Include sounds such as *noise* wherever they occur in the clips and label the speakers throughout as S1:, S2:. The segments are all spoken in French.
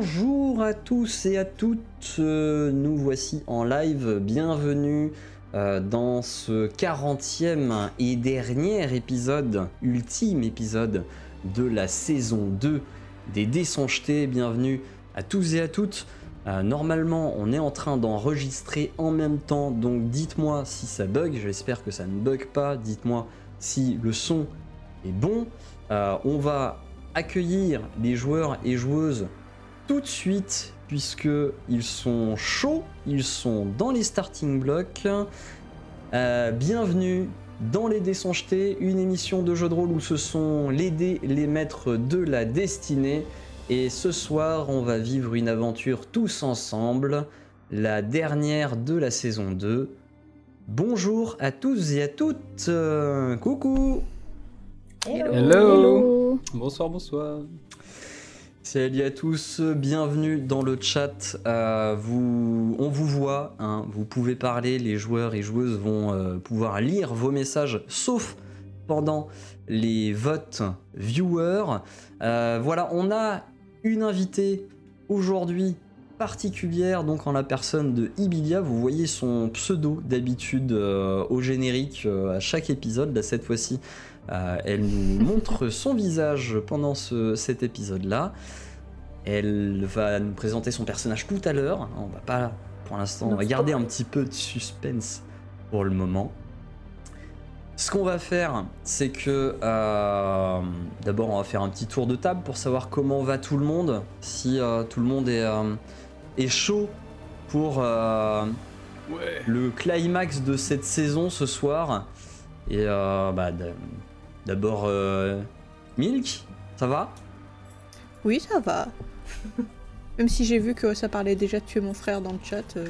S1: Bonjour à tous et à toutes, euh, nous voici en live, bienvenue euh, dans ce 40e et dernier épisode, ultime épisode de la saison 2 des Dés sont jetés, bienvenue à tous et à toutes. Euh, normalement on est en train d'enregistrer en même temps, donc dites-moi si ça bug, j'espère que ça ne bug pas, dites-moi si le son est bon. Euh, on va accueillir les joueurs et joueuses tout de suite puisque ils sont chauds, ils sont dans les starting blocks. Euh, bienvenue dans les dés sont jetés, une émission de jeu de rôle où ce sont les dés les maîtres de la destinée. Et ce soir, on va vivre une aventure tous ensemble, la dernière de la saison 2. Bonjour à tous et à toutes. euh, coucou.
S2: Hello.
S3: Hello. Bonsoir, bonsoir.
S1: Salut à tous, bienvenue dans le chat. Euh, vous, on vous voit, hein, vous pouvez parler, les joueurs et joueuses vont euh, pouvoir lire vos messages, sauf pendant les votes viewers. Euh, voilà, on a une invitée aujourd'hui particulière, donc en la personne de Ibilia. Vous voyez son pseudo d'habitude euh, au générique euh, à chaque épisode. Là, cette fois-ci, euh, elle nous montre son visage pendant ce- cet épisode-là. Elle va nous présenter son personnage tout à l'heure. On va pas, pour l'instant, on va garder un petit peu de suspense pour le moment. Ce qu'on va faire, c'est que euh, d'abord on va faire un petit tour de table pour savoir comment va tout le monde, si euh, tout le monde est, euh, est chaud pour euh, le climax de cette saison ce soir. Et euh, bah, d- d'abord euh, Milk, ça va
S2: Oui, ça va. Même si j'ai vu que ça parlait déjà de tuer mon frère dans le chat, euh,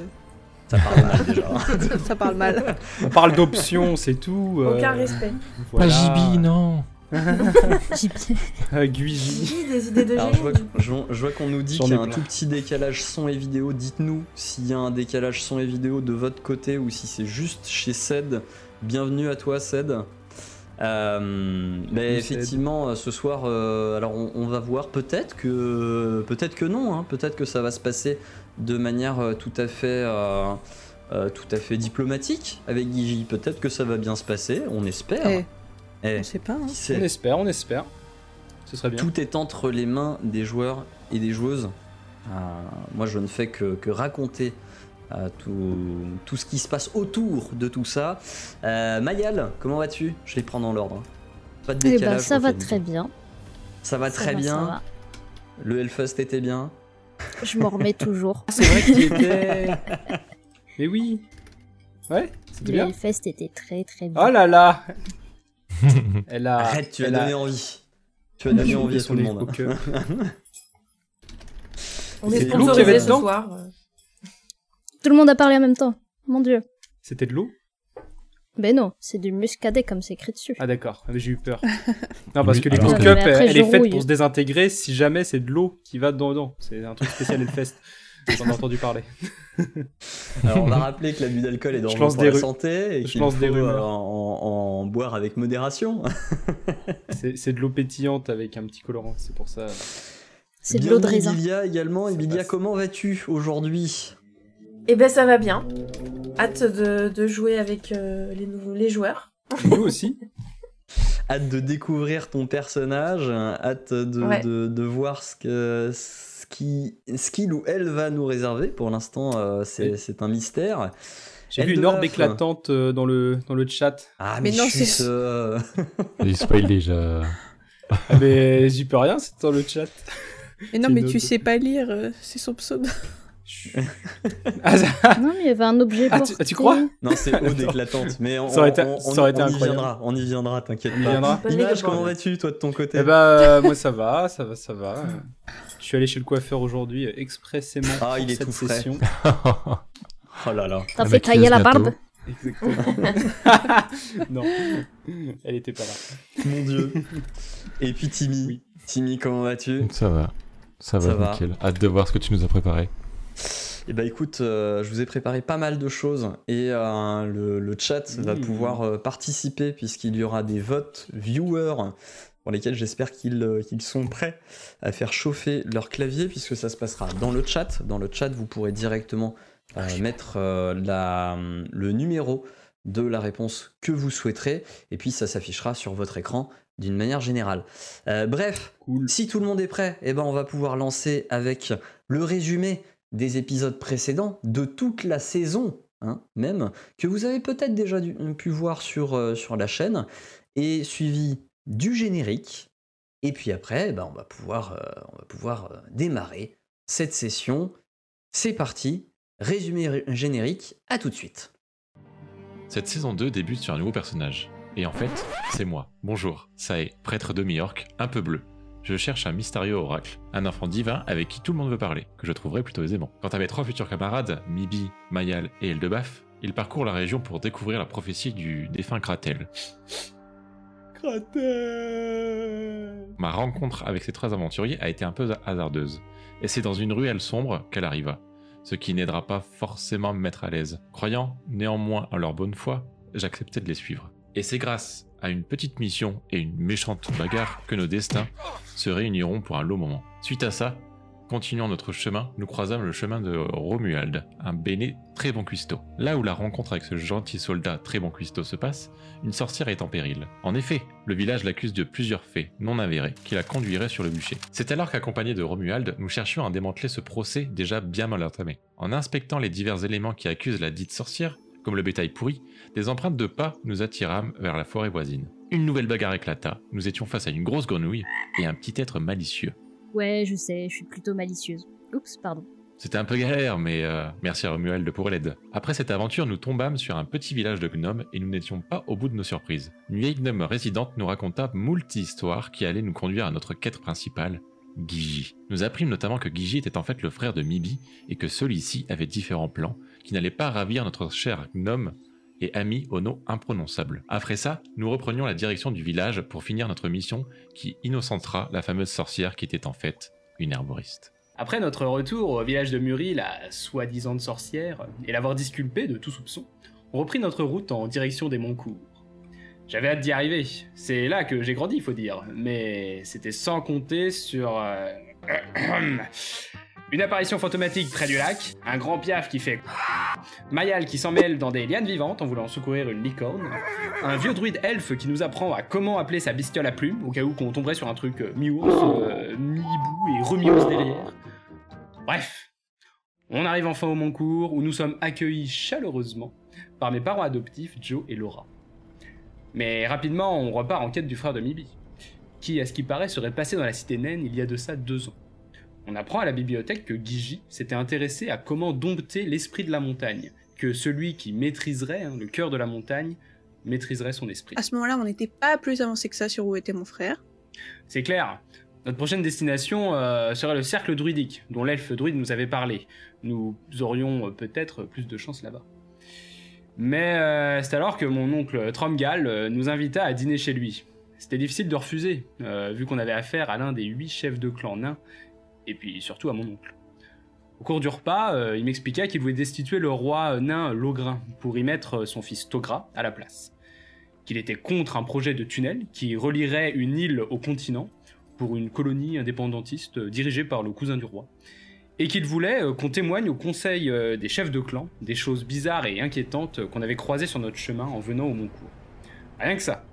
S1: Ça parle mal déjà.
S2: ça parle mal.
S3: On parle d'options, c'est tout. euh,
S4: Aucun respect.
S3: voilà.
S5: Pas Gibi,
S3: *laughs*
S5: non.
S3: Euh, Guigi.
S4: J'ai des idées de
S1: Alors je vois,
S4: génie. du coup.
S1: je vois- je vois qu'on nous dit
S3: J'en
S1: qu'il y a
S3: ai
S1: un
S3: plein.
S1: tout petit décalage son et vidéo. Dites-nous s'il y a un décalage son et vidéo de votre côté ou si c'est juste chez Ced. Bienvenue à toi Ced. Euh, mais
S3: Ced.
S1: effectivement, euh, ce soir, euh, alors on, on va voir. Peut-être que, peut-être que non. hein. peut-être que ça va se passer de manière euh, tout à fait, euh, euh, tout à fait diplomatique avec Guigi. Peut-être que ça va bien se passer. On espère.
S2: Eh,
S1: Eh,
S2: on sait pas. Hein.
S1: qui
S3: On
S1: sait
S3: espère, on espère. Ce serait bien.
S1: tout est entre les mains des joueurs et des joueuses. Euh, moi, je ne fais que, que raconter euh, tout, tout ce qui se passe autour de tout ça. Euh, Mayal, comment vas-tu Je les prends dans l'ordre. hein. Pas de
S6: Eh
S1: décalage.
S6: ben, ça
S1: en
S6: va
S1: fait.
S6: très bien.
S1: Ça va
S6: Ça
S1: très
S6: va,
S1: bien.
S6: ça va.
S1: Le Hellfest était bien.
S6: Je m'en
S1: *laughs*
S6: remets toujours.
S3: Ah, C'est vrai qu'il
S6: *laughs*
S3: était. Mais oui. Ouais, c'était
S6: Le
S3: bien.
S6: Hellfest était très très bien.
S3: Oh
S1: *laughs*
S3: là là. Elle a.
S1: Arrête, Eh, tu as
S3: elle a-
S1: donné envie. Tu as
S3: *laughs* elle a
S1: donné
S3: joué
S1: envie à
S3: son
S1: tout le *laughs*
S3: livre
S1: monde.
S3: au cœur.
S4: On
S1: C'est
S4: est
S1: Lou qui avait
S4: sponsorisé ce
S3: dedans
S4: soir. euh.
S6: Tout le monde a parlé en même temps. Mon dieu.
S3: C'était de l'eau
S6: Ben non, c'est du muscadet comme c'est écrit dessus.
S3: Ah d'accord, mais j'ai eu
S6: *laughs*
S3: peur. Non, parce que les
S5: alors
S3: cook
S5: que-
S3: cups,
S6: Mais après,
S3: elle
S6: je
S3: est faite
S6: rouille.
S3: pour se désintégrer si jamais c'est de l'eau qui va dedans. C'est un truc spécial Hellfest. J'en ai entendu parler.
S1: *laughs* Alors, on va rappeler que l'abus d'alcool est dangereux
S3: lance
S1: pour
S3: des
S1: la
S3: ru-
S1: santé et
S3: je
S1: qu'il faut
S3: lance des
S1: euh,
S3: rumeurs.
S1: en, en boire avec modération.
S3: C'est c'est de l'eau pétillante avec un petit colorant, c'est pour ça.
S6: C'est de
S1: Bienvenue,
S6: l'eau de raisin.
S1: Ibilia également.
S3: Ça
S1: Ibilia,
S3: passe.
S1: comment vas-tu aujourd'hui
S4: Et ben ça va bien. Hâte de, de jouer avec euh, les, nouveaux- les joueurs.
S3: Nous aussi.
S1: hâte de découvrir ton personnage, hein, hâte de,
S4: Ouais.
S1: de- de voir ce que ce qui ce qu'il ou elle va nous réserver. Pour l'instant, euh, c'est
S3: Oui.
S1: c'est un mystère.
S3: J'ai
S1: Elle
S3: vu une
S1: de
S3: orbe
S1: meuf.
S3: éclatante euh, dans le, dans le chat.
S1: Ah mais,
S2: Mais non,
S1: je suis
S2: c'est-
S1: ce-
S5: Il spoil déjà.
S3: Ah, mais j'y peux rien, c'est dans le chat.
S2: Mais non,
S3: C'est
S2: mais
S3: une
S2: tu
S3: autre-
S2: sais pas lire, euh, c'est son
S3: *laughs*
S2: pseudo.
S3: Chut. Ah, ça-
S6: Non, mais il y avait un objet
S3: Ah, tu-
S6: porté.
S3: tu crois
S1: non,
S3: *laughs*
S1: c'est eau d'éclatante. Mais on,
S3: Ça aurait été-
S1: on- on-
S3: ça aurait été
S1: on y
S3: incroyable.
S1: viendra, on y viendra, t'inquiète
S3: On y
S1: pas.
S3: viendra.
S4: Bonne nuit,
S1: Image,
S4: d'abord.
S1: comment vas-tu toi de ton côté
S3: Eh bah, moi ça va, ça va, ça va. *laughs* Je suis allé chez le coiffeur aujourd'hui euh, expressément
S1: Ah,
S3: pour
S1: il est
S3: cette
S1: tout frais.
S3: session.
S1: *laughs* Oh là là.
S6: T'as fait tailler la barbe
S3: *laughs* Exactement. non, elle était pas là.
S1: Mon
S3: *laughs*
S1: dieu. Et puis Timmy.
S3: Oui.
S1: Timmy, comment vas-tu
S5: Ça va. Ça va,
S1: Ça va.
S5: nickel. Hâte de voir ce que tu nous as préparé.
S1: Eh ben écoute, euh, je vous ai préparé pas mal de choses et euh, le, le chat va
S3: Mmh.
S1: pouvoir euh, participer puisqu'il y aura des votes viewers pour lesquels j'espère qu'ils euh, qu'ils sont prêts à faire chauffer leur clavier, puisque ça se passera dans le chat. Dans le chat, vous pourrez directement euh, mettre euh, la- le numéro de la réponse que vous souhaiterez, et puis ça s'affichera sur votre écran d'une manière générale. Euh, bref,
S3: Cool.
S1: si tout le monde est prêt, eh ben on va pouvoir lancer avec le résumé des épisodes précédents, de toute la saison, hein, même, que vous avez peut-être déjà dû- pu voir sur, euh, sur la chaîne, et suivi du générique. Et puis après, eh ben, on va pouvoir, euh, on va pouvoir euh, démarrer cette session. C'est parti, résumé ré- générique, à tout de suite.
S5: Cette saison 2 débute sur un nouveau personnage. Et en fait, c'est moi. Bonjour, ça est, prêtre de New-York, un peu bleu. Je cherche un mystérieux oracle, un enfant divin avec qui tout le monde veut parler, que je trouverai plutôt aisément. Quant à mes trois futurs camarades, Mibi, Mayal et Eldebaf, ils parcourent la région pour découvrir la prophétie du défunt Kratel. Ma rencontre avec ces trois aventuriers a été un peu hasardeuse, et c'est dans une ruelle sombre qu'elle arriva, ce qui n'aidera pas forcément à me mettre à l'aise. Croyant néanmoins en leur bonne foi, j'acceptais de les suivre. Et c'est grâce à une petite mission et une méchante bagarre que nos destins se réuniront pour un long moment. Suite à ça, continuant notre chemin, nous croisâmes le chemin de Romuald, un béné très bon cuistot. Là où la rencontre avec ce gentil soldat très bon cuistot se passe, une sorcière est en péril. En effet, le village l'accuse de plusieurs faits non avérés qui la conduiraient sur le bûcher. C'est alors qu'accompagné de Romuald, nous cherchions à démanteler ce procès déjà bien mal entamé. En inspectant les divers éléments qui accusent la dite sorcière, comme le bétail pourri, des empreintes de pas nous attirâmes vers la forêt voisine. Une nouvelle bagarre éclata, nous étions face à une grosse grenouille et un petit être malicieux.
S6: Ouais, je sais, je suis plutôt malicieuse. Oups, pardon.
S5: C'était un peu galère, mais euh, merci à Romuald pour l'aide. Après cette aventure, nous tombâmes sur un petit village de gnomes et nous n'étions pas au bout de nos surprises. Une vieille gnome résidente nous raconta moult histoires qui allaient nous conduire à notre quête principale, Gigi. Nous apprîmes notamment que Gigi était en fait le frère de Mibi et que celui-ci avait différents plans qui n'allaient pas ravir notre cher gnome et ami au nom imprononçable. Après ça, nous reprenions la direction du village pour finir notre mission qui innocentera la fameuse sorcière qui était en fait une herboriste.
S3: Après notre retour au village de Muri, la soi-disant sorcière, et l'avoir disculpée de tout soupçon, on reprit notre route en direction des Montcourt. J'avais hâte d'y arriver, c'est là que j'ai grandi, il faut dire, mais c'était sans compter sur... euh, *clears throat* Une apparition fantomatique près du lac, un grand piaf qui fait... *clears throat* Mayal qui s'en mêle dans des lianes vivantes en voulant secourir une licorne, un vieux druide elfe qui nous apprend à comment appeler sa bestiole à plumes, au cas où qu'on tomberait sur un truc euh, mi-ours, euh, mi-hibou et remi-ours derrière. Bref, on arrive enfin au Montcourt où nous sommes accueillis chaleureusement par mes parents adoptifs Joe et Laura. Mais rapidement, on repart en quête du frère de Mibi, qui, à ce qui paraît, serait passé dans la cité naine il y a de ça deux ans. On apprend à la bibliothèque que Gigi s'était intéressé à comment dompter l'esprit de la montagne, que celui qui maîtriserait hein, le cœur de la montagne maîtriserait son esprit.
S2: À ce moment-là, on n'était pas plus avancé que ça sur où était mon frère.
S3: C'est clair. Notre prochaine destination euh, serait le cercle druidique, dont l'elfe druide nous avait parlé. Nous aurions euh, peut-être plus de chance là-bas. Mais euh, c'est alors que mon oncle Tromgal euh, nous invita à dîner chez lui. C'était difficile de refuser, euh, vu qu'on avait affaire à l'un des huit chefs de clan nains, et puis surtout à mon oncle. Au cours du repas, euh, il m'expliqua qu'il voulait destituer le roi euh, nain Logrin pour y mettre euh, son fils Togra à la place qu'il était contre un projet de tunnel qui relierait une île au continent pour une colonie indépendantiste euh, dirigée par le cousin du roi, et qu'il voulait euh, qu'on témoigne au conseil euh, des chefs de clan des choses bizarres et inquiétantes euh, qu'on avait croisées sur notre chemin en venant au Montcourt. Rien que ça.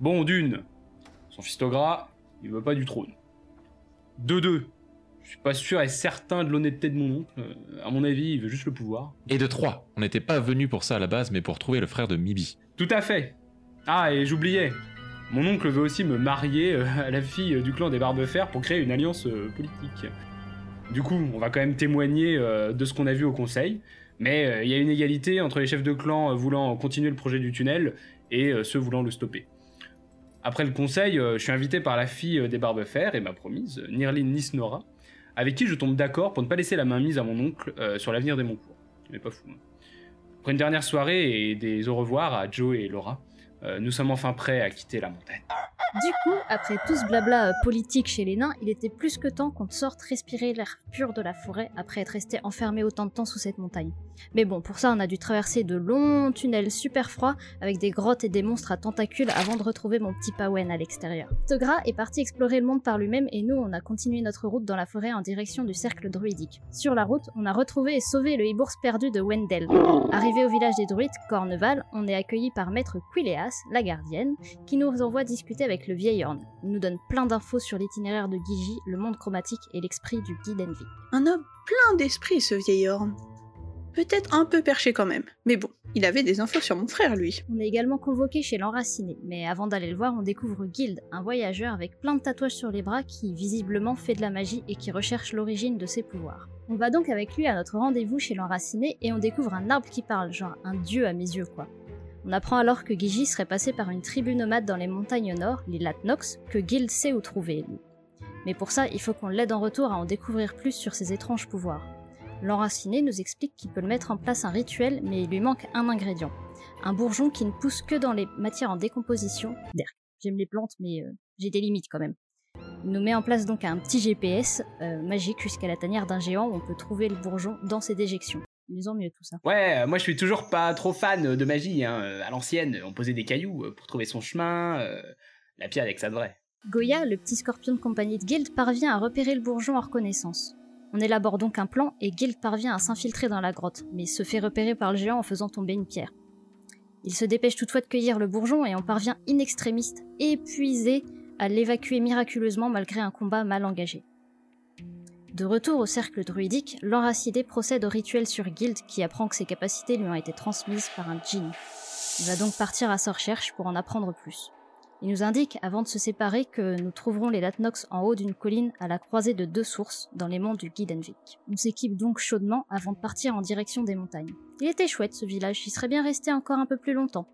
S3: Bon, d'une, son fistogras, il veut pas du trône. De deux, je suis pas sûr et certain de l'honnêteté de mon oncle, euh, à mon avis, il veut juste le pouvoir.
S5: Et de 3, on n'était pas venu pour ça à la base, mais pour trouver le frère de Mibi.
S3: Tout à fait. Ah, et j'oubliais. Mon oncle veut aussi me marier euh, à la fille euh, du clan des Barbefers pour créer une alliance euh, politique. Du coup, on va quand même témoigner euh, de ce qu'on a vu au conseil. Mais euh, il y a une égalité entre les chefs de clan euh, voulant continuer le projet du tunnel et euh, ceux voulant le stopper. Après le conseil, euh, je suis invité par la fille euh, des Barbefers et ma promise, euh, Nirlin Nisnora, avec qui je tombe d'accord pour ne pas laisser la main mise à mon oncle euh, sur l'avenir des Montcourt. Mais pas fou. hein. Après une dernière soirée et des au revoir à Joe et Laura, euh, nous sommes enfin prêts à quitter la montagne.
S6: Du coup, après tout ce blabla euh, politique chez les nains, il était plus que temps qu'on sorte respirer l'air pur de la forêt après être resté enfermé autant de temps sous cette montagne. Mais bon, pour ça, on a dû traverser de longs tunnels super froids avec des grottes et des monstres à tentacules avant de retrouver mon petit Pawen à l'extérieur. Togra est parti explorer le monde par lui-même et nous, on a continué notre route dans la forêt en direction du cercle druidique. Sur la route, on a retrouvé et sauvé le hibours perdu de Wendell. Arrivé au village des druides, Corneval, on est accueilli par maître Quileas, la gardienne, qui nous envoie discuter avec le vieil Horn. Il nous donne plein d'infos sur l'itinéraire de Gigi, le monde chromatique et l'esprit du guide Envy.
S7: Un homme plein d'esprit, ce vieil Horn. Peut-être un peu perché quand même, mais bon, il avait des infos sur mon frère, lui.
S6: On est également convoqué chez l'enraciné, mais avant d'aller le voir, on découvre Guild, un voyageur avec plein de tatouages sur les bras qui visiblement fait de la magie et qui recherche l'origine de ses pouvoirs. On va donc avec lui à notre rendez-vous chez l'enraciné et on découvre un arbre qui parle, genre un dieu à mes yeux quoi. On apprend alors que Gigi serait passé par une tribu nomade dans les montagnes nord, les Latnox, que Guild sait où trouver, lui. Mais pour ça, il faut qu'on l'aide en retour à en découvrir plus sur ses étranges pouvoirs. L'enraciné nous explique qu'il peut mettre en place un rituel, mais il lui manque un ingrédient. Un bourgeon qui ne pousse que dans les matières en décomposition. Derk. J'aime les plantes, mais euh, j'ai des limites quand même. Il nous met en place donc un petit GPS euh, magique jusqu'à la tanière d'un géant où on peut trouver le bourgeon dans ses déjections. Ils ont mieux tout ça.
S3: Ouais, euh, moi je suis toujours pas trop fan de magie. Hein. Euh, À l'ancienne, on posait des cailloux euh, pour trouver son chemin. euh, La pierre avec ça de vrai.
S6: Goya, le petit scorpion de compagnie de Guild, parvient à repérer le bourgeon en reconnaissance. On élabore donc un plan et Guild parvient à s'infiltrer dans la grotte, mais se fait repérer par le géant en faisant tomber une pierre. Il se dépêche toutefois de cueillir le bourgeon et on parvient in extremis, épuisé, à l'évacuer miraculeusement malgré un combat mal engagé. De retour au cercle druidique, l'enracidé procède au rituel sur Guild qui apprend que ses capacités lui ont été transmises par un djinn. Il va donc partir à sa recherche pour en apprendre plus. Il nous indique, avant de se séparer, que nous trouverons les Latnox en haut d'une colline à la croisée de deux sources dans les monts du Guidenvik. On s'équipe donc chaudement avant de partir en direction des montagnes. Il était chouette ce village, j'y serais bien resté encore un peu plus longtemps.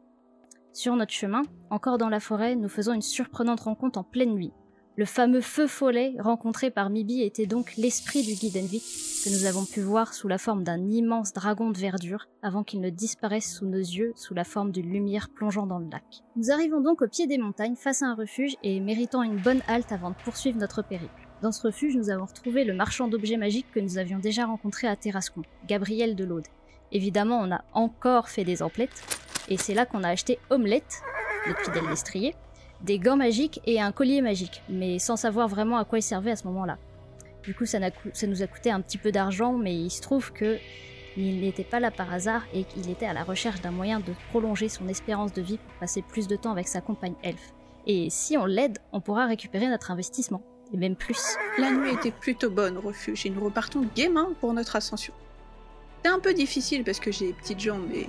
S6: Sur notre chemin, encore dans la forêt, nous faisons une surprenante rencontre en pleine nuit. Le fameux feu follet rencontré par Mibi était donc l'esprit du Guidenvik que nous avons pu voir sous la forme d'un immense dragon de verdure avant qu'il ne disparaisse sous nos yeux sous la forme d'une lumière plongeant dans le lac. Nous arrivons donc au pied des montagnes face à un refuge et méritant une bonne halte avant de poursuivre notre périple. Dans ce refuge, nous avons retrouvé le marchand d'objets magiques que nous avions déjà rencontré à Terrascon, Gabriel Delaude. Évidemment, on a encore fait des emplettes, et c'est là qu'on a acheté Omelette, notre fidèle destrier, des gants magiques et un collier magique, mais sans savoir vraiment à quoi il servait à ce moment-là. Du coup, ça, n'a cou- ça nous a coûté un petit peu d'argent, mais il se trouve que il n'était pas là par hasard et qu'il était à la recherche d'un moyen de prolonger son espérance de vie pour passer plus de temps avec sa compagne elfe. Et si on l'aide, on pourra récupérer notre investissement, et même plus.
S7: La nuit était plutôt bonne au refuge et nous repartons gaiement pour notre ascension. C'est un peu difficile parce que j'ai des petites jambes et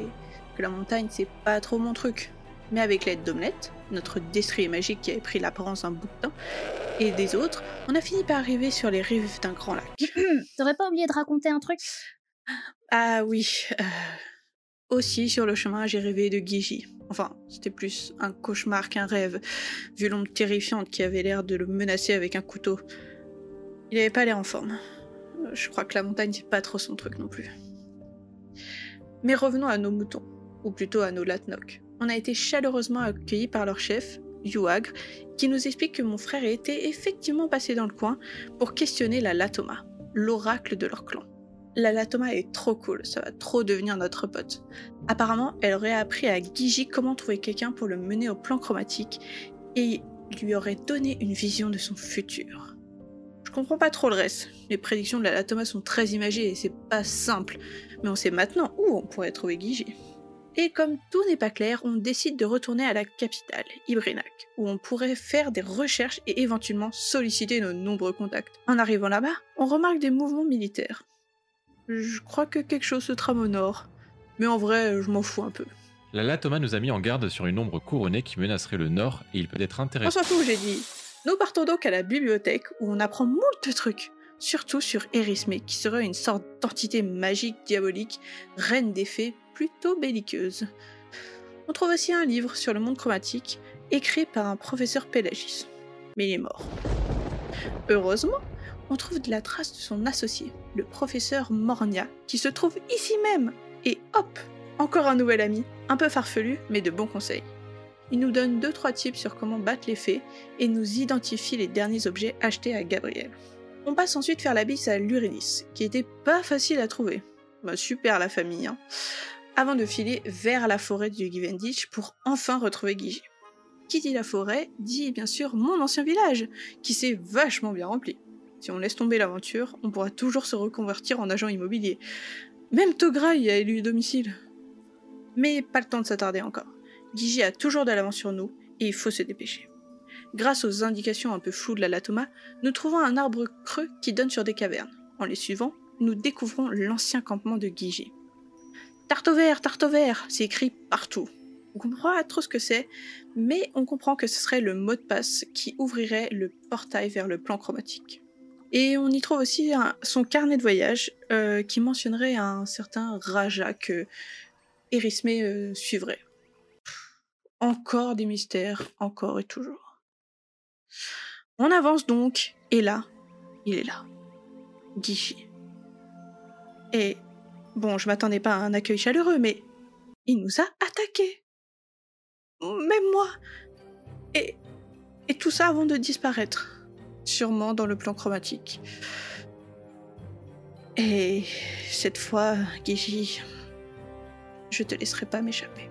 S7: que la montagne c'est pas trop mon truc. Mais avec l'aide d'Omelette, notre destrier magique qui avait pris l'apparence d'un bout de temps, et des autres, on a fini par arriver sur les rives d'un grand lac.
S6: *clears throat* T'aurais pas oublié de raconter un truc
S7: Ah oui. euh, Aussi, sur le chemin, j'ai rêvé de Gigi. Enfin, c'était plus un cauchemar qu'un rêve, vu l'ombre terrifiante qui avait l'air de le menacer avec un couteau. Il avait pas l'air en forme. Euh, Je crois que la montagne, c'est pas trop son truc non plus. Mais revenons à nos moutons, ou plutôt à nos Latnok. On a été chaleureusement accueillis par leur chef, Yuagre, qui nous explique que mon frère était effectivement passé dans le coin pour questionner la Latoma, l'oracle de leur clan. La Latoma est trop cool, ça va trop devenir notre pote. Apparemment, elle aurait appris à Gigi comment trouver quelqu'un pour le mener au plan chromatique et lui aurait donné une vision de son futur. Je comprends pas trop le reste. Les prédictions de la Latoma sont très imagées et c'est pas simple, mais on sait maintenant où on pourrait trouver Gigi. Et comme tout n'est pas clair, on décide de retourner à la capitale, Ibrinak, où on pourrait faire des recherches et éventuellement solliciter nos nombreux contacts. En arrivant là-bas, on remarque des mouvements militaires. Je crois que quelque chose se trame au nord. Mais en vrai, je m'en fous un peu.
S5: La Latoma nous a mis en garde sur une ombre couronnée qui menacerait le nord et il peut être
S7: On
S5: intéressant.
S7: s'en fout, j'ai dit. Nous partons donc à la bibliothèque où on apprend moult de trucs. Surtout sur Erisme, qui serait une sorte d'entité magique diabolique, reine des fées, plutôt belliqueuse. On trouve aussi un livre sur le monde chromatique, écrit par un professeur Pélagis. Mais il est mort. Heureusement, on trouve de la trace de son associé, le professeur Mornia, qui se trouve ici même. Et hop, encore un nouvel ami, un peu farfelu, mais de bons conseils. Il nous donne 2-3 tips sur comment battre les fées et nous identifie les derniers objets achetés à Gabriel. On passe ensuite faire la bise à l'Urénis, qui était pas facile à trouver. Bah, super la famille, hein. Avant de filer vers la forêt du Givenditch pour enfin retrouver Guigi. Qui dit la forêt dit bien sûr mon ancien village, qui s'est vachement bien rempli. Si on laisse tomber l'aventure, on pourra toujours se reconvertir en agent immobilier. Même Togra y a élu domicile. Mais pas le temps de s'attarder encore. Gigi a toujours de l'avance sur nous et il faut se dépêcher. Grâce aux indications un peu floues de la Latoma, nous trouvons un arbre creux qui donne sur des cavernes. En les suivant, nous découvrons l'ancien campement de Gigi. Tarte au vert, tarte au vert, c'est écrit partout. On comprend pas trop ce que c'est, mais on comprend que ce serait le mot de passe qui ouvrirait le portail vers le plan chromatique. Et on y trouve aussi un- son carnet de voyage euh, qui mentionnerait un certain Raja que Erisme euh, suivrait. Encore des mystères, encore et toujours. On avance donc, et là, il est là. Guichy. Et bon, je m'attendais pas à un accueil chaleureux, mais il nous a attaqués. Même moi. Et, et tout ça avant de disparaître. Sûrement dans le plan chromatique. Et cette fois, Guichy, je te laisserai pas m'échapper.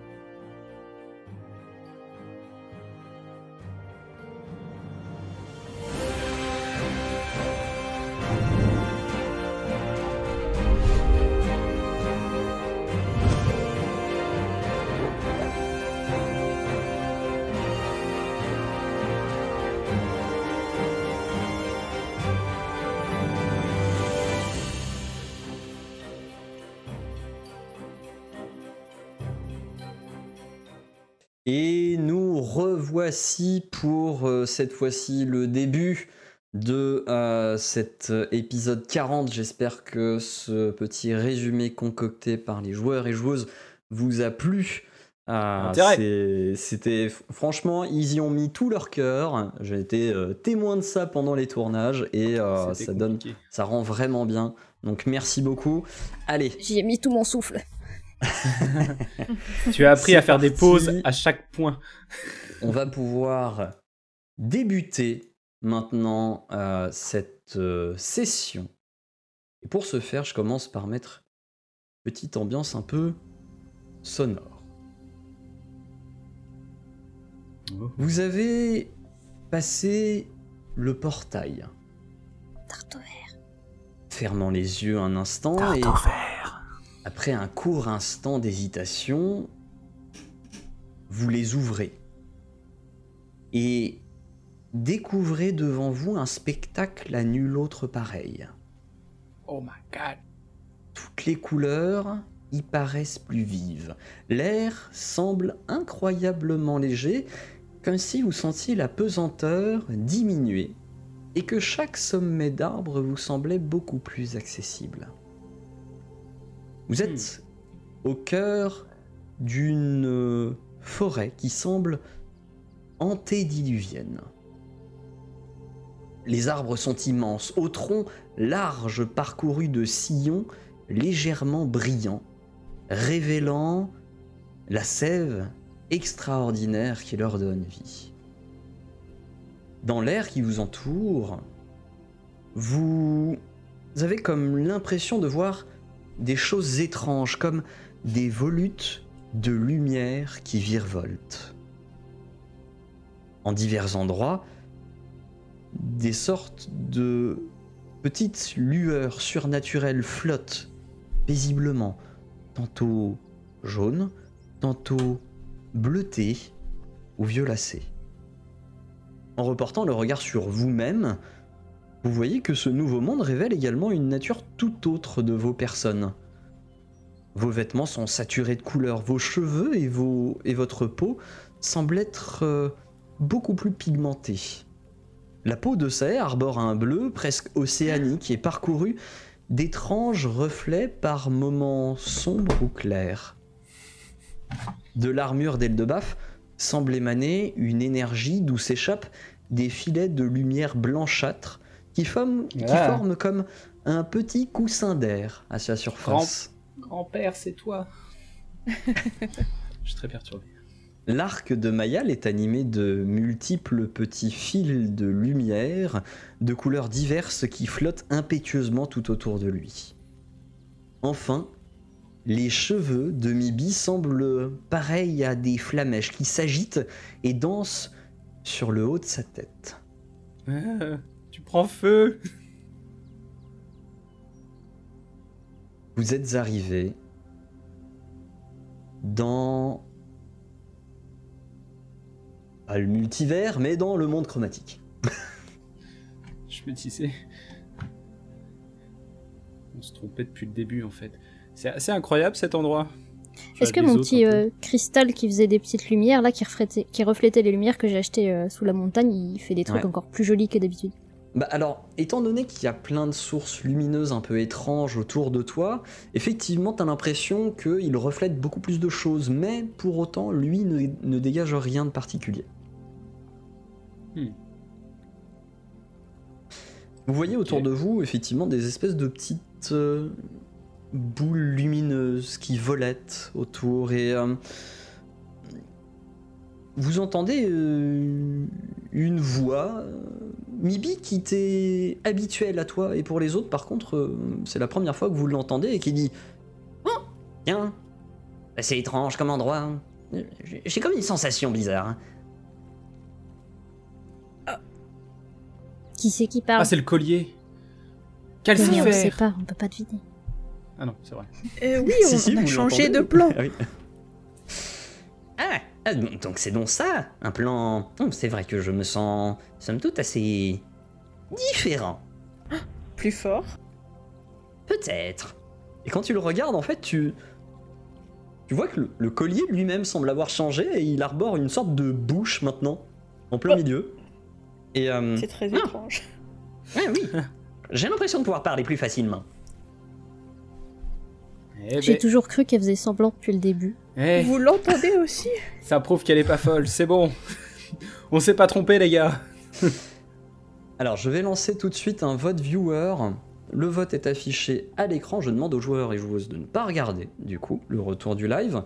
S1: Et nous revoici pour euh, cette fois-ci le début de euh, cet euh, épisode 40. J'espère que ce petit résumé concocté par les joueurs et joueuses vous a plu. Euh,
S3: Intérêt.
S1: c'est- C'était fr- franchement, ils y ont mis tout leur cœur. J'ai été euh, témoin de ça pendant les tournages et euh,
S3: C'était
S1: ça donne,
S3: compliqué.
S1: ça rend vraiment bien. Donc merci beaucoup. Allez,
S6: J'y ai mis tout mon souffle.
S3: Tu as appris
S1: C'est
S3: à faire des
S1: parti.
S3: pauses à chaque point.
S1: *laughs* on va pouvoir débuter maintenant euh, cette euh, session. Et pour ce faire, je commence par mettre une petite ambiance un peu sonore. Vous avez passé le portail,
S6: Tarte au vert.
S1: fermant les yeux un instant et après un court instant d'hésitation, vous les ouvrez et découvrez devant vous un spectacle à nul autre pareil.
S3: Oh my god.
S1: Toutes les couleurs y paraissent plus vives. L'air semble incroyablement léger, comme si vous sentiez la pesanteur diminuer et que chaque sommet d'arbre vous semblait beaucoup plus accessible. Vous êtes au cœur d'une euh, forêt qui semble antédiluvienne. Les arbres sont immenses, au tronc large parcouru de sillons légèrement brillants, révélant la sève extraordinaire qui leur donne vie. Dans l'air qui vous entoure, vous avez comme l'impression de voir des choses étranges, comme des volutes de lumière qui virevoltent. En divers endroits, des sortes de petites lueurs surnaturelles flottent paisiblement, tantôt jaunes, tantôt bleutées ou violacées. En reportant le regard sur vous-même, vous voyez que ce nouveau monde révèle également une nature tout autre de vos personnes. Vos vêtements sont saturés de couleurs, vos cheveux et, vos, et votre peau semblent être euh, beaucoup plus pigmentés. La peau de Sae arbore un bleu presque océanique et parcouru d'étranges reflets par moments sombres ou clairs. De l'armure d'Eldebaf semble émaner une énergie d'où s'échappent des filets de lumière blanchâtre qui, forment- qui
S3: Ah.
S1: forment comme un petit coussin d'air à sa surface.
S3: *laughs* Grand-père, c'est toi. Je suis très perturbé.
S1: L'arc de Mayal est animé de multiples petits fils de lumière de couleurs diverses qui flottent impétueusement tout autour de lui. Enfin, les cheveux de Mibi semblent pareils à des flamèches qui s'agitent et dansent sur le haut de sa tête.
S3: Ah, tu prends feu
S1: Vous êtes arrivé dans. Pas le multivers, mais dans le monde chromatique.
S3: Je me disais. On se trompait depuis le début en fait. C'est assez incroyable cet endroit. Je
S6: Est-ce que
S3: regarde les
S6: mon
S3: autres
S6: petit
S3: un peu.
S6: euh, cristal qui faisait des petites lumières, là, qui reflétait, qui reflétait les lumières que j'ai achetées euh, sous la montagne, il fait des trucs
S1: Ouais.
S6: encore plus jolis que d'habitude
S1: Bah alors, étant donné qu'il y a plein de sources lumineuses un peu étranges autour de toi, effectivement, t'as l'impression qu'il reflète beaucoup plus de choses, mais pour autant, lui ne, ne dégage rien de particulier.
S3: Hmm.
S1: Vous voyez autour
S3: Ok.
S1: de vous, effectivement, des espèces de petites euh, boules lumineuses qui volettent autour et. euh, vous entendez euh, une voix, euh, Mibi, qui t'est habituelle à toi, et pour les autres, par contre, euh, c'est la première fois que vous l'entendez et qui dit Oh, tiens, Bah, c'est étrange comme endroit. hein. J'ai j'ai comme une sensation bizarre. hein.
S6: Qui c'est qui parle
S3: Ah, c'est le collier
S6: Oui, mais on ne sait
S3: Calcifère
S6: pas, on peut pas deviner.
S3: Ah non, c'est vrai.
S2: Euh, oui, on,
S1: Si, si,
S2: on a
S1: vous
S2: changé
S1: l'entendez.
S2: de
S3: *laughs*
S2: plan.
S3: Eh
S1: Ah oui. Ah, ah, donc c'est donc ça, un plan. Hum, C'est vrai que je me sens, somme toute, assez différent.
S2: Plus fort.
S1: Peut-être. Et quand tu le regardes, en fait, tu. Tu vois que le, le collier lui-même semble avoir changé et il arbore une sorte de bouche maintenant, en plein
S2: Oh.
S1: milieu. Et. euh,
S2: C'est très
S1: Ah.
S2: étrange.
S1: ah oui *laughs* J'ai l'impression de pouvoir parler plus facilement.
S3: Eh
S6: J'ai
S3: ben,
S6: toujours cru qu'elle faisait semblant depuis le début.
S3: eh,
S2: Vous l'entendez aussi
S3: ça prouve qu'elle est pas folle, c'est bon. *laughs* On s'est pas trompé, les gars.
S1: *laughs* Alors, je vais lancer tout de suite un vote viewer. Le vote est affiché à l'écran. Je demande aux joueurs et joueuses de ne pas regarder, du coup, le retour du live.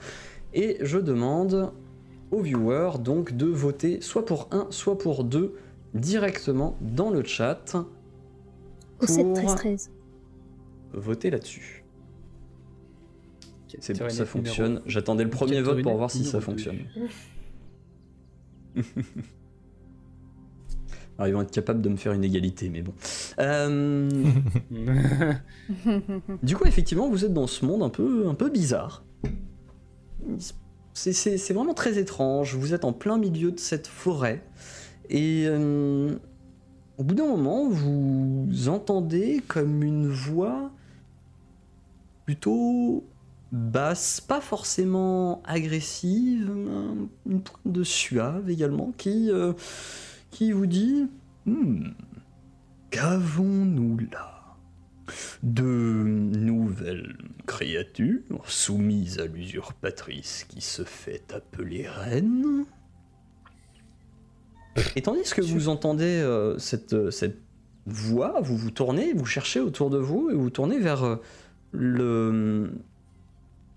S1: Et je demande aux viewers, donc, de voter soit pour un, soit pour deux, directement dans le chat.
S6: Au 7
S1: Pour-
S6: 13 13.
S1: voter là-dessus. C'est bon,
S3: Terranet
S1: ça
S3: numéro-
S1: fonctionne. J'attendais le premier vote pour
S3: Terranet
S1: voir si ça
S3: numéro deux. *laughs*
S1: fonctionne. Alors ils vont être capables de me faire une égalité, mais bon. Euh,
S3: *laughs*
S1: du coup, effectivement, vous êtes dans ce monde un peu, un peu bizarre. C'est- C'est c'est vraiment très étrange. Vous êtes en plein milieu de cette forêt. Et euh, au bout d'un moment, vous entendez comme une voix plutôt basse, pas forcément agressive, un- une pointe de suave également, qui, euh, qui vous dit Hmm, Qu'avons-nous là De nouvelles créatures soumises à l'usurpatrice qui se fait appeler reine Et tandis que vous entendez euh, cette, cette voix, vous vous tournez, vous cherchez autour de vous et vous tournez vers euh, le,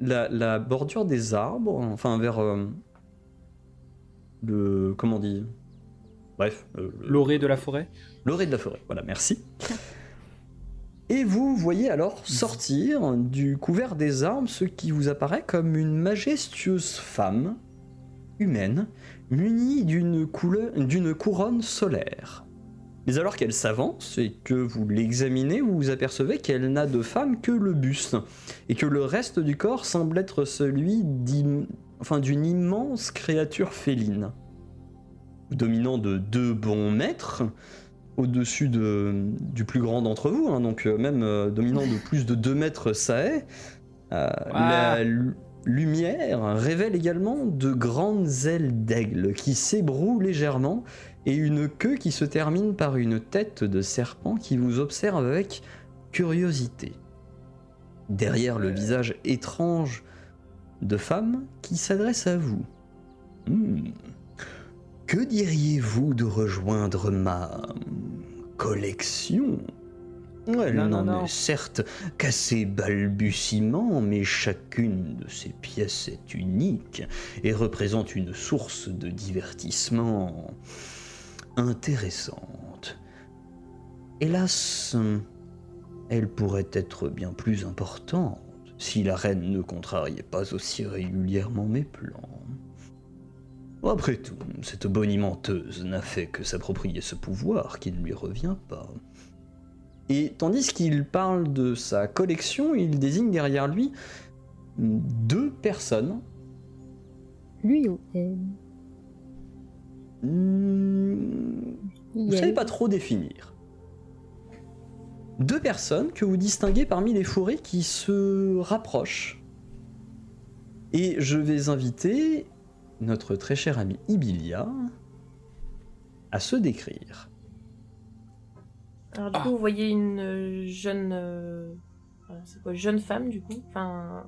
S1: la, la bordure des arbres, enfin vers euh, le comment on dit, bref, euh, le-
S3: L'orée de la forêt
S1: l'orée de la forêt. Voilà,
S3: *laughs*
S1: merci. Et vous voyez alors sortir du couvert des arbres ce qui vous apparaît comme une majestueuse femme humaine munie d'une couleur- d'une couronne solaire. Mais alors qu'elle s'avance et que vous l'examinez, vous vous apercevez qu'elle n'a de femme que le buste et que le reste du corps semble être celui d'im- enfin, d'une immense créature féline. Dominant de deux bons mètres, au-dessus de, du plus grand d'entre vous, hein, donc euh, même euh, dominant de plus de 2 mètres, ça est. Euh, La lu- lumière révèle également de grandes ailes d'aigle qui s'ébrouent légèrement et une queue qui se termine par une tête de serpent qui vous observe avec curiosité. Derrière le visage étrange de femme qui s'adresse à vous. Hmm. Que diriez-vous de rejoindre ma collection
S2: Elle
S3: Non, non,
S2: n'en
S3: non.
S2: est certes qu'à ses balbutiements, mais chacune de ces pièces est unique et représente une source de divertissement intéressante. Hélas, elle pourrait être bien plus importante si la reine ne contrariait pas aussi régulièrement mes plans. Après tout, cette bonimenteuse n'a fait que s'approprier ce pouvoir qui ne lui revient pas. Et tandis qu'il parle de sa collection, il désigne derrière lui deux personnes.
S6: Lui oh, eh, ou elle
S2: Hmm, Vous savez pas trop définir. Deux personnes que vous distinguez parmi les fourrés qui se rapprochent. Et je vais inviter notre très cher ami Ibilia à se décrire.
S4: Alors du
S3: Ah.
S4: coup, vous voyez une euh, jeune, euh, euh, c'est quoi, jeune femme du coup, enfin,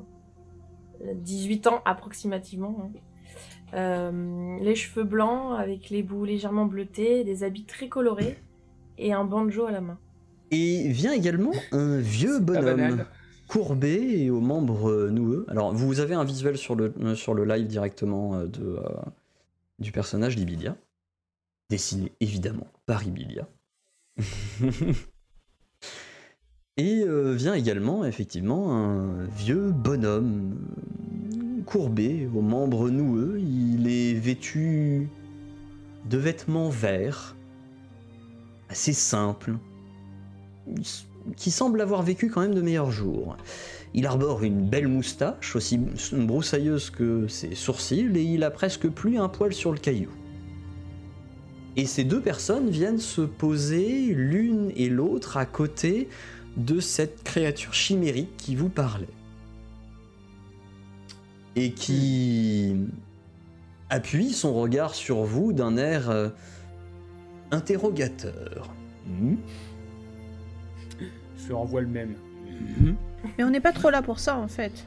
S4: euh, 18 ans approximativement. hein. Euh, les cheveux blancs avec les bouts légèrement bleutés, des habits très colorés et un banjo à la main.
S2: Et vient également un vieux
S3: Pas
S2: bonhomme.
S3: banal.
S2: courbé et aux membres euh, noueux. Alors, vous avez un visuel sur le, euh, sur le live directement euh, de, euh, du personnage d'Ibilia, dessiné évidemment par Ibilia. *laughs* et euh, vient également, effectivement, un vieux bonhomme euh, courbé aux membres noueux. Il est vêtu de vêtements verts, assez simples. Il s- qui semble avoir vécu quand même de meilleurs jours. Il arbore une belle moustache, aussi broussailleuse que ses sourcils, et il a presque plus un poil sur le caillou. Et ces deux personnes viennent se poser l'une et l'autre à côté de cette créature chimérique qui vous parlait. Et qui appuie son regard sur vous d'un air euh, interrogateur. Hmm
S3: Je renvoie le même.
S7: Mais on n'est pas trop là pour ça en fait.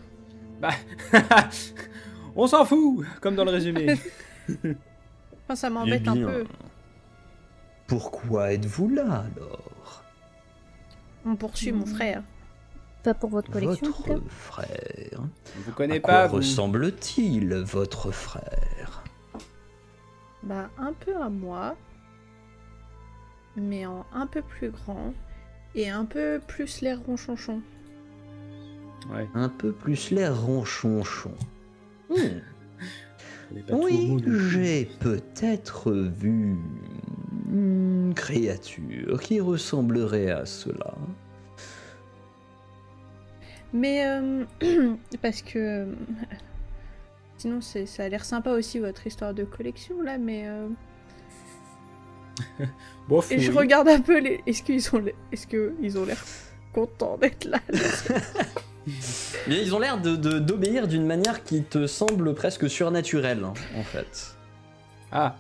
S3: Bah, *laughs* On s'en fout, comme dans le résumé.
S7: Enfin, ça m'embête un
S2: Eh bien.
S7: peu.
S2: Pourquoi êtes-vous là alors
S7: On poursuit mon frère.
S6: Hmm. Pas pour votre collection, en tout cas.
S2: Votre frère.
S3: Je vous
S2: À
S3: connais
S2: quoi
S3: pas. vous.
S2: ressemble-t-il, votre frère
S7: Bah, un peu à moi, mais en un peu plus grand et un peu plus l'air ronchonchon.
S3: Ouais,
S2: Un peu plus l'air
S3: *laughs*
S2: ronchonchon. Hmm.
S3: on est pas trop
S2: Oui,
S3: beau, nous.
S2: j'ai peut-être vu une créature qui ressemblerait à cela.
S7: Mais euh, *clears throat* parce que euh, sinon c'est ça a l'air sympa aussi votre histoire de collection là, mais euh,
S3: Bof,
S7: et je
S3: oui.
S7: regarde un peu les. Est-ce qu'ils ont l'air- est-ce que ils ont l'air contents d'être là
S2: Mais ils ont l'air de- de- d'obéir d'une manière qui te semble presque surnaturelle, hein, en fait.
S3: Ah.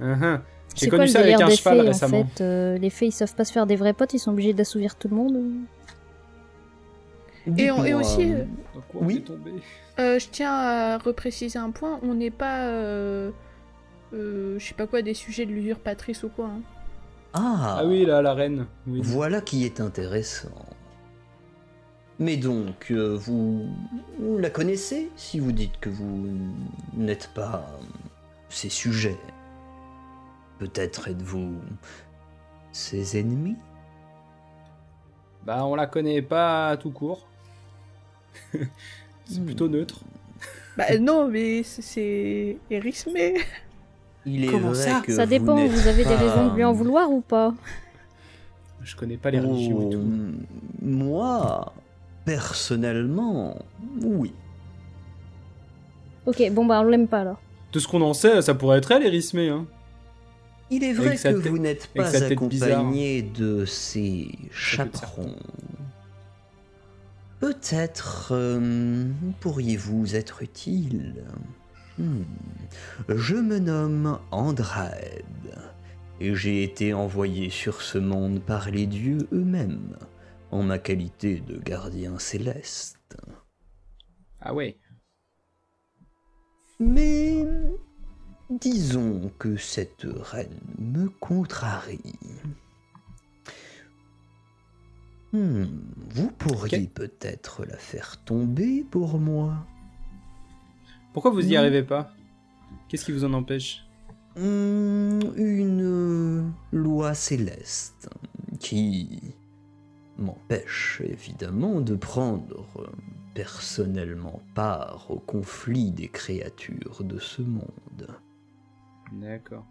S3: Uh-huh. J'ai
S6: C'est
S3: connu
S6: quoi le
S3: ça avec
S6: délire
S3: un
S6: des
S3: cheval
S6: fées, en
S3: récemment.
S6: fait euh, Les fées, ils savent pas se faire des vrais potes, ils sont obligés d'assouvir tout le monde.
S7: Et, on- et
S2: Dites-moi,
S7: aussi,
S2: euh,
S7: euh,
S3: Dans quoi on
S2: Oui.
S3: est tombé
S7: euh, je tiens à repréciser un point. On n'est pas, euh, euh, je sais pas quoi, des sujets de l'usurpatrice ou quoi. hein.
S2: Ah,
S3: Ah oui, là, la reine. Oui.
S2: Voilà qui est intéressant. Mais donc, euh, vous, vous la connaissez si vous dites que vous n'êtes pas euh, ses sujets. Peut-être êtes-vous ses ennemis
S3: Bah, on la connaît pas tout court. *laughs* C'est
S2: Hmm.
S3: plutôt neutre.
S7: Bah non, mais c'est- c'est érismé. *laughs*
S2: Il est
S3: Comment
S2: vrai
S3: ça
S2: que
S6: ça dépend,
S2: n'êtes
S6: vous avez des
S2: pas-
S6: raisons de lui en vouloir ou pas
S3: Je connais pas les religions et
S2: Oh,
S3: tout.
S2: m- Moi, personnellement, oui.
S6: Ok, bon bah on l'aime pas alors.
S3: De ce qu'on en sait, ça pourrait être elle, Erismé. Hein.
S2: Il est vrai
S3: Avec sa
S2: que
S3: tête-
S2: vous n'êtes
S3: avec
S2: pas
S3: sa tête
S2: accompagné de ces
S3: Sa tête de
S2: chaperons. Peut-être euh, pourriez-vous être utile. Hmm. Je me nomme Andrade et j'ai été envoyé sur ce monde par les dieux eux-mêmes en ma qualité de gardien céleste.
S3: Ah ouais.
S2: Mais Disons que cette reine me contrarie. Hmm, vous pourriez peut-être la faire tomber pour moi.
S3: Pourquoi vous n'y
S2: Non.
S3: arrivez pas Qu'est-ce qui vous en empêche
S2: Hmm, une euh, loi céleste qui m'empêche évidemment de prendre euh, personnellement part au conflit des créatures de ce monde.
S3: D'accord.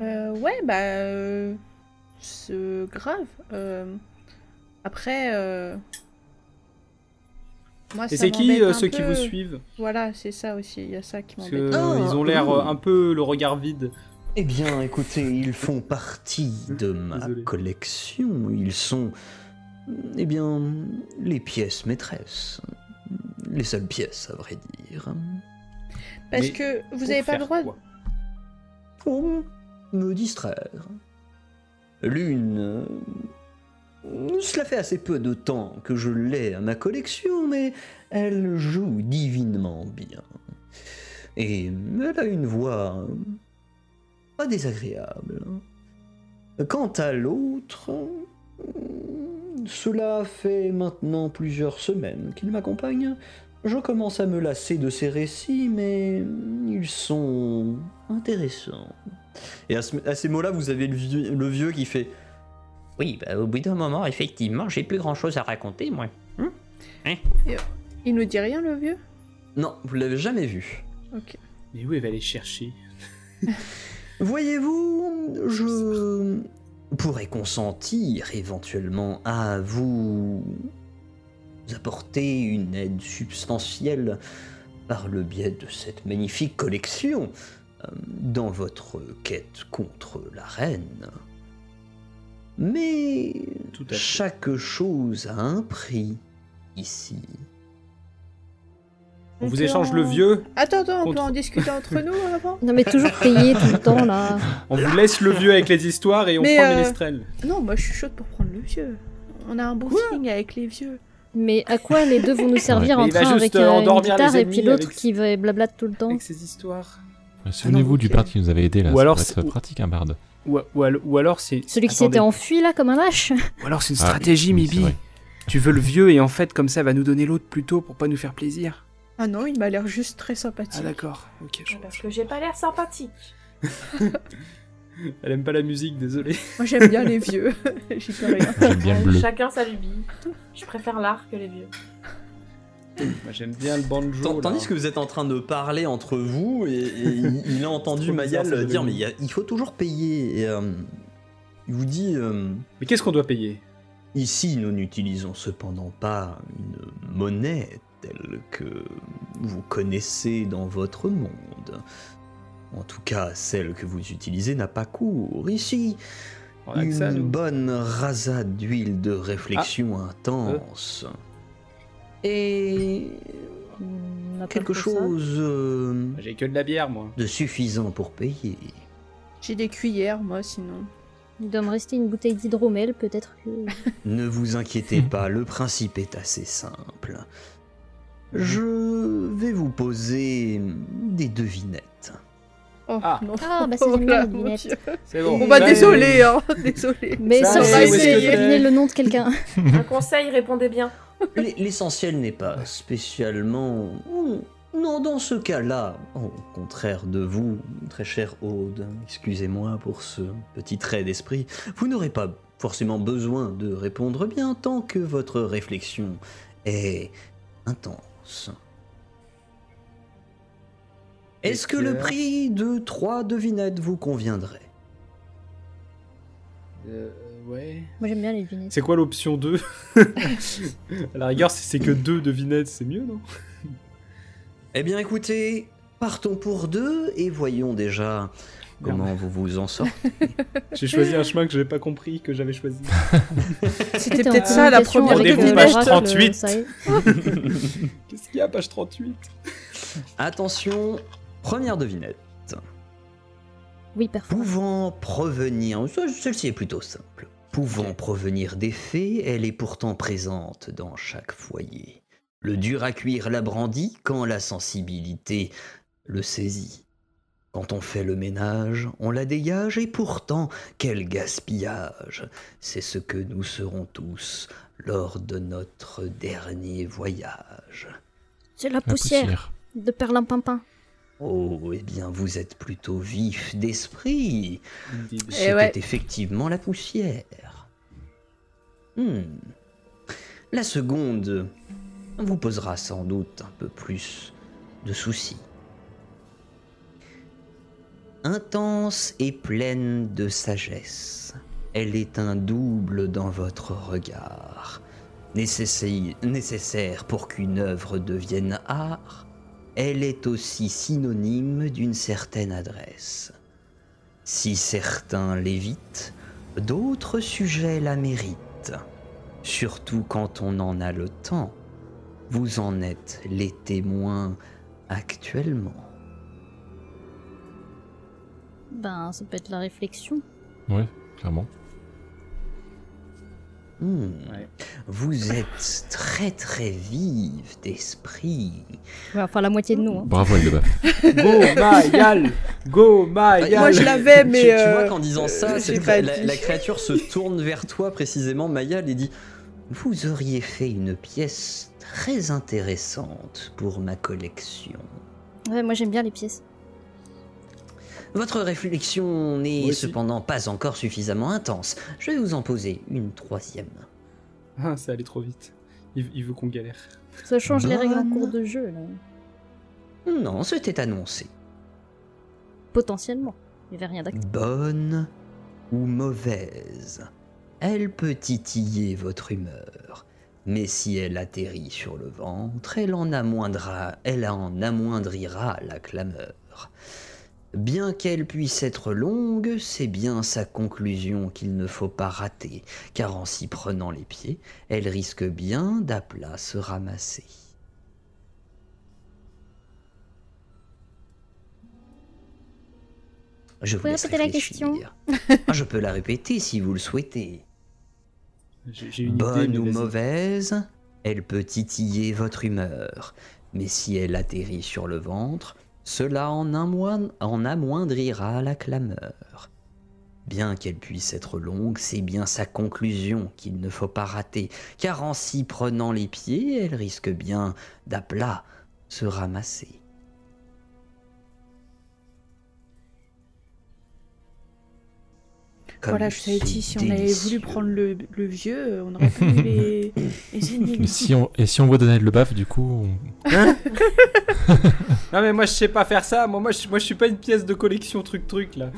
S7: Euh, ouais, bah. euh, c'est grave. Euh, après. euh, Moi,
S3: Et
S7: ça
S3: c'est qui
S7: m'embête
S3: euh,
S7: un
S3: ceux qui
S7: peu.
S3: vous suivent
S7: Voilà, c'est ça aussi. Il y a ça qui
S3: Parce
S7: m'embête.
S3: qu'ils
S2: Ah,
S3: ont l'air euh,
S2: oui.
S3: un peu le regard vide.
S2: Eh bien, écoutez, ils font partie de ma
S3: Désolé.
S2: collection. Ils sont, eh bien, les pièces maîtresses. Les seules pièces, à vrai dire.
S7: Parce
S3: Mais
S7: que
S3: Pour
S7: vous n'avez pas
S3: faire
S7: le droit.
S3: quoi
S2: pour me distraire. L'une. euh, Cela fait assez peu de temps que je l'ai à ma collection, mais elle joue divinement bien. Et elle a une voix. euh, pas désagréable. Quant à l'autre. euh, Cela fait maintenant plusieurs semaines qu'il m'accompagne. Je commence à me lasser de ses récits, mais ils sont intéressants. Et à, ce- à ces mots-là, vous avez le vieux, le vieux qui fait Oui, bah, au bout d'un moment, effectivement, j'ai plus grand-chose à raconter, moi.
S1: Hein?
S7: euh, Il nous dit rien, le vieux
S2: Non, vous l'avez jamais vu.
S7: Ok.
S3: Mais où elle va aller chercher
S2: *laughs* Voyez-vous, je pourrais consentir éventuellement à vous apporter une aide substantielle par le biais de cette magnifique collection euh, dans votre quête contre la reine. Mais
S3: Tout à fait.
S2: chaque chose a un prix ici.
S3: On
S7: On
S3: vous
S7: peut
S3: échange
S7: en-
S3: le vieux,
S7: Attends, attends, on peut
S3: Contre-
S7: en discuter entre nous avant
S6: Non mais toujours payé tout le temps là.
S7: *laughs*
S3: on vous laisse le vieux avec les histoires et on
S7: Mais,
S3: prend
S7: euh,
S3: le ménestrel.
S7: Non, moi je suis chaude pour prendre le vieux. On a un bon feeling avec les vieux.
S6: Mais à quoi les deux vont nous servir
S3: Mais
S6: en
S3: il va
S6: train
S3: juste,
S6: avec
S3: euh,
S6: euh, une
S3: endormir les
S6: guitare et puis
S3: ennemis
S6: l'autre
S3: avec-
S6: qui va- blablate tout le temps
S3: Avec ces histoires.
S5: Euh, Souvenez-vous
S2: ok.
S5: du bard qui nous avait aidé là.
S3: Ou
S5: ça
S3: alors
S5: pourrait
S3: c'est-
S5: être pratique un barde.
S3: Ou, ou al- ou alors c'est.
S6: Celui qui
S3: Attendez.
S6: s'était enfui là comme un lâche *laughs*
S3: Ou alors c'est une
S5: Ah,
S3: stratégie,
S5: oui, c'est
S3: Mibi.
S5: vrai.
S3: Tu veux le vieux et en fait, comme ça, elle va nous donner l'autre plus tôt pour pas nous faire plaisir.
S7: Ah non, il m'a l'air juste très sympathique.
S3: Ah d'accord, ok. je-
S4: Parce que j'ai pas l'air sympathique.
S3: *laughs* Elle aime pas la musique, désolé.
S7: moi j'aime
S3: *laughs*
S7: bien les vieux. *laughs* J'y peux rien.
S5: J'aime bien le bleu.
S4: Chacun sa lubie. Je préfère l'art que les vieux.
S3: Moi j'aime bien le banjo.
S2: Tant-
S3: là.
S2: Tandis que vous êtes en train de parler entre vous, et, et
S3: *laughs*
S2: il- il a entendu
S3: Trop bizarre,
S2: Mayal
S3: ça
S2: dire
S3: devient-
S2: Mais il y a- il faut toujours payer. Et, euh, il vous dit euh,
S3: Mais qu'est-ce qu'on doit payer
S2: Ici, nous n'utilisons cependant pas une monnaie telle que vous connaissez dans votre monde. En tout cas, celle que vous utilisez n'a pas cours. Ici,
S3: On a que
S2: une
S3: ça, nous. Ah.
S2: bonne rasade d'huile de réflexion intense.
S3: Euh.
S2: Et
S6: On a pas
S2: quelque
S6: le choix.
S2: chose. euh,
S3: J'ai que de la bière, moi.
S2: de suffisant pour payer.
S7: J'ai des cuillères, moi sinon.
S6: Il doit me rester une bouteille d'hydromel peut-être
S7: *laughs*
S6: que...
S2: Ne vous inquiétez pas, le principe est assez simple. Je vais vous poser des devinettes.
S7: Oh *laughs*
S3: Ah.
S7: non.
S6: Ah, bah, c'est
S7: Oh
S6: une
S7: là,
S6: bonne
S7: mon
S6: devinette.
S7: Dieu.
S3: C'est bon.
S7: Bon bah
S3: Ça,
S7: désolé, hein, *laughs* désolé.
S6: Mais
S3: Ça,
S6: ça,
S3: c'est
S6: va
S3: où est-ce
S6: essayer
S3: que
S6: de
S3: t'es
S6: deviner le nom de quelqu'un.
S4: Un conseil, répondez bien.
S2: L- L'essentiel n'est pas spécialement... Hmm, Non, dans ce cas-là, au contraire de vous, très cher Aude, excusez-moi pour ce petit trait d'esprit, vous n'aurez pas forcément besoin de répondre bien tant que votre réflexion est intense. Est-ce que le
S3: Éclair.
S2: prix de trois devinettes vous conviendrait
S3: Euh, ouais.
S6: Moi j'aime bien les devinettes.
S3: C'est quoi l'option 2 À la rigueur, si c'est que deux devinettes, c'est mieux, non
S2: Eh bien écoutez, partons pour deux et voyons déjà comment vous vous en sortez.
S3: *laughs* J'ai choisi un chemin que j'avais pas compris, que j'avais choisi.
S7: C'était
S6: T'es en
S7: peut-être ça la
S6: communication
S7: première
S3: avec
S6: euh,
S3: Rendez-vous, page 38.
S6: l'oracle,
S7: devinette.
S6: ça y est.
S3: *laughs* Qu'est-ce qu'il y a, page 38
S2: Attention, première devinette.
S6: *laughs* Oui, parfois.
S2: Pouvant provenir, ce- celle-ci est plutôt simple. Pouvant provenir des fées, elle est pourtant présente dans chaque foyer. Le dur à cuire la brandit quand la sensibilité le saisit. Quand on fait le ménage, on la dégage et pourtant, quel gaspillage C'est ce que nous serons tous lors de notre dernier voyage.
S6: C'est la poussière de perlimpinpin.
S2: Oh, eh bien, vous êtes plutôt vif d'esprit.
S3: Indeed.
S2: C'était
S7: ouais.
S2: effectivement la poussière. Hmm. La seconde vous posera sans doute un peu plus de soucis. Intense et pleine de sagesse, elle est un double dans votre regard. Nécessi- nécessaire pour qu'une œuvre devienne art, elle est aussi synonyme d'une certaine adresse. Si certains l'évitent, d'autres sujets la méritent. Surtout quand on en a le temps. Vous en êtes les témoins actuellement.
S6: Ben, ça peut être la réflexion.
S5: Ouais, clairement.
S2: Hmm.
S3: Ouais.
S2: Vous êtes très très vive d'esprit.
S6: Ouais, enfin, la moitié de nous. hein.
S5: Bravo,
S6: *laughs*
S5: Eldebaf.
S3: Go Mayal Go
S2: Bah, *laughs*
S3: Mayal
S7: Moi, je l'avais, mais.
S2: Oh tu, tu
S7: euh,
S2: vois qu'en disant ça,
S7: euh,
S2: cette
S7: j'ai
S2: cré-
S7: pas
S2: la,
S7: dit.
S2: la créature se tourne vers toi précisément, Maya, et dit Vous auriez fait une pièce très intéressante pour ma collection.
S6: Ouais, moi j'aime bien les pièces.
S2: Votre réflexion
S3: Moi
S2: n'est
S3: aussi.
S2: cependant pas encore suffisamment intense. Je vais vous en poser une troisième.
S3: *laughs* Ah, ça allait trop vite. Il, il veut qu'on galère.
S6: Ça change les règles en
S2: Bonne.
S6: cours de jeu, là.
S2: Non, c'était annoncé.
S6: Potentiellement. Il n'y avait rien d'actif.
S2: bonne ou mauvaise, elle peut titiller votre humeur, mais si elle atterrit sur le ventre, elle en, amoindra- elle en amoindrira la clameur. Bien qu'elle puisse être longue, c'est bien sa conclusion qu'il ne faut pas rater, car en s'y prenant les pieds, elle risque bien d'à plat se ramasser. Je vous
S6: pouvez
S2: laisse
S6: répéter la
S2: réfléchir. Ah, je peux la répéter si vous le souhaitez.
S3: J'ai j'ai une
S2: Bonne
S3: idée,
S2: ou
S3: mais vas-y.
S2: mauvaise, elle peut titiller votre humeur. Mais si elle atterrit sur le ventre, cela en, amoin- en amoindrira la clameur. Bien qu'elle puisse être longue, c'est bien sa conclusion qu'il ne faut pas rater, car en s'y prenant les pieds, elle risque bien d'à plat se ramasser. Comme
S7: Voilà, je t'avais
S2: c'est
S7: dit, si on avait voulu
S2: délicieux.
S7: prendre le, le vieux,
S3: *laughs*
S7: on aurait connu les, les énigmes.
S5: Mais si on, et si on voit Daniel Lebaff, du coup, on-
S3: Non, mais moi, je sais pas faire ça. Moi, moi, je, moi, je suis pas une pièce de collection truc-truc, *laughs* là.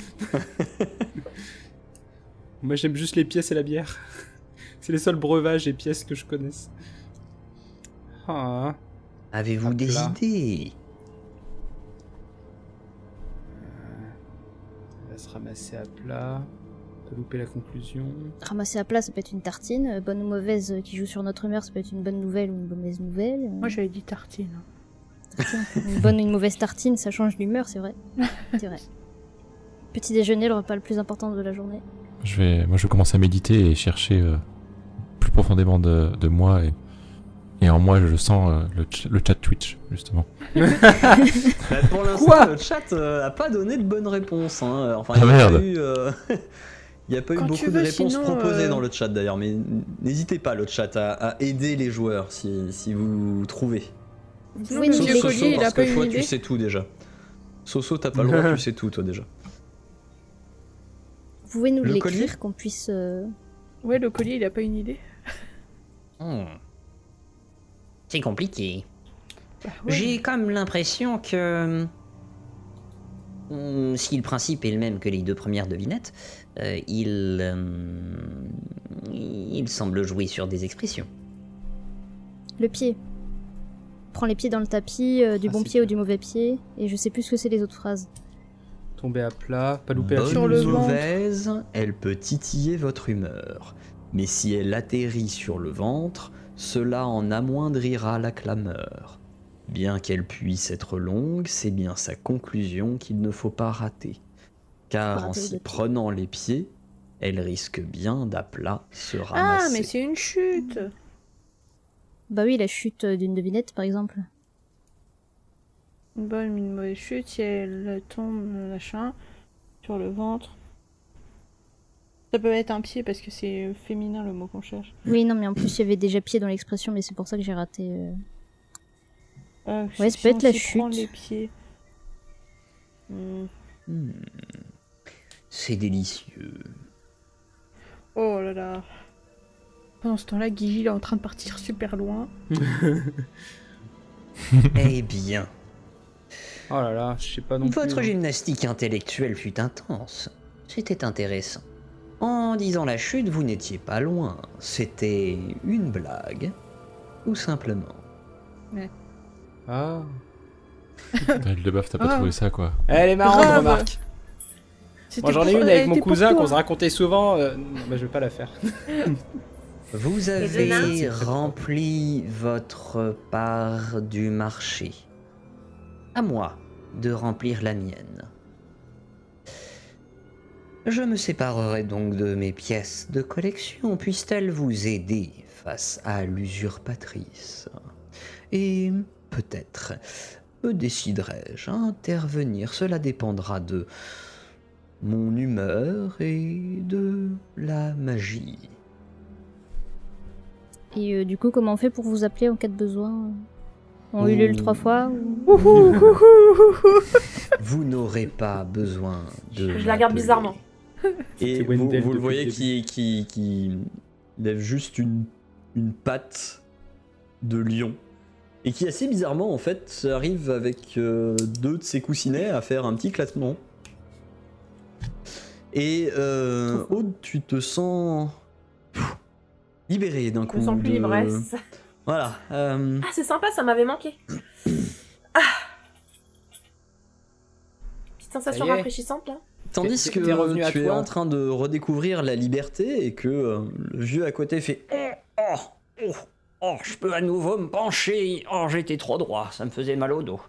S3: moi, j'aime juste les pièces et la bière. *laughs* C'est les seuls breuvages et pièces que je connaisse. Ah.
S2: Avez-vous
S3: Hop
S2: des
S3: là.
S2: idées
S3: Elle va se ramasser à plat. On peut louper la conclusion.
S6: Ramasser à plat, ça peut être une tartine. Euh, Bonne ou mauvaise euh, qui joue sur notre humeur, ça peut être une bonne nouvelle ou une mauvaise nouvelle. Euh,
S7: Moi, j'avais dit tartine.
S6: tartine. *laughs* une bonne ou une mauvaise tartine, ça change l'humeur, c'est vrai. C'est vrai. Petit déjeuner, le repas le plus important de la journée.
S5: je vais, moi, je vais commencer à méditer et chercher euh, plus profondément de, de moi. Et, et en moi, je sens euh, le, ch- le chat Twitch, justement.
S3: *laughs*
S2: Bah, pour l'instant,
S3: Quoi
S2: le chat euh, a pas donné de bonne réponse. hein. Enfin,
S5: Ah,
S2: il n'y a,
S5: merde.
S2: pas eu, euh, *laughs* il y a pas eu
S7: Quand
S2: beaucoup
S7: tu veux,
S2: de réponses
S7: sinon,
S2: proposées
S7: euh,
S2: dans le chat d'ailleurs, mais n'hésitez pas le chat à, à aider les joueurs si, si vous trouvez.
S7: Vous
S6: pouvez nous
S7: le
S6: Sauf
S7: vieux
S6: Soso,
S7: collier, il a
S2: parce
S7: pas
S2: que toi
S7: une
S2: tu
S7: idée.
S2: sais tout déjà. Soso, t'as pas le
S3: *laughs*
S2: droit, tu sais tout toi déjà.
S6: Vous pouvez nous
S2: Le collier
S6: l'écrire, qu'on puisse. euh,
S7: Ouais, le collier, il a pas une idée.
S1: Hmm.
S2: C'est compliqué.
S7: Bah, ouais.
S2: J'ai comme l'impression que. euh, Hmm, Si le principe est le même que les deux premières devinettes, euh, il. euh, il semble jouer sur des expressions.
S6: Le pied. Prends les pieds dans le tapis, euh, du
S3: Ah,
S6: bon
S3: c'est
S6: pied ou
S3: clair.
S6: du mauvais pied, et je sais plus ce que c'est les autres phrases.
S3: Tomber à plat, pas louper la
S7: Sur le
S3: conclusion.
S7: ventre.
S2: mauvaise, elle peut titiller votre humeur. Mais si elle atterrit sur le ventre, cela en amoindrira la clameur. Bien qu'elle puisse être longue, c'est bien sa conclusion qu'il ne faut pas rater.
S6: Faut
S2: Car en
S6: rater
S2: s'y
S6: le-
S2: prenant les pieds, elle risque bien d'à plat se
S7: Ah,
S2: ramasser.
S7: mais c'est une chute
S6: Bah oui, la chute euh, d'une devinette, par exemple.
S2: Une bonne, une mauvaise chute, si elle tombe, machin, sur le ventre. Ça peut être un pied parce que c'est féminin le mot qu'on cherche.
S6: Oui, non, mais en plus, il y avait déjà pied dans l'expression, mais c'est pour ça que j'ai raté. euh.
S2: Euh,
S6: Ouais,
S2: si-
S6: ça peut
S2: si
S6: être
S2: on
S6: la
S2: s'y prend
S6: chute.
S2: les pieds. Hmm.
S1: Hmm. C'est délicieux.
S2: Oh là là. Pendant ce temps-là, Guigui il est en train de partir super loin.
S1: *laughs* eh bien,
S3: Oh là là, je sais pas non plus.
S1: votre
S3: hein.
S1: gymnastique intellectuelle fut intense. C'était intéressant. En disant la chute, vous n'étiez pas loin. C'était une blague. Ou simplement.
S3: Ah.
S5: Daryl de t'as pas
S2: Ah.
S5: trouvé ça, quoi.
S3: Eh, Elle est marrante,
S2: Grave.
S3: remarque. Moi
S2: C'était
S3: j'en ai
S2: pour-
S3: une
S2: elle
S3: avec mon
S2: était pour
S3: cousin
S2: toi.
S3: qu'on se racontait souvent. euh, non, bah, je vais pas la faire.
S1: Vous
S4: nains
S1: avez rempli votre part du marché. À moi de remplir la mienne. Je me séparerai donc de mes pièces de collection, puissent-elles vous aider face à l'usurpatrice Et peut-être me déciderai-je à intervenir. Cela dépendra de mon humeur et de la magie.
S6: Et euh, du coup, comment on fait pour vous appeler en cas de besoin euh On ulule
S1: Ouh.
S6: trois fois
S1: *laughs*
S6: ou-
S2: Ouhou, coucou, coucou.
S1: Vous n'aurez pas besoin de.
S4: Je la regarde
S1: m'appeler.
S4: bizarrement.
S1: Et
S3: C'était
S1: vous,
S3: Wendell
S1: vous le
S3: depuis
S1: voyez
S3: le
S1: qui, qui, qui lève juste une, une patte de lion. Et qui, assez bizarrement, en fait, arrive avec euh, deux de ses coussinets à faire un petit classement. Et euh, Aude, tu te sens. pff, libéré d'un
S4: Je
S1: coup.
S4: me sens plus
S1: de-
S4: ivresse.
S1: Voilà. euh,
S4: Ah, c'est sympa, ça m'avait manqué. Ah. Petite sensation
S3: Ça y est.
S4: rafraîchissante là.
S1: Tandis
S3: T'es-
S1: que
S3: t'es revenu à
S1: tu es
S3: toi.
S1: en train de redécouvrir la liberté et que euh, le vieux à côté fait oh, oh, oh, oh, je peux à nouveau me pencher. Oh, j'étais trop droit, ça me faisait mal au dos.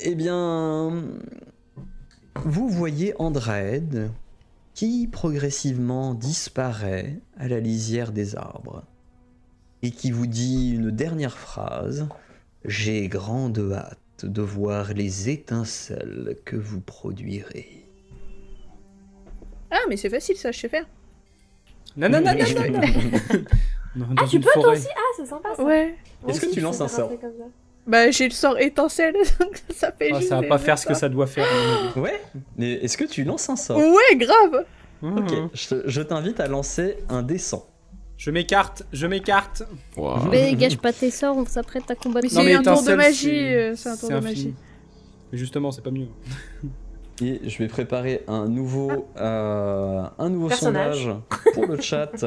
S1: Eh bien, vous voyez Andrade qui progressivement disparaît à la lisière des arbres et qui vous dit une dernière phrase J'ai grande hâte de voir *laughs* les étincelles que vous produirez.
S2: Ah, mais c'est facile, ça, je sais faire.
S3: Non, non, non, non, non,
S1: *laughs*
S3: non. Non, dans
S4: tu
S3: une
S4: peux, toi
S3: forêt.
S4: aussi Ah, c'est sympa ça.
S2: Ouais.
S4: Moi
S1: Est-ce que
S4: aussi,
S1: tu
S4: je
S1: lances
S4: sais
S1: un
S4: faire
S1: sort
S4: truc comme ça.
S2: Bah, j'ai le sort étincelle, *laughs* donc ça fait
S3: Ah,
S2: juste.
S3: ça va
S2: des
S3: pas faire ce que
S2: étincelles.
S3: ça doit faire.
S1: Ouais, mais est-ce que tu lances un sort
S2: Ouais, grave
S1: Ok,
S3: Mhm.
S1: je, te- je t'invite à lancer un dessin.
S3: Je m'écarte, je m'écarte.
S5: Waouh.
S6: Mais Eh ben, gâche pas tes sorts, on s'apprête à combattre.
S2: Mais c'est un tour de
S3: étincelle,
S2: magie, euh, c'est un tour de
S3: infini.
S2: magie.
S3: Mais justement, c'est pas mieux.
S1: *laughs* Et je vais préparer un nouveau,
S6: Ah.
S1: euh, un nouveau
S4: Personnage.
S1: sondage pour le
S6: *laughs*
S1: chat.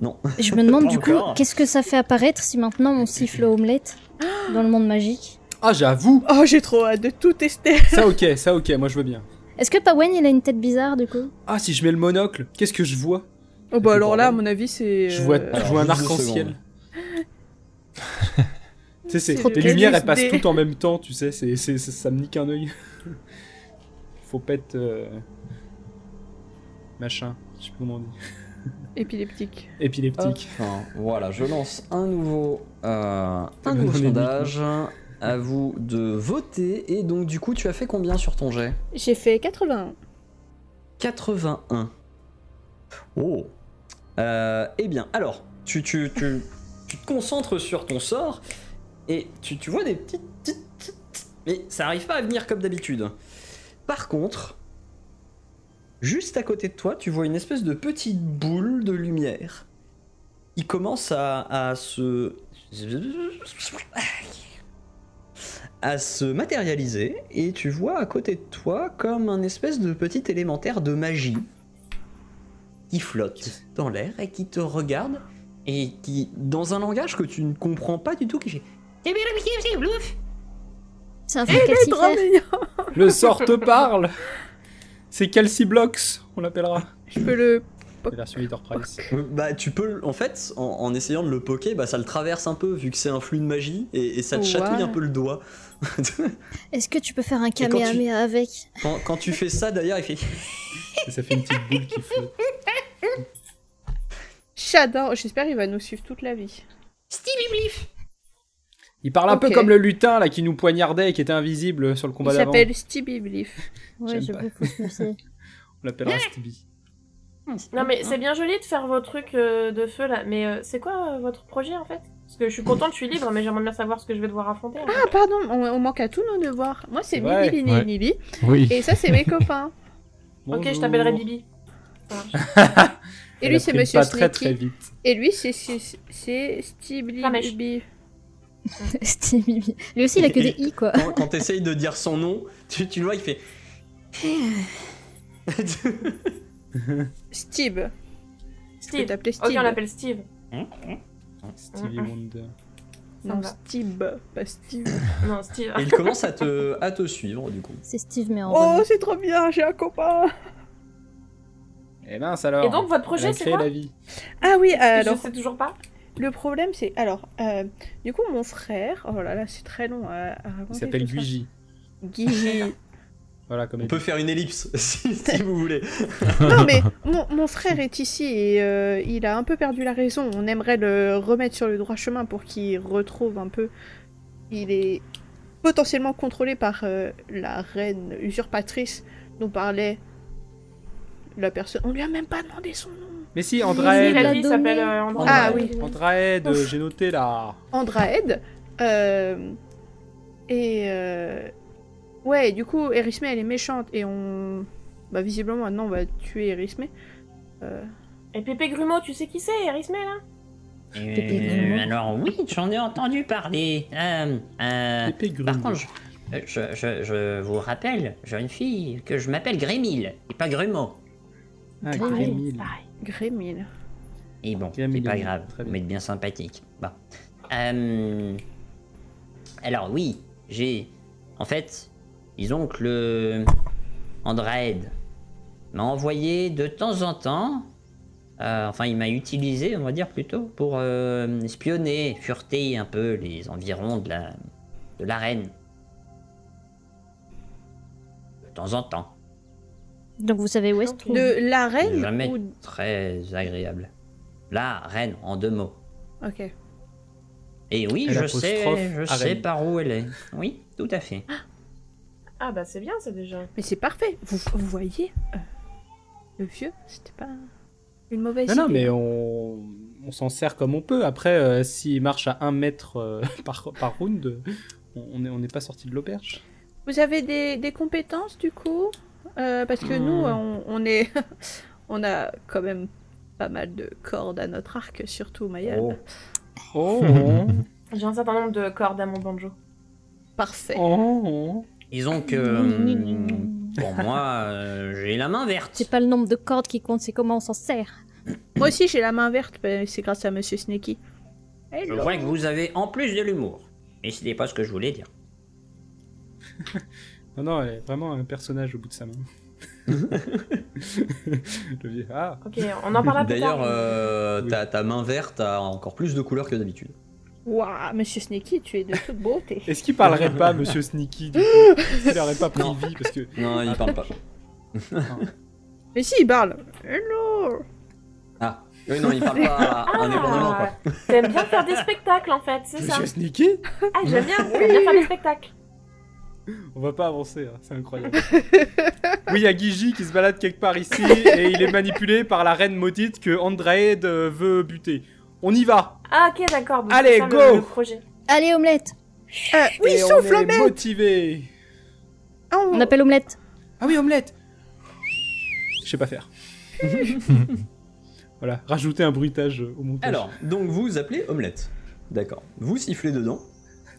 S1: non.
S6: Je me demande
S1: Pas
S6: du coup,
S1: encore.
S6: qu'est-ce que ça fait apparaître si maintenant on siffle omelette dans le monde magique
S3: *laughs* Ah, j'avoue.
S2: Oh, j'ai trop hâte de tout tester
S3: Ça, ok, ça, ok, moi je veux bien.
S6: Est-ce que Pawen il a une tête bizarre du coup
S3: Ah, si je mets le monocle, qu'est-ce que je vois
S2: Oh, bah alors là, à mon avis, c'est.
S3: Je
S2: euh,
S3: vois, je
S1: alors,
S3: vois un
S1: juste deux
S3: arc-en-ciel. tu sais, c'est-
S2: C'est
S3: les
S2: le
S3: lumières elles
S2: LSD.
S3: passent toutes en même temps, tu sais, c'est, c'est- ça- ça me nique un œil. *laughs* Faut pas être. euh, Machin, je sais plus comment on dit.
S2: Épileptique.
S3: Épileptique.
S1: Ah, Enfin, voilà, je lance un nouveau, euh,
S3: Ça
S1: un
S3: me
S1: nouveau
S3: donne des
S1: sondage. À vous de voter. Et donc, du coup, tu as fait combien sur ton jet
S2: J'ai fait 81.
S1: 81. Oh. Euh, eh bien, alors, tu, tu, tu, tu te concentres sur ton sort et tu, tu vois des petites, petites, petites- petites- Mais ça arrive pas à venir comme d'habitude. Par contre, juste à côté de toi, tu vois une espèce de petite boule de lumière. Il commence à, à se... à se matérialiser et tu vois à côté de toi comme un espèce de petit élémentaire de magie qui flotte dans l'air et qui te regarde et qui, dans un langage que tu ne comprends pas du tout, qui fait
S6: C'est
S7: Eh,
S6: un truc
S2: C'est trop
S6: calcifère.
S2: mignon
S3: Le sort te parle C'est Calciblox, on l'appellera.
S2: Je peux le.
S3: La version Leader Price.
S1: Euh, Bah, tu peux, le- en fait, en, en essayant de le poker, bah ça le traverse un peu vu que c'est un flux de magie et, et ça te
S2: Ouais.
S1: chatouille un peu le doigt. *laughs*
S6: Est-ce que tu peux faire un
S1: quand tu-
S6: kamehameha avec
S1: quand, quand tu fais ça d'ailleurs, il fait
S3: Et ça fait une petite boule qui flotte.
S2: J'adore J'espère qu'il va nous suivre toute la vie.
S1: Stevie
S4: Blif
S3: Il parle un peu
S7: Ok.
S3: comme le lutin là qui nous poignardait et qui était invisible sur le combat
S7: Il
S3: d'avant.
S7: s'appelle Stevie Bliff.
S6: Ouais,
S3: J'aime
S6: je
S3: pas.
S6: vous fous ce dossier.
S3: *laughs* On l'appellera Stevie.
S4: Non mais c'est bien joli de faire vos trucs euh, de feu là, mais euh, c'est quoi euh, votre projet en fait Parce que je suis contente, je suis libre, mais j'aimerais bien savoir ce que je vais devoir affronter. en fait.
S7: Ah, pardon, on, on manque à tous nos devoirs. Moi, c'est
S3: C'est vrai.
S7: Bibi, Lini,
S5: Ouais.
S7: Lili.
S5: Oui.
S7: Et ça, c'est
S5: *laughs*
S7: mes copains.
S4: ok, je
S3: Bonjour.
S4: t'appellerai Bibi. Ça marche.
S7: Et
S3: Elle
S7: lui,
S3: a
S7: c'est
S3: pris le
S7: Monsieur
S3: pas très très
S7: Sneaky.
S3: vite.
S7: Et lui, c'est c'est- c'est Steve
S4: La mèche.
S7: Libi.
S6: *laughs* Stevie Bibi. Lui aussi, il a que des
S7: *laughs*
S6: i, quoi.
S1: Quand, quand t'essayes de dire son nom, tu, tu le vois, il fait.
S7: Steve. Je vais
S4: Steve.
S7: t'appeler
S4: Ok,
S7: Steve.
S4: on l'appelle Steve.
S3: Hein, Stevie
S4: Mm-mm.
S3: Wonder.
S4: Ça
S7: Non,
S4: me va.
S7: Steve. Pas Steve.
S4: Non, Steve.
S1: Et il commence à te, à te suivre, du coup.
S6: C'est Steve, mais en
S7: Oh,
S6: vrai.
S7: c'est trop bien, j'ai un copain.
S3: Eh mince alors.
S4: Et donc votre
S3: elle a
S4: projet c'est
S3: créé
S4: quoi
S3: la vie.
S7: Ah oui, euh,
S4: Parce que
S7: alors
S4: Je sais toujours pas.
S7: le problème c'est. Alors, euh, du coup, mon frère. Oh là là, c'est très long à, à raconter.
S3: Il s'appelle
S7: tout ça.
S3: Guigi.
S7: *laughs* Guigi.
S3: Voilà comme
S1: On
S3: elle
S1: peut faire une ellipse, *laughs* si, si vous voulez.
S7: non mais mon, mon frère est ici et euh, il a un peu perdu la raison. On aimerait le remettre sur le droit chemin pour qu'il retrouve un peu. Il est potentiellement contrôlé par euh, la reine usurpatrice dont parlait la personne. On lui a même pas demandé son nom.
S3: dit. Mais si,
S4: Si, la
S3: Andraed.
S6: l'a
S4: fille
S6: donné.
S4: s'appelle euh, Andrea.
S7: Ah
S3: Andraed.
S7: oui.
S3: Andraed,
S7: Ouf.
S3: j'ai noté là.
S7: Andraed. euh, et euh, ouais, du coup, Erisme, elle est méchante et on, bah visiblement maintenant on va tuer Erisme. Euh,
S4: Et Pépé Grumeau, tu sais qui c'est, Erisme là
S6: Pépé Grumeau.
S8: alors oui, j'en ai entendu parler. Euh, euh,
S3: Pépé Grumeau.
S8: par contre, je, je- je- je vous rappelle, jeune fille, que je m'appelle Grémil et pas Grumeau.
S3: Ah,
S4: Pareil,
S3: Grémil.
S4: c'est pareil.
S7: Grémil.
S8: Et bon, c'est
S3: Grémil,
S8: pas
S3: oui,
S8: grave,
S3: très bien.
S8: mais bien sympathique. Bon. Euh, alors oui, j'ai... En fait, disons que le... Andraed m'a envoyé de temps en temps... euh, enfin, il m'a utilisé, on va dire plutôt, pour euh, espionner, fureter un peu les environs de la, de l'arène. De temps en temps.
S6: Donc vous savez où est-ce
S4: Ok.
S6: trouve
S7: De la reine
S8: Jamais
S7: ou...
S8: très agréable. La reine, en deux mots.
S7: Ok.
S8: Et oui,
S3: Et
S8: je
S3: l'apostrophe
S8: sais, je
S3: arène.
S8: sais par où elle est. Oui, tout à fait.
S4: Ah bah c'est bien ça déjà.
S7: Mais c'est parfait. Vous, vous voyez, euh, le vieux, c'était pas une mauvaise
S3: Non,
S7: idée.
S3: non, mais on, on s'en sert comme on peut. Après, euh, s'il marche à 1 mètre euh, *laughs* par, par round, on on est- on n'est pas sorti de l'auberge.
S7: Vous avez des, des compétences du coup Euh, Parce que nous,
S3: Hmm.
S7: on, on est, *laughs* on a quand même pas mal de cordes à notre arc, surtout Maya.
S8: Oh.
S3: Oh,
S4: J'ai un certain nombre de cordes à mon banjo.
S7: Parfait.
S3: oh.
S8: Disons que hum, pour moi, euh, j'ai la main verte.
S6: C'est pas le nombre de cordes qui compte, c'est comment on s'en sert.
S7: *clears throat* Moi aussi, j'ai la main verte, mais c'est grâce à Monsieur Sneaky.
S8: Je vois que vous avez en plus de l'humour. Et ce n'est pas ce que je voulais dire.
S3: Non, non, elle est vraiment un personnage au bout de sa main. *laughs* Le vieux- Ah,
S4: Ok, on en parlera plus tard.
S1: D'ailleurs, euh,
S3: Oui.
S1: ta, ta main verte a encore plus de couleurs que d'habitude.
S7: Waouh, Monsieur Sneaky, tu es de toute beauté.
S3: *laughs* est-ce qu'il
S1: *laughs*
S3: parlerait pas, monsieur Sneaky du coup Est-ce qu'il aurait pas pris
S1: Non.
S3: vie Parce que.
S1: Non, il parle pas.
S3: *laughs*
S7: mais si, il parle. Hello.
S1: Ah, oui, non, il parle
S4: *laughs*
S1: pas
S4: Ah,
S1: indépendamment, quoi.
S4: T'aimes bien faire des spectacles en fait, c'est ça
S3: Monsieur Sneaky
S4: Ah, j'aime bien, t'aimes bien faire des spectacles.
S3: On va pas avancer, hein, c'est *laughs* incroyable. oui, il y a Gigi qui se balade quelque part ici et il est manipulé par la reine maudite que Andraed euh, veut buter. On y va
S4: Ah, ok, d'accord. donc
S3: Allez,
S4: c'est ça, le-
S3: go
S4: le projet.
S6: Allez, omelette
S7: Euh, oui,
S3: Et
S7: souffle,
S3: on est
S7: mec.
S3: motivé
S7: Ah, on-
S6: On appelle omelette
S3: Ah oui,
S7: *laughs*
S3: omelette Je sais pas faire. *laughs* voilà, rajouter un bruitage euh, au montage.
S1: Alors, donc vous appelez omelette. D'accord. Vous sifflez dedans.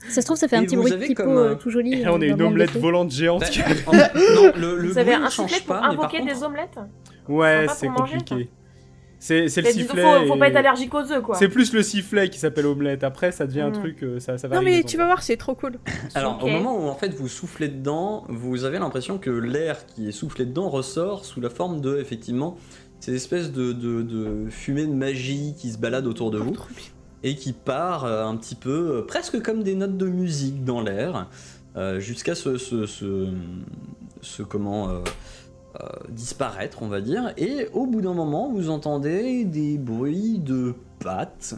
S6: Ça se trouve, ça fait
S1: Et
S6: un petit
S1: vous
S6: bruit de
S1: avez
S6: pipeau
S1: comme, euh,
S6: euh, tout joli.
S3: Et là, Eh, on
S6: euh,
S3: a une
S6: dans le
S3: omelette
S6: buffet.
S3: volante géante.
S1: Bah, en- non, le, le
S4: Vous avez
S1: bruit ne
S4: un
S1: change
S4: sifflet pour
S1: pas, mais par
S4: invoquer
S1: contre,
S4: des omelettes
S3: *laughs* Ouais,
S4: Sympa pour
S3: c'est
S4: manger,
S3: compliqué. C'est c'est le
S4: Mais dis donc,
S3: sifflet.
S4: faut, faut pas
S3: et-
S4: être allergique aux œufs, quoi.
S3: C'est plus le sifflet qui s'appelle omelette. Après, ça devient un
S4: Mm.
S3: truc, euh, ça, ça va
S7: Non mais tu vas voir, c'est trop cool. *laughs*
S1: Alors,
S4: Ok.
S1: au moment où en fait vous soufflez dedans, vous avez l'impression que l'air qui est soufflé dedans ressort sous la forme de, effectivement, ces espèces de, de, de fumée de magie qui se balade autour de vous et qui part euh, un petit peu, euh, presque comme des notes de musique dans l'air, euh, jusqu'à ce, ce, ce- ce- comment euh, euh, disparaître, on va dire. Et au bout d'un moment, vous entendez des bruits de pattes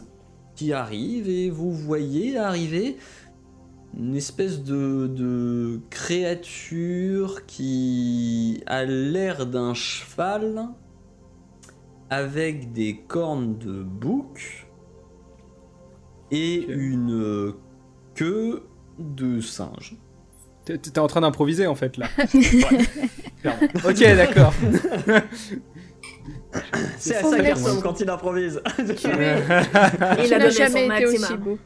S1: qui arrive et vous voyez arriver une espèce de, de créature qui a l'air d'un cheval avec des cornes de bouc et une queue euh, de singe.
S3: T'es t'es en train d'improviser en fait
S4: *laughs*
S3: là. Clairement. ok, d'accord.
S1: *laughs* C'est à
S7: faux,
S1: ça qu'il
S7: merci.
S1: ressemble quand il
S7: *laughs*
S1: improvise. *laughs*
S4: Il
S7: Tu
S4: a
S7: n'as
S4: donné
S7: jamais
S4: son
S7: été
S4: maximum.
S7: aussi beau.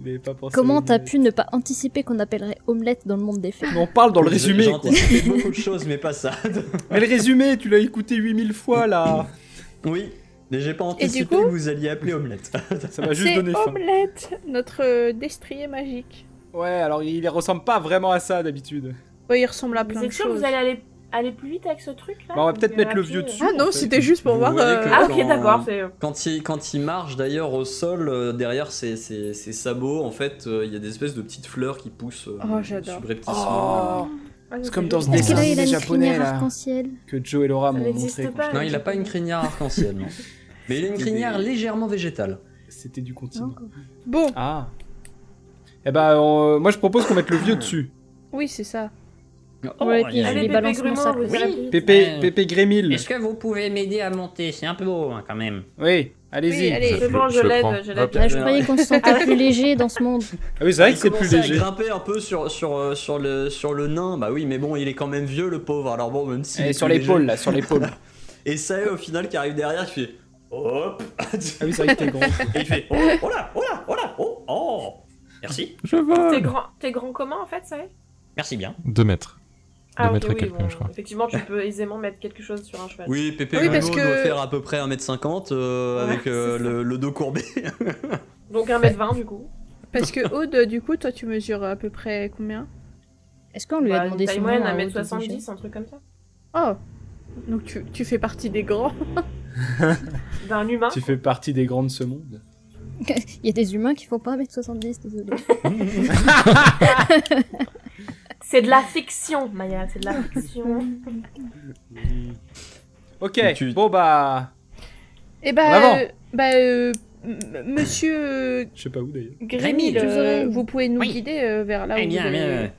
S3: Mais pas pensé-
S6: Comment t'as pu ne pas anticiper qu'on appellerait omelette dans le monde des faits
S3: On en parle dans le résumé.
S1: J'ai
S3: quoi. Bah,
S1: anticipé beaucoup de choses, mais pas ça.
S3: Mais le résumé, tu l'as écouté 8000 fois là.
S1: oui, mais j'ai pas
S7: du
S1: anticipé
S7: coup
S1: que vous alliez appeler omelette.
S3: Ça m'a juste
S7: C'est
S3: donné faim.
S7: Omelette, notre euh, destrier magique.
S3: Ouais, alors il ressemble pas vraiment à ça d'habitude.
S7: Ouais, il ressemble à plein
S4: Vous
S7: de
S4: êtes sûr que
S7: choses.
S4: vous allez aller, aller plus vite avec ce truc là
S3: Bah, on va
S4: Vous
S7: *laughs*
S3: peut-être mettre le
S4: verrez
S3: vieux
S4: plus,
S3: dessus.
S7: Ah non,
S3: en fait.
S7: c'était juste pour
S1: Vous
S7: voir.
S1: voyez
S7: euh,
S1: que-
S4: euh. Ah
S1: Quand-
S4: ok d'accord, c'est...
S1: Quand il, quand il marche d'ailleurs au sol, euh, derrière ses, ses- ses sabots, en fait, euh, il y a des espèces de petites fleurs qui poussent euh,
S7: Oh, j'adore.
S4: Oh.
S1: subrepticement.
S7: ah,
S3: C'est comme dans ce
S6: Est-ce
S3: dessin
S6: que là Oh. il a
S3: animé
S6: une
S3: japonais
S6: crinière
S3: là,
S6: arc-en-ciel
S3: que Joe et Laura
S4: Ça
S3: m'ont
S4: n'existe
S3: montré. quand
S4: pas.
S3: j'étais
S1: Non, il a pas une crinière arc-en-ciel,
S4: *laughs*
S1: non. Mais il a une
S3: C'était
S1: crinière
S3: des-
S1: légèrement végétale.
S3: C'était du continent.
S6: Non
S7: Bon,
S3: Ah. Eh bah, on- moi je propose qu'on mette le vieux dessus.
S7: oui, c'est ça.
S4: Oh,
S6: Ouais, puis je
S4: Allez,
S6: lui
S4: Pépé
S6: balance mon
S4: Grumeau,
S6: sac.
S4: vous
S8: Oui.
S3: Pépé,
S8: Euh,
S3: Pépé Grémil.
S8: Est-ce que vous pouvez m'aider à monter C'est un peu haut hein, quand même.
S3: Oui,
S7: Oui,
S3: allez-y.
S7: allez.
S4: C'est bon, je
S5: Je
S4: l'aide,
S5: prends.
S4: je
S5: Hop. Ah,
S6: Là,
S4: l'aide.
S6: Ah, je croyais qu'on se sentait plus léger dans ce monde.
S3: Ah oui, c'est vrai que
S1: Il
S3: c'est plus
S1: commençait
S3: léger.
S1: à grimper un peu sur, sur, euh, sur, le, sur le nain, bah oui, mais bon, il est quand même vieux, le pauvre, alors bon, même si.
S3: Allez, sur l'épaule là, sur l'épaule.
S1: *laughs* Et ça, au final, qui arrive derrière, qui fait. Hop
S3: Ah oui, c'est vrai que t'es grand.
S1: *laughs* Et il fait. Oh, oh là, oh là, oh là, oh, oh Merci,
S5: Je
S4: T'es
S5: vole
S4: grand, t'es grand comment en fait, ça y est
S8: merci bien.
S5: 2 mètres.
S4: Ah
S5: De
S4: ok,
S5: mettre
S4: oui,
S5: quelqu'un, je crois.
S4: effectivement, tu peux aisément mettre quelque chose sur un cheval.
S1: Oui, Pépé
S7: Oui,
S1: Grimaud
S7: parce que-
S1: doit faire à peu près 1m50 euh,
S4: Ouais,
S1: avec euh,
S4: c'est ça.
S1: le, le dos courbé.
S4: Donc 1m20 du coup.
S7: Parce que Aude, du coup, toi, tu mesures à peu près combien
S6: Est-ce qu'on lui
S4: Bah,
S6: a
S4: une
S6: demandé
S4: taille
S6: son
S4: moyenne
S6: nom à Aude
S4: 1m70, un truc comme ça.
S7: Oh Donc tu, tu fais partie des grands. *laughs*
S4: D'un humain.
S3: tu fais partie des grandes de ce monde.
S6: *laughs* Il y a des humains qui font pas 1m70, désolé.
S4: *laughs* C'est de la fiction, Maya, c'est de la fiction.
S3: Mm. Ok,
S1: Mais tu-
S3: bon bah.
S7: Et bah,
S3: Bravo.
S7: euh, bah euh, m- monsieur euh,
S3: Je sais pas où d'ailleurs.
S7: Grémil,
S8: Grémil.
S7: euh, vous pouvez nous
S8: Oui.
S7: guider euh, vers là où
S8: Eh bien,
S7: vous
S8: bien,
S7: allez.
S8: euh,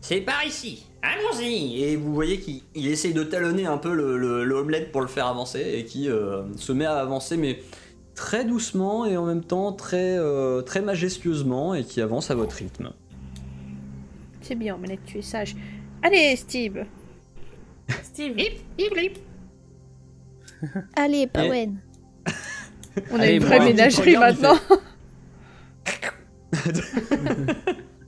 S1: C'est par ici, allons-y Et vous voyez qu'il il essaye de talonner un peu le- le- l'omelette pour le faire avancer et qui euh, se met à avancer, mais très doucement et en même temps très, euh, très majestueusement et qui avance à votre rythme.
S7: C'est bien, Omelette, tu es sage. Allez, Steve
S4: Steve,
S6: Allez, Pawen.
S7: On a
S3: Allez,
S7: une vraie
S3: moi,
S7: ménagerie
S1: regarde, il
S7: maintenant *laughs*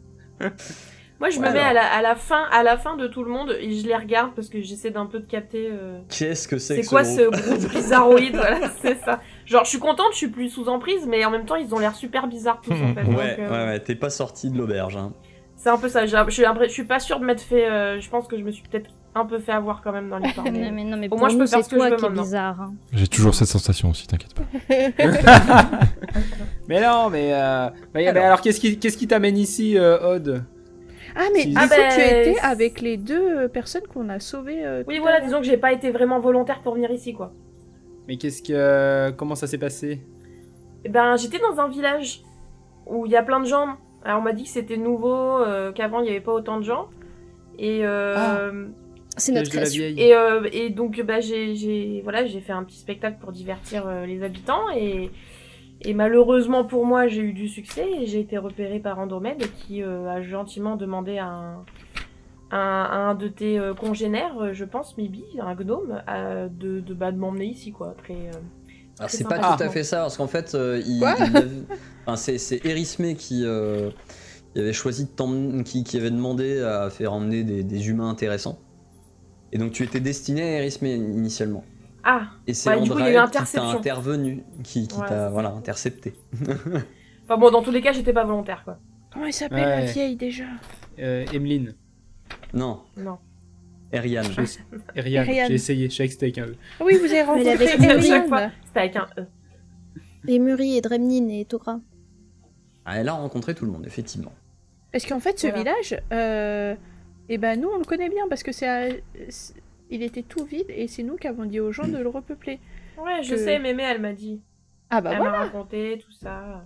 S4: moi je me
S1: Ouais,
S4: mets
S1: alors.
S4: à la, à, la fin, à la fin de tout le monde et je les regarde parce que j'essaie d'un peu de capter. euh,
S1: Qu'est-ce que c'est
S4: C'est
S1: que
S4: quoi
S1: ce
S4: ce
S1: groupe
S4: groupe bizarroïde Voilà, c'est ça. Genre, je suis contente, je suis plus sous emprise, mais en même temps, ils ont l'air super bizarres
S1: *laughs*
S4: tous en fait.
S1: Ouais,
S4: donc,
S1: *laughs* ouais,
S4: euh,
S1: ouais, t'es pas sorti de l'auberge. hein.
S4: C'est un peu ça. j'ai un- Je suis, un peu- je suis pas sûre de m'être fait. euh, je pense que je me suis peut-être un peu fait avoir quand même
S6: *laughs*
S4: dans l'histoire.
S6: Mais,
S4: mais-
S6: mais non, mais
S4: Au
S6: pour
S4: moins, je
S6: nous,
S4: peux faire
S6: c'est
S4: ce que je
S6: toi
S4: veux
S6: qui est
S4: maintenant.
S6: bizarre. hein.
S5: J'ai toujours cette sensation aussi, t'inquiète pas.
S3: Mais non, mais. euh, mais alors, qu'est-ce qui qu'est-ce qui t'amène ici, euh, Odd
S7: *laughs* Ah, mais
S3: Si.
S7: du
S3: Ah
S7: coup,
S4: ben,
S7: tu étais
S4: c'est-
S7: avec les deux euh, personnes qu'on a sauvées. euh,
S4: Oui,
S7: tout à
S4: voilà,
S7: l'heure.
S4: disons que j'ai pas été vraiment volontaire pour venir ici, quoi.
S3: Mais qu'est-ce que. euh, Comment ça s'est passé
S4: Eh ben, j'étais dans un village où il y a plein de gens. Alors, on m'a dit que c'était nouveau, euh, qu'avant il y avait pas autant de gens. Et, euh,
S6: Ah, C'est
S3: Village
S6: notre
S3: de la
S6: création.
S3: vieille.
S4: et, euh, et donc, bah, j'ai, j'ai- voilà, j'ai fait un petit spectacle pour divertir euh, les habitants. Et, et malheureusement pour moi, j'ai eu du succès et j'ai été repérée par Andromède qui euh, a gentiment demandé à un, à un de tes euh, congénères, euh, je pense, Mibi, un gnome, à- de, de, bah, de m'emmener ici, quoi. Très, euh,
S1: Alors
S4: C'est
S1: c'est pas
S4: sympa. Ah.
S1: tout à fait ça, parce qu'en fait, euh, il,
S7: Quoi
S1: il avait- enfin, c'est, c'est Erismé qui, euh, qui avait choisi de t'emmener- qui, qui avait demandé à faire emmener des, des humains intéressants. Et donc tu étais destiné à Erismé initialement.
S4: Ah,
S1: Et c'est
S4: Ouais, du coup, il y a eu
S1: Andrae qui t'a
S4: interception.
S1: intervenu, qui, qui
S4: Ouais, c'est
S1: t'a
S4: ça.
S1: voilà, intercepté.
S4: Enfin bon, dans tous les cas, j'étais pas volontaire, quoi.
S7: Comment elle s'appelle la
S3: Ouais.
S7: vieille déjà
S3: Euh,
S1: Ah,
S3: Emeline,
S1: Non,
S4: Non.
S1: Eriane.
S3: Je sais. Eriane,
S7: Eriane.
S3: j'ai essayé, je suis avec steak un peu.
S7: Ah Oui, vous avez rencontré
S6: avec
S7: Emeline.
S4: Emeline, chaque fois. C'était avec un E.
S6: Et Muri, et Dremnin, et Togra.
S1: Ah, elle a rencontré tout le monde, effectivement.
S7: Parce qu'en fait, ce
S4: Voilà.
S7: village, euh, eh ben nous, on le connaît bien parce que c'est, à- c'est- il était tout vide et c'est nous qui avons dit aux gens de le repeupler.
S4: Ouais, Ah, je
S7: Que-
S4: sais, Mémé, elle m'a dit.
S7: Ah bah
S4: Elle
S7: voilà.
S4: m'a raconté tout ça.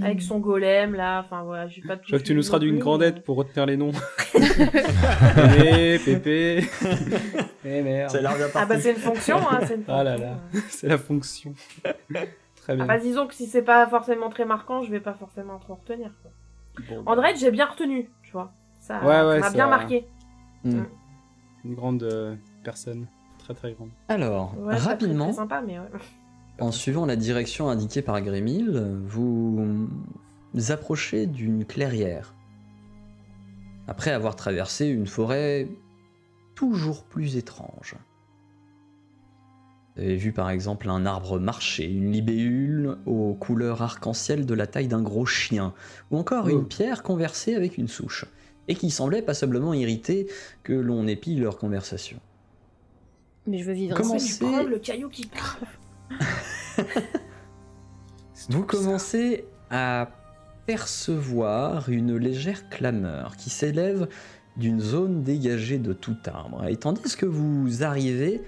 S4: Avec son golem, là. Enfin, voilà, j'ai pas tout.
S3: Je crois que tu nous
S4: suivi
S3: seras
S4: non
S3: d'une
S4: plus,
S3: grande
S4: mais-
S3: aide pour retenir les noms. Pépé, Pépé. Eh
S1: Ça a
S3: merde,
S1: l'air bien
S4: Ah bah,
S1: parti.
S4: c'est une fonction, hein. C'est une fonction.
S3: Ah là là. *laughs* c'est la fonction. Très
S4: Ah
S3: bien.
S4: bah, disons que si c'est pas forcément très marquant, je vais pas forcément trop retenir. Quoi.
S3: Bon, bah,
S4: En vrai, j'ai bien retenu, tu vois. Ça
S3: Ouais,
S4: ça
S3: ouais,
S4: m'a
S3: ça-
S4: bien marqué.
S5: Mm.
S3: une grande euh, personne. Très très grande.
S1: Alors,
S4: Ouais, ça, c'est
S1: rapidement,
S4: très sympa, mais ouais.
S1: en suivant la direction indiquée par Grémil, vous vous approchez d'une clairière. Après avoir traversé une forêt toujours plus étrange. Vous avez vu par exemple un arbre marché, une libellule aux couleurs arc-en-ciel de la taille d'un gros chien, ou encore
S3: Oh.
S1: une pierre conversée avec une souche, et qui semblait passablement irritée que l'on épie leur conversation.
S6: Mais je veux vivre
S1: Comment
S6: seule.
S1: c'est-
S4: Prends le caillou qui craque.
S1: Vous commencez à percevoir une légère clameur qui s'élève d'une zone dégagée de tout arbre. Et tandis que vous arrivez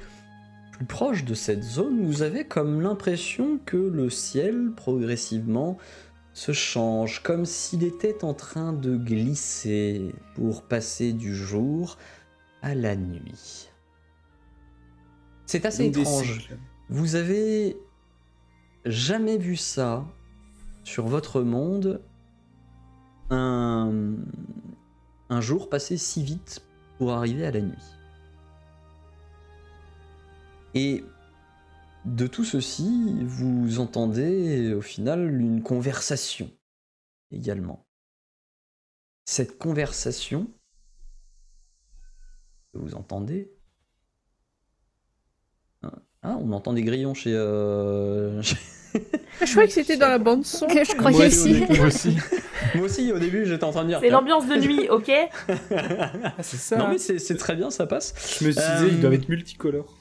S1: plus proche de cette zone, vous avez comme l'impression que le ciel progressivement se change, comme s'il était en train de glisser pour passer du jour à la nuit. C'est assez
S3: Donc des
S1: étrange.
S3: cycles.
S1: Vous avez jamais vu ça sur votre monde un, un jour passé si vite pour arriver à la nuit. Et de tout ceci, vous entendez au final une conversation également. Cette conversation que vous entendez ah, on entend des grillons chez. euh, *laughs* chez-
S7: Ah, Je croyais que c'était dans la bande son.
S6: Que *laughs* je
S1: Moi
S6: croyais
S1: aussi,
S6: aussi.
S1: au début- *laughs* Moi aussi, au début, j'étais en train de dire.
S4: C'est l'ambiance de nuit,
S1: *laughs*
S4: ok
S3: Ah, c'est ça.
S1: Non, mais c'est c'est très bien, ça passe.
S3: Je me suis dit,
S1: Euh,
S3: ils doivent être multicolores.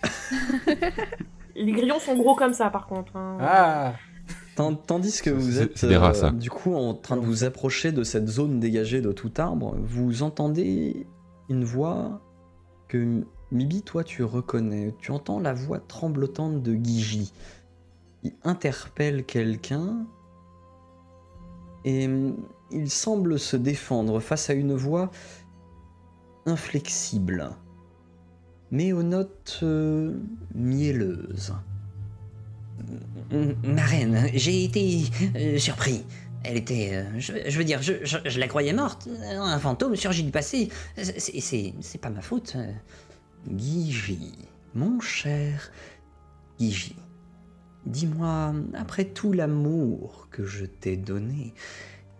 S4: Les grillons sont gros comme ça, par contre. hein.
S3: Ah
S1: Tan- Tandis que
S5: C'est-
S1: vous
S5: c'est-
S1: êtes euh,
S5: c'est des rats, ça.
S1: du coup en train de vous approcher de cette zone dégagée de tout arbre, vous entendez une voix que Mibi, toi, tu reconnais. Tu entends la voix tremblotante de Gigi. Il interpelle quelqu'un et hum, il semble se défendre face à une voix inflexible, mais aux notes euh, mielleuses.
S8: M- Ma reine, j'ai été euh, surpris. Elle était. euh, je, je veux dire, je, je- je la croyais morte. Un fantôme surgit du passé. C'est- c'est- C'est c'est pas ma faute. euh.
S1: Gigi, mon cher Gigi, dis-moi, après tout l'amour que je t'ai donné,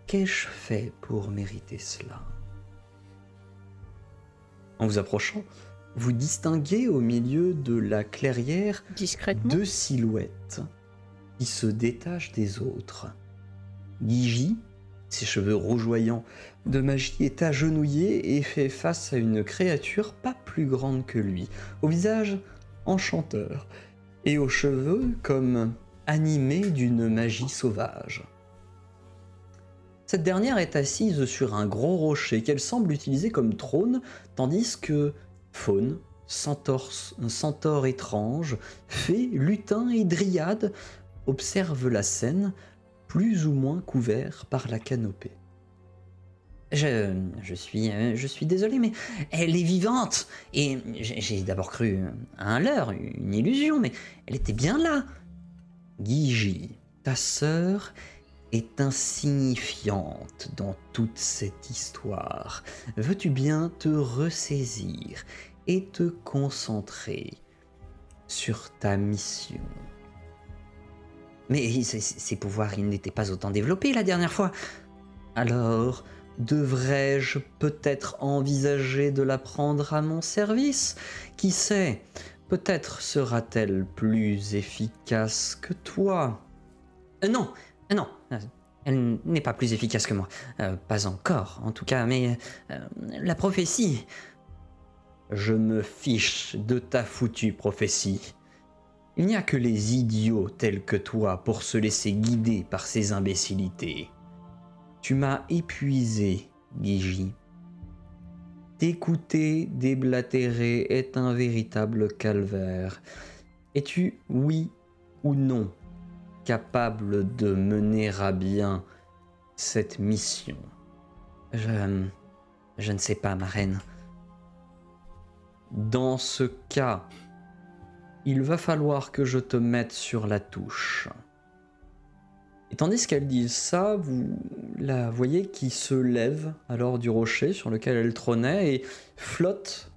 S1: qu'ai-je fait pour mériter cela En vous approchant, vous distinguez au milieu de la clairière
S7: Discrètement.
S1: deux silhouettes qui se détachent des autres. Gigi, ses cheveux rougeoyants de magie, est agenouillé et fait face à une créature pas plus grande que lui, au visage enchanteur et aux cheveux comme animés d'une magie sauvage. Cette dernière est assise sur un gros rocher qu'elle semble utiliser comme trône, tandis que faune, centaure, un centaure étrange, fées, lutins et dryades observent la scène, plus ou moins couverts par la canopée.
S8: Je, je suis, euh, je suis désolé, mais elle est vivante. Et j'ai j'ai d'abord cru à un leurre, une illusion, mais elle était bien là.
S1: Gigi, ta sœur est insignifiante dans toute cette histoire. Veux-tu bien te ressaisir et te concentrer sur ta mission
S8: Mais ses, ses pouvoirs, ils n'étaient pas autant développés la dernière fois.
S1: Alors, devrais-je peut-être envisager de la prendre à mon service Qui sait Peut-être sera-t-elle plus efficace que toi
S8: Euh, non, euh, non, euh, elle n'est pas plus efficace que moi. Euh, pas encore, en tout cas, mais euh, la prophétie.
S1: Je me fiche de ta foutue prophétie. Il n'y a que les idiots tels que toi pour se laisser guider par ces imbécilités. Tu m'as épuisé, Gigi. T'écouter déblatérer est un véritable calvaire. Es-tu oui ou non capable de mener à bien cette mission. Je, je ne sais pas, ma reine. Dans ce cas, il va falloir que je te mette sur la touche. Et tandis qu'elle dit ça, vous la voyez qui se lève alors du rocher sur lequel elle trônait et flotte.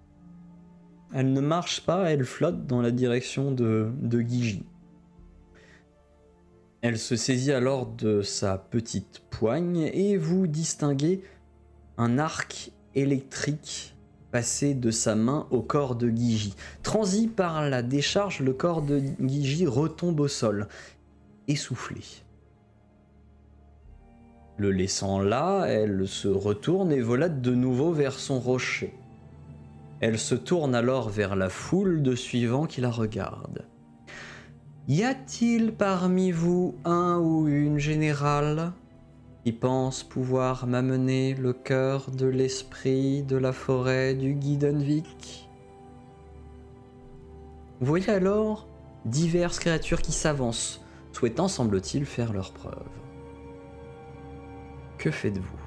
S1: Elle ne marche pas, elle flotte dans la direction de, de Guigi. Elle se saisit alors de sa petite poigne et vous distinguez un arc électrique passer de sa main au corps de Guigi. Transi par la décharge, le corps de Guigi retombe au sol, essoufflé. Le laissant là, elle se retourne et volate de nouveau vers son rocher. Elle se tourne alors vers la foule de suivants qui la regardent. Y a-t-il parmi vous un ou une générale qui pense pouvoir m'amener le cœur de l'esprit de la forêt du Guidenvik Vous voyez alors diverses créatures qui s'avancent, souhaitant, semble-t-il, faire leurs preuves. Que faites-vous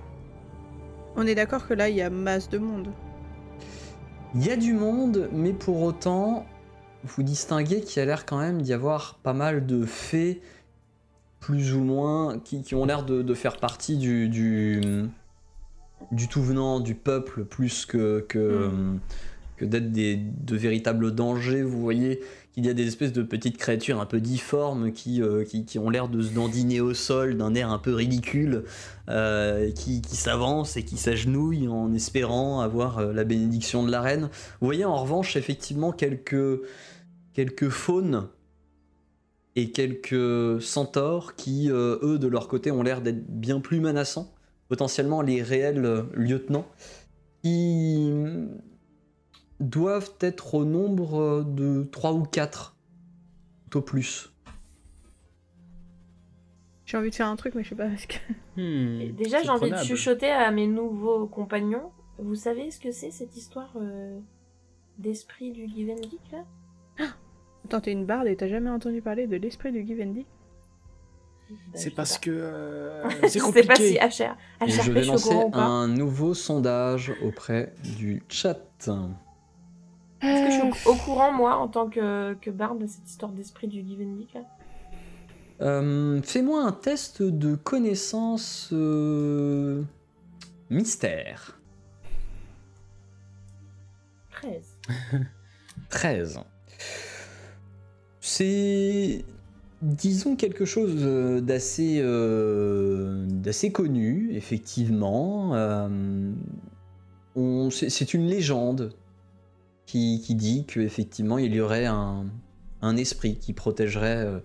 S7: On est d'accord que là, il y a masse de monde.
S1: Il y a du monde, mais pour autant, vous distinguez qu'il y a l'air quand même d'y avoir pas mal de fées, plus ou moins, qui, qui ont l'air de, de faire partie du, du, du tout venant, du peuple, plus que, que, que d'être des- de véritables dangers. Vous voyez qu'il y a des espèces de petites créatures un peu difformes qui, euh, qui, qui ont l'air de se dandiner au sol d'un air un peu ridicule, euh, qui, qui s'avancent et qui s'agenouillent en espérant avoir euh, la bénédiction de la reine. Vous voyez en revanche effectivement quelques, quelques faunes et quelques centaures qui, euh, eux, de leur côté, ont l'air d'être bien plus menaçants, potentiellement les réels euh, lieutenants, qui doivent être au nombre euh, de 3 ou 4, tout au plus.
S7: J'ai envie de faire un truc, mais je sais pas. parce que-
S1: Mmh,
S3: Hmm,
S4: Déjà,
S3: c'est
S4: j'ai envie de
S3: prenable.
S4: chuchoter à mes nouveaux compagnons. Vous savez ce que c'est cette histoire euh, d'esprit du Given Geek là
S7: Attends, t'es une barde et t'as jamais entendu parler de l'esprit de Givendi
S6: Bah,
S9: C'est parce
S4: *laughs*
S9: que
S1: *laughs*
S9: euh,
S4: Je
S9: c'est
S4: sais pas si
S9: compliqué.
S4: HR, HR
S1: Et je vais
S4: pêche au
S1: lancer
S4: courant ou pas.
S1: un nouveau sondage auprès du chat.
S4: Est-ce que je suis
S7: Euh.
S4: au, au courant, moi, en tant que, que barbe, de cette histoire d'esprit du Given Geek là
S1: Euh, Fais-moi un test de connaissance euh, mystère.
S4: 13.
S1: *laughs* 13. C'est, disons, quelque chose euh, d'assez euh, d'assez connu, effectivement. Euh, on- C'est c'est une légende qui, qui dit qu'effectivement, il y aurait un, un esprit qui protégerait euh,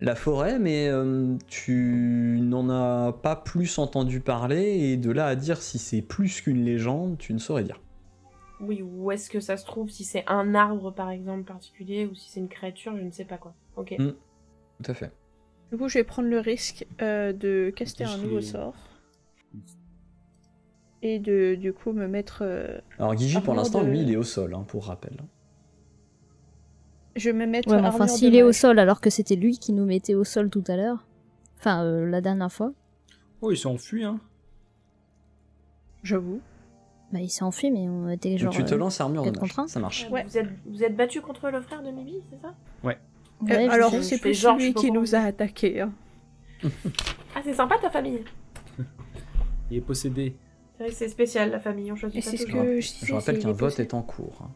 S1: la forêt, mais euh, tu n'en as pas plus entendu parler, et de là à dire si c'est plus qu'une légende, tu ne saurais dire.
S4: Oui, ou est-ce que ça se trouve, si c'est un arbre, par exemple, particulier, ou si c'est une créature, je ne sais pas quoi. Ok.
S1: Mm. Tout à fait.
S7: Du coup, je vais prendre le risque euh, de caster un
S3: Cacher
S7: nouveau
S3: les-
S7: sort. Et de, du coup, me mettre. euh,
S1: Alors Guigi, pour
S7: Armure
S1: l'instant,
S7: de-
S1: lui, il est au sol, hein, pour rappel.
S7: Je vais me mettre.
S6: Ouais, mais enfin,
S7: armure de
S6: s'il est au
S7: mage.
S6: sol alors que c'était lui qui nous mettait au sol tout à l'heure, enfin euh, la dernière fois,
S3: Oh, il s'est enfui, hein.
S7: J'avoue.
S6: bah il s'est enfui, mais on était
S1: Donc
S6: genre.
S1: tu te
S6: euh,
S1: lances armure de
S6: quatre
S1: mage.
S6: contre un
S1: Ça marche.
S7: Ouais.
S4: Ah, Vous êtes, vous êtes battu contre le frère de Mibi, c'est ça
S7: Euh,
S6: ouais, je
S7: alors,
S6: sais.
S4: je
S7: c'est
S4: fais
S7: plus
S4: genre, je
S7: celui
S4: suis pas
S7: qui
S4: au
S7: nous a attaqués. hein.
S4: Ah, c'est sympa ta famille
S3: Il est possédé.
S4: C'est vrai que c'est spécial la famille, on choisit
S7: Et
S4: pas
S7: c'est ce
S4: toujours.
S7: que je disais.
S1: Je rappelle
S7: c'est-
S1: qu'un
S7: il est
S1: vote
S7: possible.
S1: est en cours. hein.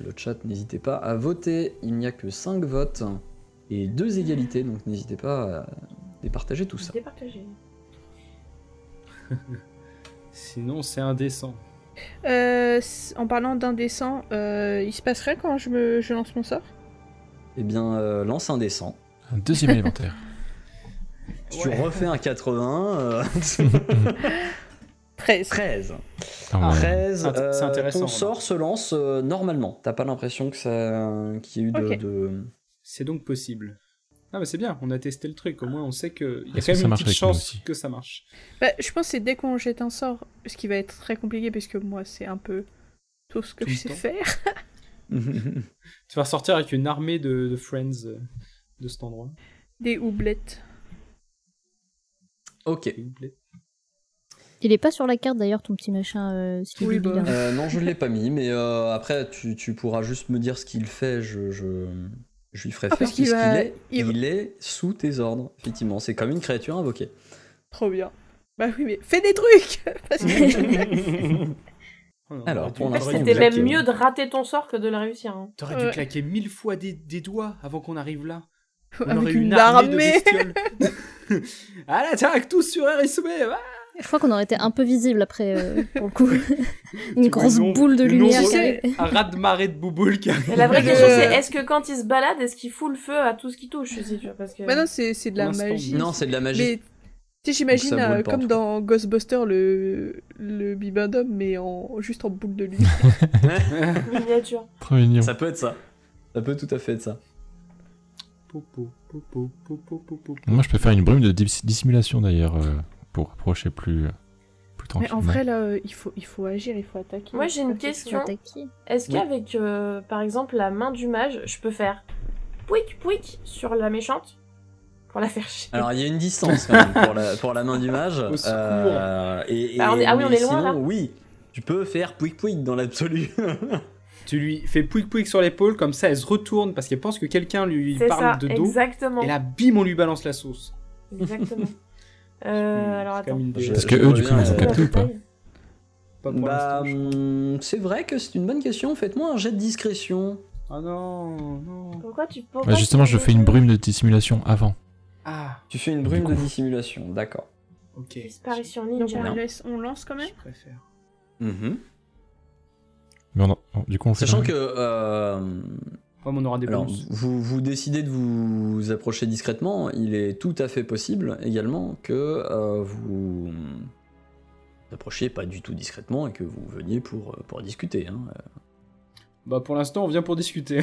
S1: Euh, le chat, n'hésitez pas à voter. Il n'y a que 5 votes et 2 égalités, donc n'hésitez pas à départager tout ça.
S4: Départagé.
S3: Sinon, c'est indécent.
S7: Euh, c- en parlant d'indécent, euh, il se passerait quand je, me... je lance mon sort
S1: Eh bien, euh, lance un dessin.
S5: Un deuxième
S1: *laughs*
S5: élémentaire.
S1: Si Tu refais un 80.
S5: *laughs*
S1: euh,
S7: 13.
S1: 13.
S5: Ah ouais.
S1: 13.
S3: C'est int- c'est
S1: euh,
S3: intéressant,
S1: ton
S3: remarque.
S1: sort se lance euh, normalement. T'as pas l'impression que ça- qu'il y ait eu de-
S7: Ok.
S1: de...
S3: C'est donc possible. Ah bah c'est bien, on a testé le truc, au moins on sait qu'il y a
S5: Est-ce
S3: quand
S5: que
S3: même
S5: ça
S3: une
S5: marche avec
S3: petite
S5: nous
S3: chance
S5: aussi
S3: que
S5: *laughs*
S3: ça marche.
S7: Bah, je pense que c'est dès qu'on jette un sort, ce qui va être très compliqué, parce que moi, c'est un peu tout ce que
S3: Tout
S7: je
S3: le
S7: sais
S3: temps.
S7: faire. *laughs*
S3: Tu vas ressortir avec une armée de, de friends euh, de cet endroit.
S7: Des houblettes.
S1: Ok.
S6: Il est pas sur la carte d'ailleurs, ton petit machin. euh, Skibidi,
S7: bah.
S6: là.
S1: Euh, non, je ne l'ai pas mis, mais euh, après, tu, tu pourras juste me dire ce qu'il fait. Je, je, je lui ferai
S7: Ah,
S1: faire
S7: parce
S1: ce qu'il
S7: qu'il va-
S1: est.
S7: il va-
S1: Il est sous tes ordres, effectivement. C'est comme une créature invoquée.
S7: Trop bien. Bah oui, mais fais des trucs *laughs*
S1: *laughs*
S7: Parce que-
S1: Alors, pour
S4: Ah,
S1: l'instant,
S4: C'était
S1: vous
S4: même
S1: êtes-
S4: mieux de rater ton sort que de le réussir. hein.
S3: T'aurais dû
S7: Ouais. *laughs*
S3: claquer mille fois des, des doigts avant qu'on arrive là. On aurait
S7: Avec
S3: eu
S7: une
S3: armée, de
S7: armée
S4: *laughs*
S3: bestioles. Allez, t'arrives tous sur RSB ah
S6: Je crois qu'on aurait été un peu visible après, euh, pour le
S7: *laughs*
S6: coup. Une
S3: Tu vois
S6: grosse
S3: le nombre-
S6: boule de
S3: le
S6: lumière.
S3: nombre-
S6: qui arrive.
S3: Un raz de marée de bouboules qui euh, arrive.
S4: Et la
S3: *laughs*
S4: vraie
S7: Je-
S4: question, c'est est-ce que quand il se balade, est-ce qu'il fout le feu à tout ce qui touche aussi, tu vois, parce que...
S7: Bah non, c'est c'est de la
S3: Pour l'instant,
S7: magie.
S1: Non, c'est de la magie.
S7: Mais tu sais, j'imagine
S1: Donc ça brûle
S7: euh, comme
S1: partout.
S7: dans Ghostbusters le, le bibendum, mais en... juste en boule
S1: *laughs*
S7: de lui.
S4: Miniature.
S5: Trop mignon.
S1: Ça peut être ça. Ça peut tout à fait être ça.
S3: Po, po, po, po, po, po, po, po.
S5: Moi, je peux faire une brume de dis- dissimulation d'ailleurs euh, pour approcher plus, euh, plus
S7: mais
S5: tranquillement.
S7: en vrai, là, euh, il faut, il faut agir, il faut attaquer.
S4: Moi,
S7: il faut
S4: j'ai une
S7: faire quelque
S4: question.
S7: chose.
S6: Attaquer.
S4: Est-ce
S1: Oui.
S4: qu'avec, euh, par exemple, la main du mage, je peux faire pouic pouic sur la méchante pour la faire chier
S1: Alors il y a une distance quand même pour la, pour la main du mage.
S3: Au secours.
S1: Euh, et, et-
S4: Ah, on est- ah oui, on
S1: mais
S4: est loin,
S1: sinon,
S4: là.
S1: Oui, tu peux faire pouic pouic dans l'absolu.
S3: *laughs* Tu lui fais pouic pouic sur l'épaule, comme ça elle se retourne parce qu'elle pense que quelqu'un lui
S4: C'est
S3: parle
S4: ça,
S3: de dos.
S4: exactement.
S3: Et là, bim, on lui balance la sauce.
S4: *laughs* Exactement. Euh, alors
S3: C'est
S4: attends.
S3: comme une idée.
S5: Parce
S1: Je-
S5: que
S1: je
S5: eux, du coup,
S1: reviens,
S5: ils ont
S1: euh,
S5: capté ou pas
S3: Pas pour
S1: bah,
S3: l'instant,
S1: hum, c'est vrai que c'est une bonne question. Faites-moi un jet de discrétion.
S3: je- Ah non, non.
S4: Pourquoi tu pourquoi
S5: Bah, Justement,
S4: tu-
S5: je fais une brume de dissimulation avant.
S3: Ah,
S1: Tu fais une
S5: Du
S1: brume
S5: coup.
S1: de dissimulation, d'accord.
S3: ok.
S4: Disparition
S7: Donc on,
S4: ninja.
S7: laisse- on lance quand même
S3: Je préfère.
S5: Mais on en- on- du coup, on le fait
S1: Mhm. Sachant
S5: quand
S1: que
S5: même.
S1: euh,
S3: Ouais, mais on aura des
S1: alors
S3: bonus.
S1: vous, vous décidez de vous approcher discrètement, il est tout à fait possible également que euh, vous vous approchiez pas du tout discrètement et que vous veniez pour, euh, pour discuter. hein.
S3: Bah, pour l'instant, on vient pour discuter.
S6: *laughs*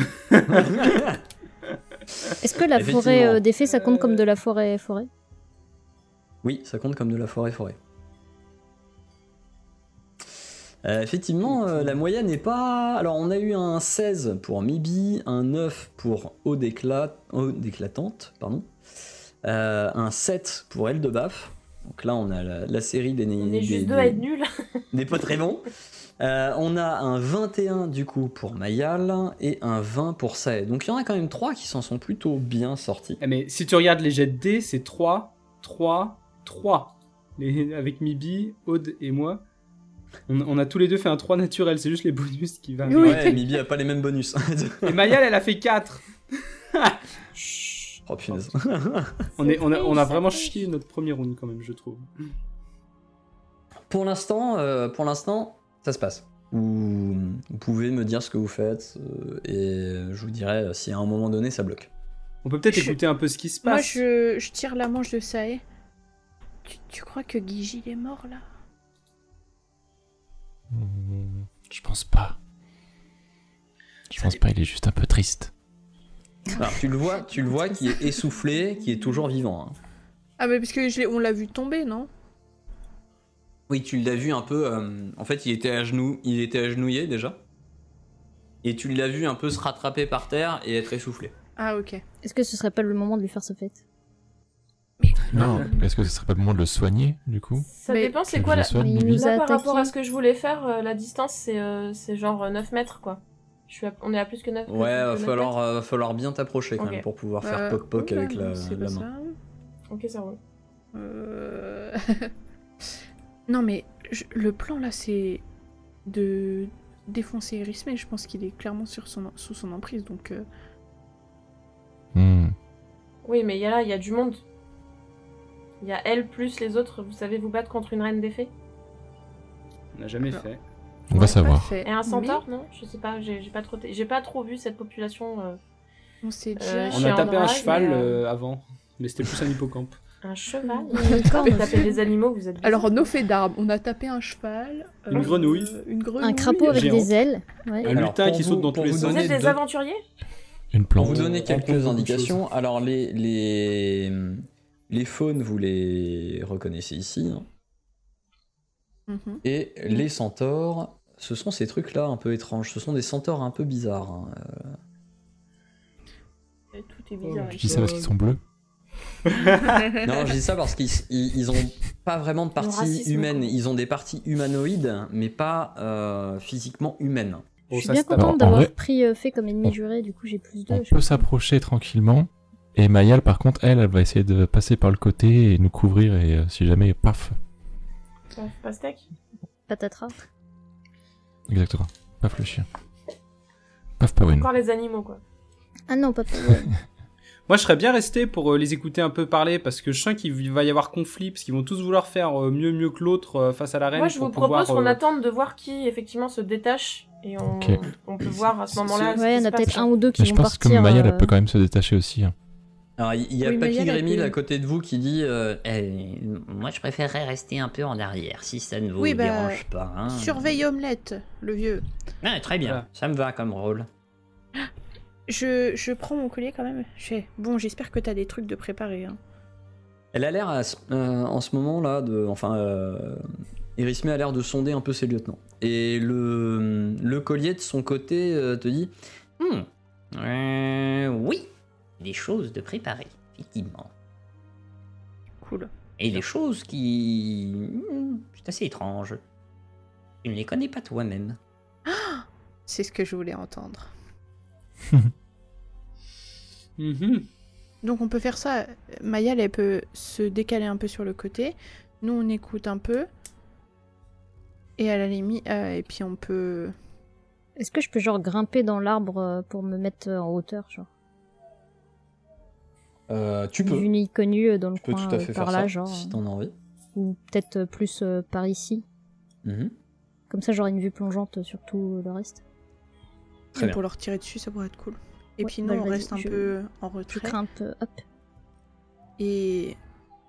S6: Est-ce que la
S1: Effectivement.
S6: forêt euh, des fées, ça compte comme de la forêt forêt
S1: Oui, ça compte comme de la forêt forêt. Euh, effectivement, euh, la moyenne n'est pas. Alors, on a eu un 16 pour Mibi, un 9 pour Aude, écla- Aude éclatante, pardon, euh, un 7 pour Elle de Baf. Donc là, on a la, la série des,
S4: On
S1: des-
S4: est juste
S1: des-
S4: deux à être nuls.
S1: des pas très bons. Euh, on a un 21 du coup pour Mayal et un 20 pour Sae. Donc il y en a quand même 3 qui s'en sont plutôt bien sortis.
S3: Eh, mais si tu regardes les jets de dés, c'est 3, 3, 3. Les- avec Mibi, Aude et moi. On, on a tous les deux fait un 3 naturel, c'est juste les bonus
S6: *laughs*
S3: qui va.
S7: Oui.
S1: Ouais, Mibi a pas les mêmes bonus.
S3: Et Mayal, elle a fait 4.
S1: oh punaise.
S3: On, est, on, a, on a vraiment chié notre premier round quand même, je trouve.
S1: Pour l'instant, euh, pour l'instant, ça se passe. Vous, vous pouvez me dire ce que vous faites euh, et je vous dirai euh, si à un moment donné ça bloque.
S3: On peut peut-être
S7: Je-
S3: écouter un peu ce qui se
S7: Moi,
S3: passe.
S7: je, je tire la manche de Sae. Tu, tu crois que Guigi il est mort là
S5: Hmm, Je pense pas. Je pense pas, il est juste un peu triste.
S1: Alors, Ah, tu le vois, tu le vois qui est essoufflé, qui est toujours vivant. hein.
S7: Ah, mais parce que je l'ai- on l'a vu tomber, non
S1: Oui, tu l'as vu un peu. euh, en fait, il était à genoux, il était agenouillé déjà. Et tu l'as vu un peu se rattraper par terre et être essoufflé.
S7: Ah, ok.
S6: Est-ce que ce serait pas le moment de lui faire sa fête
S5: Non, *laughs* est-ce que ce serait pas le moment de le soigner, du coup
S4: Ça
S7: Mais-
S4: dépend, c'est
S5: Que
S4: quoi
S5: je
S4: la...
S5: le soigne,
S6: Oui,
S5: Bibi
S6: nous-
S4: Là, par
S6: attaquer.
S4: rapport à ce que je voulais faire, euh, la distance, c'est euh, c'est genre euh, 9 mètres, quoi. Je suis à- On est à plus que 9
S1: Ouais, va falloir, euh, va falloir bien t'approcher quand
S4: Ok.
S1: même pour pouvoir
S7: Euh,
S1: faire poc poc
S7: oula,
S1: avec la,
S7: c'est pas
S1: la main.
S7: ça.
S4: Ok, ça roule.
S7: Euh, *laughs* non, mais je- le plan là, c'est de défoncer Erisme. Je pense qu'il est clairement sur son, sous son emprise, donc euh,
S5: Hmm.
S4: Oui, mais il y a là, il y a du monde. Il y a elle plus les autres, vous savez vous battre contre une reine des fées
S3: On n'a jamais
S7: Alors.
S3: fait.
S5: On va
S7: on l'a pas
S5: savoir.
S7: fait.
S4: Et un
S7: Mais
S4: centaure, non Je sais pas, j'ai j'ai pas trop, j'ai pas trop vu cette population, euh,
S7: On s'est
S4: Euh,
S7: déjà.
S3: On
S4: Chez
S3: a
S4: un
S3: tapé un
S4: drag,
S3: cheval
S4: mais, euh,
S3: euh, avant, mais c'était plus un hippocampe.
S6: *laughs*
S4: un cheval.
S7: *laughs*
S6: Une
S4: Quand vous
S6: corne.
S4: tapez des animaux, vous êtes.
S7: Alors, nos faits d'armes, on a tapé un cheval, euh,
S3: Une grenouille.
S7: une grenouille,
S6: Un crapaud avec
S3: Géant.
S6: des ailes. Ouais.
S3: Un
S1: Alors,
S3: lutin
S1: pour
S3: qui
S1: vous-
S3: saute dans
S1: pour
S3: tous les
S1: vous
S3: sens.
S4: Vous
S1: donner
S4: êtes des
S1: deux-
S4: aventuriers
S5: Une
S1: Pour
S5: plante.
S1: vous donner
S3: On rencontre
S1: quelques
S3: beaucoup de
S1: indications, alors les, les, les faunes, vous les reconnaissez ici, hein.
S7: Mhm.
S1: et les centaures, ce sont ces trucs-là un peu étranges, ce sont des centaures un peu bizarres. hein.
S7: Tout est bizarre.
S3: Oh,
S5: Je dis ça parce qu'ils sont bleus.
S1: *laughs* Non, je dis ça parce qu'ils ils, ils ont pas vraiment de partie
S4: racisme,
S1: humaine.
S4: quoi.
S1: Ils ont des parties humanoïdes, mais pas euh, physiquement humaines.
S6: Je
S5: Oh,
S3: Bon,
S6: suis
S3: ça,
S6: bien
S3: c'est à-
S5: Alors, en
S6: contente d'avoir
S5: vrai-
S6: pris euh, fait comme ennemi juré, du coup j'ai plus deux.
S5: On
S6: je
S5: peut s'approcher tranquillement. Et Mayal, par contre, elle, elle va essayer de passer par le côté et nous couvrir. Et euh, si jamais, paf,
S4: Ouais, Pastèque
S6: Patatras.
S5: exactement. Paf le chien. Paf Pawin.
S4: Encore les animaux, quoi.
S6: Ah non, pas pour-
S3: Moi, je serais bien resté pour euh, les écouter un peu parler parce que je sens qu'il va y avoir conflit parce qu'ils vont tous vouloir faire euh, mieux mieux que l'autre euh, face à la reine.
S4: Moi, je
S3: pour
S4: vous
S3: pouvoir,
S4: propose qu'on
S3: euh,
S4: attende de voir qui, effectivement, se détache. Et on,
S5: Ok.
S4: on peut voir à ce moment-là. ce
S6: Ouais, il y
S4: qui
S6: en
S4: se
S6: a peut-être
S4: passe.
S6: un ou deux qui
S5: Mais je
S6: vont
S5: pense
S6: partir.
S5: que Mayal, elle
S6: euh,
S5: peut quand même se détacher aussi. hein.
S1: Alors, il il y a
S7: Oui, mais il y
S1: Papy
S7: a la
S1: Grémil
S7: bulle.
S1: à côté de vous qui dit euh,
S8: Eh, moi, je préférerais rester un peu en arrière, si ça ne vous
S7: Oui, bah,
S8: dérange pas.
S4: Ah.
S8: hein.
S7: Surveille Omelette, le vieux.
S8: Ah, très bien,
S3: Voilà.
S8: ça me va comme rôle.
S7: Je, je prends mon collier quand même. Je fais, Bon, j'espère que t'as des trucs de préparer. hein.
S1: Elle a l'air à ce- euh, en ce moment là de, enfin, euh, Erismé a l'air de sonder un peu ses lieutenants. Et le, le collier de son côté euh, te dit,
S8: Hmm. Euh, oui, des choses de préparer, effectivement.
S7: Cool.
S8: Et des choses qui... hmm, C'est assez étrange. Tu ne les connais pas toi-même.
S6: Ah
S7: C'est ce que je voulais entendre.
S3: mhm.
S7: Donc on peut faire ça. Mayal, elle peut se décaler un peu sur le côté. Nous, on écoute un peu. Et à la limite, euh, et puis on peut.
S6: Est-ce que je peux genre grimper dans l'arbre euh, pour me mettre euh, en hauteur, genre
S1: Euh, tu peux,
S6: D'une inconnue euh, dans le
S1: tu peux
S6: coin
S1: tout à
S6: euh,
S1: fait
S6: par
S1: faire
S6: là,
S1: ça
S6: genre.
S1: si
S6: euh,
S1: t'en as envie.
S6: Ou peut-être euh, plus euh, par ici.
S1: Mhm.
S6: Comme ça, j'aurai une vue plongeante euh, sur tout le reste.
S1: Très
S7: et
S1: bien.
S7: pour leur tirer dessus, ça pourrait être cool. Et
S6: Ouais,
S7: puis nous,
S6: bah,
S7: on
S6: vas-y,
S7: reste un
S6: je-
S7: peu en
S6: Je
S7: retrait.
S6: grimpe, euh, hop.
S7: Et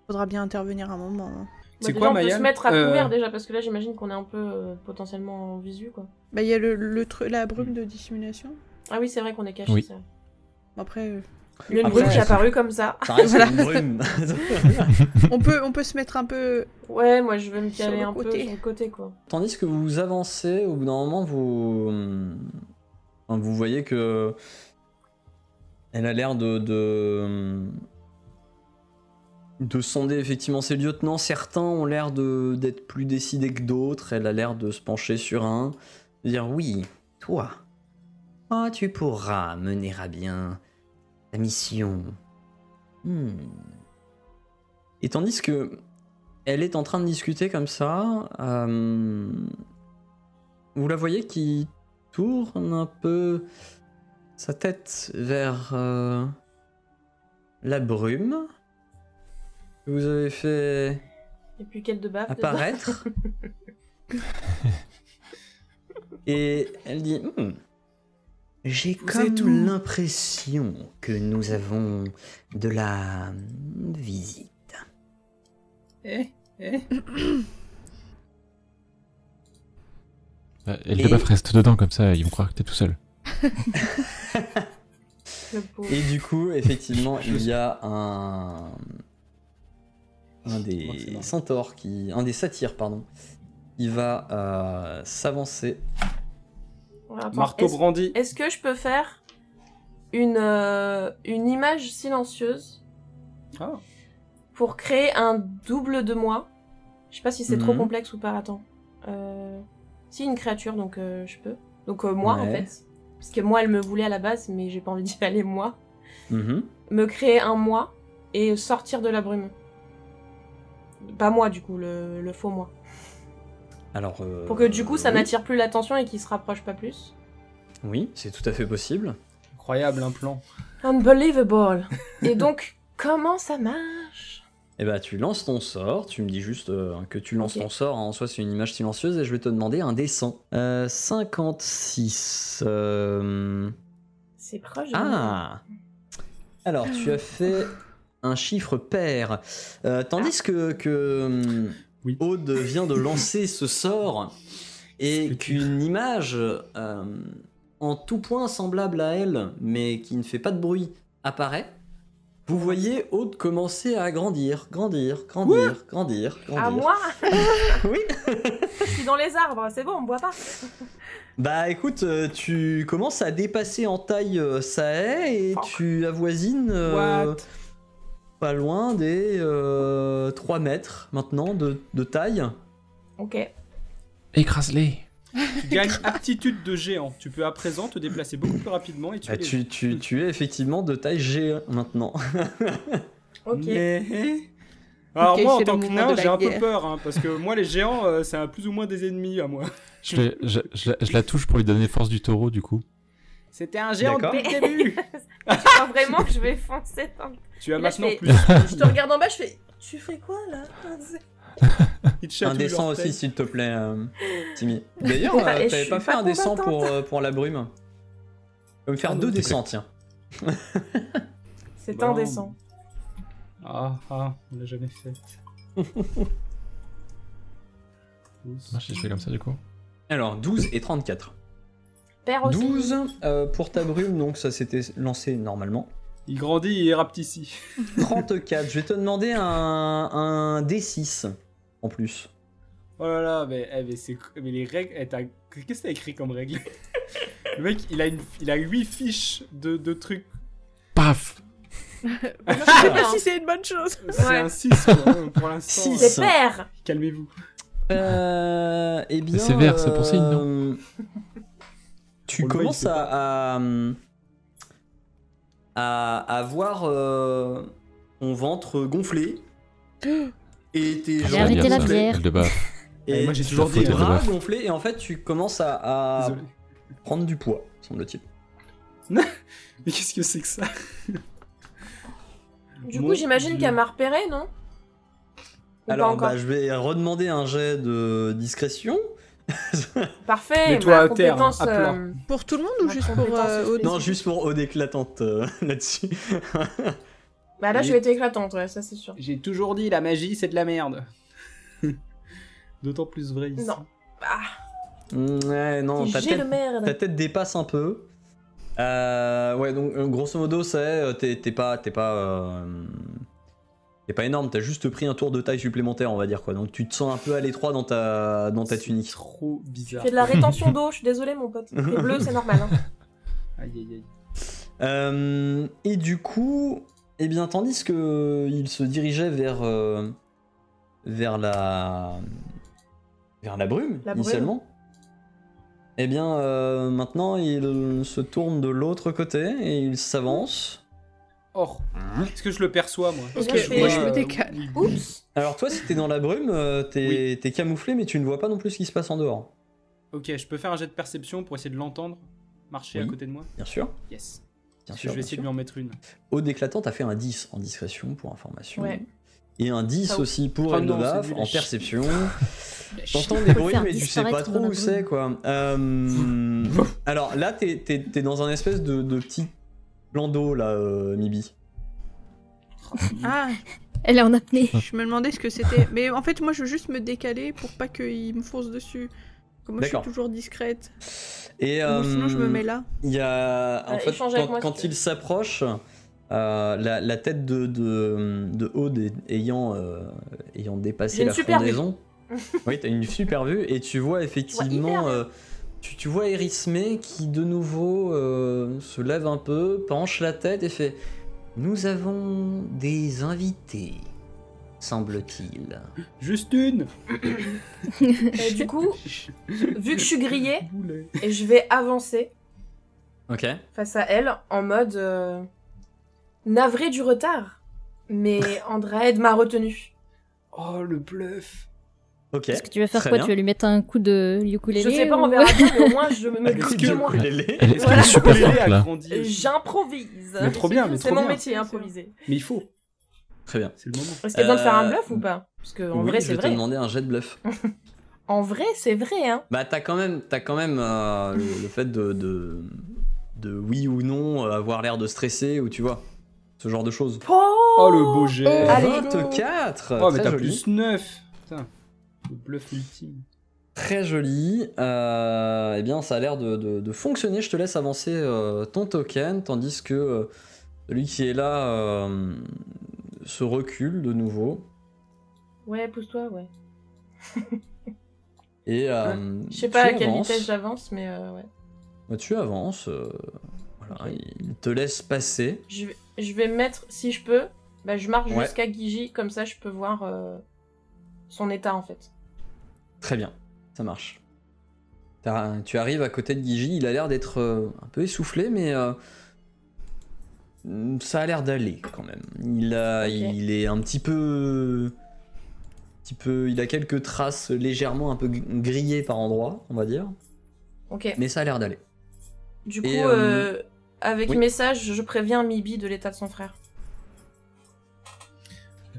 S7: faudra bien intervenir un moment. hein.
S3: C'est
S4: Bah, déjà,
S3: quoi,
S4: on peut
S3: Maya
S4: se mettre à
S3: Euh,
S4: couvert déjà, parce que là, j'imagine qu'on est un peu euh, potentiellement en visu, quoi.
S7: Bah, il y a le, le tru- la brume de dissimulation.
S4: Ah oui, c'est vrai qu'on est caché.
S5: Oui.
S4: c'est vrai.
S7: Après, euh,
S4: Il y a une
S1: Après,
S4: brume qui est
S1: ouais.
S4: apparue comme ça.
S8: Ça
S7: *laughs*
S8: reste
S7: Voilà.
S8: une brume.
S7: on, peut, on peut se mettre un peu.
S4: Ouais, moi, je vais me
S7: Sur
S4: caler
S7: le
S4: un peu
S7: côté.
S4: sur le côté, quoi.
S1: Tandis que vous avancez, au bout d'un moment, vous. enfin, vous voyez que. Elle a l'air de, de. de sonder effectivement ses lieutenants. Certains ont l'air de- d'être plus décidés que d'autres. Elle a l'air de se pencher sur un. de dire oui,
S8: Toi, oh, tu pourras mener à bien ta mission.
S1: Hmm. Et tandis que elle est en train de discuter comme ça, euh, vous la voyez qui tourne un peu sa tête vers euh, la brume que vous avez fait
S4: Et puis, quelle de baffe dedans.
S1: apparaître.
S4: *laughs*
S1: Et elle dit Hmm,
S8: J'ai
S9: Vous êtes
S8: comme
S9: où
S8: l'impression que nous avons de la visite.
S3: Eh, eh.
S10: Bah,
S5: Euh, Et le
S8: Et-
S5: débat reste dedans comme ça, ils vont croire que t'es tout seul.
S4: Le pauvre.
S1: Et du coup, effectivement, il y a un un
S3: Je crois que c'est
S1: des
S3: marrant.
S1: centaures qui, un des satyres, pardon, il va euh, s'avancer.
S4: Ouais, attends,
S3: Marteau
S4: est-ce-
S3: brandi.
S4: Est-ce que je peux faire une, euh, une image silencieuse
S3: Ah.
S4: pour créer un double de moi Je sais pas si c'est trop
S1: Mhm.
S4: complexe ou pas. Attends. Euh, si, une créature, donc euh, je peux. Donc euh, moi, en
S1: Ouais.
S4: fait. Parce que moi, elle me voulait à la base, mais j'ai pas envie d'y *laughs* aller, moi.
S1: Mhm.
S4: Me créer un moi et sortir de la brume. Pas moi, du coup, le, le faux moi.
S1: Alors euh,
S4: Pour que du coup, ça
S1: oui.
S4: n'attire plus l'attention et qu'il se rapproche pas plus.
S1: Oui, c'est tout à fait possible.
S3: Incroyable, un plan.
S1: *laughs*
S4: Unbelievable Et donc, comment ça marche
S1: Et bah tu lances ton sort. Tu me dis juste euh, que tu lances
S4: Ok.
S1: ton sort. hein. En soi, c'est une image silencieuse et je vais te demander un dessin. Euh, 56. euh,
S4: C'est proche. hein.
S1: Ah Alors, tu as fait un chiffre pair. Euh, tandis que, que hum,
S3: Oui.
S1: Aude vient de lancer ce sort
S3: C'est
S1: et
S3: dur.
S1: qu'une image euh, en tout point semblable à elle, mais qui ne fait pas de bruit, apparaît. Vous voyez Aude commencer à grandir, grandir, grandir, grandir, grandir.
S4: À Ah, moi
S1: *laughs* Oui.
S4: Je suis dans les arbres, c'est bon, on me voit pas.
S1: Bah écoute, euh, tu commences à dépasser en taille euh, sa haie et
S4: Fuck.
S1: tu avoisines euh,
S3: What
S1: pas loin des euh, 3 mètres maintenant de, de taille.
S4: Ok.
S5: Écrase-les.
S3: Tu gagnes aptitude de géant. Tu peux à présent te déplacer beaucoup plus rapidement et tuer
S1: Ah,
S3: les
S1: tu, tu- tu es effectivement de taille G1
S4: *laughs*
S1: maintenant.
S4: Ok.
S7: *laughs*
S3: Mais- Alors
S7: Ok,
S3: moi, en
S7: c'est
S3: tant
S7: le
S3: que
S7: moment de
S3: nain,
S7: la
S3: j'ai un peu
S7: guerre.
S3: peur, hein, parce que moi, les géants, euh, c'est un plus ou moins des ennemis à moi. *laughs*
S5: Je, le- je- je la- je la touche pour lui donner force du taureau, du coup.
S3: C'était un géant
S1: D'accord.
S3: depuis le *laughs* début.
S4: *laughs* Tu crois vraiment que je vais foncer dans le-
S3: tu as
S4: Là,
S3: maintenant
S4: je fais-
S3: plus.
S4: *laughs* Je te regarde en bas, je fais. Tu fais quoi là
S3: Il te chatouille
S1: un dessin
S3: leur
S1: aussi,
S3: tête.
S1: s'il te plaît, euh,
S4: *laughs*
S1: Timmy. D'ailleurs, euh,
S4: Ouais, je
S1: t'avais
S4: suis
S1: pas fait
S4: pas
S1: un dessin pour,
S4: combattante. hein.
S1: euh, pour la brume Je vais me faire
S3: Ah,
S1: deux
S3: non.
S1: dessins, tiens.
S4: C'est
S3: Bon.
S4: indécent.
S3: Ah, ah, on l'a jamais *laughs* fait.
S5: Ah, je fais comme ça, du coup.
S1: Alors, 12 et 34.
S4: Père aussi.
S1: 12 euh, pour ta brume, donc ça s'était lancé normalement.
S3: Il grandit et il rapte ici.
S1: 34, je vais te demander un, un D6 en plus.
S3: Oh là là, mais, eh, mais, c'est- mais les règles. eh, t'as- Qu'est-ce que t'as écrit comme règle *laughs* Le mec, il a, une... il a 8 fiches de, de trucs.
S6: *laughs*
S5: Paf
S7: Bah, Je sais pas si c'est une bonne chose.
S3: C'est
S4: Ah. Ouais.
S3: un 6 quoi, hein, pour l'instant.
S1: Six.
S3: euh,
S4: C'est père
S3: Calmez-vous.
S1: Euh, eh bien,
S5: C'est vert, c'est pour signe,
S1: non Tu
S3: On le voit, il
S1: commences
S3: sait
S1: à, à, à- à voir euh, ton ventre gonflé et tes
S6: J'ai
S1: jambes gonflées,
S6: arrêté la bière.
S5: Elle de baffe.
S1: et
S3: Eh, moi, j'ai
S1: tes
S3: toujours dit,
S5: hein.
S1: bras gonflés et en fait tu commences à, à
S3: Désolé.
S1: prendre du poids, semble-t-il.
S3: *laughs* Mais qu'est-ce que c'est que ça
S4: Du
S3: Mon
S4: coup, j'imagine
S3: Dieu.
S4: qu'elle m'a repéré, non Ou pas
S1: Alors
S4: encore
S1: bah, je vais redemander un jet de discrétion.
S4: Parfait,
S3: Mais toi,
S4: ma
S3: à terre,
S4: compétence,
S3: à plat.
S4: euh,
S7: Pour tout le monde ou
S4: Ma
S7: juste pour
S4: compétence
S7: euh,
S4: spéciale.
S7: Odin
S1: Non, juste pour eau déclatante euh, *laughs* là-dessus.
S4: Bah là,
S3: Oui.
S4: je vais être éclatante, ouais, ça c'est sûr.
S3: J'ai toujours dit la magie c'est de la merde. D'autant plus vrai ici.
S4: Non. Ah,
S1: Mm, ouais, non, t'as
S4: j'ai
S1: peut-être Ta
S4: le merde.
S1: tête dépasse un peu. Euh, ouais, donc euh, grosso modo, c'est euh, t'es t'es pas t'es pas euh, t'es pas énorme. T'as juste pris un tour de taille supplémentaire, on va dire quoi. Donc tu te sens un peu à l'étroit dans ta dans ta
S3: C'est
S1: tunique.
S3: Trop
S4: Je
S3: bizarre.
S4: fais de la rétention d'eau, je suis désolée,
S3: *laughs*
S4: mon pote. Les bleus, c'est normal. Hein.
S3: Aïe aïe aïe.
S1: Euh, et du coup, eh bien, tandis que euh, il se dirigeait vers euh, vers la vers la brume
S4: La brume.
S1: initialement. Eh bien, euh, maintenant, il se tourne de l'autre côté et il s'avance.
S3: Or, Hein est-ce que je le perçois moi Est-ce
S4: Ok,
S3: que
S4: moi, je
S7: me
S3: euh,
S7: décale.
S3: où il bouge
S4: Oups
S1: Alors toi, si t'es dans la brume, euh, t'es t'es camouflé, mais tu ne vois pas non plus ce qui se passe en dehors.
S3: Ok, je peux faire un jet de perception pour essayer de l'entendre marcher
S1: Oui.
S3: à côté de moi
S1: Bien sûr.
S3: Yes.
S1: Bien
S3: Parce que
S1: sûr,
S3: je vais
S1: bien
S3: essayer
S1: sûr.
S3: de lui en mettre une.
S1: Au déclatant, t'as fait un 10 en discrétion pour information.
S4: Ouais.
S1: Et un 10
S4: Ah oui.
S1: aussi pour
S3: Ah
S1: Eldebaf
S3: non, c'est nul à
S1: en
S3: chier. *laughs*
S1: perception.
S3: Chut.
S1: T'entends des
S6: Faut le
S1: bruits,
S6: faire
S1: mais tu sais pas
S6: disparaître
S1: trop
S6: dans la
S1: où c'est, quoi. Euh, alors là, t'es t'es- t'es dans un espèce de, de petit plan d'eau, là, euh, Mibi.
S7: Ah,
S6: Elle est en apnée.
S7: *laughs* je me demandais ce que c'était. Mais en fait, moi, je veux juste me décaler pour pas qu'il me fonce dessus. Comme moi, je suis
S1: D'accord.
S7: toujours discrète.
S1: Et
S7: Ou sinon, je me
S1: euh,
S7: mets là.
S1: Il y a. En
S4: Euh,
S1: fait,
S4: échange avec
S1: quand,
S4: moi, si
S1: quand
S4: tu veux.
S1: il s'approche, euh, la, la tête de, de, de Aude est- ayant, euh, ayant dépassé
S4: J'ai une
S1: la
S4: super
S1: frondaison. oui, t'as une super vue et tu vois effectivement.
S4: hyper bien.
S1: euh, tu, tu vois Erismé qui de nouveau euh, se lève un peu, penche la tête et fait Nous avons des invités, semble-t-il.
S3: Juste une
S4: Euh, du coup, vu que je suis grillée,
S3: Boulet.
S4: et je vais avancer
S1: Ok.
S4: face à elle en mode euh, navré du retard. Mais Andraed m'a retenu.
S3: Oh le bluff
S1: Ok.
S6: Est-ce que tu vas faire
S1: Très
S6: quoi
S1: bien.
S6: Tu vas lui mettre un coup de ukulélé
S4: Je sais pas,
S6: ou- euh,
S4: on verra bien, mais au moins
S1: *laughs*
S3: *laughs*
S4: je me
S3: Est-ce
S4: dis que
S3: que-
S4: moi.
S5: Elle est, elle
S4: Voilà.
S5: est super
S3: Boulet
S5: forte
S3: a
S5: là.
S3: grandi.
S4: J'improvise.
S3: Mais trop bien, mais
S4: C'est
S3: trop
S4: mon
S3: bien.
S4: métier, hein, improviser.
S3: Mais il faut,
S1: Très bien.
S3: c'est le moment.
S4: Est-ce qu'il y a besoin de faire un
S1: Euh,
S4: bluff ou pas Parce que en
S1: Oui,
S4: vrai,
S1: je
S4: c'est
S1: vais te
S4: vrai.
S1: demander un jet de
S4: *laughs*
S1: bluff.
S4: En vrai, c'est vrai, hein.
S1: Bah t'as quand même, t'as quand même euh, le, le fait de, de, de oui ou non euh, avoir l'air de stresser ou tu vois ce genre de choses.
S3: Oh le beau jet
S4: Allez.
S1: 24.
S3: Oh mais
S1: très,
S3: t'as
S1: joli,
S3: plus 9 Putain, le bluff ultime.
S1: très joli. Euh, eh bien ça a l'air de, de- de fonctionner. Je te laisse avancer euh, ton token tandis que euh, celui qui est là euh, se recule de nouveau
S4: Ouais, pousse-toi, ouais.
S1: et euh,
S4: Ah, Je sais pas à
S1: tu
S4: quelle
S1: avances.
S4: vitesse j'avance, mais euh, ouais.
S1: Bah, tu avances. euh, voilà, il te laisse passer.
S4: Je vais, je vais mettre, si je peux, Bah, je marche
S1: Ouais.
S4: jusqu'à Gigi, comme ça je peux voir euh, son état en fait.
S1: Très bien, ça marche. T'as- Tu arrives à côté de Gigi, il a l'air d'être euh, un peu essoufflé, mais euh, mm, ça a l'air d'aller quand même. Il, a,
S4: Ok.
S1: il est un petit peu, petit peu. Il a quelques traces légèrement un peu gr- grillées par endroits, on va dire,
S4: Ok.
S1: mais ça a l'air d'aller.
S4: Du coup,
S1: Et,
S4: euh, avec
S1: oui.
S4: message, je préviens Mibi de l'état de son frère.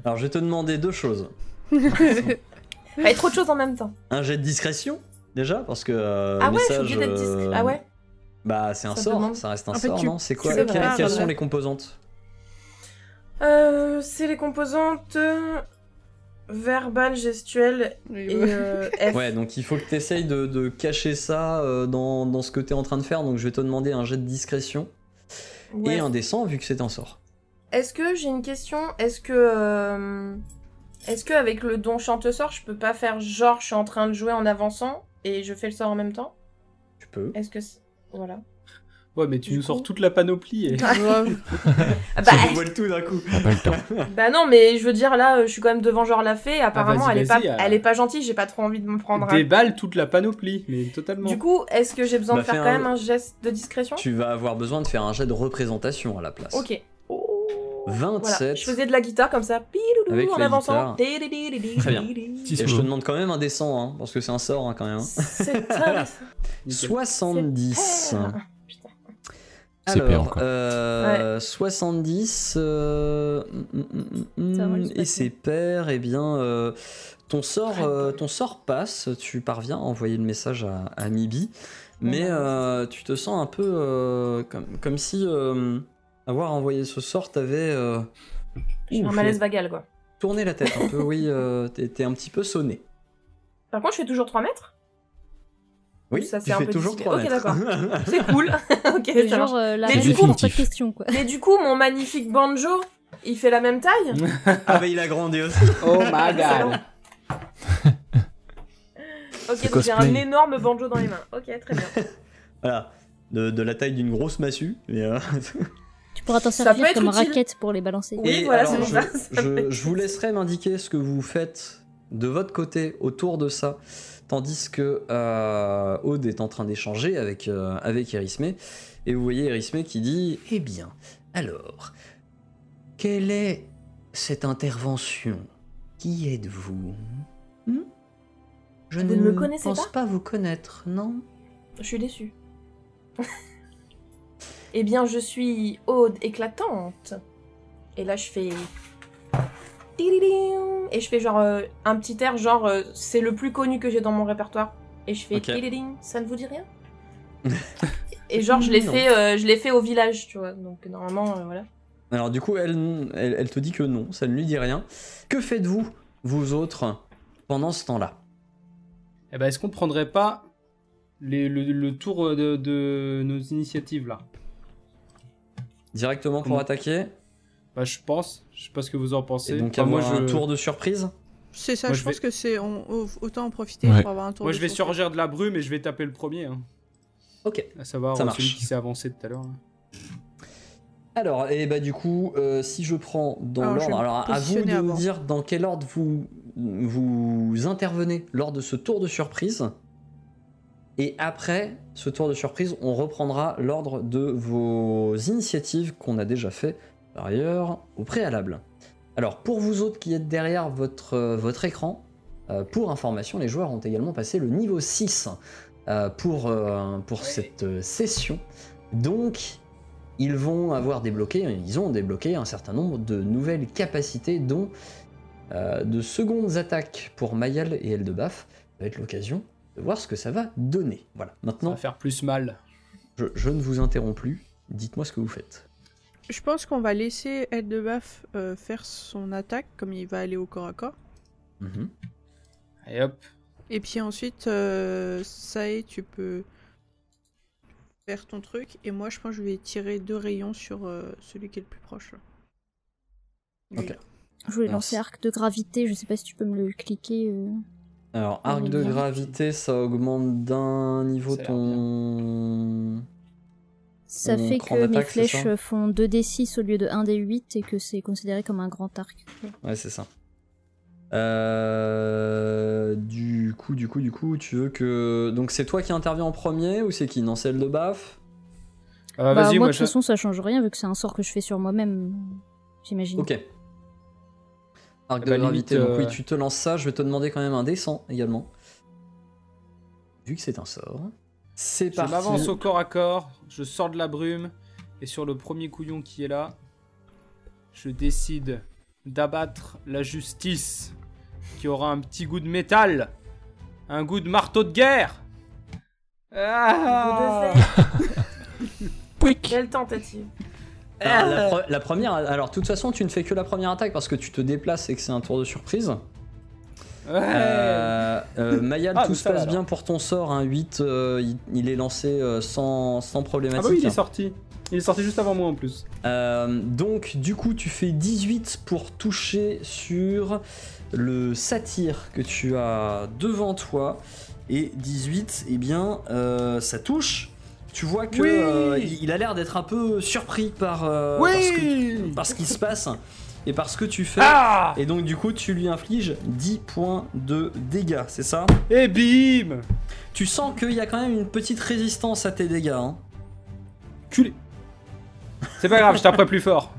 S1: Alors je vais te demander deux choses.
S4: Ah, et trop de choses en même temps.
S1: Un jet de discrétion, déjà, parce que. euh,
S4: ah ouais, je suis
S1: message,
S4: obligée d'être discrète.
S1: euh,
S4: Ah ouais
S1: Bah c'est un
S4: Ça
S1: sort,
S4: demande-
S1: ça reste un
S7: En fait,
S1: sort,
S7: tu-
S1: non C'est quoi
S7: tu le
S1: quelles- Quelles
S7: parles.
S1: sont les composantes
S4: Euh, C'est les composantes euh, verbales, gestuelles et euh,
S1: *laughs*
S4: F.
S1: Ouais, donc il faut que tu essayes de, de cacher ça euh, dans, dans ce que tu es en train de faire, donc je vais te demander un jet de discrétion
S4: Ouais.
S1: et un dessin vu que c'est un sort.
S4: Est-ce que j'ai une question Est-ce que euh, est-ce que avec le don chante sort, je peux pas faire genre je suis en train de jouer en avançant et je fais le sort en même temps
S1: Tu peux.
S4: Est-ce que c'est- voilà
S3: Ouais, mais tu
S4: Du
S3: nous sors
S4: coup-
S3: toute la panoplie. Et... *laughs*
S4: Ah bah,
S1: le tout d'un coup.
S5: Pas
S1: *laughs*
S5: le temps.
S4: bah non, mais je veux dire là, euh, je suis quand même devant genre la fée. Apparemment,
S1: Ah,
S3: vas-y,
S4: elle est pas
S3: vas-y, euh.
S4: elle est pas gentille. J'ai pas trop envie de me prendre. un-
S3: Déballe toute la panoplie, mais totalement.
S4: Du coup, est-ce que j'ai besoin
S1: Bah,
S4: de faire
S1: fais
S4: quand
S1: un-
S4: même un geste de discrétion
S1: Tu vas avoir besoin de faire un jet de représentation à la place.
S4: Ok. Voilà.
S1: 27.
S4: Je faisais de la guitare comme ça, pilou,
S1: Avec
S4: en
S1: la
S4: avançant.
S1: guitare.
S4: Très
S1: bien. Et je te demande quand même un dessin, hein, parce que c'est un sort hein, quand même. hein.
S4: C'est intéressant.
S3: Nickel.
S1: 70.
S4: Putain.
S5: C'est payant,
S1: Alors,
S5: quoi.
S1: euh, 70 euh, mm, mm, mm,
S6: Ça va, je sais pas
S1: et
S6: si.
S1: ses pairs, eh bien, euh, ton, sort, euh, ton sort passe, tu parviens à envoyer le message à, à Mibi, mais
S4: bah,
S1: euh, tu te sens un peu euh, comme, comme si euh, avoir envoyé ce sort t'avait euh,
S4: J'ai un
S1: ouf,
S4: malaise vagal quoi.
S1: tourné la tête un peu, oui, euh, t'es t'es un petit peu sonné.
S4: Par contre, je fais toujours 3 mètres.
S1: Oui,
S4: Ça,
S1: tu
S4: c'est un
S1: fais
S4: peu
S1: toujours
S4: discret.
S1: 3
S4: Ok,
S1: mètres. *laughs*
S4: C'est cool. ok,
S6: Le
S4: ça
S6: genre,
S4: marche.
S6: euh, la
S4: Mais
S6: règle
S4: du coup-
S6: pour pas de question, quoi.
S4: Mais du coup, mon magnifique banjo, il fait la
S1: *laughs*
S4: même taille
S1: ah bah il a grandi
S4: *laughs*
S1: aussi.
S3: Oh my god.
S4: Ok, donc
S9: cosplay.
S4: j'ai un énorme banjo dans les mains. Ok, très bien.
S1: Voilà, de, de la taille d'une grosse massue. mais, euh, *laughs*
S6: Tu pourras t'en
S4: Ça
S6: servir
S4: peut être
S6: comme
S4: utile.
S6: raquette pour les balancer.
S4: Oui, voilà, c'est
S1: je,
S4: pour ça, ça
S1: je-
S4: peut être
S1: je vous laisserai m'indiquer ce que vous faites de votre côté autour de ça, tandis que euh, Aude est en train d'échanger avec, euh, avec Erismé, et vous voyez Erismé qui dit Eh bien, alors, quelle est cette intervention Qui êtes-vous Hmm Je
S4: Vous
S1: ne
S4: ne me connaissez
S1: pense pas vous connaître, non
S4: Je suis déçue. *laughs* eh bien, je suis Aude éclatante. Et là, je fais. Tiriring Et je fais genre euh, un petit air, genre euh, c'est le plus connu que j'ai dans mon répertoire. Et je fais.
S1: Ok.
S4: tiriring. Ça ne vous
S1: *laughs*
S4: dit rien Et genre, je l'ai
S1: Non.
S4: fait, euh, je l'ai fait au village, tu vois. Donc normalement, euh, voilà.
S1: Alors du coup, elle, elle, elle te dit que non, ça ne lui dit rien. Que faites-vous, vous autres, pendant ce temps-là
S3: Eh ben, est-ce qu'on prendrait pas les- le, le tour de, de nos initiatives là
S1: Directement pour
S3: Comment
S1: attaquer
S3: Bah, je pense. Je sais pas ce que vous en
S1: Et
S3: pensez.
S1: donc
S3: Enfin,
S1: avoir
S3: moi, je...
S1: un tour de surprise
S7: C'est ça,
S3: Moi,
S7: je
S3: je
S7: pense
S3: vais-
S7: que c'est. on- au- Autant en profiter
S5: Ouais.
S7: pour avoir un tour
S3: Moi,
S7: de
S3: je vais
S7: tour.
S3: surgir de la brume et je vais taper le premier. hein.
S1: Ok.
S3: À savoir
S1: Ça
S3: euh,
S1: marche.
S3: celui qui s'est avancé tout à l'heure. hein. là.
S1: Alors, et bah du coup, euh, si je prends dans
S7: Alors, je vais
S1: l'ordre,
S7: me
S1: alors à vous de
S7: positionner
S1: nous
S7: avant.
S1: dire dans quel ordre vous, vous intervenez lors de ce tour de surprise. Et après ce tour de surprise, on reprendra l'ordre de vos initiatives qu'on a déjà fait par ailleurs au préalable. Alors pour vous autres qui êtes derrière votre, euh, votre écran, euh, pour information, les joueurs ont également passé le niveau 6 euh, pour, euh, pour cette euh, session. Donc, ils vont avoir débloqué, ils ont débloqué un certain nombre de nouvelles capacités, dont euh, de secondes attaques pour Mayal et Eldebaf. Ça va être l'occasion de voir ce que ça va donner. Voilà,
S3: Ça
S1: maintenant,
S3: va faire plus mal.
S1: je, je ne vous interromps plus. Dites-moi ce que vous faites.
S7: Je pense qu'on va laisser Ed de Baff euh, faire son attaque, comme il va aller au corps à corps.
S1: Mhm.
S3: Et hop.
S7: Et puis ensuite, euh, ça y est, tu peux faire ton truc. Et moi, je pense que je vais tirer deux rayons sur euh, celui qui est le plus proche. là. Lui,
S1: Ok.
S7: là.
S6: Je voulais
S1: Alors,
S6: lancer arc de gravité, je sais pas si tu peux me le cliquer. euh.
S1: Alors, arc
S6: Oui,
S1: de
S6: bien.
S1: gravité, ça augmente d'un niveau
S3: Ça a l'air
S1: ton...
S6: Ça
S1: On
S6: fait
S1: prend
S6: que mes
S1: d'attaque, c'est ça
S6: flèches font 2d6 au lieu de 1d8 et que c'est considéré comme un grand arc.
S1: Ouais, c'est ça. Euh, du coup, du coup, du coup, tu veux que. Donc c'est toi qui interviens en premier ou c'est qui Non, c'est elle de baf Ah,
S3: Euh,
S6: Bah,
S3: Vas-y,
S6: moi,
S3: moi,
S6: de toute
S3: je...
S6: façon, ça change rien vu que c'est un sort que je fais sur moi-même, j'imagine.
S1: Ok. Arc de
S3: Bah,
S1: gravité,
S3: limite,
S1: donc
S3: euh,
S1: oui, tu te lances ça. Je vais te demander quand même un dessin également. Vu que c'est un sort. C'est
S3: je
S1: parti.
S3: m'avance
S1: *laughs*
S3: au corps à corps, je sors de la brume, et sur le premier couillon qui est là, je décide d'abattre la justice qui aura un petit goût de métal, un goût de marteau de guerre. Ah
S4: Quelle tentative
S6: Ah.
S1: Alors, Ah, la, pre- la première. Alors, de toute façon, tu ne fais que la première attaque parce que tu te déplaces et que c'est un tour de surprise.
S3: Ouais.
S1: Euh, euh, Mayal,
S3: Ah,
S1: tout
S3: mais
S1: se
S3: ça va,
S1: passe
S3: alors.
S1: bien pour ton sort. Hein, 8, euh, il, il est lancé euh, sans, sans
S3: Ah
S1: problématique.
S3: bah oui, il est sorti. Il est sorti juste avant moi en plus.
S1: Euh, donc, du coup, tu fais 18 pour toucher sur le satyre que tu as devant toi. Et 18, eh bien, euh, ça touche. Tu vois que
S3: Oui
S1: euh, il il a l'air d'être un peu surpris par, euh, par ce que- par ce qui se passe et par ce que tu fais.
S3: Ah
S1: Et donc, du coup, tu lui infliges 10 points de dégâts, c'est ça
S3: Et Eh bim
S1: Tu sens qu'il y a quand même une petite résistance à tes dégâts. hein.
S3: Culé C'est pas grave, je taperai plus fort.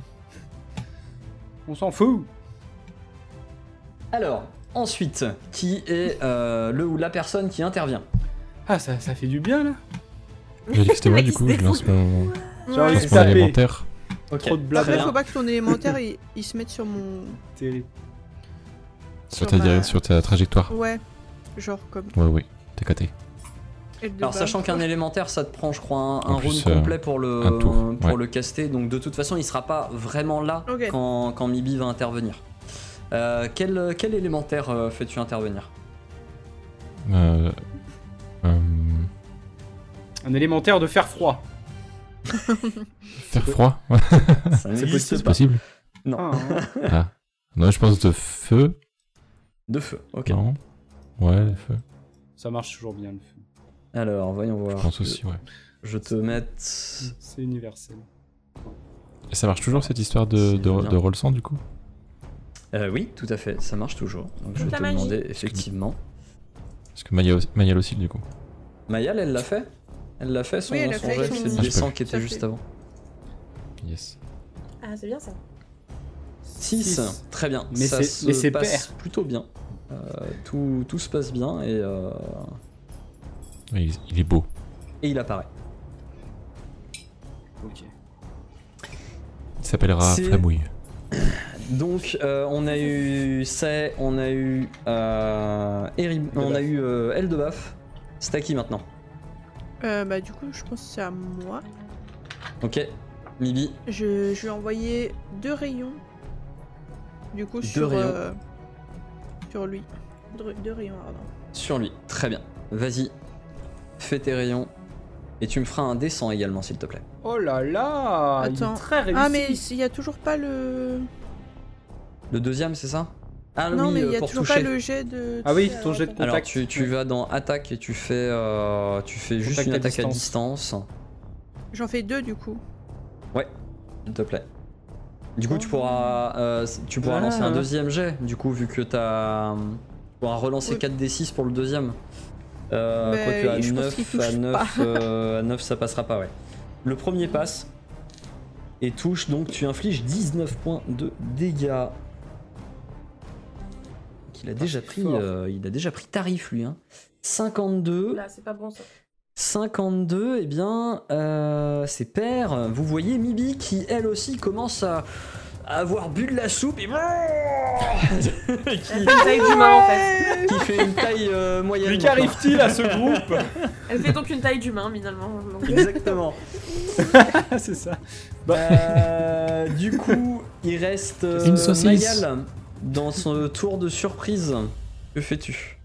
S3: On s'en fout.
S1: Alors, ensuite, qui est euh, le ou la personne qui intervient
S3: Ah, ça, ça fait du bien là.
S10: J'ai dit que c'était moi, du coup, je lance mon,
S3: J'ai envie
S10: je lance
S3: de
S10: mon
S3: taper.
S10: élémentaire.
S1: Ok.
S3: Trop de
S1: Très
S7: Après,
S1: bien.
S3: blagues.
S7: faut
S3: hein.
S7: pas que ton élémentaire il, il se mette sur mon.
S3: Terrible.
S10: Sur ta, dire- sur ta trajectoire.
S7: Ouais. Genre comme.
S10: Ouais, ouais, t'es coté.
S7: elle de
S1: Alors,
S7: bas.
S1: sachant qu'un élémentaire, ça te prend, je crois, un,
S10: En
S1: un round
S10: plus, euh,
S1: complet pour, le,
S10: un tour,
S1: euh, pour
S10: ouais.
S1: le caster, donc de toute façon, il sera pas vraiment là
S7: Ok.
S1: quand, quand Mibi va intervenir. Euh, quel, quel élémentaire euh, fais-tu intervenir
S10: Euh, euh,
S3: Un élémentaire de fer froid.
S10: faire froid Ouais, *laughs*
S1: Ça
S3: C'est
S1: n'existe
S10: C'est
S1: pas.
S10: possible
S1: Non,
S3: hein.
S10: Ah. Non, je pense de feu.
S1: de feu, ok.
S10: Non. Ouais, le feu.
S3: ça marche toujours bien le feu.
S1: Alors, voyons voir.
S10: Je pense aussi, ouais.
S1: Je te mette.
S3: C'est universel.
S10: Et ça marche toujours cette histoire de,
S1: C'est
S10: de,
S1: bien.
S10: de roll sans, du coup
S1: Euh, oui, tout à fait, ça marche toujours. Donc, je vais
S4: Toute la
S1: te
S4: magie.
S1: demander, effectivement.
S10: Parce que Maya, Maya aussi, du coup.
S1: Mayal, elle l'a fait Elle l'a fait son,
S7: Oui, elle l'a
S1: son
S7: fait
S1: jet,
S7: son-
S1: c'est le
S10: Ah, je
S1: dessin
S10: peux.
S1: qui était
S7: Ça
S1: juste
S7: fait.
S1: avant.
S10: Yes.
S4: Ah, c'est bien ça.
S1: 6, très bien.
S3: Mais
S1: ça
S3: c'est-
S1: se
S3: mais c'est
S1: passe plutôt bien. Euh, tout, tout se passe bien et, euh,
S10: Ouais, Il, il est beau.
S1: et il apparaît.
S3: Ok.
S10: Il s'appellera
S1: C'est-
S10: Flamouille.
S1: Donc euh, on a eu Say, on a eu euh, Eri- on a eu euh, Eldebaf. C'est à qui maintenant
S7: Euh, bah, du coup, je pense que c'est à moi.
S1: Ok, Mibi.
S7: Je, je lui ai envoyé deux rayons. Du coup,
S1: Deux
S7: sur.
S1: rayons.
S7: euh, sur lui. Deux, deux rayons ardents.
S1: Sur lui, très bien. Vas-y, fais tes rayons. Et tu me feras un dessin également, s'il te plaît.
S3: Oh là là Il
S7: Attends.
S3: est très réussi.
S7: Ah, mais il n'y a toujours pas le.
S1: Le deuxième, c'est ça Ah
S7: non,
S1: oui,
S7: mais
S1: euh,
S7: il n'y a
S1: pour
S7: toujours
S1: toucher.
S7: pas le jet de.
S3: Ah oui,
S7: tu sais,
S3: ton
S7: euh,
S3: jet de
S7: attends.
S1: Alors
S3: Contact,
S1: tu, tu
S3: ouais.
S1: vas dans attaque et tu fais euh, tu fais juste
S3: Contact
S1: une
S3: à
S1: attaque à distance,
S7: J'en fais deux, du coup.
S1: s'il te plaît. Du coup tu
S7: Oh.
S1: pourras euh, tu pourras
S3: Ah.
S1: lancer un deuxième jet du coup vu que t'as tu pourras relancer
S7: Oui.
S1: 4d6 pour le deuxième. Euh,
S7: Mais
S1: quoique à
S7: Bah, je pense
S1: 9,
S7: qu'il touche
S1: à, 9
S7: pas.
S1: euh, à 9 ça passera pas ouais. Le premier passe et touche donc tu infliges 19 points de dégâts.
S7: Ah,
S1: Qu'il a déjà pris
S3: fort.
S1: euh, il a déjà pris tarif lui hein. 52
S4: Là, Ah, c'est pas bon ça.
S1: 52, eh bien, euh, c'est père. Vous voyez Mibi qui, elle aussi, commence à, à avoir bu de la soupe et *laughs* qui,
S4: Elle fait une taille d'humain en fait.
S1: qui fait une taille euh, moyenne.
S3: Mais qu'arrive-t-il à ce groupe
S4: Elle fait donc une taille d'humain finalement. donc.
S1: maintenant. *laughs* Exactement.
S3: *laughs* C'est ça. Bah.
S1: Euh, du coup, il reste euh,
S10: Une saucisse.
S1: Mayal dans son tour de surprise. Que fais-tu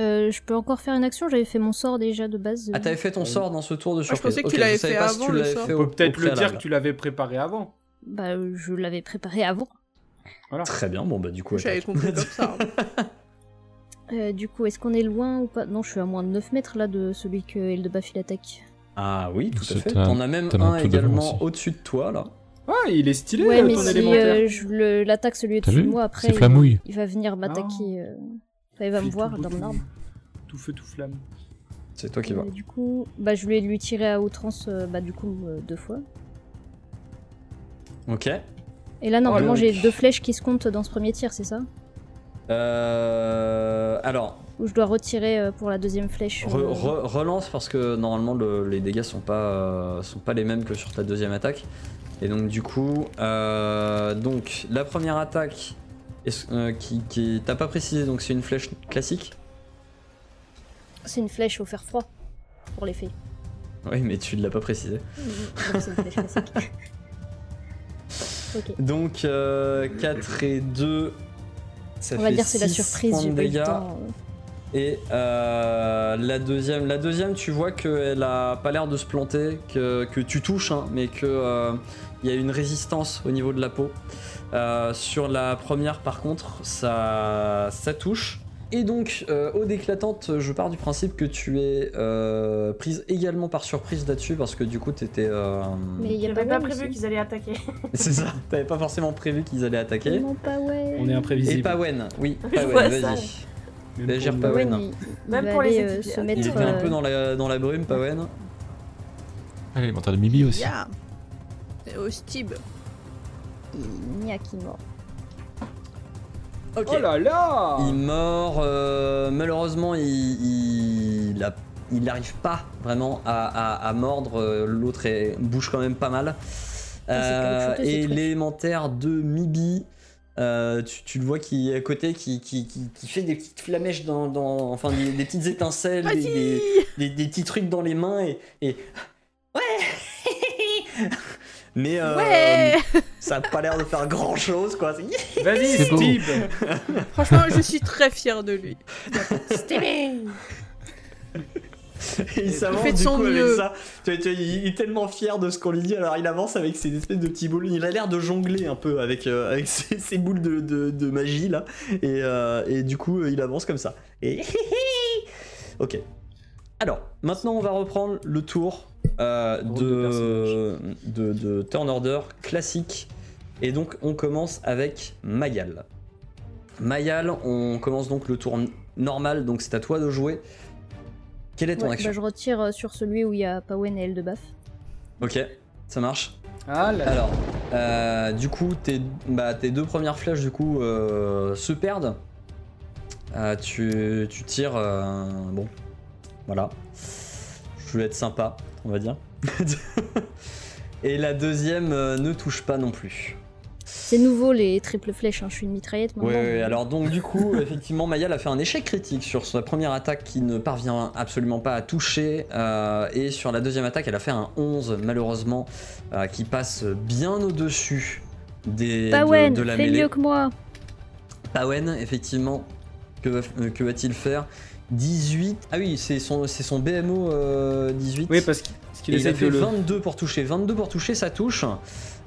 S6: Euh, je peux encore faire une action, j'avais fait mon sort déjà de base. euh.
S1: Ah, t'avais fait ton sort dans ce tour de
S7: Ah, je
S1: surprise.
S7: pensais que
S1: Ok,
S7: tu l'avais
S1: savais
S7: fait
S1: pas
S7: avant
S1: si tu
S7: le
S1: l'avais
S7: sort.
S1: fait
S3: Mm. On
S1: au-
S3: peut
S1: au
S3: peut-être le dire
S1: préalable.
S3: que tu l'avais préparé avant.
S6: Bah, euh, je l'avais préparé avant.
S3: Voilà.
S1: Très bien, bon bah du coup.
S7: J'avais
S1: attaque. *laughs*
S7: compris comme ça. hein.
S6: *laughs* Euh, du coup, est-ce qu'on est loin ou pas Non, je suis à moins de 9 mètres là de celui que Eldebaf il attaque.
S1: Ah oui, tout à
S10: C'est
S1: fait.
S10: un-
S1: T'en as même
S10: t'en as
S1: un
S10: tout devant
S1: également
S10: aussi.
S1: au-dessus de toi, là.
S3: Ah, il est stylé
S6: Ouais,
S3: euh,
S6: mais
S3: ton
S6: si
S3: élémentaire.
S6: euh, je le- l'attaque celui
S10: T'as
S6: au-dessus de
S10: vu
S6: moi, après,
S10: C'est
S6: il-
S10: Flamouille.
S6: il, va venir m'attaquer.
S1: Ah.
S6: euh, enfin, il va me
S3: Fais
S6: voir
S3: tout
S6: dans
S3: beau,
S6: mon
S3: tout-
S6: arbre.
S3: Tout feu, tout flamme.
S1: C'est toi qui vas.
S6: Euh, du coup, bah, je vais lui tirer à outrance euh, bah, du coup, euh, deux fois.
S1: Ok.
S6: Et là, normalement,
S1: Oh, le-
S6: j'ai deux flèches qui se comptent dans ce premier tir, c'est ça
S1: Euh, alors,
S6: Ou je dois retirer euh, pour la deuxième flèche
S1: re-
S6: euh,
S1: re- relance parce que normalement le- les dégâts sont pas, euh, sont pas les mêmes que sur ta deuxième attaque. Et donc du coup, euh, donc la première attaque, est-ce- euh, qui, qui- t'as pas précisé, donc c'est une flèche classique.
S6: C'est une flèche au fer froid, pour l'effet.
S1: Oui, mais tu ne l'as pas précisé.
S6: Donc c'est une flèche classique. ok.
S1: Donc euh, 4 et 2, ça
S6: On
S1: fait
S6: va dire c'est la
S1: six
S6: surprise,
S1: points de
S6: j'ai pas eu le
S1: dégâts.
S6: temps, euh.
S1: Et euh, la deuxième, la deuxième, tu vois qu'elle a pas l'air de se planter, que, que tu touches, hein, mais que euh, il y a une résistance au niveau de la peau. Euh, sur la première, par contre, ça, ça touche. Et donc, euh, eau d'éclatante, je pars du principe que tu es euh, prise également par surprise là-dessus, parce que du coup, t'étais. euh,
S6: *laughs* Mais il y a
S4: J'avais
S6: pas,
S4: pas
S6: ouais,
S4: prévu
S6: aussi.
S4: qu'ils allaient attaquer.
S1: *laughs* C'est ça, t'avais pas forcément prévu qu'ils allaient attaquer.
S6: Tellement pas ouais.
S3: On est imprévisible.
S1: Et Pawen, oui,
S4: Je
S1: Pawen,
S4: vois ça.
S1: vas-y.
S3: Même
S1: Légère
S3: pour nous.
S1: Pawen.
S6: Owen, il-
S4: *laughs* Même
S6: il va
S4: pour les
S6: aller, euh,
S4: équipiers.
S6: se
S1: Il
S6: mettre
S1: était un peu
S6: euh,
S1: dans la, dans la brume, Pawen.
S10: Ah, l'élémentaire de Mibi aussi.
S2: Yeah. C'est hostile.
S6: Niaki mort.
S1: Ok.
S3: Oh là là
S1: Il mord. euh, malheureusement, il, il, a- il n'arrive pas vraiment à, à- à mordre. euh, L'autre est- bouge quand même pas mal.
S7: Ah,
S1: Euh,
S6: caoutchouteux, ces
S1: et
S6: trucs.
S1: l'élémentaire de Mibi. euh, tu, tu le vois qui est à côté, qui, qui, qui- qui fait des petites flamèches dans, dans- enfin des, des petites étincelles, des, des- des- des petits trucs dans les mains et, et- ouais, mais euh,
S7: Ouais
S1: ça a pas l'air de faire grand chose quoi. C'est-
S3: Vas-y,
S10: C'est beau.
S3: Steve
S7: *laughs*
S1: *laughs*
S2: Franchement, je suis très fière de lui.
S1: Et *laughs* il s'avance
S2: fait de
S1: du
S2: son
S1: coup avec
S2: mieux.
S1: ça. Tu vois, tu vois, il il est tellement fier de ce qu'on lui dit, alors il avance avec ses espèces de petits boules. Il a l'air de jongler un peu avec, euh, avec *laughs* ses, ses boules de, de- de magie là. Et, euh, et du coup, euh, il avance comme ça. Et *laughs* ok. Alors, maintenant on va reprendre le tour euh,
S3: Drôle de
S1: de, de, de turn order classique. Et donc on commence avec Mayal. Mayal, on commence donc le tour n- normal, donc c'est à toi de jouer. Quelle est ton
S6: Ouais,
S1: action
S6: bah, je retire euh, sur celui où il y a Pawen et Eldebaf.
S1: Ok, ça marche.
S3: Ah là là
S1: Alors, euh, du coup, tes, bah, tes deux premières flèches du coup euh, se perdent. Euh, tu, tu tires, euh, bon, voilà. Je voulais être sympa, on va dire. *laughs* Et la deuxième euh, ne touche pas non plus.
S6: C'est nouveau les triples flèches, hein, je suis une mitraillette
S1: Ouais,
S6: maintenant.
S1: ouais, alors donc du coup, *laughs* effectivement, Mayal a fait un échec critique sur sa première attaque qui ne parvient absolument pas à toucher. euh, et sur la deuxième attaque, elle a fait un 11, malheureusement, euh, qui passe bien au-dessus des, de,
S6: Pawen,
S1: de la
S6: fais
S1: mêlée.
S6: mieux que moi.
S1: Pawen, effectivement, que, va- euh, que va-t-il faire 18. Ah oui, c'est son, c'est son BMO euh, 18.
S3: Oui, parce qu'il parce qu'il
S1: Et il a
S3: essaie de
S1: fait
S3: le...
S1: 22 pour toucher. 22 pour toucher, ça touche.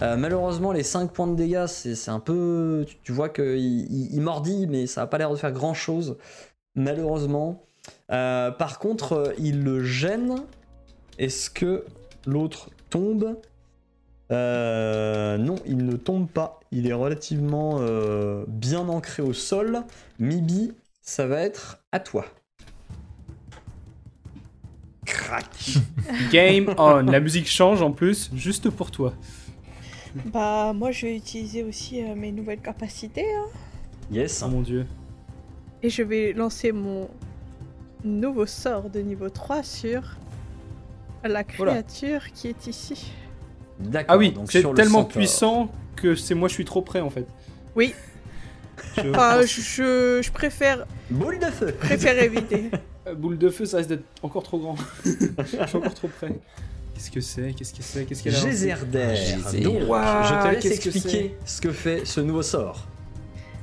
S1: Euh, malheureusement, les 5 points de dégâts, c'est c'est un peu. Tu, tu vois qu'il il, il mordit, mais ça a pas l'air de faire grand chose. Malheureusement. Euh, par contre, euh, il le gêne. Est-ce que l'autre tombe Euh, Non, il ne tombe pas. Il est relativement euh, bien ancré au sol. Mibi, ça va être à toi. Crac
S3: *laughs* Game on La musique change en plus, juste pour toi.
S7: Bah, moi, je vais utiliser aussi euh, mes nouvelles capacités. hein.
S1: Yes.
S3: Oh mon dieu.
S7: Et je vais lancer mon nouveau sort de niveau 3 sur la créature qui est ici.
S1: D'accord.
S3: Ah oui,
S1: donc
S3: c'est
S1: sur le
S3: tellement
S1: centaure.
S3: puissant que c'est moi je suis trop près en fait.
S7: Oui.
S3: Je-
S10: Ah,
S7: Enfin,
S3: *laughs*
S7: Ah, je, je- je préfère,
S1: Boule de feu. *laughs*
S7: préfère éviter.
S3: Euh, Boule de feu, ça risque d'être encore trop grand. *laughs* je suis encore trop près. Qu'est-ce que c'est Qu'est-ce que c'est Qu'est-ce qu'elle a lancé
S1: Gézerdaire.
S8: Gézer.
S1: Donc,
S3: Ouah,
S1: Ah, je te laisse
S3: qu'est-ce que
S1: expliquer ce que fait ce nouveau sort.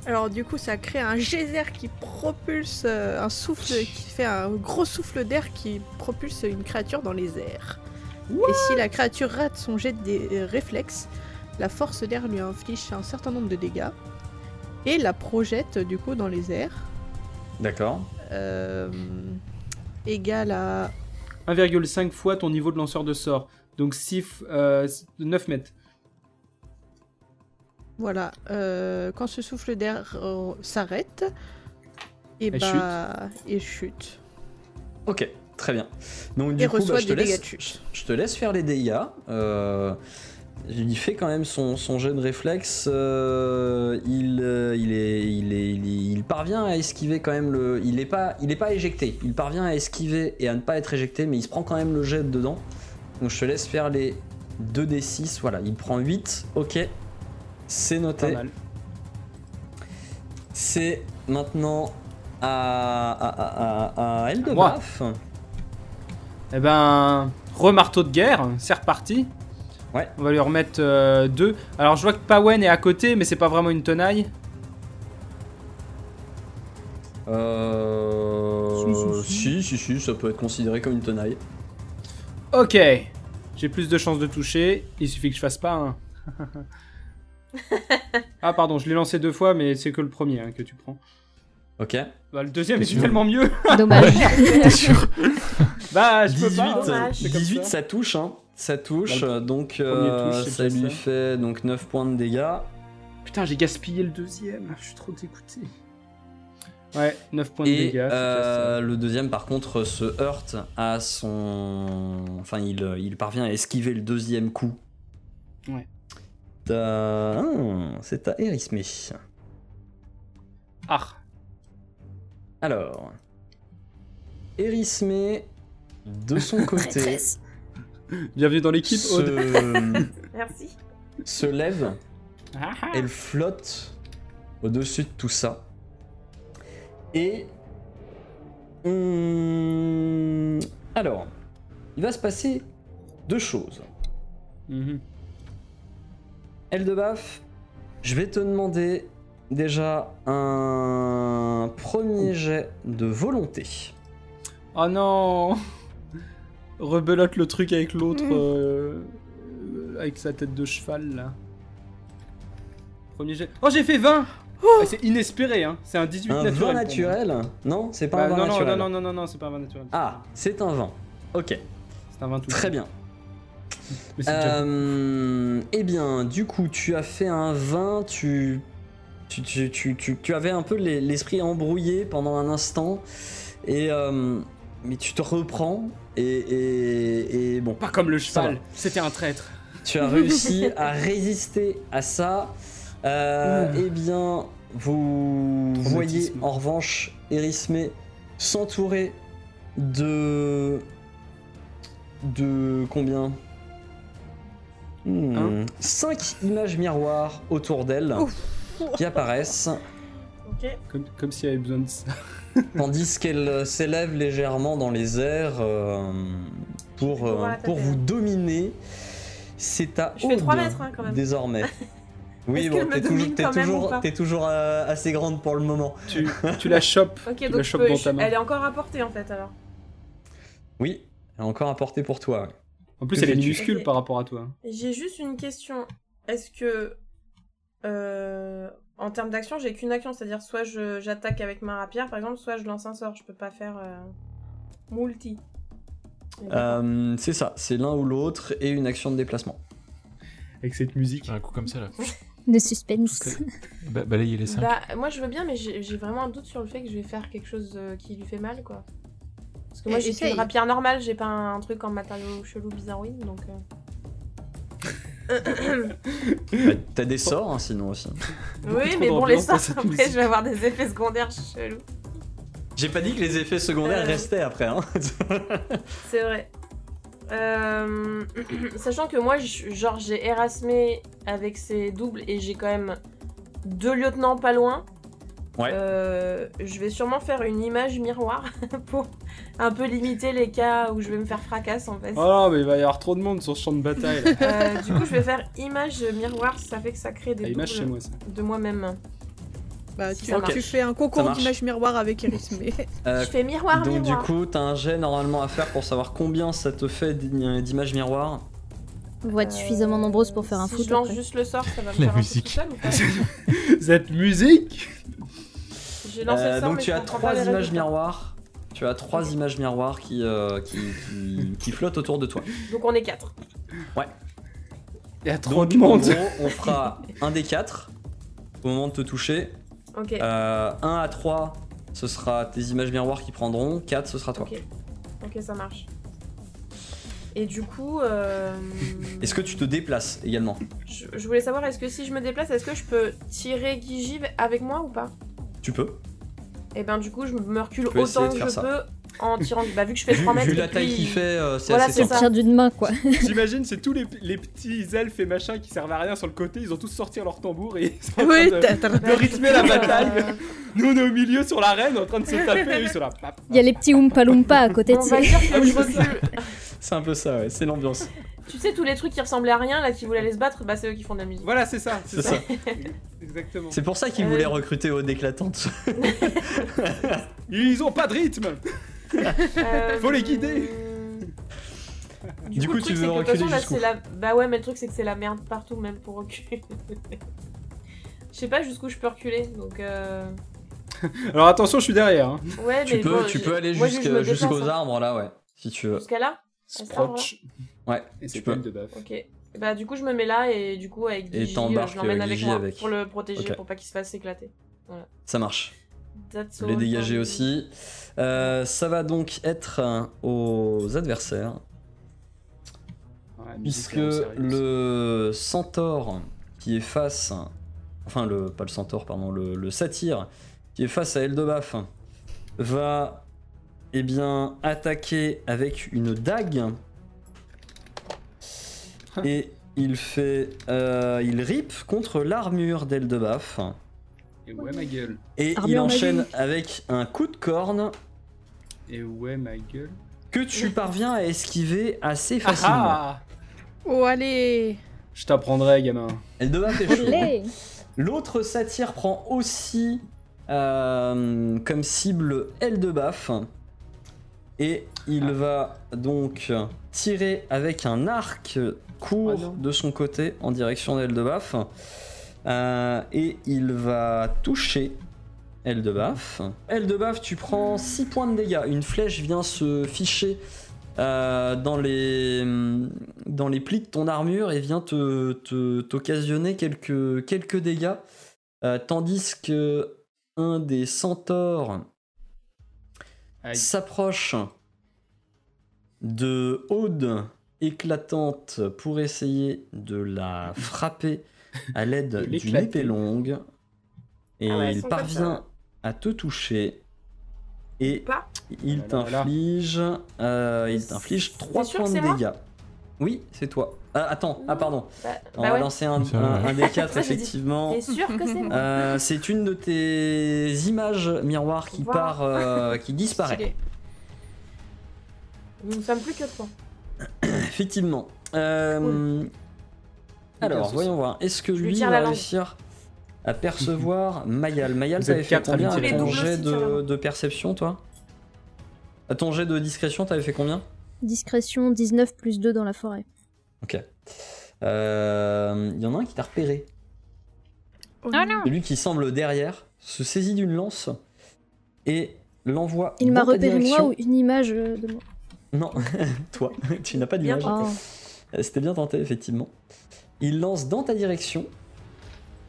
S7: Alors, du coup, ça crée un geyser qui propulse euh, un souffle, qui fait un gros souffle d'air qui propulse une créature dans les airs. Et si la créature rate son jet de euh, réflexe, la force d'air lui inflige un certain nombre de dégâts et la projette du coup dans les airs.
S1: D'accord.
S7: euh, égale à
S3: 1,5 fois ton niveau de lanceur de sort. Donc 6, euh, 9 mètres.
S7: Voilà. euh, quand ce souffle d'air euh, s'arrête, et
S3: Elle
S7: bah, il chute.
S1: Ok, très bien. Donc
S7: Et
S1: du coup, bah,
S7: reçoit
S1: je, te
S7: des dégâts
S1: laisse,
S7: de chute.
S1: je te laisse faire les dégâts. Euh, il fait quand même son, son jet de réflexe. euh, il, euh, il, est, il, est, il, est- il parvient à esquiver quand même le. Il n'est pas, il est pas éjecté. Il parvient à esquiver et à ne pas être éjecté, mais il se prend quand même le jet dedans. Donc je te laisse faire les 2d6. Voilà, il prend 8. Ok, c'est
S3: Pas
S1: noté.
S3: mal.
S1: C'est maintenant à, à, à, à, à Eldebraf.
S3: Eh ben, remarteau de guerre, c'est reparti.
S1: Ouais.
S3: On va lui remettre euh, deux. Alors je vois que Pawen est à côté, mais c'est pas vraiment une tenaille.
S1: Euh... Si si si. ça peut être considéré comme une tenaille.
S3: Ok, j'ai plus de chances de toucher. Il suffit que je fasse pas un. ah pardon, je l'ai lancé deux fois, mais c'est que le premier hein, que tu prends.
S1: Ok.
S3: Bah, le deuxième
S10: T'es
S3: est
S10: sûr
S1: *laughs*
S3: tellement *laughs* mieux.
S6: Dommage.
S10: T'es sûr
S3: *laughs* bah je peux
S1: 18,
S3: pas.
S1: euh,
S3: c'est comme
S1: 18 ça.
S3: ça.
S1: touche, hein. Ça touche,
S3: Bah,
S1: euh, donc
S3: premier
S1: euh,
S3: touche, c'est
S1: ça
S3: déjà
S1: lui
S3: ça.
S1: fait donc 9 points de dégâts.
S3: Putain, j'ai gaspillé le deuxième. Je suis trop dégoûté. Ouais, 9 points de
S1: Et
S3: dégâts. c'est
S1: euh,
S3: déjà ça.
S1: le deuxième, par contre, se heurte à son. Enfin, il, euh, il parvient à esquiver le deuxième coup.
S3: Ouais.
S1: T'as- Ah, C'est à Erismé.
S3: Ah,
S1: Alors. Erismé, de son côté,
S6: Traîtresse.
S3: bienvenue dans l'équipe, Aude. Euh,
S1: se...
S4: Merci.
S1: *laughs* se lève.
S3: Ah, ah.
S1: Elle flotte au-dessus de tout ça. Et. Hum, Alors, il va se passer deux choses.
S3: Mhm.
S1: Eldebaf, je vais te demander déjà un premier jet de volonté.
S3: Oh non Rebelote le truc avec l'autre,
S7: Mm.
S3: euh, euh, avec sa tête de cheval là. Premier jet. Oh j'ai fait 20 Ah, C'est inespéré hein, c'est un 18
S1: Un
S3: naturel.
S1: vin
S3: pour moi.
S1: naturel Non, c'est pas
S3: Bah,
S1: un vin
S3: non, non,
S1: naturel.
S3: non, non, non, non, non, c'est pas un 20 naturel.
S1: Ah, c'est un vin. Ok,
S3: C'est un 20 tout.
S1: très bien.
S3: Mais c'est déjà-
S1: Euh, eh bien, du coup, tu as fait un 20, tu, tu, tu, tu, tu- tu avais un peu les- l'esprit embrouillé pendant un instant, et, euh, mais tu te reprends, et, et, et bon,
S3: Pas comme le
S1: Ça
S3: cheval,
S1: va.
S3: c'était un traître.
S1: tu as réussi à
S2: *laughs*
S1: résister à ça. Euh, Eh bien, vous voyez
S3: Hmm. Traumatisme.
S1: en revanche Erismé s'entourer de. de combien
S3: Hein
S1: 5 images miroirs autour d'elle qui apparaissent
S4: Ok.
S3: Comme, comme s'il y avait besoin de ça.
S1: *laughs* tandis qu'elle euh, s'élève légèrement dans les airs euh, pour,
S4: Pour
S1: euh,
S4: voir la
S1: pour
S4: tête,
S1: vous
S4: hein.
S1: dominer. C'est à
S4: Je fais trois
S1: Aude,
S4: mètres, hein, quand même. *laughs*
S1: Désormais. Oui,
S4: Est-ce
S1: bon,
S4: qu'elle me
S1: t'es toujours,
S4: domine
S1: t'es
S4: quand même ou
S1: toujours,
S4: pas
S1: t'es toujours, euh, assez grande pour le moment. *laughs*
S3: Tu, tu la chopes.
S4: Ok,
S3: la
S4: donc je
S3: chopes
S4: peux-
S3: dans
S4: je-
S3: ta main.
S4: elle est encore à portée en fait alors.
S1: Oui, elle a encore à portée pour toi.
S3: En plus
S1: Que
S3: elle est
S1: fais-tu
S3: minuscule
S4: Ok.
S3: par rapport à toi. hein.
S4: J'ai juste une question. Est-ce que euh, en termes d'action, j'ai qu'une action, c'est-à-dire soit je- j'attaque avec ma rapière par exemple, soit je lance un sort. Je peux pas faire euh, multi.
S1: Euh, c'est ça, c'est l'un ou l'autre et une action de déplacement.
S3: Avec cette musique.
S10: Un coup comme ça là.
S6: Le suspense.
S10: C'était- Ba- balayer les 5.
S4: Bah, moi je veux bien, mais j'ai j'ai vraiment un doute sur le fait que je vais faire quelque chose euh, qui lui fait mal, quoi. Parce que moi
S7: Eh,
S4: j'ai
S7: essaye.
S4: une rapière normale, j'ai pas un, un truc en matériaux chelou bizarroïde, donc. euh.
S1: Bah, T'as des sorts hein, sinon aussi.
S4: Oui,
S3: trop
S4: mais bon, les
S3: d'ambiance dans
S4: sorts,
S3: cette
S4: après
S3: musique.
S4: je vais avoir des effets secondaires chelous.
S1: J'ai pas dit que les effets secondaires
S4: Euh.
S1: restaient après. Hein. *laughs*
S4: C'est vrai. Euh, *clears throat* Sachant que moi, je- genre, j'ai Erasmé avec ses doubles et j'ai quand même deux lieutenants pas loin.
S1: Ouais.
S4: Euh, je vais sûrement faire une image miroir *laughs* pour un peu limiter les cas où je vais me faire fracasse en fait.
S3: Oh non, mais il va y avoir trop de monde sur ce champ de bataille. là.
S4: Euh, du coup, je vais faire image miroir, ça fait que ça crée
S3: Ah,
S4: des
S3: image chez
S4: doubles
S3: moi ça.
S4: de moi-même.
S7: Bah,
S4: Si
S7: tu,
S4: ça marche.
S7: tu fais un
S1: Ça
S7: concours
S1: marche.
S7: d'images miroirs avec Erismé.
S4: *laughs*
S1: Euh,
S4: je fais miroir,
S1: donc du
S4: miroir.
S1: coup, t'as un jet normalement à faire pour savoir combien ça te fait d'i- d'images miroirs.
S6: On va être suffisamment nombreuses pour faire un
S4: si
S6: foot
S4: Je lance
S6: après.
S4: juste le sort,
S10: *laughs*
S4: ça va me
S10: La
S4: faire
S10: musique.
S4: un peu tout seul ou
S3: Cette musique
S4: pas J'ai lancé
S1: Euh,
S4: le sort,
S1: donc
S4: mais
S1: euh, tu
S4: je
S1: as
S4: comprends
S1: trois
S4: pas les
S1: images
S4: résultats.
S1: miroirs. Tu as trois images miroirs qui, euh, qui, qui- qui flottent autour de toi.
S4: Donc on est quatre.
S3: Il y a
S1: Donc, en gros, on fera un des quatre au moment de te toucher.
S4: Ok.
S1: Euh, 1 à 3, ce sera tes images miroirs qui prendront. 4, ce sera toi.
S4: Ok. Ok, ça marche. Et du coup, euh,
S1: Est-ce que tu te déplaces également
S4: je, je voulais savoir, est-ce que si je me déplace, est-ce que je peux tirer Guigi avec moi ou pas
S1: Tu peux.
S4: Et ben du coup, je me recule
S1: Tu peux essayer
S4: autant
S1: de
S4: que
S1: faire
S4: je
S1: ça.
S4: peux en tirant. Bah vu que je fais
S1: Vu,
S4: 3 mètres,
S1: vu
S4: et
S1: la taille
S4: puis-
S1: qu'il fait, euh, *laughs* c'est
S4: Voilà,
S1: assez
S4: c'est
S1: simple.
S4: ça.
S6: Tire *laughs* d'une main, quoi.
S3: J'imagine, c'est tous les, les petits elfes et machins qui servent à rien sur le côté, ils ont tous sorti leur tambour et *laughs* ils sont en
S2: Oui,
S3: train de,
S2: t'as- t'as-
S3: de rythmer la
S4: Euh,
S3: bataille. Nous, on est au milieu sur l'arène en train de se taper
S4: *laughs*
S3: et ils sont là. pap,
S6: Il y a les petits Oompa Loompa à côté de
S4: on va
S6: ses...
S4: dire
S3: Ah
S4: que
S3: oui,
S4: je
S3: c'est ça.
S4: recule.
S1: C'est un peu ça, ouais, c'est l'ambiance.
S4: Tu sais tous les trucs qui ressemblaient à rien là, qui voulaient aller se battre, bah c'est eux qui font de la musique.
S3: Voilà, c'est ça, c'est
S1: C'est
S3: ça. *laughs* Exactement.
S1: C'est pour ça qu'ils
S4: Euh.
S1: voulaient recruter Aude *laughs* éclatante.
S3: Ils ont pas de rythme.
S4: Euh,
S3: Faut les guider.
S4: Du,
S1: Du
S4: coup,
S1: coup,
S4: le
S1: tu
S4: truc,
S1: veux
S4: c'est que de toute
S1: reculer
S4: façon, là,
S1: jusqu'où
S4: c'est la... Bah ouais, mais le truc, c'est que c'est la merde partout, même pour reculer. *laughs* Je sais pas jusqu'où je peux reculer, donc euh...
S3: Alors attention, je suis derrière. hein.
S4: Ouais,
S1: Tu
S4: mais
S1: peux,
S4: bon,
S1: tu
S4: je-
S1: peux aller
S4: moi, je- je
S1: jusqu'à-
S4: me déplace,
S1: jusqu'aux
S4: hein.
S1: arbres là, ouais, si tu veux.
S4: Jusqu'à là
S3: Sproch.
S1: Ouais,
S3: Et
S1: tu
S3: c'est
S1: peux.
S3: pas une de bœuf.
S4: Ok. Bah du coup, je me mets là et du coup, avec
S1: Et
S4: Gigi, euh,
S1: t'embarques,
S4: je l'emmène
S1: euh,
S4: avec
S1: Gigi
S4: moi
S1: avec.
S4: pour le protéger,
S1: Ok.
S4: pour pas qu'il se fasse éclater.
S1: Ça marche.
S4: That's
S1: Je l'ai
S4: all.
S1: dégagé aussi. Euh, ça va donc être euh, aux adversaires.
S3: Ouais, mais
S1: Puisque
S3: c'est vraiment sérieux.
S1: le centaure qui est face. Enfin, le, pas le centaure, pardon, le, le satyre qui est face à Eldebaf va eh bien, attaquer avec une dague.
S3: Ah.
S1: Et il fait. euh, il rip contre l'armure d'Eldebaf.
S3: Et ouais, ma gueule.
S1: Et
S6: Armure
S1: il enchaîne
S6: magique.
S1: avec un coup de corne
S3: Et ouais, ma gueule.
S1: que
S6: *laughs*
S1: tu parviens à esquiver assez
S3: Ah
S1: facilement.
S3: ah
S7: Oh, allez
S3: Je t'apprendrai, gamin.
S1: Eldebaf est chaud.
S6: Olé
S1: L'autre satire prend aussi euh, comme cible Eldebaf. Et il
S3: Ah.
S1: va donc tirer avec un arc
S3: Ah
S1: court
S3: non.
S1: de son côté en direction d'Eldebaf. Euh, et il va toucher Eldebaf. Eldebaf, tu prends 6 points de dégâts. Une flèche vient se ficher euh, dans, les, dans les plis de ton armure et vient te- te- t'occasionner quelques, quelques dégâts. Euh, tandis que un des centaures
S3: Aïe.
S1: s'approche de Aude éclatante pour essayer de la frapper à
S3: De
S1: l'aide d'une
S3: l'éclater.
S1: épée longue. Et
S4: Ah ouais, elles
S1: il
S4: sont comme
S1: parvient à te toucher. Et
S4: Pas.
S1: il
S3: Oh là là là là.
S1: t'inflige euh, il t'inflige 3
S4: sûr que
S1: points de
S4: c'est moi
S1: dégâts. Oui, c'est toi. Ah, attends, ah pardon.
S4: Bah,
S1: On
S4: bah
S1: va
S4: ouais.
S1: lancer un,
S10: Ça,
S1: un-
S10: ouais.
S1: un
S4: *laughs*
S1: des 4
S4: Ça, j'ai dit.
S1: effectivement.
S4: T'es sûr que c'est moi
S1: Euh, c'est une de tes images miroirs qui
S4: Wow.
S1: part, euh, qui disparaît.
S2: Stylé.
S4: Nous ne sommes plus que trois.
S1: Effectivement. Euh, Alors,
S3: souci.
S1: voyons voir. Est-ce que
S4: Je lui
S1: lui
S4: tire la
S1: va
S4: langue.
S1: réussir à percevoir
S3: *laughs*
S1: Mayal Mayal,
S3: Vous
S1: t'avais
S3: êtes
S1: fait
S3: quatre à
S1: combien
S3: lui
S1: à
S3: tirer.
S1: ton
S4: Les doubles
S1: jet
S4: aussi, tiens, la
S1: de,
S4: langue.
S1: de perception, toi À ton jet de discrétion, t'avais fait combien
S6: *laughs* Discrétion, 19 plus 2 dans la forêt.
S1: Euh, Il y en a un qui t'a repéré.
S4: Oh
S6: Ah non
S1: Celui qui semble derrière se saisit d'une lance et l'envoie.
S6: Il m'a
S1: dans ta
S6: repéré moi
S1: direction.
S6: ou une image euh, de moi
S1: Non, *laughs* toi, tu n'as pas
S4: Bien
S1: d'image.
S6: Oh.
S1: Euh, C'était bien tenté, effectivement. Il lance dans ta direction.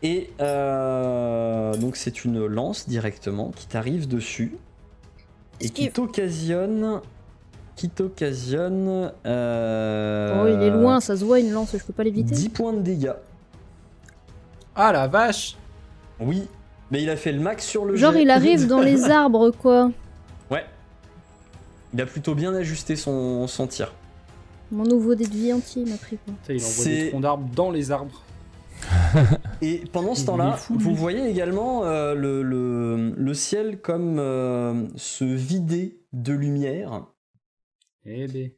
S1: Et euh, donc, c'est une lance directement qui t'arrive dessus. Et qui
S6: Esquive.
S1: t'occasionne. Qui t'occasionne. euh,
S6: Oh, il est loin, ça se voit une lance, je peux pas l'éviter.
S1: 10 points de dégâts.
S3: Ah la vache
S1: Oui, mais il a fait le max sur le
S6: *laughs* Genre,
S1: jet.
S6: il arrive
S1: *laughs*
S6: dans les arbres, quoi.
S1: Ouais. Il a plutôt bien ajusté son, son tir.
S6: Mon nouveau dé de vie entier m'a pris, quoi.
S3: Ça, il envoie
S1: C'est-
S3: des troncs d'arbres dans les arbres.
S1: Et pendant ce
S3: Il
S1: temps-là,
S3: est fou, lui.
S1: vous voyez également euh, le, le- le ciel comme euh, se vider de lumière.
S3: Eh ben.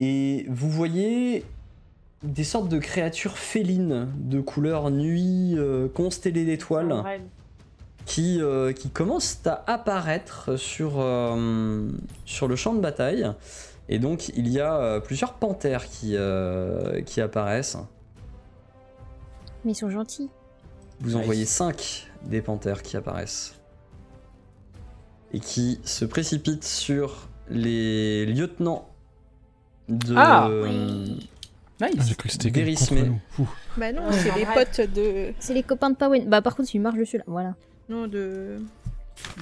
S1: Et vous voyez des sortes de créatures félines de couleur nuit, euh, constellées d'étoiles,
S4: Ouais.
S1: qui, euh, qui commencent à apparaître sur, euh, sur le champ de bataille. Et donc il y a euh, plusieurs panthères qui, euh, qui apparaissent.
S6: Mais ils sont gentils.
S1: Vous en
S3: Nice.
S1: voyez 5 des panthères qui apparaissent. et qui se précipite sur les lieutenants de euh,
S10: Ah,
S3: Ah.
S10: J'ai
S3: Nice.
S10: cru que c'était contre
S1: Dérismé.
S10: nous. Ouh.
S7: Bah non, c'est les
S4: Arrête.
S7: potes de.
S6: C'est les copains de Powin. Bah par contre, il marche dessus là. Voilà.
S7: Non, de.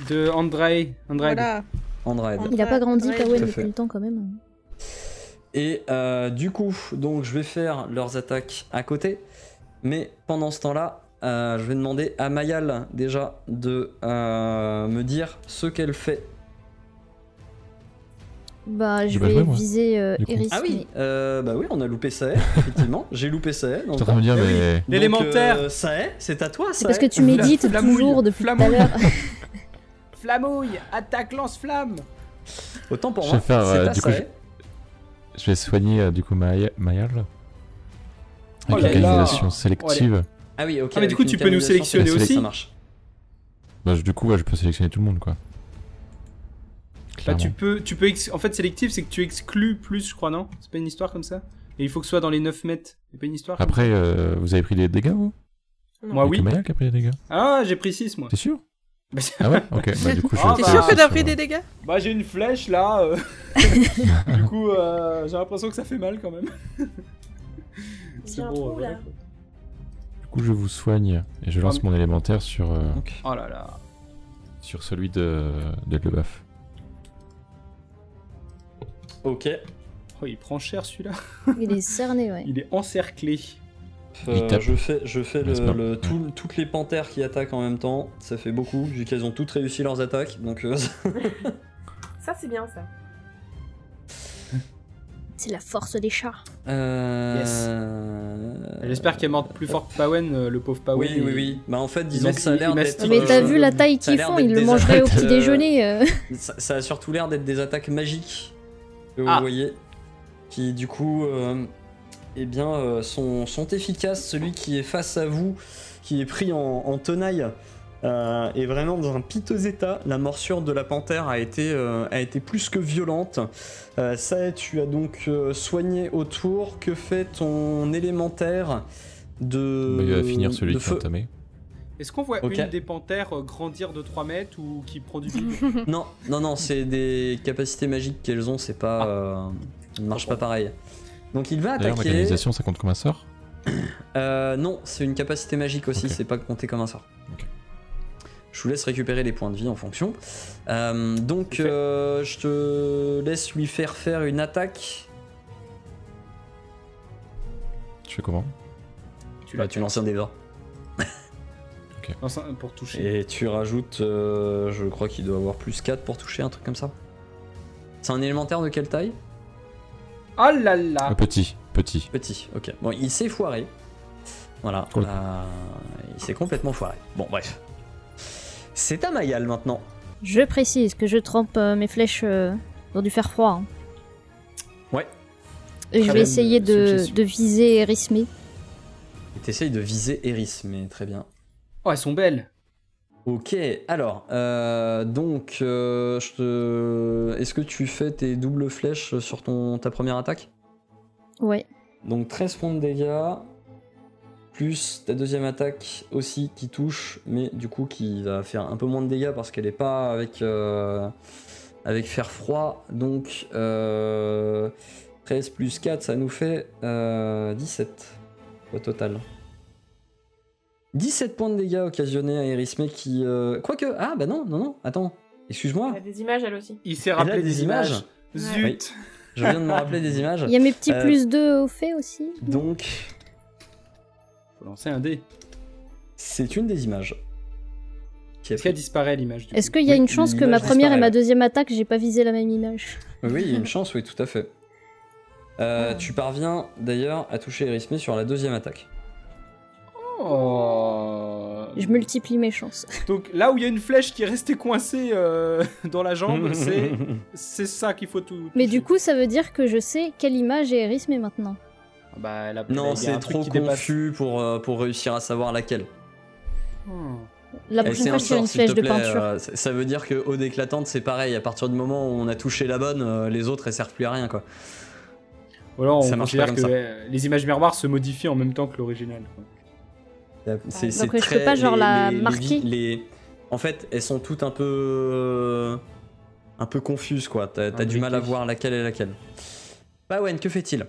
S3: De Andrei. Andrei.
S7: Voilà.
S1: Andrade.
S6: Il a pas grandi,
S7: Ouais,
S6: Powin,
S1: tout à fait.
S6: depuis le temps quand même. hein.
S1: Et euh, du coup, donc je vais faire leurs attaques à côté. Mais pendant ce temps-là, euh, je vais demander à Mayal déjà de euh, me dire ce qu'elle fait.
S6: Bah, je
S10: J'ai pas
S6: vais
S10: joué, moi.
S6: viser euh,
S10: Du coup.
S6: Eris, mais-
S1: Euh, Bah oui, on a loupé Sae, *laughs* effectivement. J'ai loupé Sae. bah,
S10: T'es en train de me dire, mais.
S3: L'élémentaire.
S1: euh, Sae, c'est à
S4: Ah,
S1: toi,
S6: C'est
S1: Sae.
S6: parce que tu
S3: Fla-
S6: médites
S3: flamouille,
S6: toujours depuis tout à
S3: flamouille.
S10: *laughs*
S6: l'heure.
S3: *laughs* Flamouille, attaque lance-flamme.
S1: Autant pour
S10: Je
S1: moi,
S10: vais faire,
S1: c'est
S10: euh,
S1: à
S10: du coup,
S1: Sae.
S10: Je vais soigner euh, du coup Maya- Mayal.
S3: Oh
S10: Avec
S3: là là.
S10: localisation sélective.
S1: Ah oui, ok.
S3: Ah, mais du
S1: avec
S3: coup, tu
S1: une
S3: peux nous
S1: canalisation,
S3: sélectionner
S1: c'est-
S3: aussi.
S1: Ça marche.
S10: Bah, je- du coup, ouais, je peux sélectionner tout le monde quoi.
S3: Bah,
S10: Clairement.
S3: tu peux, tu peux ex- en fait, sélectif, c'est que tu exclus plus, je crois, non C'est pas une histoire comme ça Et il faut que ce soit dans les 9 mètres. C'est pas une histoire comme
S10: Après, euh, vous avez pris des dégâts vous
S3: ça Moi,
S10: Y'a que
S3: oui.
S10: Mayal qui a pris des dégâts.
S3: Ah, j'ai pris 6, moi.
S10: T'es sûr
S3: Bah, c'est-
S10: Ah ouais Ok, bah du coup, je
S3: Ah,
S7: T'es
S3: bah,
S7: sûr que t'as
S10: sur,
S7: pris
S10: euh,
S7: des dégâts
S3: Bah, j'ai une flèche, là. euh. *laughs* du coup, euh, j'ai l'impression que ça fait mal, quand même. *laughs*
S4: J'ai un
S3: bon, euh,
S4: trou, là.
S3: voilà,
S10: Du coup, je vous soigne et je
S3: Ah,
S10: lance mon élémentaire sur, euh,
S1: Donc,
S3: quoi. Oh là là.
S10: sur celui de, de Glebuff.
S1: ok.
S3: Oh, il prend cher, celui-là.
S6: Il est cerné, ouais.
S3: Il est encerclé.
S1: Euh,
S10: Il tape.
S1: je fais, je fais le,
S10: N'est-ce pas
S1: le- tout- toutes les panthères qui attaquent en même temps. Ça fait beaucoup, vu qu'elles ont toutes réussi leurs attaques. Donc, euh, *laughs*
S4: Ça, c'est bien ça.
S6: *laughs* C'est la force des chats.
S1: euh,
S3: J'espère qu'elle est morte plus fort que Pawen, euh, le pauvre Pawen.
S1: oui,
S3: il-
S1: oui, oui. Bah en fait, disons
S3: m'a-
S1: que ça a
S3: il
S1: l'air
S3: m'a
S1: d'être.
S3: stiqué.
S6: Mais
S3: Euh,
S6: t'as vu la taille
S1: ça a
S6: qu'ils
S1: l'air
S6: font,
S1: d'être
S6: ils le
S1: des
S6: mangeraient au
S1: attaques,
S6: petit
S1: euh,
S6: déjeuner. euh.
S1: Ça, ça a surtout l'air d'être des attaques magiques que vous
S3: Ah.
S1: voyez, qui du coup, euh, eh bien, euh, sont, sont efficaces. Celui qui est face à vous, qui est pris en, en tenaille, euh, est vraiment dans un piteux état. La morsure de la panthère a été, euh, a été plus que violente. Euh, ça, tu as donc euh, soigné autour. Que fait ton élémentaire de
S10: Bah, il va finir celui
S1: de
S10: qui a
S1: feu
S10: entamé.
S3: Est-ce qu'on voit
S1: Ok.
S3: une des panthères euh, grandir de 3 mètres ou qui
S6: *laughs*
S3: prend du bide
S1: Non, non, non, c'est des capacités magiques qu'elles ont, c'est pas.
S3: Ah.
S1: euh, ça ne marche pas pareil. Donc il va
S10: D'ailleurs, ma
S1: attaquer.
S10: canalisation, ça compte comme un sort
S1: Euh, non, c'est une capacité magique aussi,
S10: Ok.
S1: c'est pas compté comme un sort.
S10: Ok.
S1: Je vous laisse récupérer les points de vie en fonction. Euh, donc
S3: Parfait.
S1: euh, je te laisse lui faire faire une attaque.
S10: Je fais comment
S1: Tu, bah, tu lances un des 20.
S3: Non, ça, Pour toucher.
S1: Et tu rajoutes, euh, je crois qu'il doit avoir plus 4 pour toucher, un truc comme ça. C'est un élémentaire de quelle taille
S3: Oh là là
S10: Ah, Petit, petit.
S1: Petit, ok. Bon, il s'est foiré. Voilà,
S10: Cool.
S1: euh, il s'est complètement foiré. Bon, bref. C'est à Mayal maintenant.
S6: Je précise que je trempe euh, mes flèches euh, dans du fer froid. hein.
S1: Ouais.
S6: Et je
S1: Très
S6: vais
S1: bonne
S6: essayer de,
S1: suggestion.
S6: de viser Erismé.
S1: Et T'essayes de viser Eris, mais très bien.
S3: Oh, elles sont belles
S1: Ok, alors, euh, donc, euh, je te... est-ce que tu fais tes doubles flèches sur ton, ta première attaque
S6: Ouais.
S1: Donc 13 points de dégâts, plus ta deuxième attaque aussi qui touche, mais du coup qui va faire un peu moins de dégâts parce qu'elle n'est pas avec, euh, avec fer froid. Donc euh, 13 plus 4, ça nous fait euh, 17 au total. 17 points de dégâts occasionnés à Erisme qui... euh, Quoique... Ah bah non, non, non, attends. Excuse-moi,
S4: Il y a des images, elle aussi.
S3: Il s'est
S1: elle a
S3: rappelé
S1: des images.
S3: Zut
S1: Je viens de me rappeler des images.
S6: Il y a mes petits
S1: Euh,
S6: plus 2 au fait aussi.
S1: Donc...
S3: Faut lancer un dé.
S1: C'est une des images. Qui a
S3: Est-ce qu'elle
S1: pris-
S3: disparaît l'image du
S6: Est-ce
S3: coup
S6: qu'il y a
S1: oui,
S6: une chance que ma
S1: l'image
S6: première et ma
S1: disparaît.
S6: deuxième attaque, j'ai pas visé la même image
S1: Oui, il
S6: *laughs*
S1: y a une chance, oui, tout à fait. Euh,
S4: Ah.
S1: Tu parviens d'ailleurs à toucher Erismé sur la deuxième attaque.
S3: Oh.
S6: Je multiplie mes chances.
S3: *laughs* Donc là où il y a une flèche qui est restée coincée euh, *laughs* dans
S1: *laughs*
S3: la jambe, c'est c'est ça qu'il faut tout.
S6: Mais
S3: toucher.
S6: du coup, ça veut dire que je sais quelle image est Erismé maintenant.
S3: Bah,
S1: Ah,
S3: elle a- il y a
S1: Non,
S3: un
S1: c'est
S3: truc
S1: trop
S3: qui dépasse.
S1: confus pour, euh, pour réussir à savoir laquelle. *laughs*
S3: Hmm.
S6: La
S1: Eh,
S6: prochaine
S1: C'est
S6: fois,
S1: un
S6: je tire
S1: sort,
S6: une
S1: s'il te
S6: flèche de
S1: plaît.
S6: peinture.
S1: euh, ça ça veut dire que Aude éclatante, c'est pareil. À partir du moment où on a touché la bonne, euh, les autres, elles servent plus à rien, quoi.
S3: Ou alors on
S1: Ça marche pas
S3: considère que
S1: comme ça.
S3: euh, les images miroirs se modifient en même temps que l'original. quoi.
S1: C'est, c'est
S6: Bah, Donc, je peux
S1: très-
S6: pas, genre, la
S1: vi-
S6: marquer
S1: les- En fait, elles sont toutes un peu. un peu confuses, quoi. T'as t'as du mal à
S3: Imbriquées.
S1: voir laquelle est laquelle. Pawen, que fait-il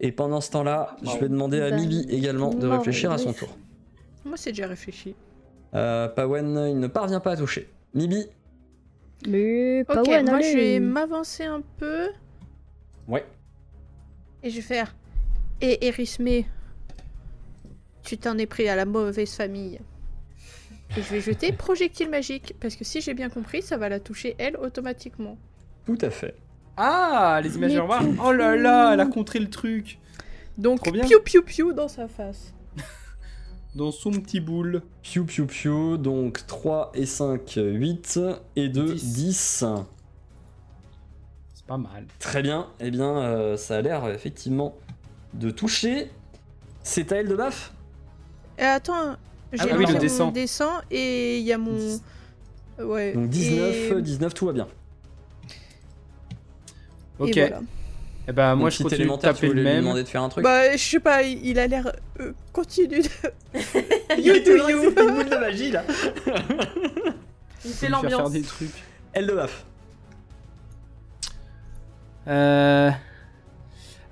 S1: Et pendant ce temps-là, je vais demander à
S6: Ben,
S1: Bibi également de
S6: mort,
S1: réfléchir à son
S6: oui.
S1: tour.
S7: Moi, c'est déjà réfléchi.
S1: Euh, Pawen, il ne parvient pas à toucher. Bibi
S6: Mais
S7: Ok,
S6: pas Bah ouais,
S7: moi, je vais
S6: allez.
S7: m'avancer un peu
S1: Ouais.
S7: et je vais faire. Et Erismé, tu t'en es pris à la mauvaise famille. Et je vais jeter projectile magique parce que si j'ai bien compris, ça va la toucher elle automatiquement.
S1: Tout à fait.
S3: Ah, les images
S6: Mais
S3: au revoir.
S6: tu
S3: Oh là là, elle a contré le truc
S7: Donc
S3: Trop bien.
S7: piou piou piou dans sa face.
S3: dans son petit boule.
S1: Piu piu piu, donc 3 et 5, 8 et 2,
S3: Dix.
S1: 10.
S3: C'est pas mal.
S1: Très bien, eh bien euh, ça a l'air euh, effectivement de toucher. C'est à elle de baf
S7: Et Euh, attends, j'ai
S3: oui,
S1: Ah
S7: lancé
S3: le
S7: mon
S3: dessin.
S7: dessin et il y a mon.
S3: Dix.
S7: Ouais.
S1: Donc 19,
S7: et-
S1: euh, 19 tout va bien.
S3: Ok.
S7: Et voilà.
S3: Eh ben, moi,
S1: Donc,
S3: je
S1: petit
S3: continue de
S1: élémentaire, tu
S3: taper
S1: voulais
S3: le
S1: lui
S3: même.
S1: demander de faire un truc
S7: Bah, je sais pas, il a l'air. euh, continue
S1: *laughs*
S7: de.
S1: Il
S7: you
S1: était
S7: do
S1: vrai que
S7: you.
S1: c'était une boule de magie là
S4: Il
S3: Je vais
S4: fait
S3: lui faire faire
S4: l'ambiance.
S3: des trucs.
S1: Elle de baf.
S3: Euh,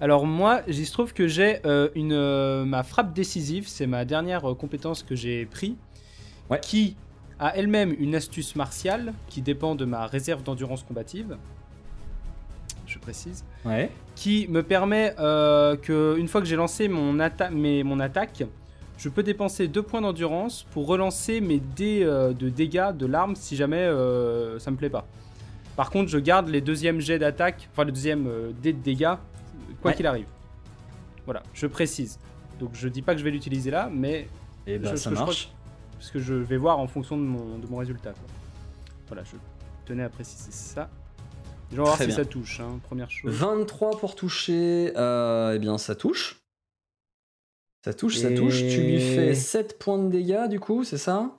S3: Alors moi, il se trouve que j'ai euh, une euh, ma frappe décisive, c'est ma dernière euh, compétence que j'ai pris,
S1: Ouais.
S3: qui a elle-même une astuce martiale qui dépend de ma réserve d'endurance combative. Je précise
S1: Ouais.
S3: qui me permet euh, que une fois que j'ai lancé mon, atta- mes- mon attaque, je peux dépenser deux points d'endurance pour relancer mes dés euh, de dégâts de l'arme si jamais euh, ça me plaît pas. Par contre, je garde les deuxièmes jets d'attaque, enfin le deuxième euh, dé de dégâts, quoi
S1: Ouais.
S3: qu'il arrive. Voilà, je précise. Donc je dis pas que je vais l'utiliser là, mais
S1: Et bah
S3: Je-
S1: ça
S3: je crois
S1: marche.
S3: parce que je vais voir en fonction de mon, de mon résultat. quoi. Voilà, je tenais à préciser ça. Je vais voir
S1: Très
S3: si
S1: bien.
S3: ça touche, hein, première chose.
S1: 23 pour toucher, euh, eh bien ça touche. Ça touche, ça
S3: Et-
S1: touche. Tu lui fais 7 points de dégâts du coup, c'est ça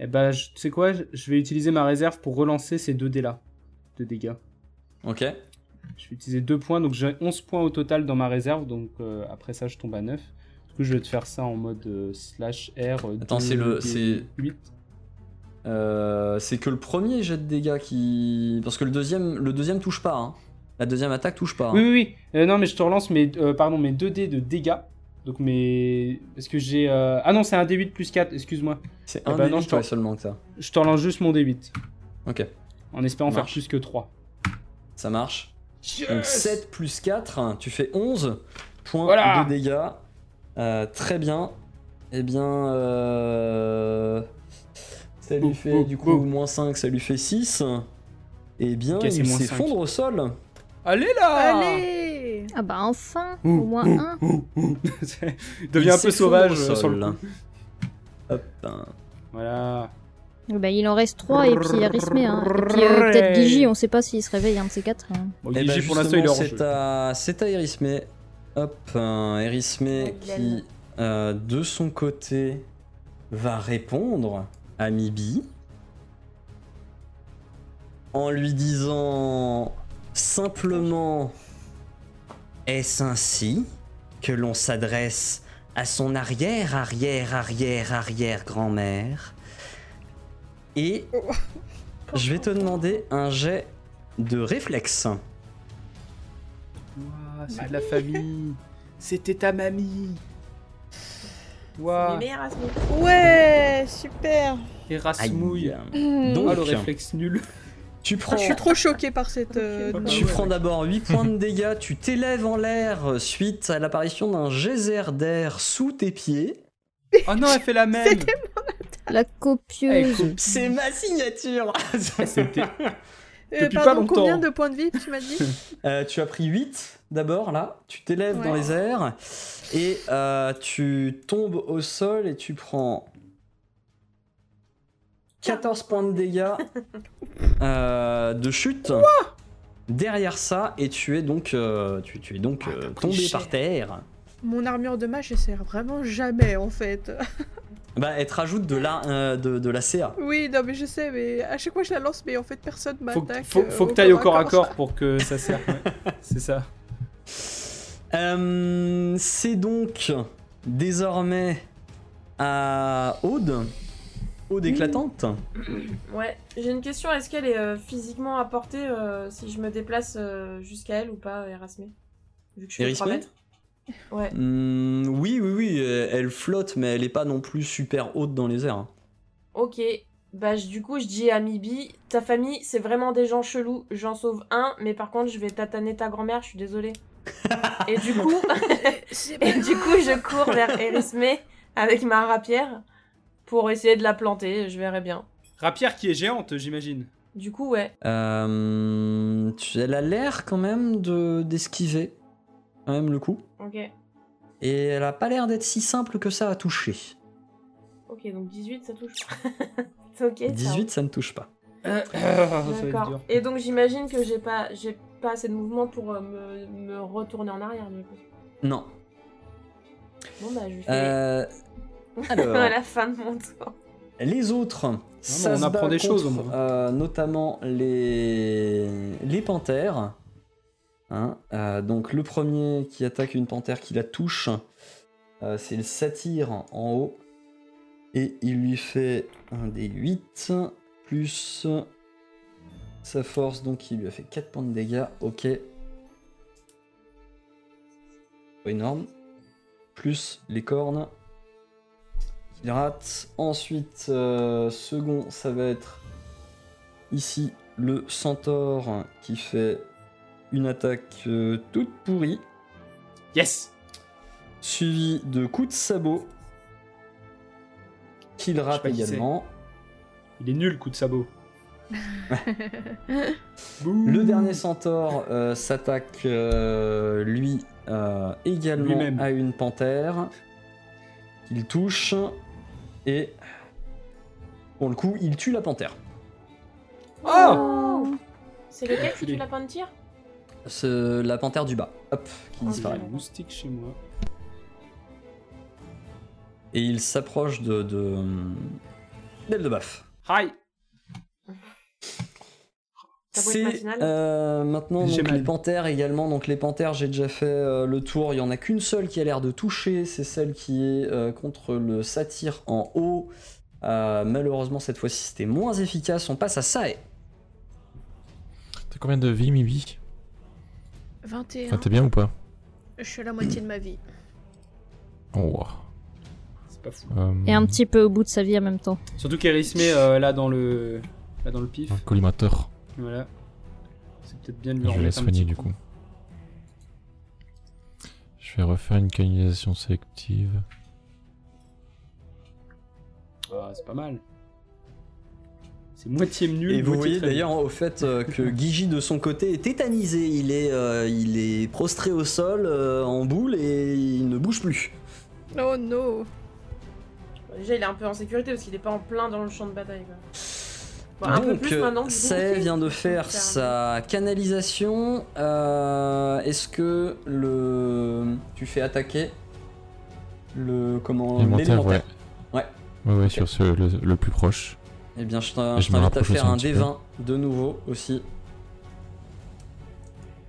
S3: Eh ben, je- tu sais quoi, je- je vais utiliser ma réserve pour relancer ces deux dés-là, de dégâts.
S1: Ok.
S3: Je vais utiliser deux points, donc j'ai 11 points au total dans ma réserve, donc euh, après ça, je tombe à 9. Du coup, je vais te faire ça en mode euh, slash R. euh,
S1: Attends,
S3: deux
S1: c'est le-
S3: dés
S1: c'est-
S3: huit.
S1: Euh, c'est que le premier jet de dégâts qui. Parce que le deuxième, le deuxième touche pas. hein. La deuxième attaque touche pas. hein.
S3: Oui, oui, oui. Euh, non, mais je te relance mes, euh, pardon, mes 2 dés de dégâts. Donc mes... Est-ce que j'ai... euh, Ah non, c'est un D8 plus 4, excuse-moi.
S1: C'est
S3: Eh
S1: un
S3: ben
S1: des
S3: non,
S1: huit,
S3: je t'en-
S1: ouais, seulement que ça.
S3: Je te relance juste mon D8,
S1: Ok,
S3: en espérant faire
S1: Marche.
S3: plus que 3.
S1: ça marche. Donc 7 plus 4, hein, tu fais 11 points
S3: Voilà.
S1: de dégâts. Euh, très bien. Eh bien. euh, Ça lui
S3: Boum,
S1: fait
S3: boum,
S1: du coup
S3: boum.
S1: moins 5, ça lui fait 6. Eh bien,
S3: Ok, c'est
S1: il
S3: moins cinq.
S1: s'effondre au sol.
S3: *laughs* Allez là
S7: Allez
S6: Ah bah enfin,
S3: Ouh,
S6: au moins
S3: ouh,
S6: un.
S3: ouh, ouh. C'est- Devient un peu sauvage euh, sur le coup.
S1: Hop, hein.
S3: Voilà.
S6: Eh ben, il en reste trois et puis Rismé. Hein. Et puis euh, peut-être Gigi, on sait pas s'il se réveille un de ces quatre. hein.
S3: Bon,
S1: Eh
S3: Gigi,
S1: ben,
S3: pour l'instant, il est
S1: justement,
S3: hors jeu.
S1: C'est à, c'est à Erismé. Hop, hein, Erismé qui,
S4: Madeleine.
S1: euh, de son côté, va répondre à Mibi en lui disant simplement Est-ce ainsi que l'on s'adresse à son arrière, arrière, arrière, arrière grand-mère Et je vais te demander un jet de réflexe.
S7: Hmm.
S3: Ouah, c'est de la famille.
S9: C'était ta mamie.
S3: Ouah,
S4: Mais Erasmus.
S7: Ouais, super.
S3: Erasmouille.
S1: Donc,
S3: Ah, le réflexe nul.
S1: tu
S7: Ah,
S1: prends,
S7: je suis trop choquée par cette. euh,
S3: Ok.
S1: tu
S3: Ah ouais.
S1: prends d'abord 8 points de dégâts, tu t'élèves en l'air suite à l'apparition d'un geyser d'air sous tes pieds.
S3: Oh non, elle fait la même.
S6: La
S3: Elle
S6: copieuse.
S3: coupe.
S1: C'est ma signature
S3: *laughs* C'était-
S7: euh,
S3: Depuis pas
S7: pardon,
S3: longtemps.
S7: combien de points de vie tu
S3: *laughs*
S7: m'as dit
S1: Euh, Tu as pris 8 d'abord là, tu t'élèves dans
S7: Ouais.
S1: les airs et euh, tu tombes au sol et tu prends 14 points de
S4: *laughs*
S1: dégâts euh, de chute. Derrière ça, et tu es donc, euh, tu, tu es donc euh, tombé par terre.
S7: Mon armure de mage, elle sert vraiment jamais en fait. *laughs*
S1: Bah, elle te rajoute de la, euh, de, de la CA.
S7: Oui, non mais je sais, mais à chaque fois je la lance, mais en fait personne
S3: Faut, que-
S7: m'attaque.
S3: faut,
S7: euh,
S3: faut que t'ailles au corps à
S7: corps.
S3: corps pour que ça serve. *laughs* ouais. C'est ça.
S1: Euh, c'est donc désormais à Aude. Aude éclatante.
S4: Ouais, j'ai une question. Est-ce qu'elle est euh, physiquement à portée euh, si je me déplace euh, jusqu'à elle ou pas, Erasmé Vu que je fais 3
S1: Erasmé
S4: mètres Ouais.
S1: Hmm, oui, oui, oui, euh, elle flotte, mais elle est pas non plus super haute dans les airs. hein.
S4: Ok. Bah, je- du coup, je dis à Mibi, ta famille, c'est vraiment des gens chelous. J'en sauve un, mais par contre, je vais tataner ta grand-mère, je suis désolée. et du coup, *laughs* et du coup, je cours vers Erismé avec ma rapière pour essayer de la planter. Je verrai bien.
S3: Rapière qui est géante, j'imagine.
S4: Du coup, ouais.
S1: Euh, tu- elle a l'air quand même de d'esquiver, quand même le coup.
S4: Ok.
S1: Et elle a pas l'air d'être si simple que ça à toucher.
S4: Ok, donc 18, ça touche. C'est ok. ça.
S1: 18, ça ne touche pas.
S4: Euh,
S3: Euh,
S4: D'accord. Et donc j'imagine que j'ai pas, j'ai pas assez de mouvement pour euh, me, me retourner en arrière du coup.
S1: Non.
S4: Bon bah je fais
S1: Euh,
S4: *laughs*
S1: alors.
S4: à la fin de mon tour.
S1: Les autres, ça
S3: on
S1: se
S3: apprend
S1: bat
S3: des choses,
S1: contre,
S3: au moins.
S1: euh, notamment les les panthères. Hein, euh, donc le premier qui attaque une panthère qui la touche, euh, c'est le satyre en haut. Et il lui fait un des 8 plus sa force, donc il lui a fait 4 points de dégâts. Ok. Pas énorme. Plus les cornes. Il rate. Ensuite, euh, second, ça va être ici le centaure qui fait une attaque euh, toute pourrie,
S3: Yes
S1: suivi de coups de sabot qu'il rate
S3: pas qui c'est.
S1: également.
S3: Il est nul, coup de sabot.
S1: Le dernier centaure euh, s'attaque euh, lui euh, également
S3: Lui-même.
S1: à une panthère. Il touche et pour le coup, il tue la panthère.
S3: Oh
S4: C'est lequel qui
S3: Enculé.
S4: tue la peinture
S1: Ce- la panthère du bas, hop, qui disparaît.
S3: Un moustique chez moi.
S1: Et il s'approche de. de. d'Eldebaf.
S3: Hi
S4: Ta boîte
S1: C'est
S4: matinale
S1: euh, maintenant
S3: J'ai
S1: donc,
S3: mal.
S1: les panthères également. Donc les panthères, j'ai déjà fait euh, le tour. Il y en a qu'une seule qui a l'air de toucher. C'est celle qui est euh, contre le satyre en haut. Euh, malheureusement, cette fois-ci, c'était moins efficace. On passe à Sae.
S10: T'as combien de vie, Mibi
S7: 21.
S10: Enfin, Ah, T'es bien ou pas
S7: Je suis à la moitié de ma vie.
S10: Oh, wow.
S3: C'est pas fou.
S10: Euh,
S6: Et un petit peu au bout de sa vie en même temps.
S3: Surtout qu'Erismé,
S1: *laughs*
S3: euh, là, dans le... là dans le pif.
S10: un collimateur.
S3: Voilà. C'est peut-être bien de lui
S10: Je vais la
S3: remettre un
S10: soigner
S3: petit
S10: du
S3: coup.
S10: coup. Je vais refaire une canalisation sélective.
S3: Ah, c'est pas mal. C'est moitié nul.
S1: Et vous
S3: moitié
S1: voyez
S3: très
S1: d'ailleurs au fait euh, que
S3: *laughs*
S1: Guigi de son côté est tétanisé. Il est, euh, il est prostré au sol euh, en boule et il ne bouge plus.
S7: Oh no
S4: Bon, Bah, Déjà il est un peu en sécurité parce qu'il est pas en plein dans le champ de bataille. Quoi. Bon, Bah, un peu
S1: Donc,
S4: plus maintenant. du coup.
S1: Sae vient de faire sa canalisation. Euh, Est-ce que le tu fais attaquer le comment
S10: Élémentaire, ouais.
S1: Ouais.
S10: Ouais, ouais, sur ce, le, le plus proche.
S1: Eh bien, je
S10: Je
S1: t'in- je
S10: me
S1: t'invite à
S10: rapproche
S1: faire
S10: un
S1: un
S10: petit peu.
S1: D20 de nouveau aussi.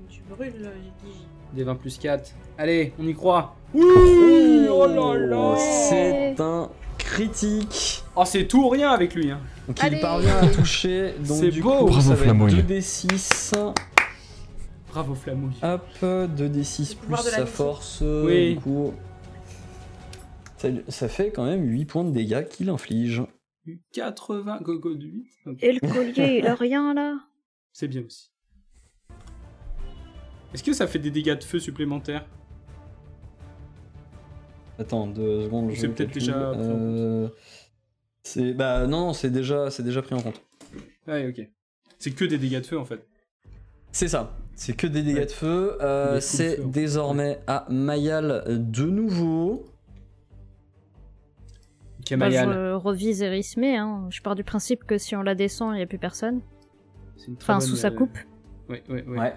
S4: Tu brûles, euh, Gigi.
S3: Des 20 plus 4. Allez, on y croit.
S1: Oui,
S3: oh là là.
S1: C'est un critique.
S3: Oh, c'est tout ou rien avec lui. Hein.
S1: Qu'il
S7: Allez.
S1: parvient
S4: *laughs*
S1: à
S3: *laughs*
S1: toucher, donc
S3: C'est
S1: du
S3: beau.
S1: coup,
S10: Bravo,
S1: ça va être
S10: Flamouille.
S1: 2d6,
S3: Bravo, Flamouille.
S1: hop, 2d6 plus
S4: Le pouvoir de
S1: sa
S4: l'amitié.
S1: force, euh,
S3: Oui.
S1: du coup, ça, ça fait quand même 8 points de dégâts qu'il inflige.
S3: 80 gogo de 8.
S6: Et le collier, il a rien là
S3: *laughs* C'est bien aussi. Est-ce que ça fait des dégâts de feu supplémentaires
S1: Attends, deux secondes. je
S3: C'est peut-être
S1: calcule.
S3: déjà pris en compte.
S1: Euh, C'est bah non, non, c'est déjà c'est déjà pris en compte.
S3: Ah, ok. C'est que des dégâts de feu en fait.
S1: C'est ça. C'est que des dégâts
S3: Ouais.
S1: de feu. Euh,
S3: Des coups de
S1: c'est
S3: feu, en fait.
S1: désormais à Mayal de nouveau.
S3: Ok,
S6: Bah,
S3: Mayan.
S6: je revise Erismé, hein. je pars du principe que si on la descend, il n'y a plus personne.
S3: C'est une très
S6: Enfin,
S3: bonne,
S6: sous sa
S3: euh,
S6: coupe.
S3: Ouais, ouais, ouais.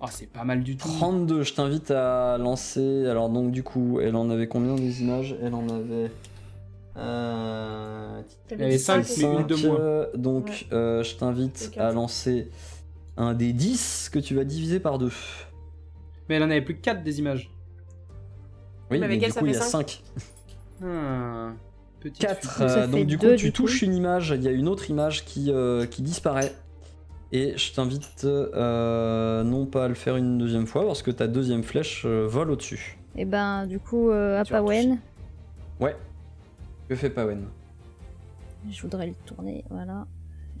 S3: Oh, c'est pas mal du tout.
S1: 32. Je t'invite à lancer. Alors donc du coup, elle en avait combien des images Elle en avait. Euh...
S4: T'avais
S3: avait
S4: dit
S3: cinq,
S4: cinq,
S3: mais
S4: c'est
S3: une
S4: ça
S3: de moins.
S1: euh, donc
S4: Ouais.
S1: euh, je
S4: C'est
S1: t'invite
S4: quatre.
S1: à lancer un des 10 que tu vas diviser par deux.
S3: Mais elle en avait plus que 4 des images.
S1: Oui,
S4: Mais
S1: mais,
S4: avec elle,
S1: du
S4: ça
S1: coup il y
S4: fait
S1: a
S4: cinq.
S1: 5.
S3: Hmm. Petite
S1: 4.
S6: Ça fait
S1: euh, donc du coup,
S6: deux,
S1: tu
S6: du coup.
S1: touches une image, il y a une autre image qui, euh, qui disparaît. Et je t'invite euh, non pas à le faire une deuxième fois parce que ta deuxième flèche euh, vole au-dessus.
S6: Et ben, du coup, euh, à
S3: Tu vas
S6: Pawen,
S1: Ouais. Que fait Pawen
S6: je voudrais le tourner, voilà.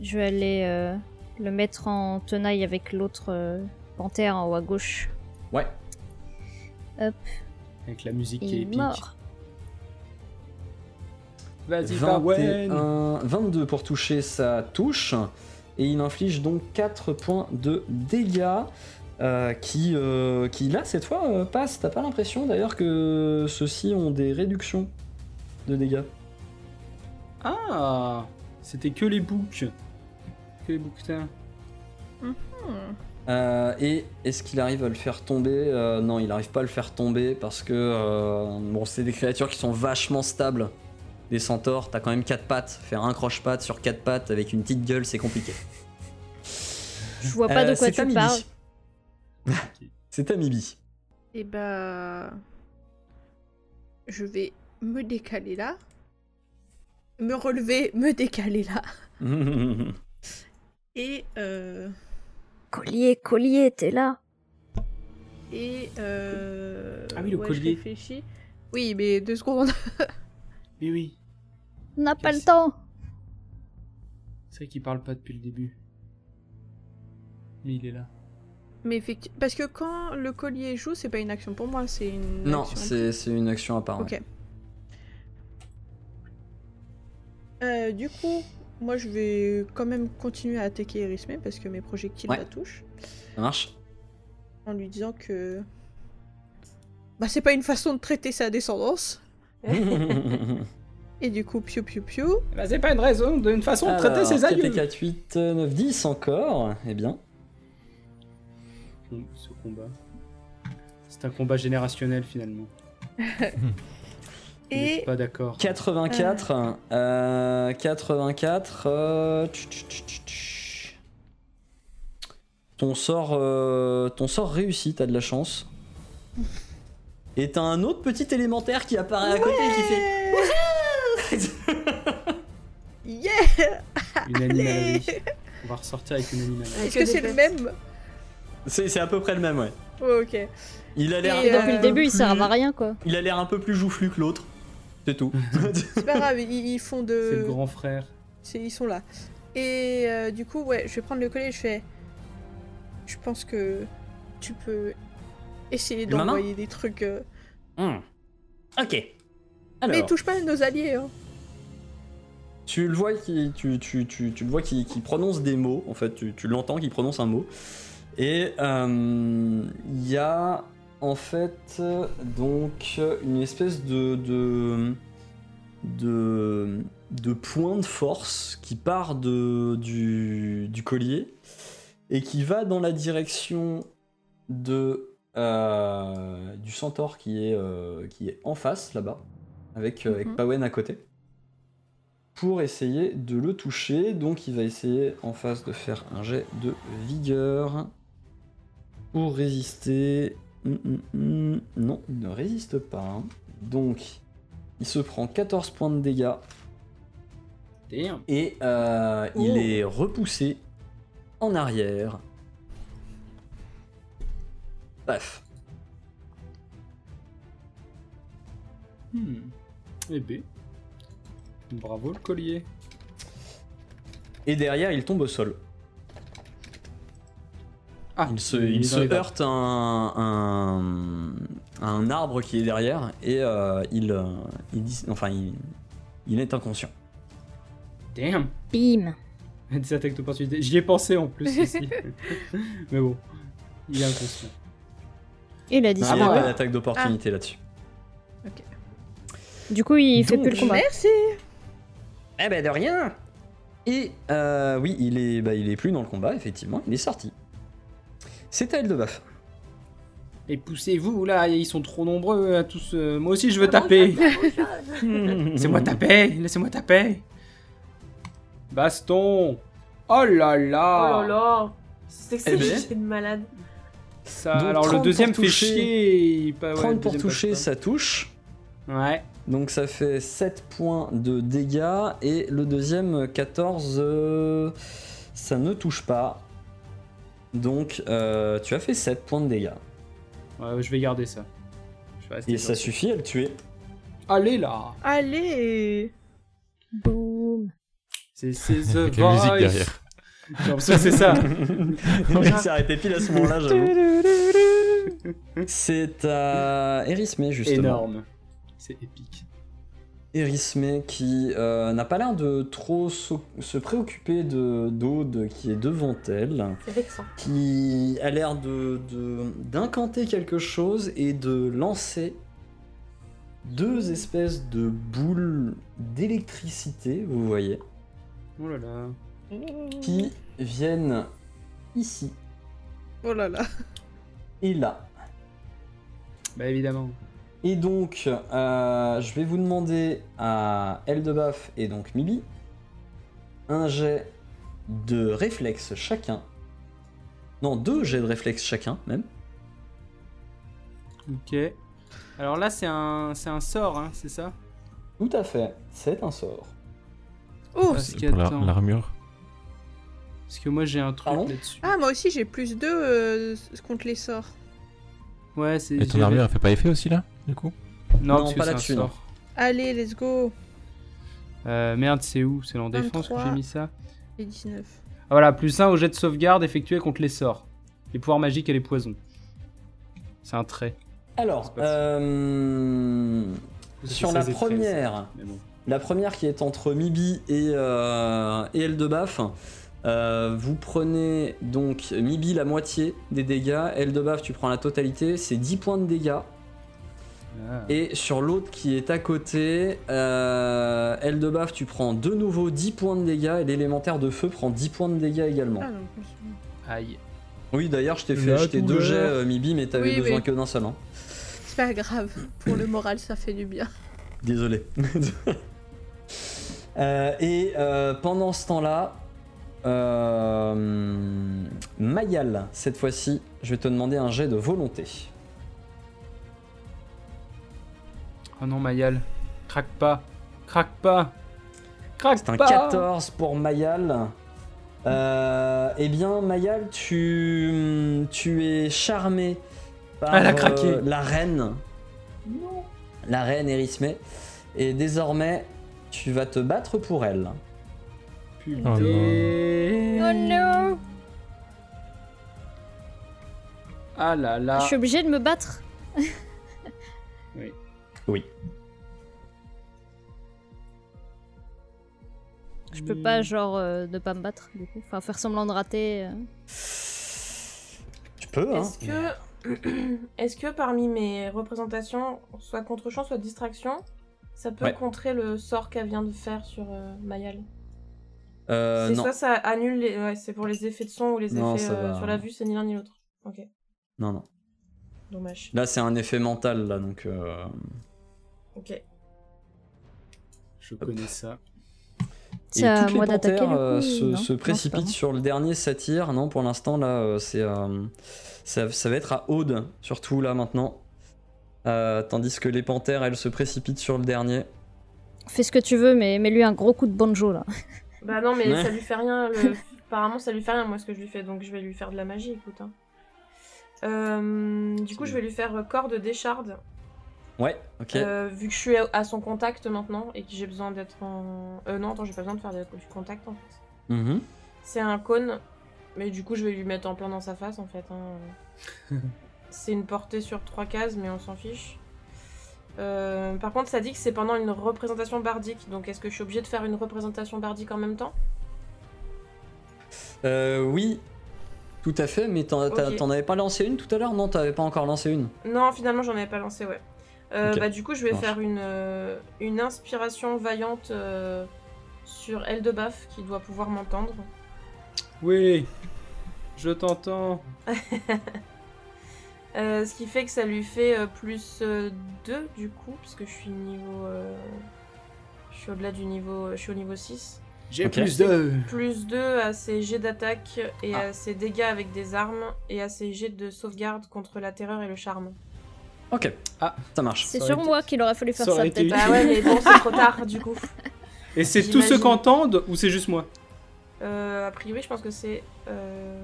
S6: Je vais aller euh, le mettre en tenaille avec l'autre euh, panthère en haut à gauche.
S1: Ouais.
S3: Avec la musique qui est
S6: Il est
S3: épique.
S6: mort.
S3: Vas-y, Pawen
S1: 21, 22 pour toucher, ça touche. Et il inflige donc 4 points de dégâts. euh, qui, euh, qui là cette fois euh, passe. T'as pas l'impression d'ailleurs que ceux-ci ont des réductions de dégâts
S3: Ah C'était que les boucs. Que les bouquetins.
S7: Mhm.
S1: Euh, et est-ce qu'il arrive à le faire tomber Euh, Non, il n'arrive pas à le faire tomber parce que euh, bon, c'est des créatures qui sont vachement stables. Des centaures, t'as quand même quatre pattes. Faire un croche-patte sur quatre pattes avec une petite gueule, c'est compliqué.
S6: Je vois pas
S1: Euh,
S6: de quoi
S1: c'est à
S6: tu
S1: Mibi.
S6: parles.
S1: *laughs* C'est à Mibi.
S7: Et bah. Je vais me décaler là. Me relever, me décaler là. Et. euh,
S6: Collier, collier, t'es là.
S7: Et. euh,
S3: Ah oui, le
S7: ouais,
S3: collier.
S7: Je réfléchis. Oui, mais deux secondes. *laughs*
S3: Mais oui,
S6: On n'a pas le
S3: Qu'est-ce-
S6: temps.
S3: c'est vrai qu'il parle pas depuis le début. Mais il est là.
S7: Mais effectivement. Parce que quand le collier joue, c'est pas une action pour moi, c'est une.
S1: non,
S7: action-
S1: c'est c'est une action à part. ouais.
S7: Ok. Euh, du coup, moi je vais quand même continuer à attaquer Erisme parce que mes projectiles
S1: Ouais.
S7: la touchent.
S1: Ça
S6: *laughs*
S1: marche *laughs*
S7: En lui disant que. Bah, c'est pas une façon de traiter
S3: *laughs*
S7: sa descendance. Et du coup, piou piou piou.
S3: Bah, c'est pas une raison, d'une façon
S1: Alors,
S3: de traiter ses aïeux.
S1: 4, 8, 9, 10 encore. Eh bien.
S3: Ce combat. C'est un combat générationnel finalement. Vous n'êtes
S7: Et
S3: pas d'accord.
S1: 84. euh, 84. euh, tch, tch, tch, tch, tch. Ton sort, euh, ton sort réussit, t'as de la chance. Et t'as un autre petit élémentaire qui apparaît à côté et qui fait.
S7: *laughs* yeah
S3: *laughs* Une animalerie. On va ressortir avec une animalerie.
S7: Est-ce que c'est le même
S1: C'est c'est à peu près le même, ouais.
S7: Ouais, Ok.
S1: Il a l'air.
S7: Et,
S1: un
S7: euh,
S6: Depuis le
S1: peu
S6: début, il
S1: Euh, plus-
S6: sert à rien, quoi.
S1: Il a l'air un peu plus joufflu que l'autre. C'est tout.
S7: C'est pas grave, ils, ils font
S3: *laughs* C'est le
S7: de.
S3: grand frère.
S7: c'est- Ils sont là. Et euh, du coup, ouais, je vais prendre le collier et je fais. Je pense que tu peux essayer
S1: Une maman
S7: d'envoyer des trucs. euh,
S1: Hmm. Ok.
S7: Mais
S1: Alors,
S7: touche pas à nos alliés, hein.
S1: tu le vois qui, tu, tu, tu, tu le vois qui, qui prononce des mots. En fait, tu, tu l'entends qui prononce un mot. Et euh, il y a en fait euh, donc une espèce de de de, de point de force qui part de, du, du collier et qui va dans la direction de euh, du centaure qui est euh, qui est en face là-bas avec euh, avec
S7: Mhm.
S1: Pawen à côté pour essayer de le toucher donc il va essayer en face de faire un jet de vigueur pour résister. Hum, hum, hum. Non, il ne résiste pas. hein. Donc, il se prend 14 points de dégâts
S3: Damn.
S1: et euh, il
S7: Oh.
S1: est repoussé en arrière. Bref.
S3: Hmm. Eh ben. Bravo le collier.
S1: Et derrière, il tombe au sol.
S3: Ah,
S1: Il se, il se heurte à un, un- à un arbre qui est derrière et euh, il, euh, il dis- enfin, il- il est inconscient.
S3: Damn. *laughs*
S6: Bim.
S3: Des attaques d'opportunité. J'y ai pensé en plus *laughs* ici. Mais bon. Il est inconscient.
S6: Il a
S1: Il n'y a
S6: disparu.
S1: pas
S3: Ah, ouais.
S1: d'attaque d'opportunité là-dessus.
S6: Ah. Du coup, il fait
S1: Donc,
S6: plus le combat.
S7: Merci
S1: Eh ben de rien Et euh, oui, il est, bah, il est plus dans le combat, effectivement, il est sorti. C'est à Eldebaf.
S3: Et poussez-vous là, ils sont trop nombreux à tous. euh, Moi aussi je
S4: Ah
S3: veux taper. *laughs* Laissez-moi taper, laissez-moi taper. Baston. Oh là là.
S4: Oh là là C'est
S1: Eh
S4: que c'est
S1: ben.
S4: juste une malade.
S3: Ça,
S1: Donc,
S3: Euh, alors
S1: 30
S3: le
S1: pour
S3: deuxième fait
S1: toucher.
S3: chier. il- pas- ouais, le
S1: 30 pour
S3: deuxième passe
S1: toucher,
S3: pas.
S1: ça touche.
S3: Ouais.
S1: Donc ça fait 7 points de dégâts. Et le deuxième, 14, euh, ça ne touche pas. Donc euh, tu as fait 7 points de dégâts.
S3: Ouais, je vais garder ça. Je vais rester
S1: Et
S3: sur
S1: ça suffit à le tuer.
S3: Allez là
S7: Allez
S6: Boum.
S3: C'est c'est The
S10: Avec la musique
S3: Voice.
S10: derrière.
S3: J'ai l'impression que
S1: *laughs*
S3: c'est ça.
S1: Il s'est arrêté pile à ce moment-là,
S3: *laughs*
S1: j'avoue. C'est à Erismé, justement.
S3: Énorme. C'est épique.
S1: Erismé qui euh, n'a pas l'air de trop s'o- se préoccuper de d'Aude qui est devant elle,
S4: C'est vexant.
S1: qui a l'air de de- d'incanter quelque chose et de lancer deux espèces de boules d'électricité, vous voyez,
S3: Oh là là.
S1: qui viennent ici
S7: Oh là là.
S1: et là.
S3: Bah évidemment.
S1: Et donc, euh, je vais vous demander à Eldebaf et donc Mibi un jet de réflexe chacun. Non, deux jets de réflexe chacun, même.
S3: Ok. Alors là, c'est un, c'est un sort, hein, c'est ça
S1: Tout à fait, c'est un sort.
S7: Oh
S3: Parce que,
S10: Pour la-
S3: attends,
S10: l'armure.
S3: parce que moi j'ai un truc
S1: Pardon
S3: là-dessus.
S7: Ah, moi aussi j'ai plus 2 contre les sorts.
S3: Ouais, c'est.
S10: Et ton
S3: j'avais-
S10: armure, elle fait pas effet aussi là Du coup
S3: Non,
S1: Non,
S3: parce que
S1: pas
S3: c'est un
S1: là-dessus,
S3: sort.
S7: Allez, let's go
S3: Euh, merde, c'est où C'est en défense que
S7: 23.
S3: j'ai mis ça
S7: Et 19.
S3: Ah, Voilà, plus 1 au jet de sauvegarde effectué contre les sorts, les pouvoirs magiques et les poisons. C'est un trait.
S1: Alors,
S3: C'est pas ça.
S1: euh,
S3: Parce que
S1: sur
S3: ça,
S1: la
S3: c'est trait,
S1: première,
S3: ça. Mais bon.
S1: La première qui est entre Mibi et, euh, et Eldebaf. Euh, vous prenez donc Mibi la moitié des dégâts, Eldebaf tu prends la totalité, c'est 10 points de dégâts.
S3: Ah.
S1: Et sur l'autre qui est à côté, euh, Eldebaf tu prends de nouveau 10 points de dégâts et l'élémentaire de feu prend 10 points de dégâts également.
S7: Ah, donc, je-
S3: Aïe.
S1: Oui d'ailleurs je t'ai fait
S3: La
S1: acheter deux
S3: douleur.
S1: jets euh, Mibi mais t'avais
S7: Oui,
S1: besoin
S7: oui.
S1: que d'un seul. hein.
S7: c'est pas grave. Pour le moral, ça fait du bien.
S1: Désolé. Euh, et euh, pendant ce temps-là, euh, Mayal, cette fois-ci, je vais te demander un jet de volonté. euh,
S3: Oh non, Mayal. Craque pas. Craque pas. Craque
S1: C'est un
S3: pas.
S1: 14 pour Mayal. Euh, eh bien, Mayal, tu, tu es charmé par
S3: Elle a craqué.
S1: euh, la reine. La reine Erismé. Et désormais, tu vas te battre pour elle. Euh,
S3: Putain.
S10: Oh non.
S6: Oh non
S3: Ah là là.
S6: Je suis obligée de
S3: *laughs*
S6: me battre Je peux pas, genre, euh, ne pas me battre, du coup. Enfin, faire semblant de rater. euh.
S1: Tu peux, hein
S4: Est-ce que, *clears throat* est-ce que parmi mes représentations, soit contre-champ, soit distraction, ça peut
S1: Ouais.
S4: contrer le sort qu'elle vient de faire sur euh, Mayal
S1: Euh,
S4: C'est
S1: non.
S4: soit ça annule, les... ouais, c'est pour les effets de son ou les
S1: Non,
S4: effets
S1: ça
S4: euh,
S1: va.
S4: sur la vue, c'est ni l'un ni l'autre. Ok,
S1: non, non.
S4: dommage.
S1: Là, c'est un effet mental, là, donc... euh,
S4: Ok.
S3: Je connais ça.
S1: Et
S6: C'est à
S1: toutes les
S6: moi d'attaquer,
S1: panthères
S6: du
S1: euh,
S6: coup,
S1: se, se
S6: non Non, c'est pas
S1: précipitent
S6: moi.
S1: sur le dernier satyre. Non, pour l'instant, là, euh, c'est, euh, ça, ça va être à Aude, surtout là maintenant. Euh, tandis que les panthères, elles se précipitent sur le dernier.
S6: Fais ce que tu veux, mais mets-lui un gros coup de banjo, là.
S4: Bah non, mais
S1: Ouais.
S4: ça lui fait
S1: *laughs*
S4: rien. le- Apparemment, ça lui fait rien, moi, ce que je lui fais. Donc, je vais lui faire de la magie, écoute. hein. Euh, du coup, je vais lui faire euh, corps de décharde.
S1: Ouais, ok.
S4: Euh, vu que je suis à, à son contact maintenant et que j'ai besoin d'être en. Euh, non, attends, j'ai pas besoin de faire de- du contact en fait.
S1: Mhm.
S4: C'est un cône, mais du coup, je vais lui mettre en plein dans sa face en fait.
S1: *laughs*
S4: hein. c'est une portée sur trois cases, mais on s'en fiche. Euh, par contre, ça dit que c'est pendant une représentation bardique, donc est-ce que je suis obligée de faire une représentation bardique en même temps
S1: Euh, oui, tout à fait, mais t'en, t'as-
S4: Ok.
S1: t'en avais pas lancé une tout à l'heure Non, t'avais pas encore lancé une.
S4: Non, finalement, j'en avais pas lancé, ouais. Euh,
S1: Ok,
S4: Bah, du coup, je vais
S1: marche.
S4: faire une, euh, une inspiration vaillante euh, sur Eldebaf qui doit pouvoir m'entendre.
S3: Oui. Je t'entends.
S4: Euh, ce qui fait que ça lui fait euh, plus 2 du coup, parce que je suis niveau. euh, je suis au-delà du niveau. euh, Je suis au niveau 6.
S3: J'ai
S1: Ok.
S3: plus de.
S4: Plus 2 à ses jets d'attaque et
S3: Ah.
S4: à ses dégâts avec des armes et à ses jets de sauvegarde contre la terreur et le charme.
S1: Ok. Ah, ça marche.
S11: C'est
S1: Ça
S11: sur
S1: aurait
S11: moi qu'il aurait fallu faire
S3: ça
S11: ça,
S3: aurait été
S11: peut-être.
S4: Bah ouais, mais bon, c'est trop tard
S11: *laughs*
S4: du coup.
S3: Et c'est tous ceux
S4: J'imagine.
S3: qui entendent ou c'est juste moi
S4: Euh, a priori, je pense que c'est euh,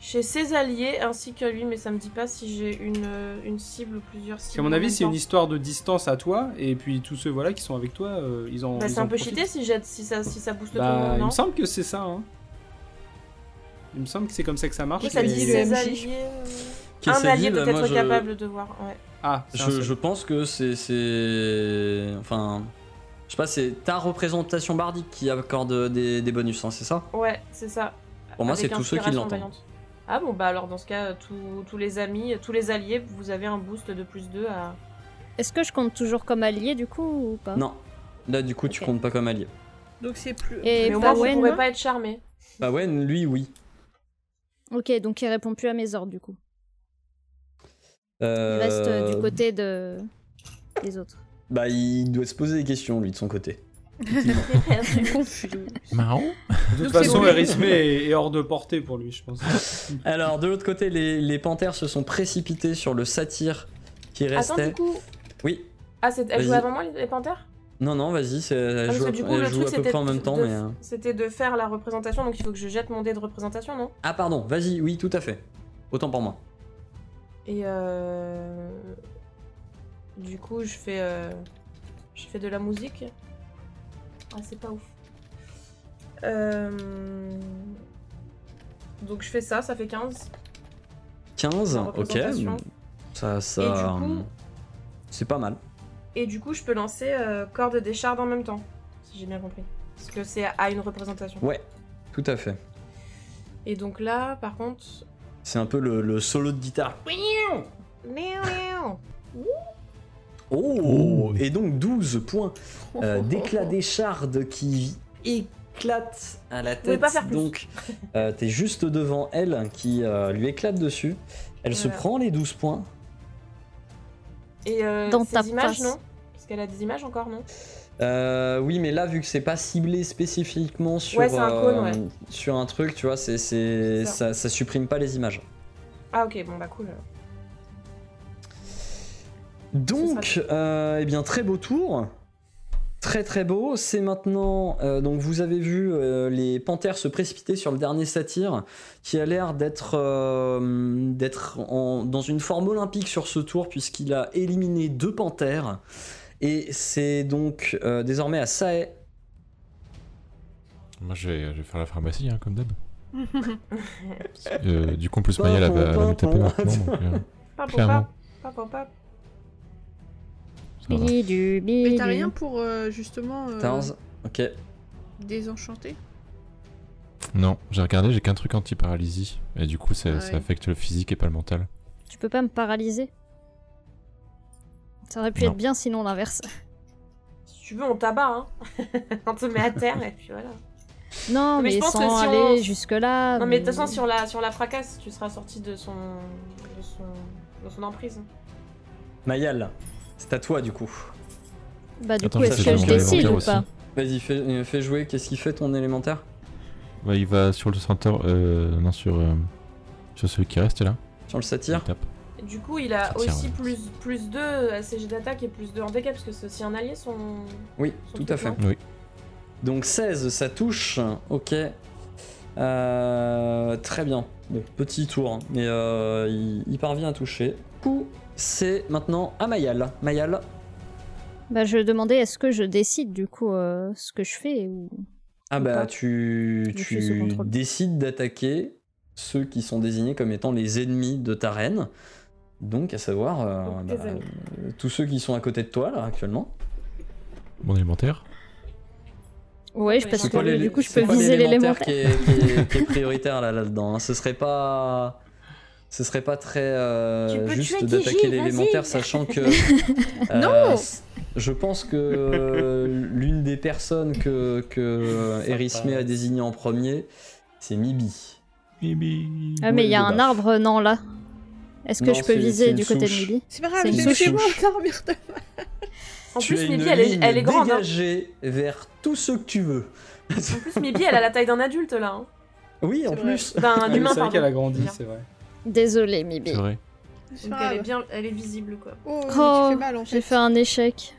S4: chez ses alliés ainsi que lui, mais ça me dit pas si j'ai une, euh, une cible ou plusieurs
S3: Parce
S4: cibles.
S3: qu'à mon
S4: en
S3: avis,
S4: même
S3: c'est une
S4: temps.
S3: histoire de distance à toi, et puis tous ceux voilà, qui sont avec toi, euh, ils en.
S4: Bah,
S3: ils
S4: c'est
S3: en
S4: un peu
S3: profitent.
S4: cheaté si, jette- si, ça, si ça booste
S3: Bah,
S4: tout le monde,
S3: il
S4: non
S3: me semble que c'est ça. hein. Il me semble que c'est comme ça que ça marche.
S4: Oui, ça
S3: mais-
S4: dit
S7: le
S4: ses
S7: MJ.
S4: alliés. euh,
S1: Qui
S4: Un
S1: s'est
S4: allié
S1: dit, bah,
S4: peut
S1: moi,
S4: être
S1: je-
S4: capable de voir. Ouais.
S3: Ah, c'est un
S1: Je,
S3: seul.
S1: je pense que c'est- c'est. Enfin. Je sais pas, c'est ta représentation bardique qui accorde des, des bonus, hein, c'est ça
S4: Ouais, c'est ça.
S1: Pour moi,
S4: Avec
S1: c'est tous ceux qui
S4: inspiration
S1: l'entendent.
S4: vaillante. Ah bon, bah alors dans ce cas, tous tous les amis, tous les alliés, vous avez un boost de plus 2 à.
S11: Est-ce que je compte toujours comme allié du coup ou pas
S1: Non. Là, du coup, tu
S4: Ok.
S1: comptes pas comme allié.
S7: Donc c'est plus. hein
S11: Et
S4: Euh, mais au moins, vous
S11: Bawen
S6: hein
S4: pourrez pas être charmé.
S1: Bah, ouais, lui, oui.
S11: Ok, donc il répond plus à mes ordres du coup. Il
S1: Euh,
S11: reste euh, du côté de... des autres.
S1: Bah, il doit se poser des questions, lui, de son côté.
S7: Confus.
S10: Marron
S3: *laughs* De toute
S7: Donc, c'est
S3: façon,
S7: bon.
S3: Erisme est, est hors de portée pour lui, je pense.
S1: *laughs* Alors, de l'autre côté, les, les panthères se sont précipités sur le satyre qui
S4: Attends,
S1: restait.
S4: du coup.
S1: Oui.
S4: Ah, c'est... elle jouait
S1: Vas-y.
S4: avant moi, les les panthères
S1: Non, non, vas-y, c'est- elles
S4: Ah, parce
S1: jouent
S4: que
S1: à-
S4: du coup,
S1: elles
S4: le
S1: jouent
S4: truc,
S1: à peu
S4: c'était
S1: près en même
S4: de-
S1: temps,
S4: de-
S1: mais. euh,
S4: C'était de faire la représentation, donc il faut que je jette mon dé de représentation, non
S1: Ah, pardon, vas-y, oui, tout à fait. Autant pour moi.
S4: Et euh... Du coup, je fais... euh, Je fais de la musique. Ah, c'est pas ouf. Euh, Donc je fais ça, ça fait 15.
S1: 15,
S4: La
S1: ok.
S4: représentation.
S1: Ça, ça.
S4: Et du coup-
S1: C'est pas mal.
S4: Et du coup, je peux lancer euh, corde des shards en même temps, si j'ai bien compris. Parce que c'est à une représentation.
S1: Ouais, tout à fait.
S4: Et donc là, par contre...
S1: C'est un peu le, le solo de guitare. Oh, Et donc 12
S4: *laughs*
S1: points euh, d'éclat des shards qui éclate à la
S4: pouvez
S1: tête.
S4: pas faire plus.
S1: Donc, euh, t'es juste devant elle qui euh, lui éclate dessus. Elle se
S4: Voilà.
S1: prend les 12 points.
S4: Et euh,
S11: Dans
S4: ces
S11: ta
S4: images,
S11: face.
S4: non Parce qu'elle a des images encore, non
S1: Euh, oui, mais là, vu que c'est pas ciblé spécifiquement sur, euh,
S4: Ouais, c'est un cône, ouais.
S1: sur un truc, tu vois, c'est, c'est,
S4: C'est ça.
S1: ça. ça supprime pas les images.
S4: Ah ok, bon bah cool.
S1: Donc, euh, eh bien, très beau tour. Très très beau. C'est maintenant. euh, donc, vous avez vu euh, les panthères se précipiter sur le dernier satyre qui a l'air d'être euh, d'être en- dans une forme olympique sur ce tour puisqu'il a éliminé deux panthères. Et c'est donc euh, désormais à Sae.
S10: Moi, je vais, je vais faire la pharmacie, hein, comme d'hab. Euh, du coup, en plus, Maya, elle va, elle va me taper maintenant. Donc, euh,
S4: Pas pour
S10: clairement.
S4: pas, pas pour pas.
S10: ça va.
S11: Bidu, bidu.
S7: Mais t'as rien pour euh, justement euh,
S1: 14. Ok.
S3: *laughs*
S7: désenchanter
S10: Non, j'ai regardé, j'ai qu'un truc anti-paralysie. Et du coup, ça,
S7: Ah
S10: ça
S7: oui.
S10: affecte le physique et pas le mental.
S11: Tu peux pas me paralyser Ça aurait pu
S10: Non.
S11: être bien sinon l'inverse.
S4: Si tu veux, on tabat, hein. *laughs* on te met à terre et puis voilà.
S11: Non,
S4: mais
S11: mais,
S4: je pense que
S11: sans
S4: si on-
S11: aller jusque-là.
S4: non mais de toute façon, sur la, sur la fracasse, tu seras sorti de son, de son, de son emprise.
S1: Mayal, c'est à toi du coup.
S11: Bah, du
S10: Attends,
S11: coup,
S10: ça,
S11: est-ce
S10: c'est
S11: que je
S10: dans mon
S11: décide
S10: inventaire
S11: ou
S10: aussi.
S11: pas
S1: Vas-y, fais, euh, fais jouer. Qu'est-ce qu'il fait ton élémentaire
S10: Ouais, il va sur le centaure. Euh, non, sur, euh, sur celui qui reste là.
S1: Sur le satyre
S10: Il tape.
S4: Et Du coup, il a
S10: Ça tire,
S4: aussi
S10: ouais.
S4: plus, plus 2 à ses jets d'attaque et plus 2 en dégâts, parce que c'est aussi un allié, son...
S1: Oui,
S4: son
S1: tout
S4: truc,
S1: à fait.
S4: non
S1: Donc 16, ça touche. Ok. Euh, très bien. Bon, petit tour, hein. mais euh, il, il parvient à toucher. Du coup, c'est maintenant à Mayal. Mayal,
S11: Bah, je demandais est-ce que je décide du coup euh, ce que je fais ou.
S1: ah
S11: Ou
S1: bah
S11: pas.
S1: tu,
S11: Je suis sous
S1: tu
S11: contrôle.
S1: décides d'attaquer ceux qui sont désignés comme étant les ennemis de ta reine. Donc, à savoir euh,
S4: Donc, tes
S1: bah,
S4: amis.
S1: euh, tous ceux qui sont à côté de toi là actuellement.
S10: Mon élémentaire.
S11: Ouais,
S4: C'est
S11: je, parce que
S4: quoi
S11: lui,
S1: l'élé-
S11: du coup, je
S1: c'est
S11: peux
S1: quoi
S11: viser
S1: l'élémentaire
S11: l'élémentaire.
S1: qui est, qui est- qui est prioritaire là là-dedans. hein. Ce serait pas, ce serait pas très euh,
S4: Tu peux tuer
S1: juste
S4: Guigui,
S1: d'attaquer l'élémentaire,
S4: vas-y.
S1: sachant
S4: *laughs*
S1: que
S7: Non
S1: c- je pense que euh, l'une des personnes que que Erismé a désigné en premier, c'est Mibi.
S11: *laughs* Ah, mais il y a
S1: Ouais,
S11: un
S1: dommage.
S11: arbre, non, là. Est-ce que
S1: Non,
S11: je peux
S1: c'est- c'est
S11: viser
S1: une
S11: du côté de
S1: souche.
S11: Mibi
S7: C'est pas
S11: C'est
S7: grave,
S11: une
S7: je vais chez moi
S1: souche.
S7: *laughs* dormir demain.
S4: En
S1: bah. tu as
S4: plus,
S1: une
S4: Mibi, elle est,
S1: ligne
S4: elle est grande. hein.
S1: dégagée vers tout ce que tu veux.
S4: En plus, Mibi, elle a la taille d'un adulte, là. hein.
S1: Oui, en
S7: C'est vrai.
S1: plus.
S4: D'un
S3: Ah oui,
S4: Ben, humain,
S3: c'est vrai
S4: pardon.
S3: qu'elle a grandi, c'est vrai.
S11: Désolé, Mibi.
S10: C'est vrai.
S7: C'est
S4: Donc
S7: pas
S4: elle est
S7: grave.
S4: bien, elle est visible quoi.
S7: Oh, oui,
S11: Oh,
S7: tu fais mal en
S11: j'ai
S7: fait.
S11: fait un échec.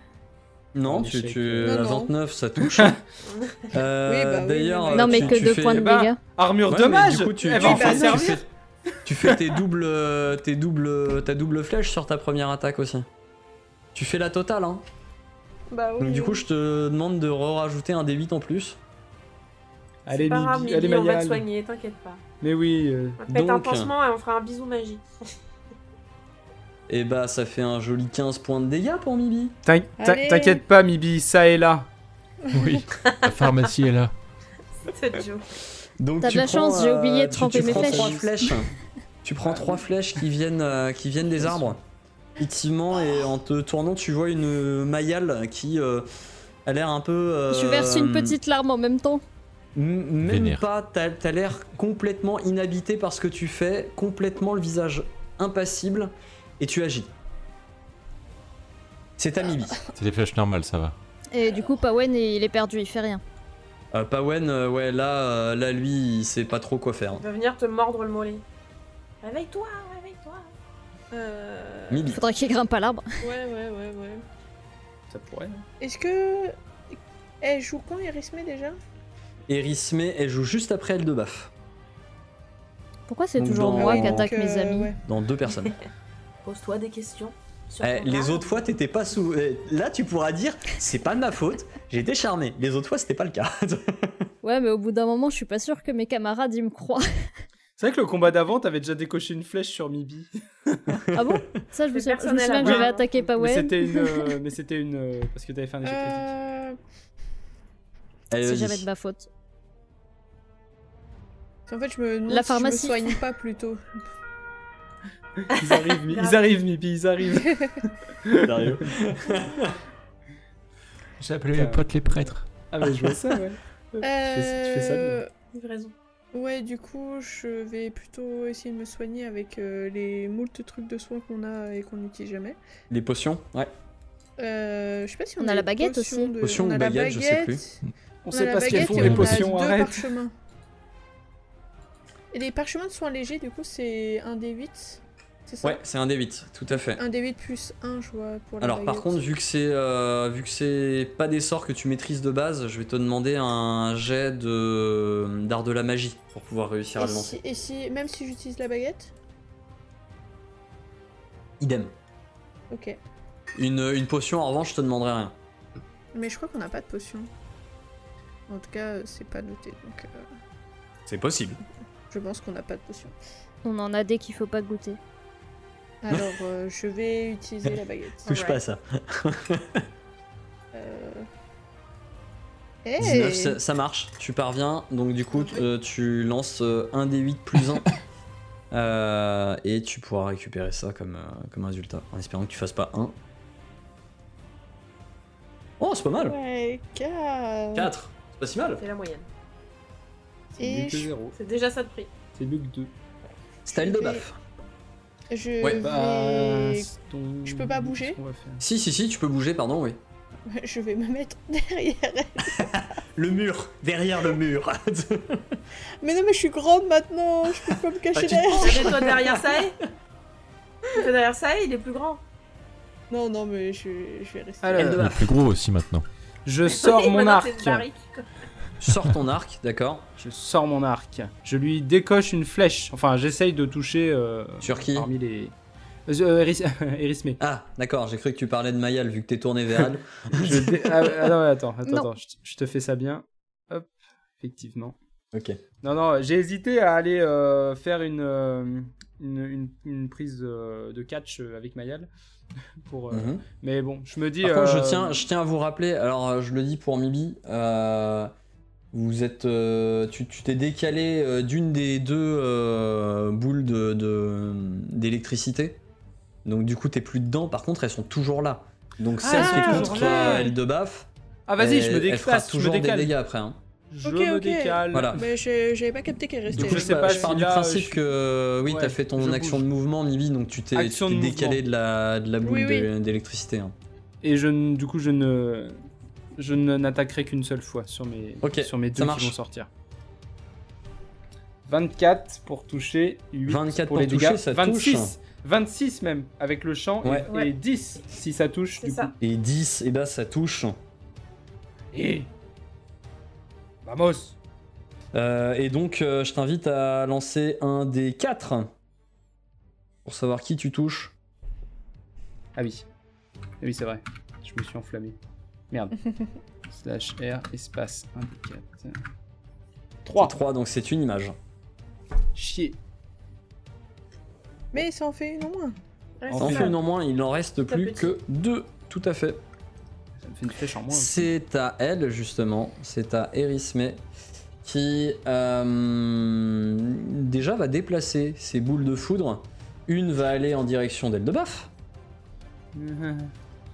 S1: Non,
S3: Un
S1: tu,
S3: échec.
S1: tu-
S7: Non,
S1: à
S7: non.
S1: 29, ça touche. hein.
S7: *laughs*
S1: Euh,
S7: Oui, bah oui,
S1: D'ailleurs,
S7: oui, oui.
S1: euh,
S11: non, mais
S1: tu-
S11: que
S1: tu
S11: deux
S1: fais-
S11: points de
S3: Eh ben,
S11: dégâts.
S3: Armure
S1: Ouais, mais
S3: dommage
S1: du coup, tu-
S3: Elle
S1: tu
S3: va en
S1: fais-
S3: faire
S1: tu
S3: ben, servir
S1: fais- Tu fais tes doubles, euh, tes doubles, ta double flèche sur ta première attaque aussi. Tu fais la totale, hein.
S7: Bah oui.
S1: Donc du coup,
S7: oui.
S1: je te demande de rajouter un D8 en plus.
S3: Allez,
S4: Pas grave,
S3: Midi,
S4: Lily,
S3: allez,
S4: on va te
S3: Mayal.
S4: soigner, t'inquiète pas.
S3: Mais oui. euh,
S4: On va te mettre un
S1: Donc.
S4: pansement et on fera un bisou magique.
S1: Et bah, ça fait un joli 15 points de dégâts pour Mibi.
S3: t'in- t'in-
S7: Allez.
S3: T'inquiète pas, Mibi, ça et là.
S11: *laughs*
S10: Oui, la pharmacie est là.
S4: C'est Joe.
S1: Donc
S11: T'as
S1: tu
S11: de la
S1: prends,
S11: chance, j'ai oublié de
S1: tu-
S11: tremper
S1: tu
S11: mes
S1: prends
S11: flèches.
S1: trois *laughs* hein, tu prends trois flèches qui viennent, euh, qui viennent des arbres. Effectivement, et en te tournant, tu vois une euh, Mayal qui euh, a l'air un peu. euh,
S11: Je verse une petite larme en même temps.
S1: M- Même
S5: Vénère.
S1: pas, t'as t'as l'air complètement inhabité par ce que tu fais, complètement le visage impassible, et tu agis. C'est ta *laughs* Mibi.
S5: C'est des flèches normales, ça va.
S11: Et du coup, Pawen, il est perdu, il fait rien.
S1: Euh, Pawen, euh, ouais, là, euh, là, lui, il sait pas trop quoi faire.
S4: Il va venir te mordre le mollet. Réveille-toi, réveille-toi.
S2: Euh...
S1: Mibi.
S11: Faudrait qu'il grimpe à l'arbre.
S2: Ouais, ouais, ouais, ouais.
S3: Ça pourrait. hein.
S7: Est-ce que. Elle joue quand Erismé déjà
S1: Erisme, elle joue juste après elle de baf,
S11: Pourquoi c'est
S1: Ou
S11: toujours
S1: dans-
S11: moi
S1: Ah
S11: qui
S1: oui,
S11: attaque
S7: donc,
S11: mes
S7: euh,
S11: amis
S7: ouais.
S1: dans deux
S7: *laughs*
S1: personnes.
S4: Pose-toi des questions. sur
S1: Eh,
S4: ton
S1: les
S4: arme.
S1: autres fois, t'étais pas sous. eh, Là, tu pourras dire, c'est pas de ma faute, j'étais charmé. Les autres fois, c'était pas le cas. *laughs*
S11: Ouais, mais au bout d'un moment, je suis pas sûre que mes camarades ils me croient.
S3: C'est vrai que le combat d'avant, t'avais déjà décoché une flèche sur Mibi.
S11: Ah bon Ça, je me
S4: C'est
S11: souviens, je me
S4: personnel,
S11: souviens que
S4: hein.
S11: j'avais attaqué
S3: Mais
S11: Pawen.
S3: c'était
S11: *laughs*
S3: une.
S4: *laughs*
S3: euh, mais c'était une. euh, parce que t'avais fait un échec critique.
S7: Euh.
S3: Euh,
S1: Allez,
S11: C'est
S1: vas-y.
S11: jamais de ma faute.
S7: En fait, je me demande
S11: La
S7: si
S11: pharmacie.
S7: je me soigne pas plutôt. Bah
S3: Ils arrivent, Mi- ils arrivent, Mibi, ils
S7: *laughs*
S3: arrivent.
S1: Dario.
S3: *laughs*
S10: J'ai appelé
S3: mes
S10: potes les prêtres.
S3: Ah, mais je vois ça, ouais. *laughs* Tu fais, tu fais ça,
S7: Euh,
S3: Mibi
S4: Livraison.
S7: Ouais, du coup, je vais plutôt essayer de me soigner avec euh, les moult trucs de soins qu'on a et qu'on n'utilise jamais.
S1: Les potions, ouais.
S7: Euh, je sais pas si on,
S11: On a la
S7: les
S11: baguette
S7: potions
S11: aussi.
S7: De...
S1: Potions
S7: on
S1: ou
S7: a
S1: baguette,
S7: la
S1: je sais
S7: baguette,
S1: plus.
S3: On
S7: a
S3: sait
S7: la
S3: pas ce qu'elles
S7: baguette
S3: font
S7: et
S3: les
S7: on a
S3: potions,
S7: deux
S3: arrête.
S7: parchemins. Et les parchemins de soins légers, du coup, c'est un D8. C'est ça
S1: Ouais, c'est un D8, tout à fait.
S7: Un D8 plus 1, je vois, pour la
S1: Alors par
S7: baguette.
S1: contre, vu que c'est euh, vu que c'est pas des sorts que tu maîtrises de base, je vais te demander un jet de d'art de la magie pour pouvoir réussir à
S7: Et
S1: le
S7: si,
S1: lancer.
S7: et si- même si j'utilise la baguette
S1: Idem.
S7: Ok.
S1: Une, une potion en revanche, je te demanderai rien.
S7: Mais je crois qu'on n'a pas de potion. En tout cas, euh, c'est pas noté, donc euh,
S1: C'est possible.
S7: je pense qu'on n'a pas de
S1: *laughs*
S7: potion.
S11: On en a des qu'il faut pas goûter.
S7: Alors, euh, je vais
S11: *laughs*
S7: utiliser la baguette.
S1: Touche pas à ça. *laughs*
S7: Euh... Hey
S1: 19, ça, ça marche. Tu parviens. Donc du coup, t- euh, tu lances euh, un D8 plus
S7: *coughs*
S1: 1. et tu pourras récupérer ça comme, euh, comme résultat. En espérant que tu fasses pas 1. Oh, c'est pas mal.
S7: Ouais, quatre.
S1: 4. C'est pas si mal.
S4: C'est la moyenne.
S3: C'est
S7: Et
S3: mieux que
S7: je-
S3: zéro.
S4: C'est déjà ça
S3: *laughs*
S4: de prix.
S3: C'est mieux que deux.
S1: Style de baf.
S7: Je
S1: Ouais, hmm,
S7: vais...
S3: Bah,
S7: je peux pas bouger
S1: Si, si, si, tu peux bouger, pardon, oui.
S7: *laughs* je vais me mettre derrière elle.
S1: Le mur, derrière le *laughs* mur.
S7: Mais non, mais je suis grande maintenant, je peux pas me
S1: Ah,
S7: cacher
S1: tu te
S7: derrière.
S4: Réveille-toi derrière ça. et- Réveille-toi derrière ça, et il est plus grand.
S7: Non, non, mais je, je vais rester.
S3: Alors,
S1: Elle de
S10: Il est
S1: baf.
S10: plus gros aussi maintenant.
S3: Je sors
S4: Oui,
S3: mon
S4: maintenant,
S3: arc.
S4: c'est une barrique.
S1: Tu sors ton arc, d'accord
S3: Je sors mon arc. Je lui décoche une flèche. Enfin, j'essaye de toucher. euh,
S1: Sur qui
S3: Parmi les. Euh, Eris- *laughs* Erismé.
S1: Ah, d'accord, j'ai cru que tu parlais de Mayal vu que t'es tourné vers elle.
S3: *laughs* Je dé- ah, ouais, ah non, attends, attends,
S11: Non.
S3: attends, je, je te fais ça bien. Hop, effectivement.
S1: Ok.
S3: Non, non, j'ai hésité à aller euh, faire une, euh, une, une- une prise euh, de catch euh, avec Mayal. *laughs* Pour, euh,
S1: Mhm.
S3: Mais bon, je me dis.
S1: Par contre, je
S3: euh,
S1: tiens, je tiens à vous rappeler, alors euh, je le dis pour Mibi, euh, vous êtes, euh, tu tu t'es décalé euh, d'une des deux euh, boules de- de- d'électricité. Donc du coup, t'es plus dedans, par contre, elles sont toujours là. Donc
S3: Ah,
S1: celle
S3: elles
S1: qui
S3: sont
S1: est
S3: toujours
S1: contre
S3: là.
S1: elle de baf,
S3: Ah, vas-y, je
S1: elle-
S3: me
S1: elle fera
S3: déclasse, je me
S1: toujours des
S3: décale.
S1: dégâts après. hein.
S3: Je
S7: Ok,
S3: me
S7: ok.
S3: décale.
S1: Voilà.
S7: Mais je- j'avais pas capté qu'elle restait.
S3: Donc,
S1: Du coup,
S3: je
S1: je,
S3: sais
S4: Bah,
S1: pars-
S3: pas
S1: je
S3: si
S1: pars du
S3: là,
S1: principe
S3: je suis-
S1: que euh, oui,
S3: Ouais,
S1: t'as fait ton
S3: je
S1: action
S3: bouge.
S1: de mouvement, Mibi, donc tu t'es tu
S3: Action
S1: t'es
S3: de
S1: décalé
S3: mouvement.
S1: de la, de la boule
S7: Oui, oui.
S1: de- d'électricité. hein.
S3: Et je, ne- du coup, je ne, je ne- n'attaquerai qu'une seule fois sur mes,
S1: Ok,
S3: sur mes
S1: ça
S3: deux
S1: marche.
S3: qui vont sortir. 24 pour toucher, 8
S1: 24
S3: pour
S1: pour
S3: les
S1: toucher,
S3: dégâts,
S1: ça touche.
S3: 26 26 même, avec le champ, et-
S1: Ouais.
S3: et,
S4: Ouais.
S3: 10 si ça touche.
S4: C'est
S3: Du
S4: ça.
S3: Coup.
S1: Et 10, et bah ça touche.
S3: Et... Vamos
S1: Euh, et donc, euh, je t'invite à lancer un des 4 pour savoir qui tu touches.
S3: Ah oui. Ah oui, c'est vrai. Je me suis enflammé.
S4: *laughs*
S3: Merde. Slash R, espace, 1 des 4. 3.
S1: 3, donc c'est une image.
S3: Chier.
S7: Mais ça en fait une au moins.
S3: En
S1: En
S3: fait,
S1: fait, néanmoins, il n'en reste plus
S7: petit.
S1: que 2. Tout à fait.
S3: Ça me fait une flèche en moins. *laughs*
S1: C'est à elle, justement, c'est à Erisme qui euh, déjà va déplacer ses boules de foudre. Une va aller en direction d'Eldebaf.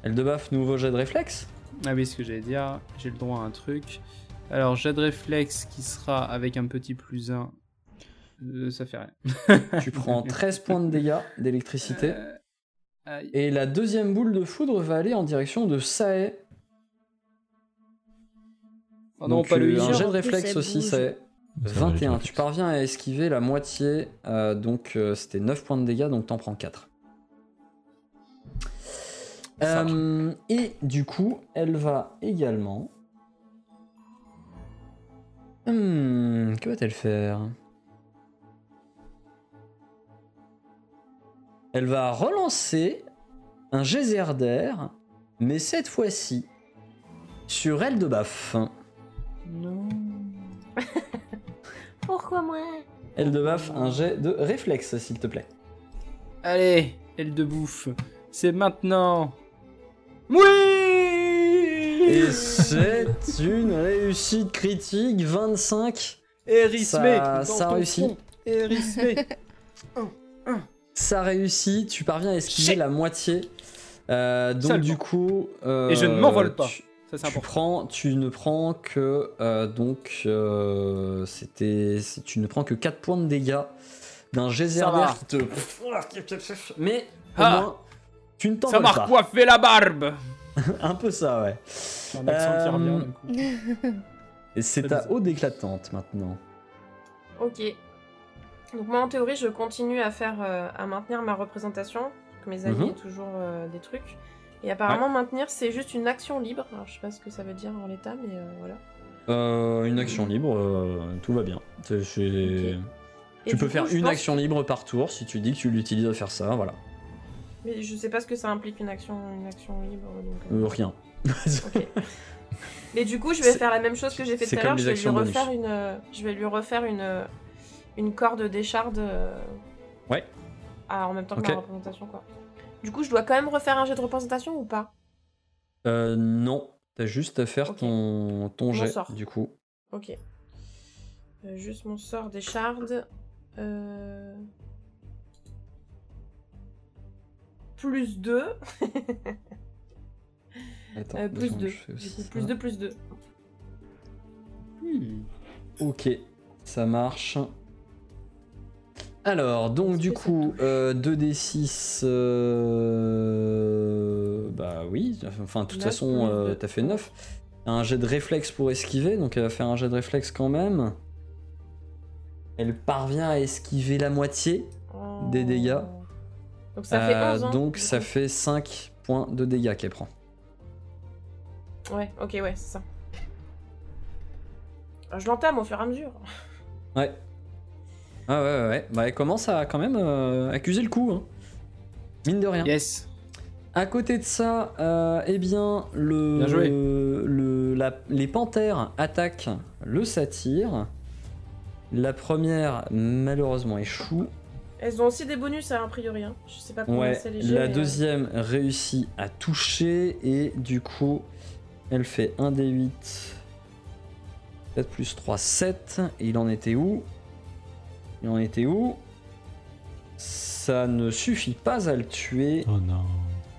S1: Eldebaf, nouveau jet de réflexe.
S3: Ah oui, ce que j'allais dire, j'ai le droit à un truc. Alors, jet de réflexe qui sera avec un petit plus 1. ça fait rien. *laughs*
S1: Tu prends 13 points de dégâts d'électricité.
S3: Euh, aïe.
S1: Et la deuxième boule de foudre va aller en direction de Sae.
S3: Oh non,
S1: Donc,
S3: pas le
S1: euh,
S3: i.
S1: Un jet de
S11: En plus,
S1: réflexe
S11: elle
S1: aussi,
S11: bouge.
S1: Sae.
S10: Ça va, j'ai
S1: 21,
S10: dit.
S1: tu parviens à esquiver la moitié, euh, donc euh, c'était 9 points de dégâts, donc t'en prends 4.
S5: Ça.
S1: Euh, et du coup, elle va également. Hmm, que va-t-elle faire Elle va relancer un geyser d'air, mais cette fois-ci sur elle de baf.
S3: Non.
S4: Pourquoi moi
S1: Elle de baf, un jet de réflexe, s'il te plaît.
S3: Allez, elle de bouffe. C'est maintenant. Oui
S1: Et c'est une réussite critique, 25.
S3: Erismé
S1: Ça- ça réussit.
S3: Erismé Oh.
S1: Ça réussit, tu parviens à esquiver
S3: Shit.
S1: la moitié. Euh, donc
S3: Seulement.
S1: du coup... euh,
S3: Et je ne m'envole pas.
S1: tu-
S3: Ça, c'est
S1: Tu,
S3: important.
S1: prends, tu ne prends que... euh, donc euh, c'était... c'est- Tu ne prends que 4 points de dégâts d'un geyser
S3: Ça va.
S1: d'air qui te... Mais au
S3: Ah.
S1: moins, tu ne
S3: Ça
S1: t'envoles
S3: m'a
S1: pas.
S3: recoiffé la barbe
S1: *laughs* Un peu ça, ouais.
S3: Un accent qui
S1: Euh,
S3: revient, du coup.
S1: Et c'est
S3: Très
S1: à
S3: bizarre.
S1: haute éclatante maintenant.
S4: Ok. Donc moi en théorie je continue à faire euh, à maintenir ma représentation. parce que Mes amis
S1: Mhm.
S4: aient toujours euh, des trucs. Et apparemment maintenir c'est juste une action libre. Alors je sais pas ce que ça veut dire en l'état mais euh, voilà.
S1: Euh, une action libre, euh, tout va bien. C'est- c'est-
S4: Ok. Et
S1: Tu
S4: du
S1: peux
S4: coup,
S1: faire
S4: je
S1: une
S4: pense-
S1: action libre par tour si tu dis que tu l'utilises à faire ça, voilà.
S4: Mais je sais pas ce que ça implique une action une action libre donc. euh,
S1: Euh, rien. *laughs*
S4: ok. Mais du coup je vais
S1: C'est-
S4: faire la même chose que j'ai fait
S1: c'est
S4: tout à
S1: comme
S4: l'heure.
S1: les
S4: Je vais
S1: actions
S4: lui
S1: bonus.
S4: refaire une euh, je vais lui refaire une euh, une corde décharde. euh,
S1: Ouais.
S4: à- en même temps que
S1: Ok.
S4: ma représentation quoi. Du coup je dois quand même refaire un jet de représentation ou pas
S1: Euh, non, t'as juste à faire
S4: Ok.
S1: ton, ton jet,
S4: sort.
S1: du coup.
S4: Ok. Euh, juste mon sort des shards. Euh, Plus 2.
S1: *laughs* Attends, deux
S4: Euh, plus
S1: secondes,
S4: 2.
S1: je fais aussi ça.
S4: Plus 2, plus 2.
S3: Hmm.
S1: Ok, ça marche. Alors, donc
S4: Est-ce
S1: du
S4: que ça
S1: coup, euh, 2d6... euh, Bah oui, enfin, de toute
S4: Neuf
S1: façon,
S4: plus
S1: euh,
S4: deux.
S1: t'as fait 9. Un jet de réflexe pour esquiver, donc elle va faire un jet de réflexe quand même. Elle parvient à esquiver la moitié. Des dégâts.
S4: Donc Oh. ça fait
S1: Euh,
S4: 11. hein,
S1: donc
S4: du
S1: ça
S4: coup.
S1: fait 5 points de dégâts qu'elle prend.
S4: Ouais, ok, ouais, c'est ça. Euh, Je l'entame au fur et à mesure.
S1: Ouais. Ah ouais, ouais, ouais. Bah, elle commence à quand même euh, accuser le coup. hein. Mine de rien.
S3: Yes.
S1: À côté de ça, euh, eh bien, le,
S3: Bien joué.
S1: le- la- les panthères attaquent le satyre. La première, malheureusement, échoue.
S4: Elles ont aussi des bonus, hein, a priori. hein. Je sais pas comment
S1: Ouais,
S4: c'est léger.
S1: la
S4: mais, euh,
S1: deuxième réussit à toucher et du coup, elle fait 1 des 8. 4 plus 3, 7. Et il en était où Il en était où Ça ne suffit pas à le tuer.
S10: Oh non.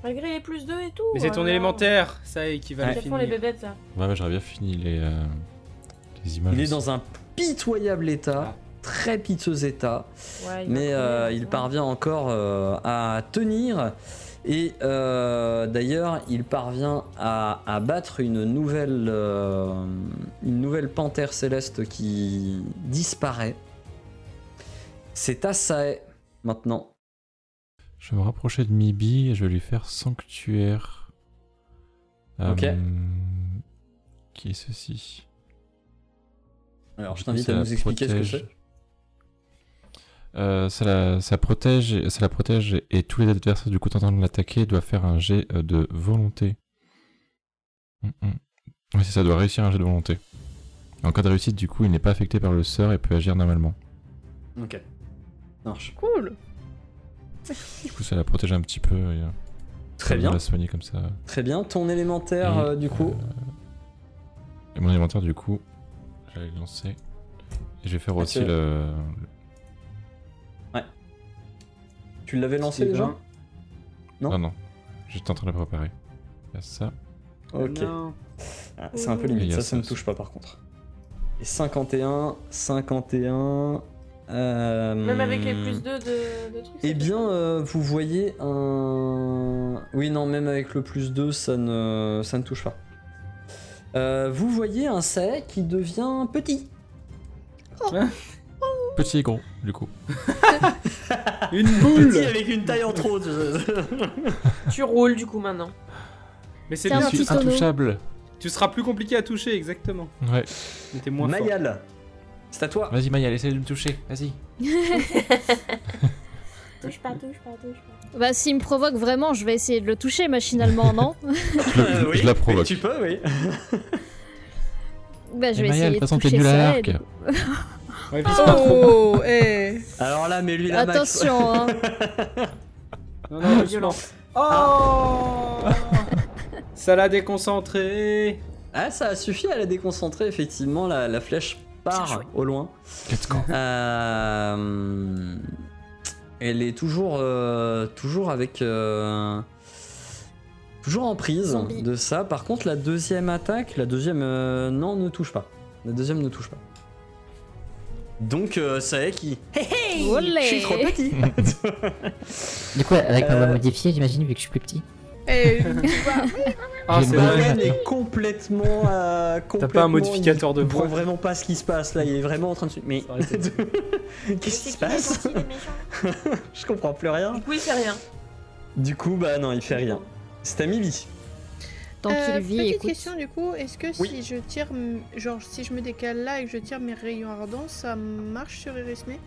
S4: Malgré les plus 2 et tout. euh,
S3: Mais c'est ton
S4: alors.
S3: élémentaire, ça est, qui va le
S4: Quelles font les
S3: finir.
S4: bébêtes là
S10: Ouais, ouais, j'aurais bien fini les, euh, les images.
S1: Il est dans un pitoyable état,
S3: Ah.
S1: très piteux état,
S4: Ouais, il va crever,
S1: mais euh, il
S4: ouais.
S1: parvient encore euh, à tenir. Et euh, d'ailleurs, il parvient à, à battre une nouvelle, euh, une nouvelle panthère céleste qui disparaît. C'est à Sae maintenant.
S10: Je vais me rapprocher de Mibi et je vais lui faire sanctuaire. Euh,
S1: Ok.
S10: Qui est ceci
S1: Alors, je
S10: Du coup,
S1: t'invite
S10: ça
S1: à
S10: la
S1: nous expliquer ce que
S10: protège.
S1: c'est.
S10: Euh, ça, la, ça protège, et- ça la protège et, et tous les adversaires du coup tentant de l'attaquer doivent faire un jet euh, de volonté. Mm, mm. Oui, c'est ça, doit réussir un jet de volonté. En cas de réussite, du coup, il n'est pas affecté par le sort et peut agir normalement.
S1: Ok. Ça marche.
S7: Cool.
S10: Du coup, ça la protège un petit peu. et, euh,
S1: Très
S10: ça
S1: bien.
S10: La soigner comme ça.
S1: Très bien. Ton élémentaire,
S10: Et,
S1: euh, du coup.
S10: Et mon inventaire, du coup, j'allais le lancer. Et je vais faire
S1: Ah,
S10: aussi
S1: c'est-
S10: le.
S1: Tu l'avais lancé
S3: C'est
S1: déjà
S10: hein
S3: vingt.
S1: Non.
S10: Ah non, j'étais en train de le préparer. Il y a ça.
S1: Ok.
S3: Non.
S1: Ah, c'est un peu
S10: Et il
S1: limite,
S10: y a
S1: ça, ça
S10: ça
S1: me touche pas par contre. Et 51, 51. euh,
S4: Même avec les plus 2 de, de trucs.
S1: Eh
S4: ça
S1: bien,
S4: fait
S1: euh, vous voyez un. Oui, non, même avec le plus 2, ça ne, ça ne touche pas. Euh, vous voyez un sac qui devient petit.
S10: Petit et gros, du coup.
S3: *laughs* Une boule
S1: avec une taille en trop. *laughs*
S4: pas. Tu roules du coup maintenant.
S3: Mais c'est
S11: Tiens,
S3: bien,
S10: Je
S11: un
S3: tu,
S10: suis
S11: petit tonneau.
S10: intouchable.
S3: tu seras plus compliqué à toucher, exactement.
S10: Ouais.
S3: Mais t'es moins fort.
S1: Mayal, c'est à toi.
S10: Vas-y Maya, essaye de me toucher, vas-y.
S4: Touche pas, touche pas, touche
S11: *laughs*
S4: pas.
S11: Bah, s'il me provoque vraiment, je vais essayer de le toucher machinalement, non *laughs*
S10: Je, le- je-
S1: Euh, oui,
S10: je la
S1: oui,
S10: provoque. Euh,
S1: Tu peux, *laughs* oui.
S11: Bah, je
S10: Eh,
S11: vais
S10: Maya, de
S11: essayer
S10: toute façon, t'es
S11: toucher
S10: nulle à
S11: ça et
S10: l'arc.
S11: de-
S3: *laughs* Ouais, vise pas trop.
S7: Oh, eh.
S1: Alors là, mets-lui la max.
S11: Attention, hein.
S3: *laughs* Non, non,
S4: Violent.
S3: doucement.
S1: Ah.
S3: Oh *laughs* Ça l'a déconcentré
S1: Ah, ça a suffi à la déconcentrer, effectivement. La, la flèche part au loin.
S10: Let's go.
S1: Euh, elle est toujours, euh, toujours avec. euh, toujours en prise
S11: Zombie.
S1: de ça. Par contre, la deuxième attaque, la deuxième. euh, non, ne touche pas. La deuxième ne touche pas. Donc, euh, ça est qui. Hey, hey
S11: Olé.
S1: Je suis trop petit
S8: Du coup, avec ma voix
S1: Euh.
S8: modifiée, j'imagine, vu que je suis plus petit.
S3: *laughs*
S8: *laughs*
S7: Eh,
S3: Ah,
S10: J'ai
S3: c'est
S10: une
S1: La
S10: bonne-
S3: vrai
S1: reine est complètement. euh,
S3: T'as pas un
S1: complètement-
S3: modificateur de
S1: Il comprend
S3: voix
S1: vraiment pas ce qui se passe là, il est vraiment en train de se. Mais.
S3: Ça
S1: *laughs*
S3: aurait été
S1: Qu'est-ce qui se passe *laughs* Je comprends plus rien.
S4: Du coup, il fait rien.
S1: Du coup, bah non, il fait rien. C'est à Mibi.
S11: Tant
S7: Euh,
S11: qu'il vit,
S7: petite
S11: écoute.
S7: question du coup, est-ce que
S1: Oui.
S7: si je tire, m- genre si je me décale là et que je tire mes rayons ardents, ça marche sur Erismé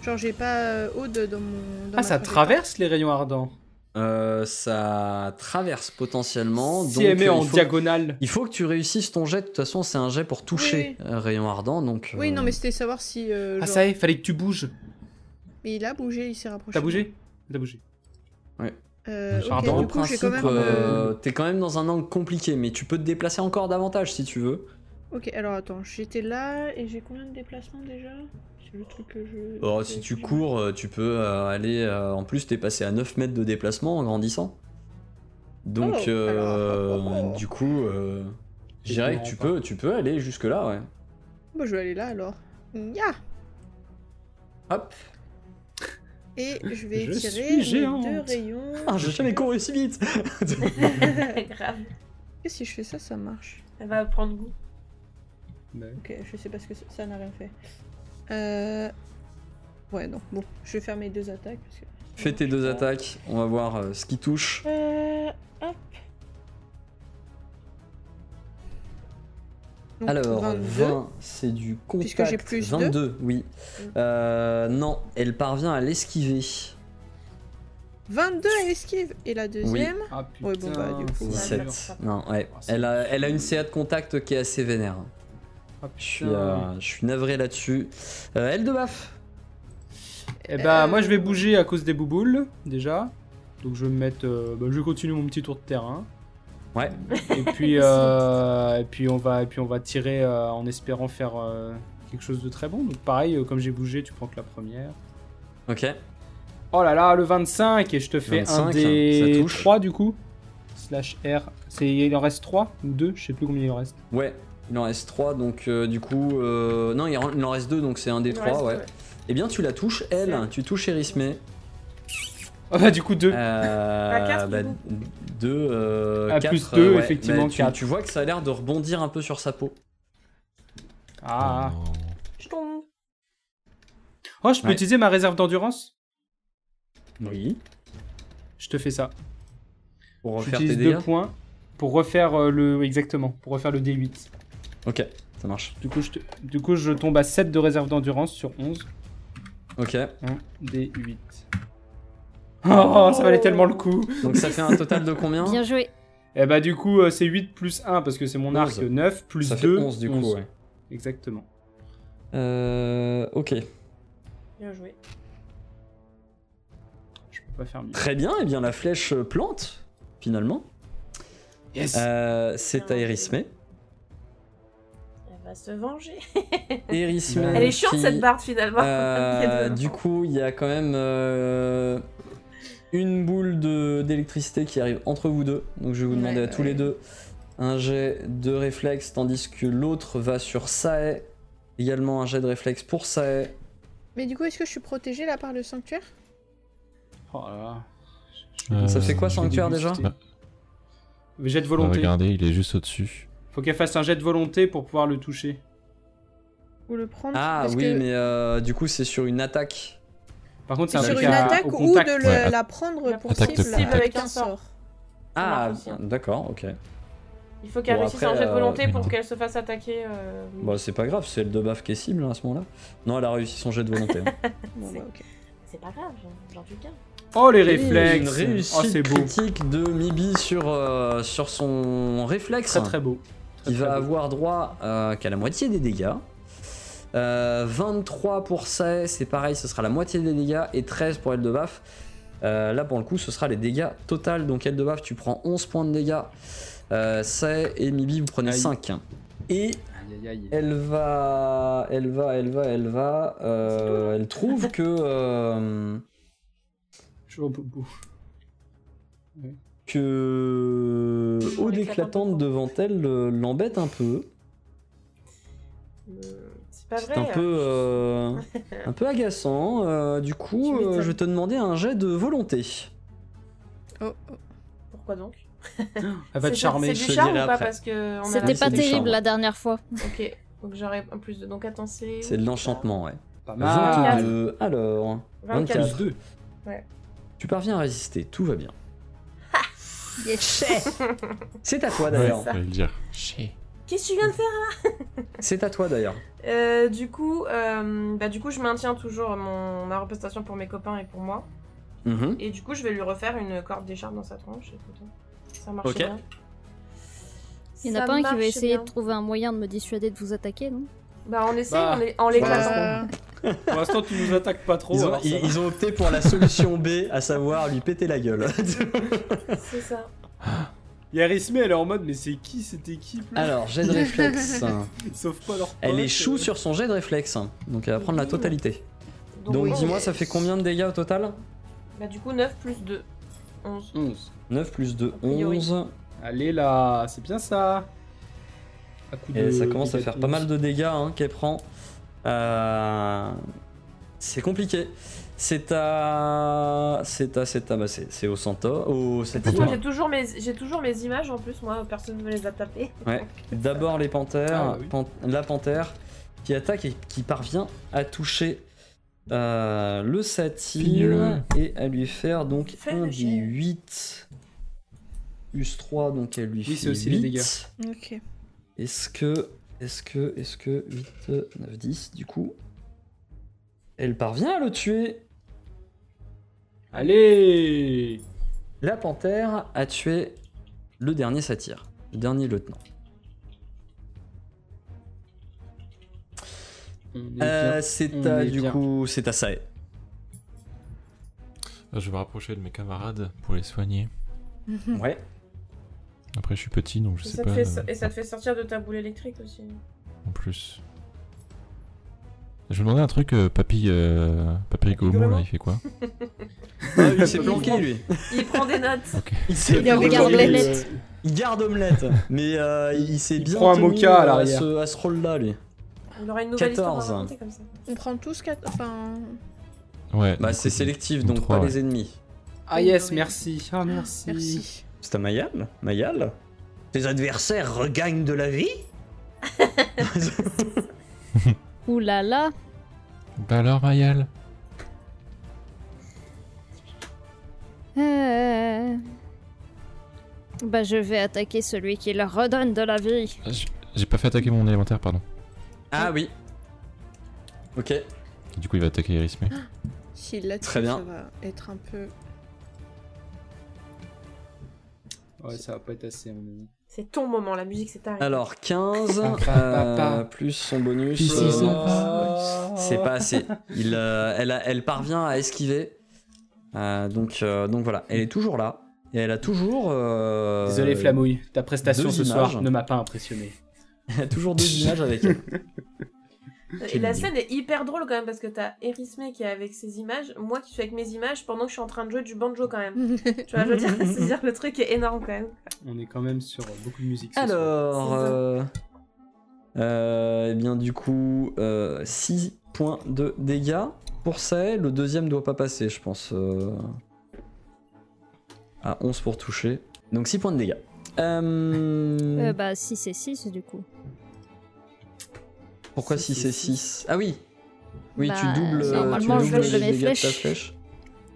S7: Genre j'ai pas euh, Aude dans mon. dans
S3: Ah,
S7: ma
S3: ça
S7: trajectoire.
S3: traverse les rayons ardents
S1: Euh, ça traverse potentiellement.
S3: Si
S1: donc,
S3: elle met
S1: euh,
S3: en
S1: il, faut,
S3: diagonale
S1: il faut que tu réussisses ton jet. De toute façon, c'est un jet pour toucher euh, Rayon Ardent. Donc,
S7: Oui,
S1: euh,
S7: non, mais c'était savoir si. euh,
S3: Ah
S7: genre-
S3: ça y est, fallait que tu bouges
S7: Mais il a bougé, il s'est rapproché.
S3: T'as bougé T'as bougé
S7: Euh, ok,
S1: Alors,
S3: Ardent,
S1: dans
S7: du
S1: le
S7: coup, j'ai
S1: principe,
S7: quand même. euh,
S1: euh, t'es quand même dans un angle compliqué, mais tu peux te déplacer encore davantage si tu veux.
S7: Ok, alors attends, j'étais là et j'ai combien de déplacements déjà C'est le truc que je.
S1: Or, si tu cours, euh, tu peux euh, aller. euh, en plus, t'es passé à 9 mètres de déplacement en grandissant. Donc,
S7: Oh,
S1: euh,
S7: alors, oh.
S1: du coup, euh, je
S3: Et
S1: dirais
S3: comment
S1: que tu
S3: on part
S1: peux, tu peux aller jusque-là, ouais.
S7: Bah, je vais aller là alors. Ya
S1: Hop
S7: Et je vais
S3: Je
S7: tirer
S3: suis
S7: mes
S3: géante.
S7: deux rayons.
S1: *laughs* Ah, j'ai jamais couru si
S7: *laughs*
S1: vite
S4: *laughs* Grave.
S7: Et si je fais ça, ça marche.
S4: Elle va prendre goût.
S7: Ok, je sais pas ce que c'est- ça n'a rien fait. Euh... Ouais, non, bon, je vais faire mes deux attaques. Parce que...
S1: Fais tes deux attaques, on va voir euh, ce qui touche.
S7: Euh... Hop. Donc,
S1: Alors,
S7: 22.
S1: 20, c'est du contact.
S7: j'ai plus deux. Mm.
S1: 22, oui. Euh, non, elle parvient à l'esquiver.
S7: 22 elle esquive. Et la deuxième
S3: Ah
S7: Ouais, bon, bah, du coup,
S3: c'est
S1: 17. Non, ouais.
S3: Ah, c'est
S1: Elle a, elle a une
S3: dur.
S1: CA de contact qui est assez vénère.
S3: dur. Ah,
S1: Je suis, euh, je suis navré là-dessus. Euh, elle de baffe
S3: Et
S7: Euh,
S3: bah moi je vais bouger à cause des bouboules déjà. Donc je vais me mettre, euh, bah, je vais continuer mon petit tour de terrain.
S1: Ouais.
S3: Et
S4: *laughs*
S3: puis euh, et puis on va et puis on va tirer euh, en espérant faire euh, quelque chose de très bon. Donc pareil euh, comme j'ai bougé, tu prends que la première.
S1: Ok.
S3: Oh là là le 25 et je te fais
S1: 25,
S3: un des
S1: hein, ça touche.
S3: 3 du coup. Slash R. C'est il en reste 3 ou 2, je sais plus combien il en reste.
S1: Ouais, il en reste 3, donc euh, du coup. euh, Non, il en, il en reste 2, donc c'est un des
S4: Il en
S1: 3,
S4: reste
S1: ouais.
S4: deux, ouais.
S1: Eh bien, tu la touches, elle, tu touches Erismé.
S3: Ah bah du coup 2.
S1: Euh,
S4: *laughs* À quatre, du coup.
S1: 2,
S3: Ah,
S1: 4.
S3: plus deux, effectivement,
S1: euh, tu,
S3: quatre.
S1: tu vois que ça a l'air de rebondir un peu sur sa peau.
S3: Ah.
S10: Oh non.
S4: Je tombe.
S3: Oh je peux
S1: Ouais.
S3: utiliser ma réserve d'endurance
S1: Oui.
S3: je te fais ça.
S1: Pour refaire tes
S3: J'utilise deux
S1: dégâts
S3: points pour refaire euh, le. Exactement, pour refaire le D8.
S1: Ok, ça marche.
S3: Du coup, je, te- du coup, je tombe à 7 de réserve d'endurance sur 11.
S1: Ok.
S3: 1 D8. Oh, ça valait tellement le coup!
S1: Donc ça fait un total de combien
S6: Bien joué.
S3: Et bah, du coup, euh, c'est 8 plus 1 parce que c'est mon arc
S1: 11.
S3: 9 plus
S1: Ça fait
S3: 2.
S1: 11 du coup, ouais.
S3: Exactement.
S1: Euh, ok.
S4: Bien joué.
S3: Je peux pas faire mieux.
S1: Très bien, et bien la flèche euh, plante, finalement.
S3: Yes!
S1: Euh, c'est à Erismé.
S4: Elle va
S1: *laughs*
S4: se venger.
S1: Erismé
S4: Elle est chiante
S1: qui,
S4: cette barde finalement. *laughs*
S1: euh, du coup, il y a quand même euh, une boule de- d'électricité qui arrive entre vous deux. Donc je vais vous demander à tous les deux un jet de réflexe, tandis que l'autre va sur Sae. Également un jet de réflexe pour Sae.
S7: Mais du coup, est-ce que je suis protégée là par le sanctuaire
S3: Oh là là.
S1: Ça fait quoi
S10: je vais
S1: sanctuaire déjà
S3: déguster. Jet de
S5: Bah,
S3: volonté.
S10: Regardez, il est juste au-dessus.
S3: Faut qu'elle fasse un jet de volonté pour pouvoir le toucher.
S7: Ou le prendre
S1: Ah
S7: parce
S1: oui,
S7: que-
S1: mais euh, du coup c'est sur une attaque.
S3: Par contre, c'est
S7: C'est
S3: un
S7: sur
S3: truc
S7: une
S3: à-
S7: attaque
S3: au
S7: ou
S3: contact.
S7: de le-
S10: Ouais, att-
S7: Euh, la prendre pour
S10: attaque de
S7: cible
S10: contact.
S7: avec un sort.
S1: Ah
S4: marche aussi, hein.
S1: d'accord, ok.
S4: Il faut qu'elle
S1: Bon,
S4: réussisse
S1: après,
S4: un jet de volonté
S10: euh,
S4: pour qu'elle se fasse attaquer. euh,
S1: Bah c'est pas grave, c'est le de baffe qui est cible hein, à ce moment-là. Non, elle a réussi son jet de volonté. hein.
S7: Bon, bah, ok.
S4: C'est pas grave, j'en- j'en suis bien.
S3: Oh les
S1: Une
S3: réflexes
S1: réussite
S3: Oh c'est beau
S1: critique de Mibi sur, euh, sur son réflexe.
S3: Très très beau Très,
S1: qui
S3: très
S1: va
S3: beau.
S1: avoir droit euh, qu'à la moitié des dégâts. Euh, 23 pour ça, c'est pareil, ce sera la moitié des dégâts. Et 13 pour elle de baf. Euh, là pour le coup, ce sera les dégâts total. Donc elle de baf, tu prends 11 points de dégâts. Euh, Sae et Mibi, vous prenez
S3: Aïe.
S1: 5. Et
S3: Aïe, aïe, aïe.
S1: elle va, elle va, elle va, elle va. euh, elle trouve que euh,
S3: Je vais au bout. *laughs*
S1: que
S4: On
S1: Aude
S4: l'éclate un
S1: éclatante
S4: peu.
S1: devant elle euh, l'embête un peu.
S4: Euh, C'est pas vrai. hein.
S1: C'est un peu, euh, un peu agaçant. Euh, du coup,
S4: Tu m'étonnes.
S1: euh, je vais te demander un jet de volonté.
S7: Oh, oh.
S4: Pourquoi donc
S3: Elle va te
S4: C'est-
S3: charmer
S4: C'est
S1: je te
S4: du charme ou
S1: dirai
S4: pas
S1: après.
S4: Parce que on a
S6: C'était
S1: oui,
S6: pas
S4: la-
S1: c'est du charme,
S6: terrible
S1: ouais.
S6: la dernière fois.
S4: Ok, donc j'aurais un plus de. Donc attends, c'est.
S1: C'est de l'enchantement, ouais.
S3: Pas mal
S1: 22. Alors,
S4: 24.
S1: 24.
S3: 2
S1: tu parviens à résister, tout va bien.
S7: Yes.
S4: *laughs*
S1: C'est à toi d'ailleurs.
S4: ça.
S10: J'allais le dire.
S4: Qu'est-ce que tu viens de faire
S1: C'est à toi d'ailleurs.
S4: Euh, du coup, euh, bah, du coup, je maintiens toujours mon, ma représentation pour mes copains et pour moi.
S1: Mhm.
S4: Et du coup, je vais lui refaire une corde d'écharpe dans sa tronche. Écoute, hein. ça marche
S1: Ok.
S4: bien.
S6: Il n'y en a
S4: Ça
S6: pas un qui
S4: marche
S6: veut essayer
S4: bien.
S6: de trouver un moyen de me dissuader de vous attaquer, non
S4: Bah, on essaie,
S3: Bah,
S4: on est, en l'éclatant.
S7: Euh,
S3: Pour l'instant tu nous attaques pas trop
S1: Ils ont,
S3: alors ça
S1: ils-
S3: va.
S1: ils ont opté pour la solution B, à savoir lui péter la
S3: *laughs*
S1: gueule.
S4: *laughs* C'est ça.
S3: Yarisme elle est en mode mais c'est qui cette équipe là
S1: Alors,
S3: *laughs*
S1: jet de réflexe.
S3: Ils sauvent pas leur pote
S1: Elle
S3: euh.
S1: est chou sur son jet de réflexe. Donc, elle va prendre la totalité. Donc,
S4: oui.
S1: dis-moi, ça fait combien de dégâts au total
S4: Bah, du coup, 9 plus 2. 11.
S3: 11
S1: 9 plus 2,
S4: A priori.
S1: 11.
S3: Allez là C'est bien ça À coup de-
S1: Et ça commence à
S3: de
S1: faire
S3: quatre
S1: pas mal
S3: onze.
S1: de dégâts hein, qu'elle prend. Euh, C'est compliqué. C'est à. C'est à. C'est à. bah, c'est c'est au centaure. Au
S4: Pourtant, j'ai
S1: septième.
S4: toujours, mes, j'ai toujours mes images en plus, moi, personne ne me les a tapées.
S1: Ouais. D'abord les panthères.
S3: Ah, oui.
S1: pan- la panthère qui attaque et qui parvient à toucher euh, le satyre
S10: Figure.
S1: et à lui faire donc
S4: Fais
S1: un
S4: le jet.
S1: des 8 plus 3. Donc elle lui
S3: Oui,
S1: fait
S3: c'est aussi les
S1: 8.
S3: dégâts.
S7: Ok.
S1: Est-ce que, est-ce que, est-ce que 8, euh, 9, 10, du coup, elle parvient à le tuer.
S3: Allez
S1: La panthère a tué le dernier satyre, le dernier lieutenant.
S3: On est
S1: Euh,
S3: bien.
S1: c'est
S3: on
S1: à,
S3: est
S1: du
S3: bien.
S1: coup, c'est à Sae.
S10: Ah, Je vais me rapprocher de mes camarades pour les soigner.
S1: *laughs* Ouais.
S10: Après, je suis petit, donc je
S4: Et
S10: sais
S4: ça, te
S10: pas.
S4: fait,
S10: euh,
S4: et ça te fait sortir de ta boule électrique aussi.
S10: En plus. Je me demandais un truc, euh, Papy, euh, Papy Gomu,
S4: Gomu
S10: là, il fait quoi
S1: il s'est planqué, lui.
S4: Il prend des notes.
S1: Il, s'est
S6: Il regarde
S1: planqué.
S6: l'omelette.
S1: Il garde omelette. Mais euh, il s'est
S3: Il
S1: bien
S3: prend un
S1: tenu,
S3: mocha à
S1: euh,
S3: l'arrière.
S1: ce- à ce rôle-là, lui.
S4: Il aura une nouvelle histoire
S1: 14.
S4: à raconter comme ça.
S7: On prend tous quatre. Enfin. *gasps*
S10: Ouais.
S1: Bah,
S10: du
S1: c'est
S10: coup,
S1: sélectif,
S10: ils sont
S1: donc
S10: trois,
S1: pas
S10: ouais.
S1: les ennemis.
S3: Ah yes, merci Ah merci
S7: Merci.
S1: C'est à Mayal Mayal Tes adversaires regagnent de la vie
S6: Ouh là là
S10: Bah alors, Mayal
S11: Euh, Bah, je vais attaquer celui qui leur redonne de la vie.
S10: Ah, j- J'ai pas fait attaquer mon élémentaire, pardon.
S1: Ah oui. Ok.
S10: Du coup, il va attaquer Iris, mais.
S7: S'il l'a
S1: Très
S7: tué,
S1: bien.
S7: ça va être un peu.
S3: Ouais, ça va pas être assez, à mon avis.
S4: C'est ton moment, la musique, c'est ta
S1: Alors 15
S3: Pa, pa,
S1: euh,
S3: pa, pa.
S1: plus son bonus. Euh,
S10: Puis si ça
S3: va.
S1: c'est pas assez. Il, euh, elle, a- elle parvient à esquiver. Euh, donc, euh, donc voilà, elle est toujours là. Et elle a toujours. euh,
S3: Désolé, Flamouille, ta prestation
S1: deux
S3: ce
S1: images.
S3: soir ne m'a pas impressionné.
S1: Elle a *laughs* toujours deux images avec hein. elle.
S4: Et
S1: Quelle
S4: la
S1: idée.
S4: scène est hyper drôle quand même parce que t'as Erisme qui est avec ses images, moi qui suis avec mes images pendant que je suis en train de jouer du banjo quand même. tu vois, je
S3: *laughs*
S4: veux dire, c'est-à-dire le truc est énorme quand même.
S3: On est quand *laughs* même sur beaucoup de musique. ce soir.
S1: Alors. Euh, euh, eh bien, du coup, 6 points de dégâts pour ça. Le deuxième doit pas passer, je pense. euh, à 11 pour toucher. Donc 6 points de dégâts. Euh,
S11: Euh, bah, 6 et 6, du coup.
S1: Pourquoi
S3: Six
S1: 6
S3: et
S1: et 6 Ah oui Oui,
S11: Bah,
S1: tu doubles,
S11: c'est
S1: euh,
S11: normalement,
S1: tu
S11: je
S1: doubles
S11: lance
S1: les
S11: mes
S1: dégâts de ta
S11: flèches.
S1: flèche.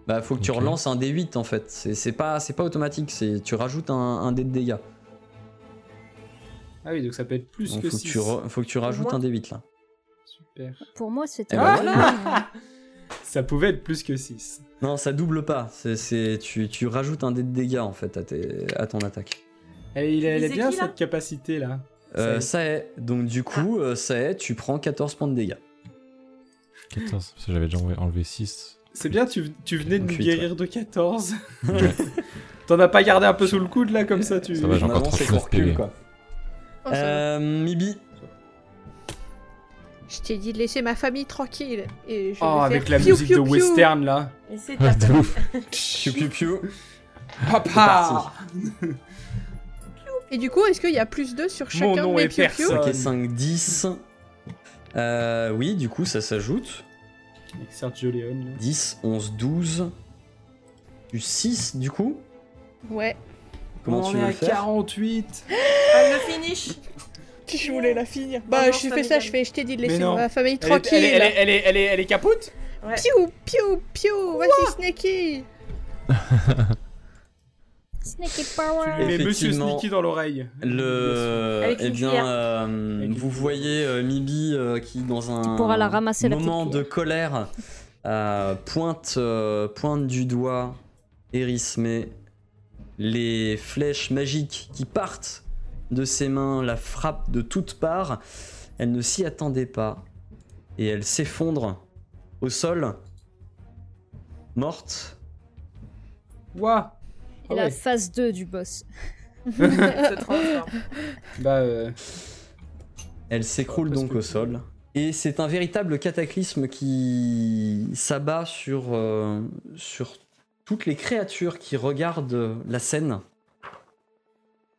S1: Bah, faut que tu
S10: Ok.
S1: relances un D8 en fait. C'est c'est pas, c'est pas automatique, c'est tu rajoutes un, un dé de dégâts.
S3: Ah oui, donc ça peut être plus
S1: Donc,
S3: que
S1: faut, que
S3: 6.
S1: tu re- faut que tu rajoutes
S4: Moi-
S1: un D8 là.
S3: Super.
S11: Pour moi, c'était.
S10: bah,
S1: Eh ben
S11: un- hein.
S3: Ça pouvait être plus que 6.
S1: Non, ça double pas. C'est- c'est- tu, tu rajoutes un dé de dégâts en fait à, tes- à ton attaque.
S3: Et il a, elle a
S4: Visez
S3: bien
S4: qui, là
S3: cette capacité là.
S1: Euh,
S3: Ça
S1: ça est. Donc du
S3: Ah.
S1: coup, euh, ça est, tu prends 14 points de dégâts.
S10: 14, parce que j'avais déjà enlevé- enlevé 6.
S3: C'est bien, tu, tu venais de
S1: Donc
S3: nous
S1: huit,
S3: guérir de 14.
S10: Ouais.
S3: *laughs* T'en as pas gardé un peu sous le coude là, comme ça tu.
S10: Ça va, j'ai
S1: On
S10: encore
S1: avance et
S10: 39
S1: qu'on recule,
S10: PV.
S1: quoi.
S7: Oh, ça va.
S1: Euh, Mibi,
S7: Je t'ai dit de laisser ma famille tranquille. Et
S3: Oh,
S7: je vais faire
S3: avec la
S7: piou,
S3: musique
S7: piou,
S3: de
S7: piou.
S3: western là.
S4: Et c'est ta
S7: *laughs*
S10: Ah, de
S4: *laughs*
S10: ouf.
S1: piu piu
S3: *laughs*
S1: piu. ah.
S3: Papa
S7: Et du coup, est-ce qu'il y a plus de sur
S3: Mon
S7: chacun
S3: nom
S7: de mes
S3: est
S7: piou piou
S3: personne.
S1: Ok, 5, 10. Euh, oui, du coup, ça s'ajoute.
S3: Avec Sergio Leone là.
S1: 10, 11, 12. Du 6 du coup
S7: Ouais.
S1: Comment
S3: On
S1: tu
S3: est
S1: veux
S3: à
S1: le faire
S3: 48
S4: Ah, le finish
S7: Je voulais la finir.
S4: Ah
S7: Bah,
S4: non, ça
S7: je fais ça,
S4: m'étonne.
S7: je fais. Je t'ai dit de
S3: Mais
S7: laisser
S3: non.
S7: ma famille
S3: Elle est-
S7: tranquille.
S3: Elle est, elle est, elle est, elle est capote
S4: Ouais.
S7: Piou, piou, piou. Vas-y, Snaky.
S11: Sneaky
S3: Tu
S11: power
S3: lui mets Monsieur
S1: Effectivement.
S3: Sneaky dans l'oreille.
S1: Le.
S4: Avec
S1: Eh
S4: une
S1: bien,
S4: cuillère.
S1: euh,
S3: Avec une
S1: vous
S3: cuillère.
S1: voyez euh, Mibi euh, qui, dans un
S11: pourras la ramasser, la
S1: moment
S11: petite
S1: de
S11: cuillère.
S1: colère, euh, pointe, euh, pointe du doigt Erisme les flèches magiques qui partent de ses mains, la frappe de toutes parts. Elle ne s'y attendait pas et elle s'effondre au sol, morte.
S3: Ouah
S11: Et
S3: Ah
S11: la
S3: ouais.
S11: phase 2 du
S3: *laughs*
S11: boss.
S4: se transforme.
S3: Bah, euh,
S1: Elle s'écroule
S3: Ouais, parce
S1: donc
S3: que-
S1: au sol. Et c'est un véritable cataclysme qui s'abat sur, euh, sur toutes les créatures qui regardent euh, la scène.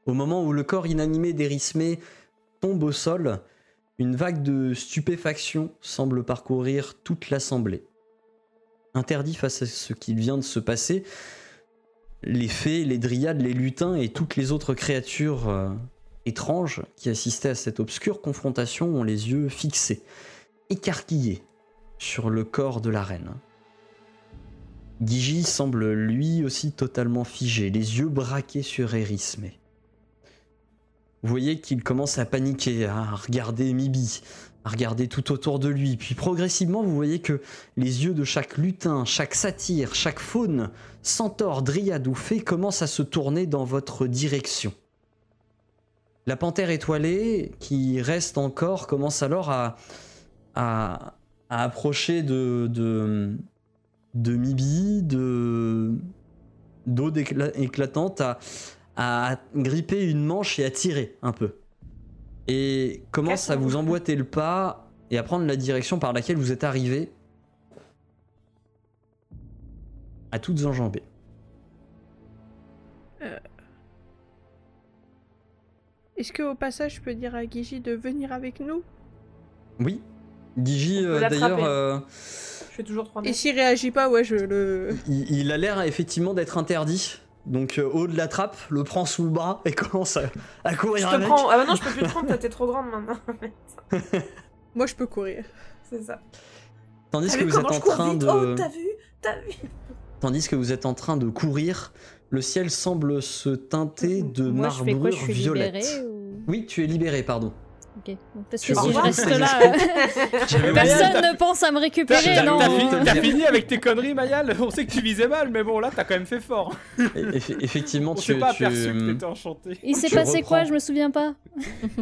S1: Au moment où le corps inanimé d'Erismé tombe au sol, une vague de stupéfaction semble parcourir toute l'assemblée. Interdit face à ce qu'il vient de se passer, les fées, les dryades, les lutins et toutes les autres créatures euh, étranges qui assistaient à cette obscure confrontation ont les yeux fixés, écarquillés, sur le corps de la reine. Gigi semble lui aussi totalement figé, les yeux braqués sur Erisme. Vous voyez qu'il commence à paniquer, à regarder Mibi, à regarder tout autour de lui, puis progressivement vous voyez que les yeux de chaque lutin, chaque satyre, chaque faune, centaure, dryade ou fée commencent à se tourner dans votre direction. La panthère étoilée, qui reste encore, commence alors à, à, à approcher de, de, de Mibi, de d'eau d'écla- éclatante, à, à gripper une manche et à tirer un peu. Et commence à vous emboîter le pas et à prendre la direction par laquelle vous êtes arrivé, à toutes enjambées.
S7: Euh. Est-ce que au passage, je peux dire à Gigi de venir avec nous
S1: Oui. Gigi,
S4: On peut
S1: euh,
S4: l'attraper.
S1: d'ailleurs, euh,
S4: Je fais toujours 3
S7: Et
S4: mètres.
S7: s'il réagit pas, ouais, je le.
S1: *laughs* il, il a l'air effectivement d'être interdit. Donc, euh, Aude l'attrape, le prend sous le bras et *laughs* commence à, à
S4: Je
S1: courir
S4: te
S1: avec.
S4: prends. Ah bah non, je peux plus te prendre, toi, t'es trop grande maintenant.
S3: *laughs*
S7: Moi, je peux courir.
S4: c'est ça.
S1: Tandis
S4: T'as
S1: que
S4: vu
S1: vous êtes
S4: Ah comment
S1: en
S4: je cours
S1: train
S4: vite
S1: de.
S4: Oh, t'as vu T'as vu
S1: Tandis que vous êtes en train de courir, le ciel semble se teinter de
S11: Moi, je fais quoi
S1: marbrure
S11: Je suis
S1: violette.
S11: libérée ou...
S1: Oui, tu es libéré, pardon.
S11: Ok. Donc, Parce
S1: Je
S11: que si je
S1: reprends
S11: reste
S1: tes
S11: là,
S1: *laughs* J'avais
S11: euh, personne ne pense à me récupérer, non
S3: T'as fini avec tes conneries, Mayal On sait que tu visais mal, mais bon, là, t'as quand même fait fort.
S1: Eff- effectivement,
S3: *laughs* On
S1: tu,
S3: s'est pas
S1: tu- euh,
S3: aperçu que t'étais enchanté. *laughs*
S11: Il s'est
S1: Tu
S11: passé quoi
S1: reprends.
S11: Je me souviens
S2: *laughs*
S11: pas.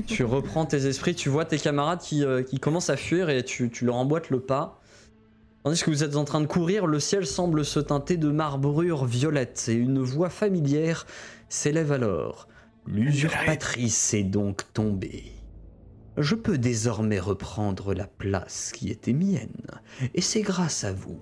S1: tu reprends tes esprits, tu vois tes camarades qui, euh, qui commencent à fuir et tu, tu leur emboîtes le pas. Tandis que vous êtes en train de courir, le ciel semble se teinter de marbrure violette et une voix familière s'élève alors. L'usurpatrice est donc tombée. Je peux désormais reprendre la place qui était mienne, et c'est grâce à vous.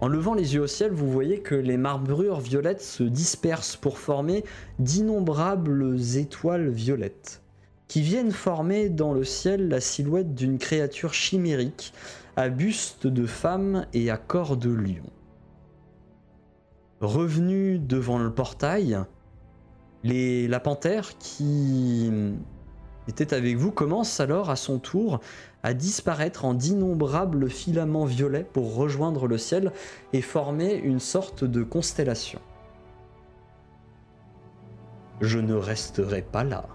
S1: En levant les yeux au ciel, vous voyez que les marbrures violettes se dispersent pour former d'innombrables étoiles violettes, qui viennent former dans le ciel la silhouette d'une créature chimérique, à buste de femme et à corps de lion. Revenu devant le portail, les- la panthère qui était avec vous commence alors à son tour à disparaître en d'innombrables filaments violets pour rejoindre le ciel et former une sorte de constellation. Je ne resterai pas là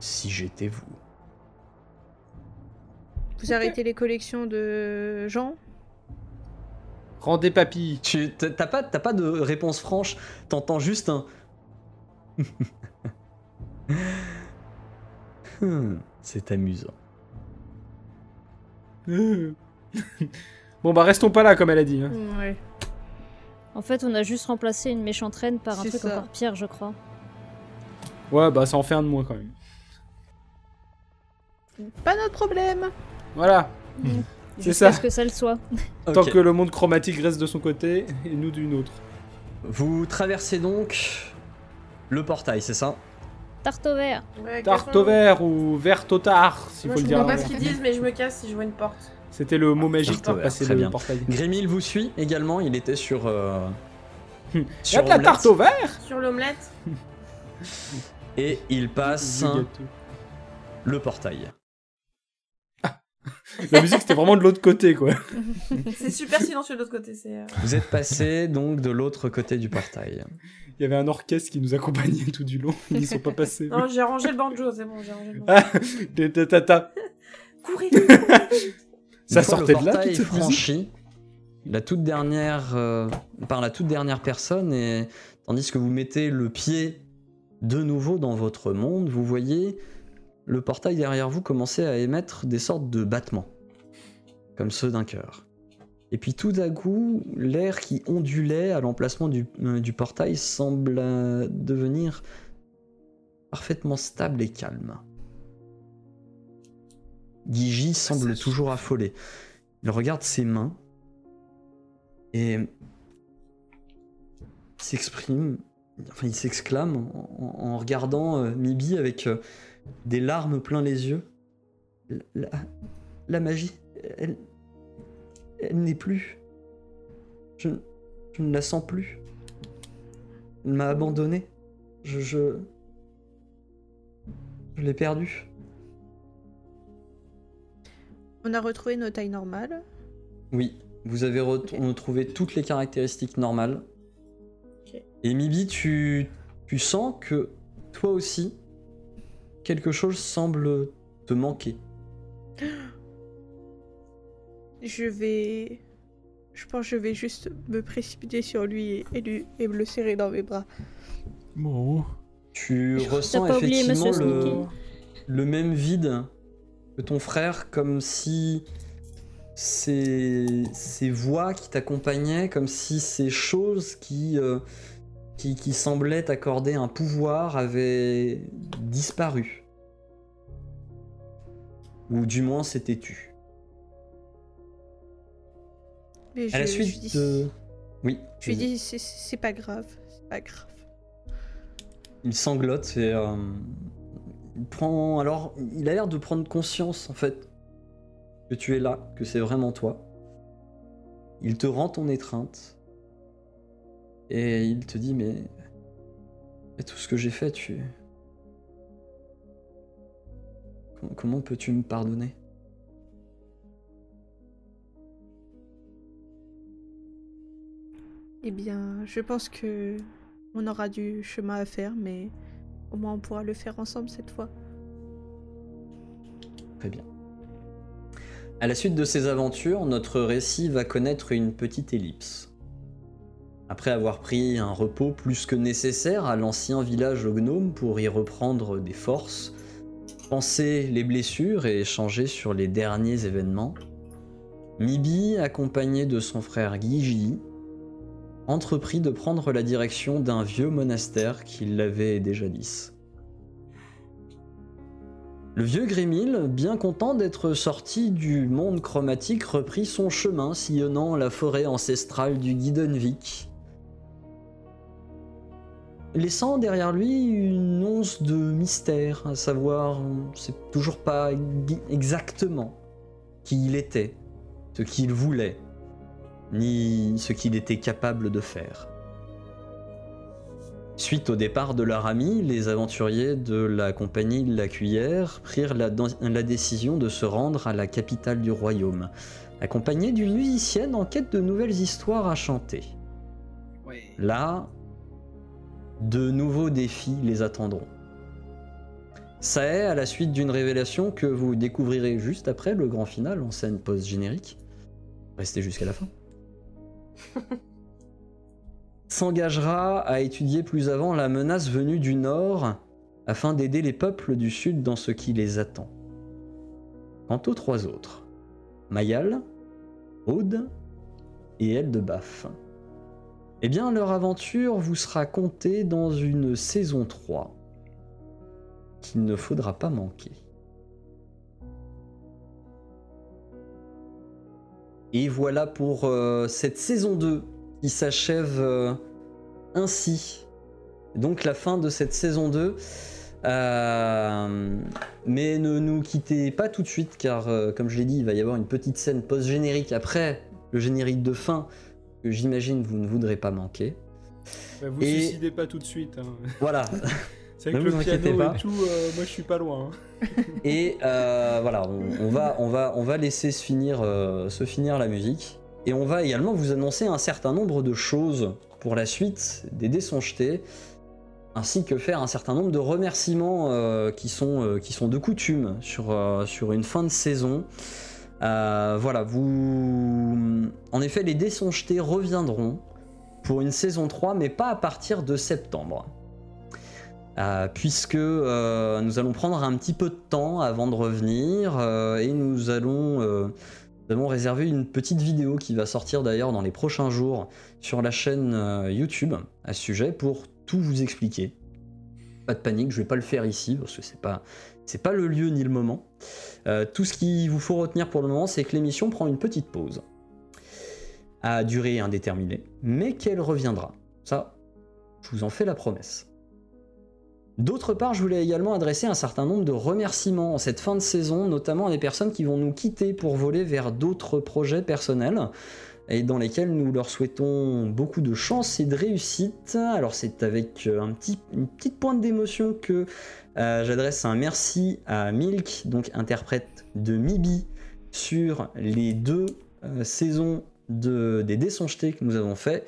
S1: si j'étais vous.
S7: Vous arrêtez les collections de gens
S3: Rendez papy.
S1: Tu t'as t'as pas, t'as pas de réponse franche, t'entends juste un. *laughs* Hmm, C'est amusant.
S3: bon, bah, restons pas là, comme elle a dit. hein.
S7: Ouais.
S11: En fait, on a juste remplacé une méchante reine par un
S2: C'est
S11: truc
S2: ça.
S11: encore pire, je crois.
S3: Ouais, bah, ça en fait un de moins quand même.
S7: Pas notre problème
S3: Voilà.
S11: Mm.
S3: C'est
S11: Jusqu'à
S3: ça.
S11: ce que ça le soit.
S3: Tant
S1: Ok.
S3: que le monde chromatique reste de son côté et nous d'une autre.
S1: Vous traversez donc le portail, c'est ça
S11: Tarte au verre.
S4: Ouais,
S3: Tarte
S4: cassons-nous.
S3: au vert ou vert au tard, s'il
S4: Moi,
S3: faut
S4: je
S3: le dire.
S4: comprends pas
S3: avant.
S4: ce qu'ils disent, mais je me casse si je vois une porte.
S3: C'était le mot magique
S1: Tarte au Ah,
S3: pour
S1: vert,
S3: passer
S1: très
S3: le
S1: bien.
S3: portail.
S1: Grémil vous suit également, il était sur. euh,
S3: Y'a de Hum. la
S1: Omelette,
S3: tarte au vert *laughs*
S4: Sur l'omelette
S1: Et il passe
S3: Du gâteau.
S1: le portail.
S3: La musique c'était vraiment de l'autre côté quoi.
S4: C'est super silencieux de l'autre côté. C'est. euh,
S1: Vous êtes passé donc de l'autre côté du portail.
S3: Il y avait un orchestre qui nous accompagnait tout du long, ils y sont pas passés.
S4: Non, j'ai rangé le banjo, c'est bon, j'ai rangé le banjo.
S3: *laughs* Ah, ta, ta, ta, ta.
S4: Courez
S1: *laughs*
S3: Ça
S1: Une fois
S3: sortait
S1: le
S3: de là
S1: portail
S3: toute cette musique
S1: franchi la toute dernière euh, par la toute dernière personne et tandis que vous mettez le pied de nouveau dans votre monde, vous voyez le portail derrière vous commencer à émettre des sortes de battements comme ceux d'un cœur. Et puis tout à coup, l'air qui ondulait à l'emplacement du, euh, du portail semble euh, devenir parfaitement stable et calme. Gigi semble toujours affolé. Il regarde ses mains et s'exprime, enfin il s'exclame en, en- en regardant euh, Mibi avec euh, des larmes plein les yeux. La, la- la magie, elle, elle n'est plus. Je, je ne la sens plus. Elle m'a abandonné. Je, je, je l'ai perdue.
S7: On a retrouvé nos tailles normales. *gasps*
S1: Oui, vous avez ret- on a trouvé toutes les caractéristiques normales.
S4: Ok.
S1: Et Mibi, tu, tu sens que toi aussi, quelque chose semble te manquer.
S7: Je vais. Je pense que je vais juste me précipiter sur lui et, et lui et me le serrer dans mes bras.
S10: Bon.
S1: Tu
S11: T'as
S1: ressens
S11: pas oublié
S1: effectivement
S11: Monsieur
S1: le,
S11: Sneaky.
S1: le même vide que ton frère, comme si ces, ces voix qui t'accompagnaient, comme si ces choses qui, euh, qui, qui semblaient t'accorder un pouvoir avaient disparu. Ou du moins s'étaient tues.
S7: Mais
S1: À la
S7: je- je
S1: suite
S7: dis-
S1: de... Oui,
S7: Je lui
S1: vas-y.
S7: dis, c'est- c'est pas grave, c'est pas grave.
S1: il sanglote et euh, il prend alors il a l'air de prendre conscience en fait que tu es là, que c'est vraiment toi. Il te rend ton étreinte et il te dit mais et tout ce que j'ai fait tu Com- comment peux-tu me pardonner
S7: Eh bien, je pense que on aura du chemin à faire, mais au moins on pourra le faire ensemble cette fois.
S1: Très bien. À la suite de ces aventures, notre récit va connaître une petite ellipse. Après avoir pris un repos plus que nécessaire à l'ancien village aux gnomes pour y reprendre des forces, penser les blessures et échanger sur les derniers événements, Mibi, accompagné de son frère Gigi, entreprit de prendre la direction d'un vieux monastère qui l'avait déjà lisse. Le vieux Grémil, bien content d'être sorti du monde chromatique, reprit son chemin sillonnant la forêt ancestrale du Guidonvik, laissant derrière lui une once de mystère, à savoir, on ne sait toujours pas gui- exactement qui il était, ce qu'il voulait, ni ce qu'il était capable de faire. Suite au départ de leur ami, les aventuriers de la compagnie de la Cuillère prirent la, dan- la décision de se rendre à la capitale du royaume, accompagnés d'une musicienne en quête de nouvelles histoires à chanter. Là, de nouveaux défis les attendront. Ça est à la suite d'une révélation que vous découvrirez juste après le grand final en scène post-générique. Restez jusqu'à la fin. S'engagera à étudier plus avant la menace venue du nord afin d'aider les peuples du sud dans ce qui les attend. Quant aux trois autres, Mayal, Aude et Eldebaf, eh bien leur aventure vous sera contée dans une saison 3 qu'il ne faudra pas manquer. Et voilà pour euh, cette saison 2 qui s'achève euh, ainsi. Donc la fin de cette saison 2. Euh, mais ne nous quittez pas tout de suite car euh, comme je l'ai dit, il va y avoir une petite scène post-générique après le générique de fin que j'imagine vous ne voudrez pas manquer.
S12: Bah, vous
S1: Et-
S12: suicidez pas tout de suite. hein.
S1: Voilà.
S12: C'est
S1: Ne
S12: avec le
S1: vous inquiétez
S12: piano
S1: pas.
S12: et tout, euh, moi je suis pas loin. hein.
S1: Et euh, voilà, on, on va, on, va, on va laisser se finir, euh, se finir la musique. Et on va également vous annoncer un certain nombre de choses pour la suite des dés sont jetés, ainsi que faire un certain nombre de remerciements euh, qui, sont, euh, qui sont de coutume sur, euh, sur une fin de saison. Euh, voilà, vous. En effet, les dés sont jetés reviendront pour une saison 3, mais pas à partir de septembre. Euh, puisque euh, nous allons prendre un petit peu de temps avant de revenir euh, et nous allons, euh, nous allons réserver une petite vidéo qui va sortir d'ailleurs dans les prochains jours sur la chaîne euh, YouTube à ce sujet pour tout vous expliquer. Pas de panique, je vais pas le faire ici parce que c'est pas c'est pas le lieu ni le moment. Euh, tout ce qu'il vous faut retenir pour le moment, c'est que l'émission prend une petite pause à durée indéterminée, mais qu'elle reviendra. Ça, je vous en fais la promesse. D'autre part, je voulais également adresser un certain nombre de remerciements en cette fin de saison, notamment à des personnes qui vont nous quitter pour voler vers d'autres projets personnels et dans lesquels nous leur souhaitons beaucoup de chance et de réussite. Alors c'est avec euh, un petit- une petite pointe d'émotion que euh, j'adresse un merci à Milk, donc interprète de Mibi, sur les deux euh, saisons de, des Dessons Jetés que nous avons fait,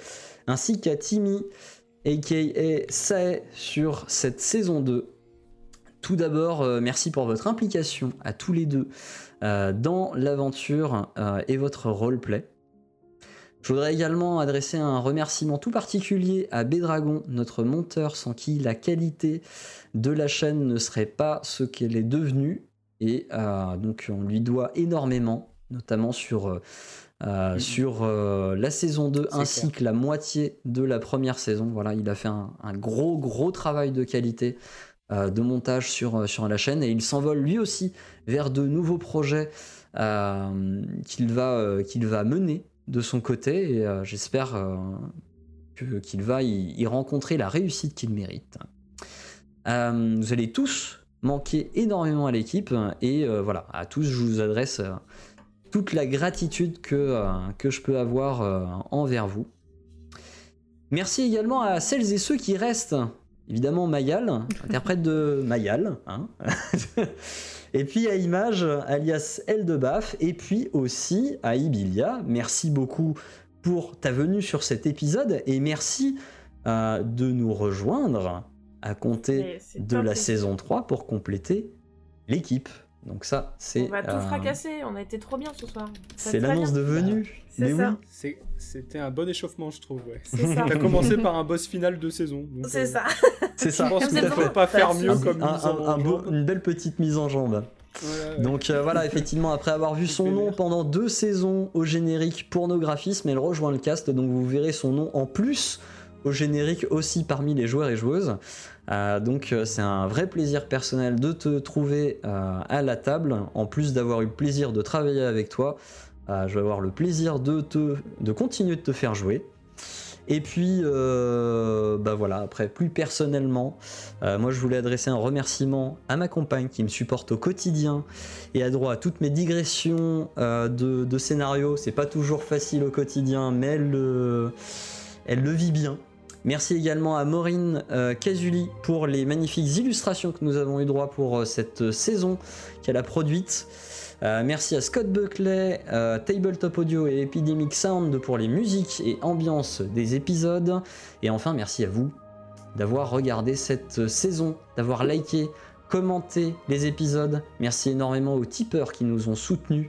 S1: ainsi qu'à Timmy, aka Sae, sur cette saison 2. Tout d'abord, euh, merci pour votre implication à tous les deux euh, dans l'aventure euh, et votre roleplay. Je voudrais également adresser un remerciement tout particulier à Bédragon, notre monteur, sans qui la qualité de la chaîne ne serait pas ce qu'elle est devenue. Et euh, donc on lui doit énormément, notamment sur, euh, euh, sur euh, la saison 2
S3: C'est
S1: ainsi
S3: clair.
S1: que la moitié de la première saison. Voilà, il a fait un, un gros gros travail de qualité euh, de montage sur, euh, sur la chaîne et il s'envole lui aussi vers de nouveaux projets euh, qu'il va, euh, qu'il va mener de son côté et euh, j'espère euh, que- qu'il va y, y rencontrer la réussite qu'il mérite. Euh, vous allez tous manquer énormément à l'équipe et euh, voilà, à tous je vous adresse euh, toute la gratitude que, euh, que je peux avoir euh, envers vous. Merci également à celles et ceux qui restent. Évidemment
S4: *laughs*
S1: Mayal, interprète de Mayal, hein. *laughs* et puis à Image, alias Eldebaf, et puis aussi à Ibilia. Merci beaucoup pour ta venue sur cet épisode et merci euh, de nous rejoindre à compter
S4: Mais c'est
S1: de
S4: un
S1: la
S4: plaisir.
S1: saison 3 pour compléter l'équipe. Donc ça, c'est
S4: On va tout
S1: euh,
S4: fracasser, on a été trop bien ce soir. Ça
S1: c'est
S4: va
S1: l'annonce de
S4: très bien.
S1: venue.
S4: C'est
S1: Mais
S4: ça.
S1: Eh oui.
S12: C'est- C'était un bon échauffement, je trouve. Ouais.
S4: C'est ça.
S12: T'as commencé par un boss final de saison. donc, euh,
S4: C'est ça.
S1: C'est ça.
S12: Je pense
S1: Tout
S12: qu'on
S1: à
S12: peut
S1: fait.
S12: pas faire
S1: Un-
S12: mieux comme
S1: un-
S12: mise
S1: un-
S12: en
S1: un beau-
S12: jambe.
S1: une belle petite mise en jambe.
S12: Voilà, ouais.
S1: Donc euh, voilà, effectivement, après avoir vu son nom pendant deux saisons au générique pornographisme, elle rejoint le cast, donc vous verrez son nom en plus au générique aussi parmi les joueurs et joueuses. Euh, donc euh, c'est un vrai plaisir personnel de te trouver euh, à la table, en plus d'avoir eu le plaisir de travailler avec toi. euh, je vais avoir le plaisir de, te, de continuer de te faire jouer. Et puis, euh, bah voilà, après, plus personnellement, euh, moi je voulais adresser un remerciement à ma compagne qui me supporte au quotidien et a droit à toutes mes digressions euh, de, de scénario. C'est pas toujours facile au quotidien, mais elle, le- elle le vit bien. Merci également à Maureen euh, Casuli pour les magnifiques illustrations que nous avons eu droit pour euh, cette saison qu'elle a produite. Euh, merci à Scott Buckley, euh, Tabletop Audio et Epidemic Sound pour les musiques et ambiances des épisodes. Et enfin, merci à vous d'avoir regardé cette euh, saison, d'avoir liké, commenté les épisodes. Merci énormément aux tipeurs qui nous ont soutenus.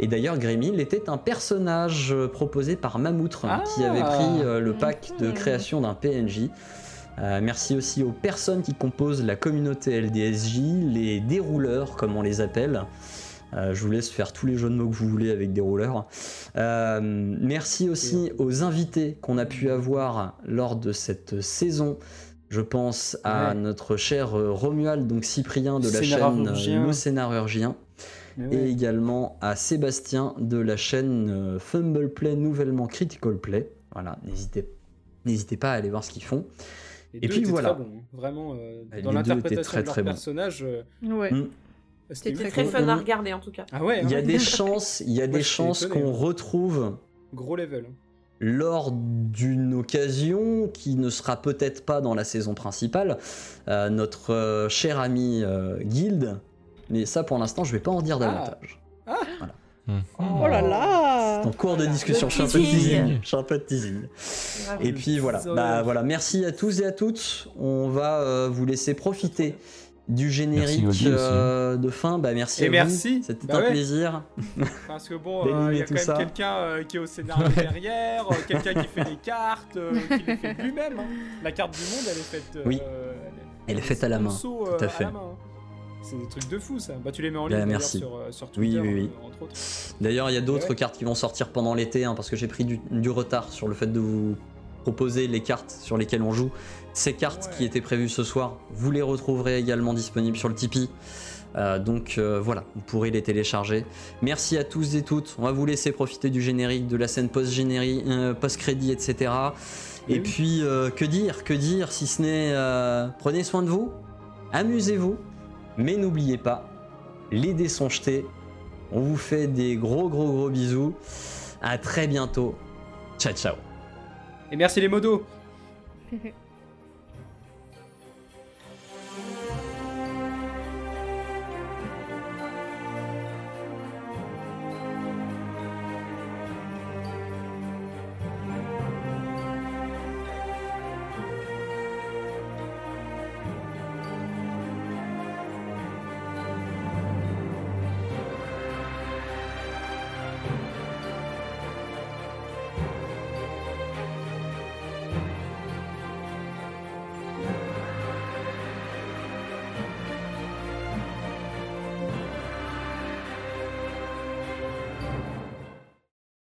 S1: Et d'ailleurs, Grémil était un personnage euh, proposé par Mamoutre
S3: Ah.
S1: qui avait pris euh, le pack de création d'un PNJ. Euh, merci aussi aux personnes qui composent la communauté LDSJ, les dérouleurs comme on les appelle. Euh, je vous laisse faire tous les jeux de mots que vous voulez avec des rouleurs. Euh, merci aussi aux invités qu'on a pu avoir lors de cette saison. Je pense à
S3: Ouais.
S1: notre cher euh, Romuald, donc Cyprien de la chaîne
S3: Scénarurgien.
S1: euh, Le Scénarurgien,
S3: Mais ouais.
S1: et également à Sébastien de la chaîne euh, Fumble Play, nouvellement Critical Play. Voilà, n'hésitez, n'hésitez pas à aller voir ce qu'ils font.
S3: Les
S1: et
S3: deux
S1: puis
S3: étaient
S1: voilà.
S3: très bons, hein. Vraiment, euh,
S1: Les deux
S3: dans
S1: étaient
S3: l'interprétation
S1: très,
S3: de leur
S1: très bons.
S3: personnage. euh,
S7: Ouais.
S1: Mm.
S3: c'était
S4: C'était
S3: ouf.
S4: très fun à regarder en tout cas.
S3: Ah ouais,
S1: Il y a
S3: hein. *laughs*
S1: des chances, il y a
S3: Moi,
S1: des
S3: j'étais
S1: chances
S3: étonné,
S1: qu'on
S3: hein.
S1: retrouve
S3: Gros level. hein.
S1: lors d'une occasion qui ne sera peut-être pas dans la saison principale, euh, notre euh, cher ami euh, Guild. Mais ça, pour l'instant, je vais pas en
S3: Ah.
S1: dire davantage.
S7: Oh là là
S1: En cours de discussion,
S4: Le
S1: je suis un peu de teasing.
S4: teasing.
S1: Je suis un peu de teasing. Et puis voilà. Bah, voilà, merci à tous et à toutes. On va euh, vous laisser profiter du générique
S10: Goldie aussi.
S1: euh, de fin. Bah, merci
S3: Et
S1: à vous.
S3: merci.
S1: C'était
S3: Bah
S1: un
S3: ouais.
S1: plaisir.
S12: *laughs* Parce que bon,
S1: Dénouer
S12: euh, il y a
S1: tout
S12: quand même
S1: ça.
S12: quelqu'un euh, qui est au scénario
S10: Ouais.
S12: derrière, euh, quelqu'un qui
S1: *laughs*
S12: fait les cartes, euh, qui les fait lui-même. hein. La carte du monde, elle est faite. euh,
S1: Oui. Elle est faite à la main,
S12: conso,
S1: tout
S12: euh,
S1: à fait.
S12: la main, hein. C'est des trucs de fou ça. Bah tu les mets en
S1: Bah,
S12: ligne d'ailleurs,
S1: merci.
S12: sur, euh, sur
S1: Oui,
S12: Twitter,
S1: oui, oui.
S12: euh, entre autres.
S1: D'ailleurs, il y a d'autres
S12: Ouais.
S1: cartes qui vont sortir pendant l'été, hein, parce que j'ai pris du, du retard sur le fait de vous proposer les cartes sur lesquelles on joue. Ces cartes qui
S12: Ouais.
S1: étaient prévues ce soir, vous les retrouverez également disponibles sur le Tipeee. Euh, donc euh, voilà, vous pourrez les télécharger. Merci à tous et toutes. On va vous laisser profiter du générique, de la scène post-générique, euh, post-crédit, etc.
S3: Mais
S1: Et
S3: oui.
S1: puis, euh, que dire, que dire, si ce n'est euh, prenez soin de vous, amusez-vous, mais n'oubliez pas, les dés sont jetés. On vous fait des gros gros gros bisous. À très bientôt. Ciao ciao.
S3: Et merci les modos.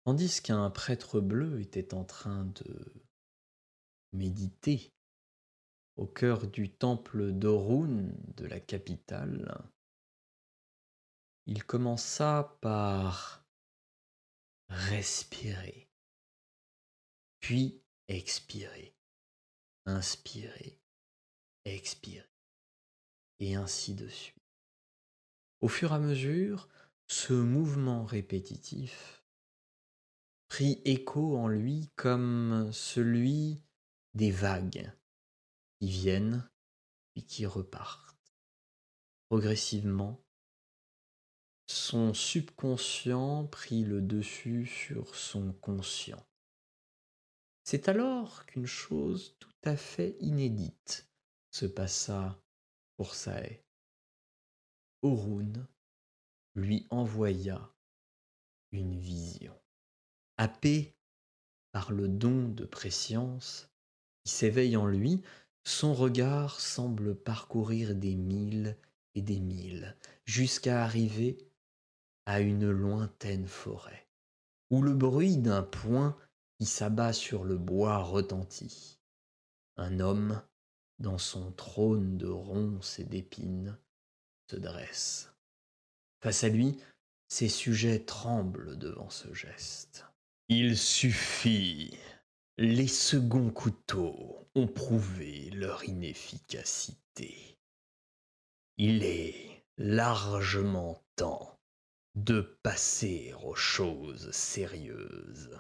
S1: Tandis qu'un prêtre bleu était en train de méditer au cœur du temple d'Orun de la capitale, il commença par respirer, puis expirer, inspirer, expirer, et ainsi de suite. Au fur et à mesure, ce mouvement répétitif prit écho en lui comme celui des vagues qui viennent et qui repartent. Progressivement, son subconscient prit le dessus sur son conscient.
S2: C'est alors qu'une chose tout à fait inédite se passa pour Sae. Orun lui envoya une vision. Happé par le don de préscience qui s'éveille en lui, son regard semble parcourir des milles et des milles jusqu'à arriver à une lointaine forêt, où le bruit d'un poing qui s'abat sur le bois retentit. Un homme, dans son trône de ronces et d'épines, se dresse. Face à lui, ses sujets tremblent devant ce geste. Il suffit. Les seconds couteaux ont prouvé leur inefficacité. Il est largement temps de passer aux choses sérieuses.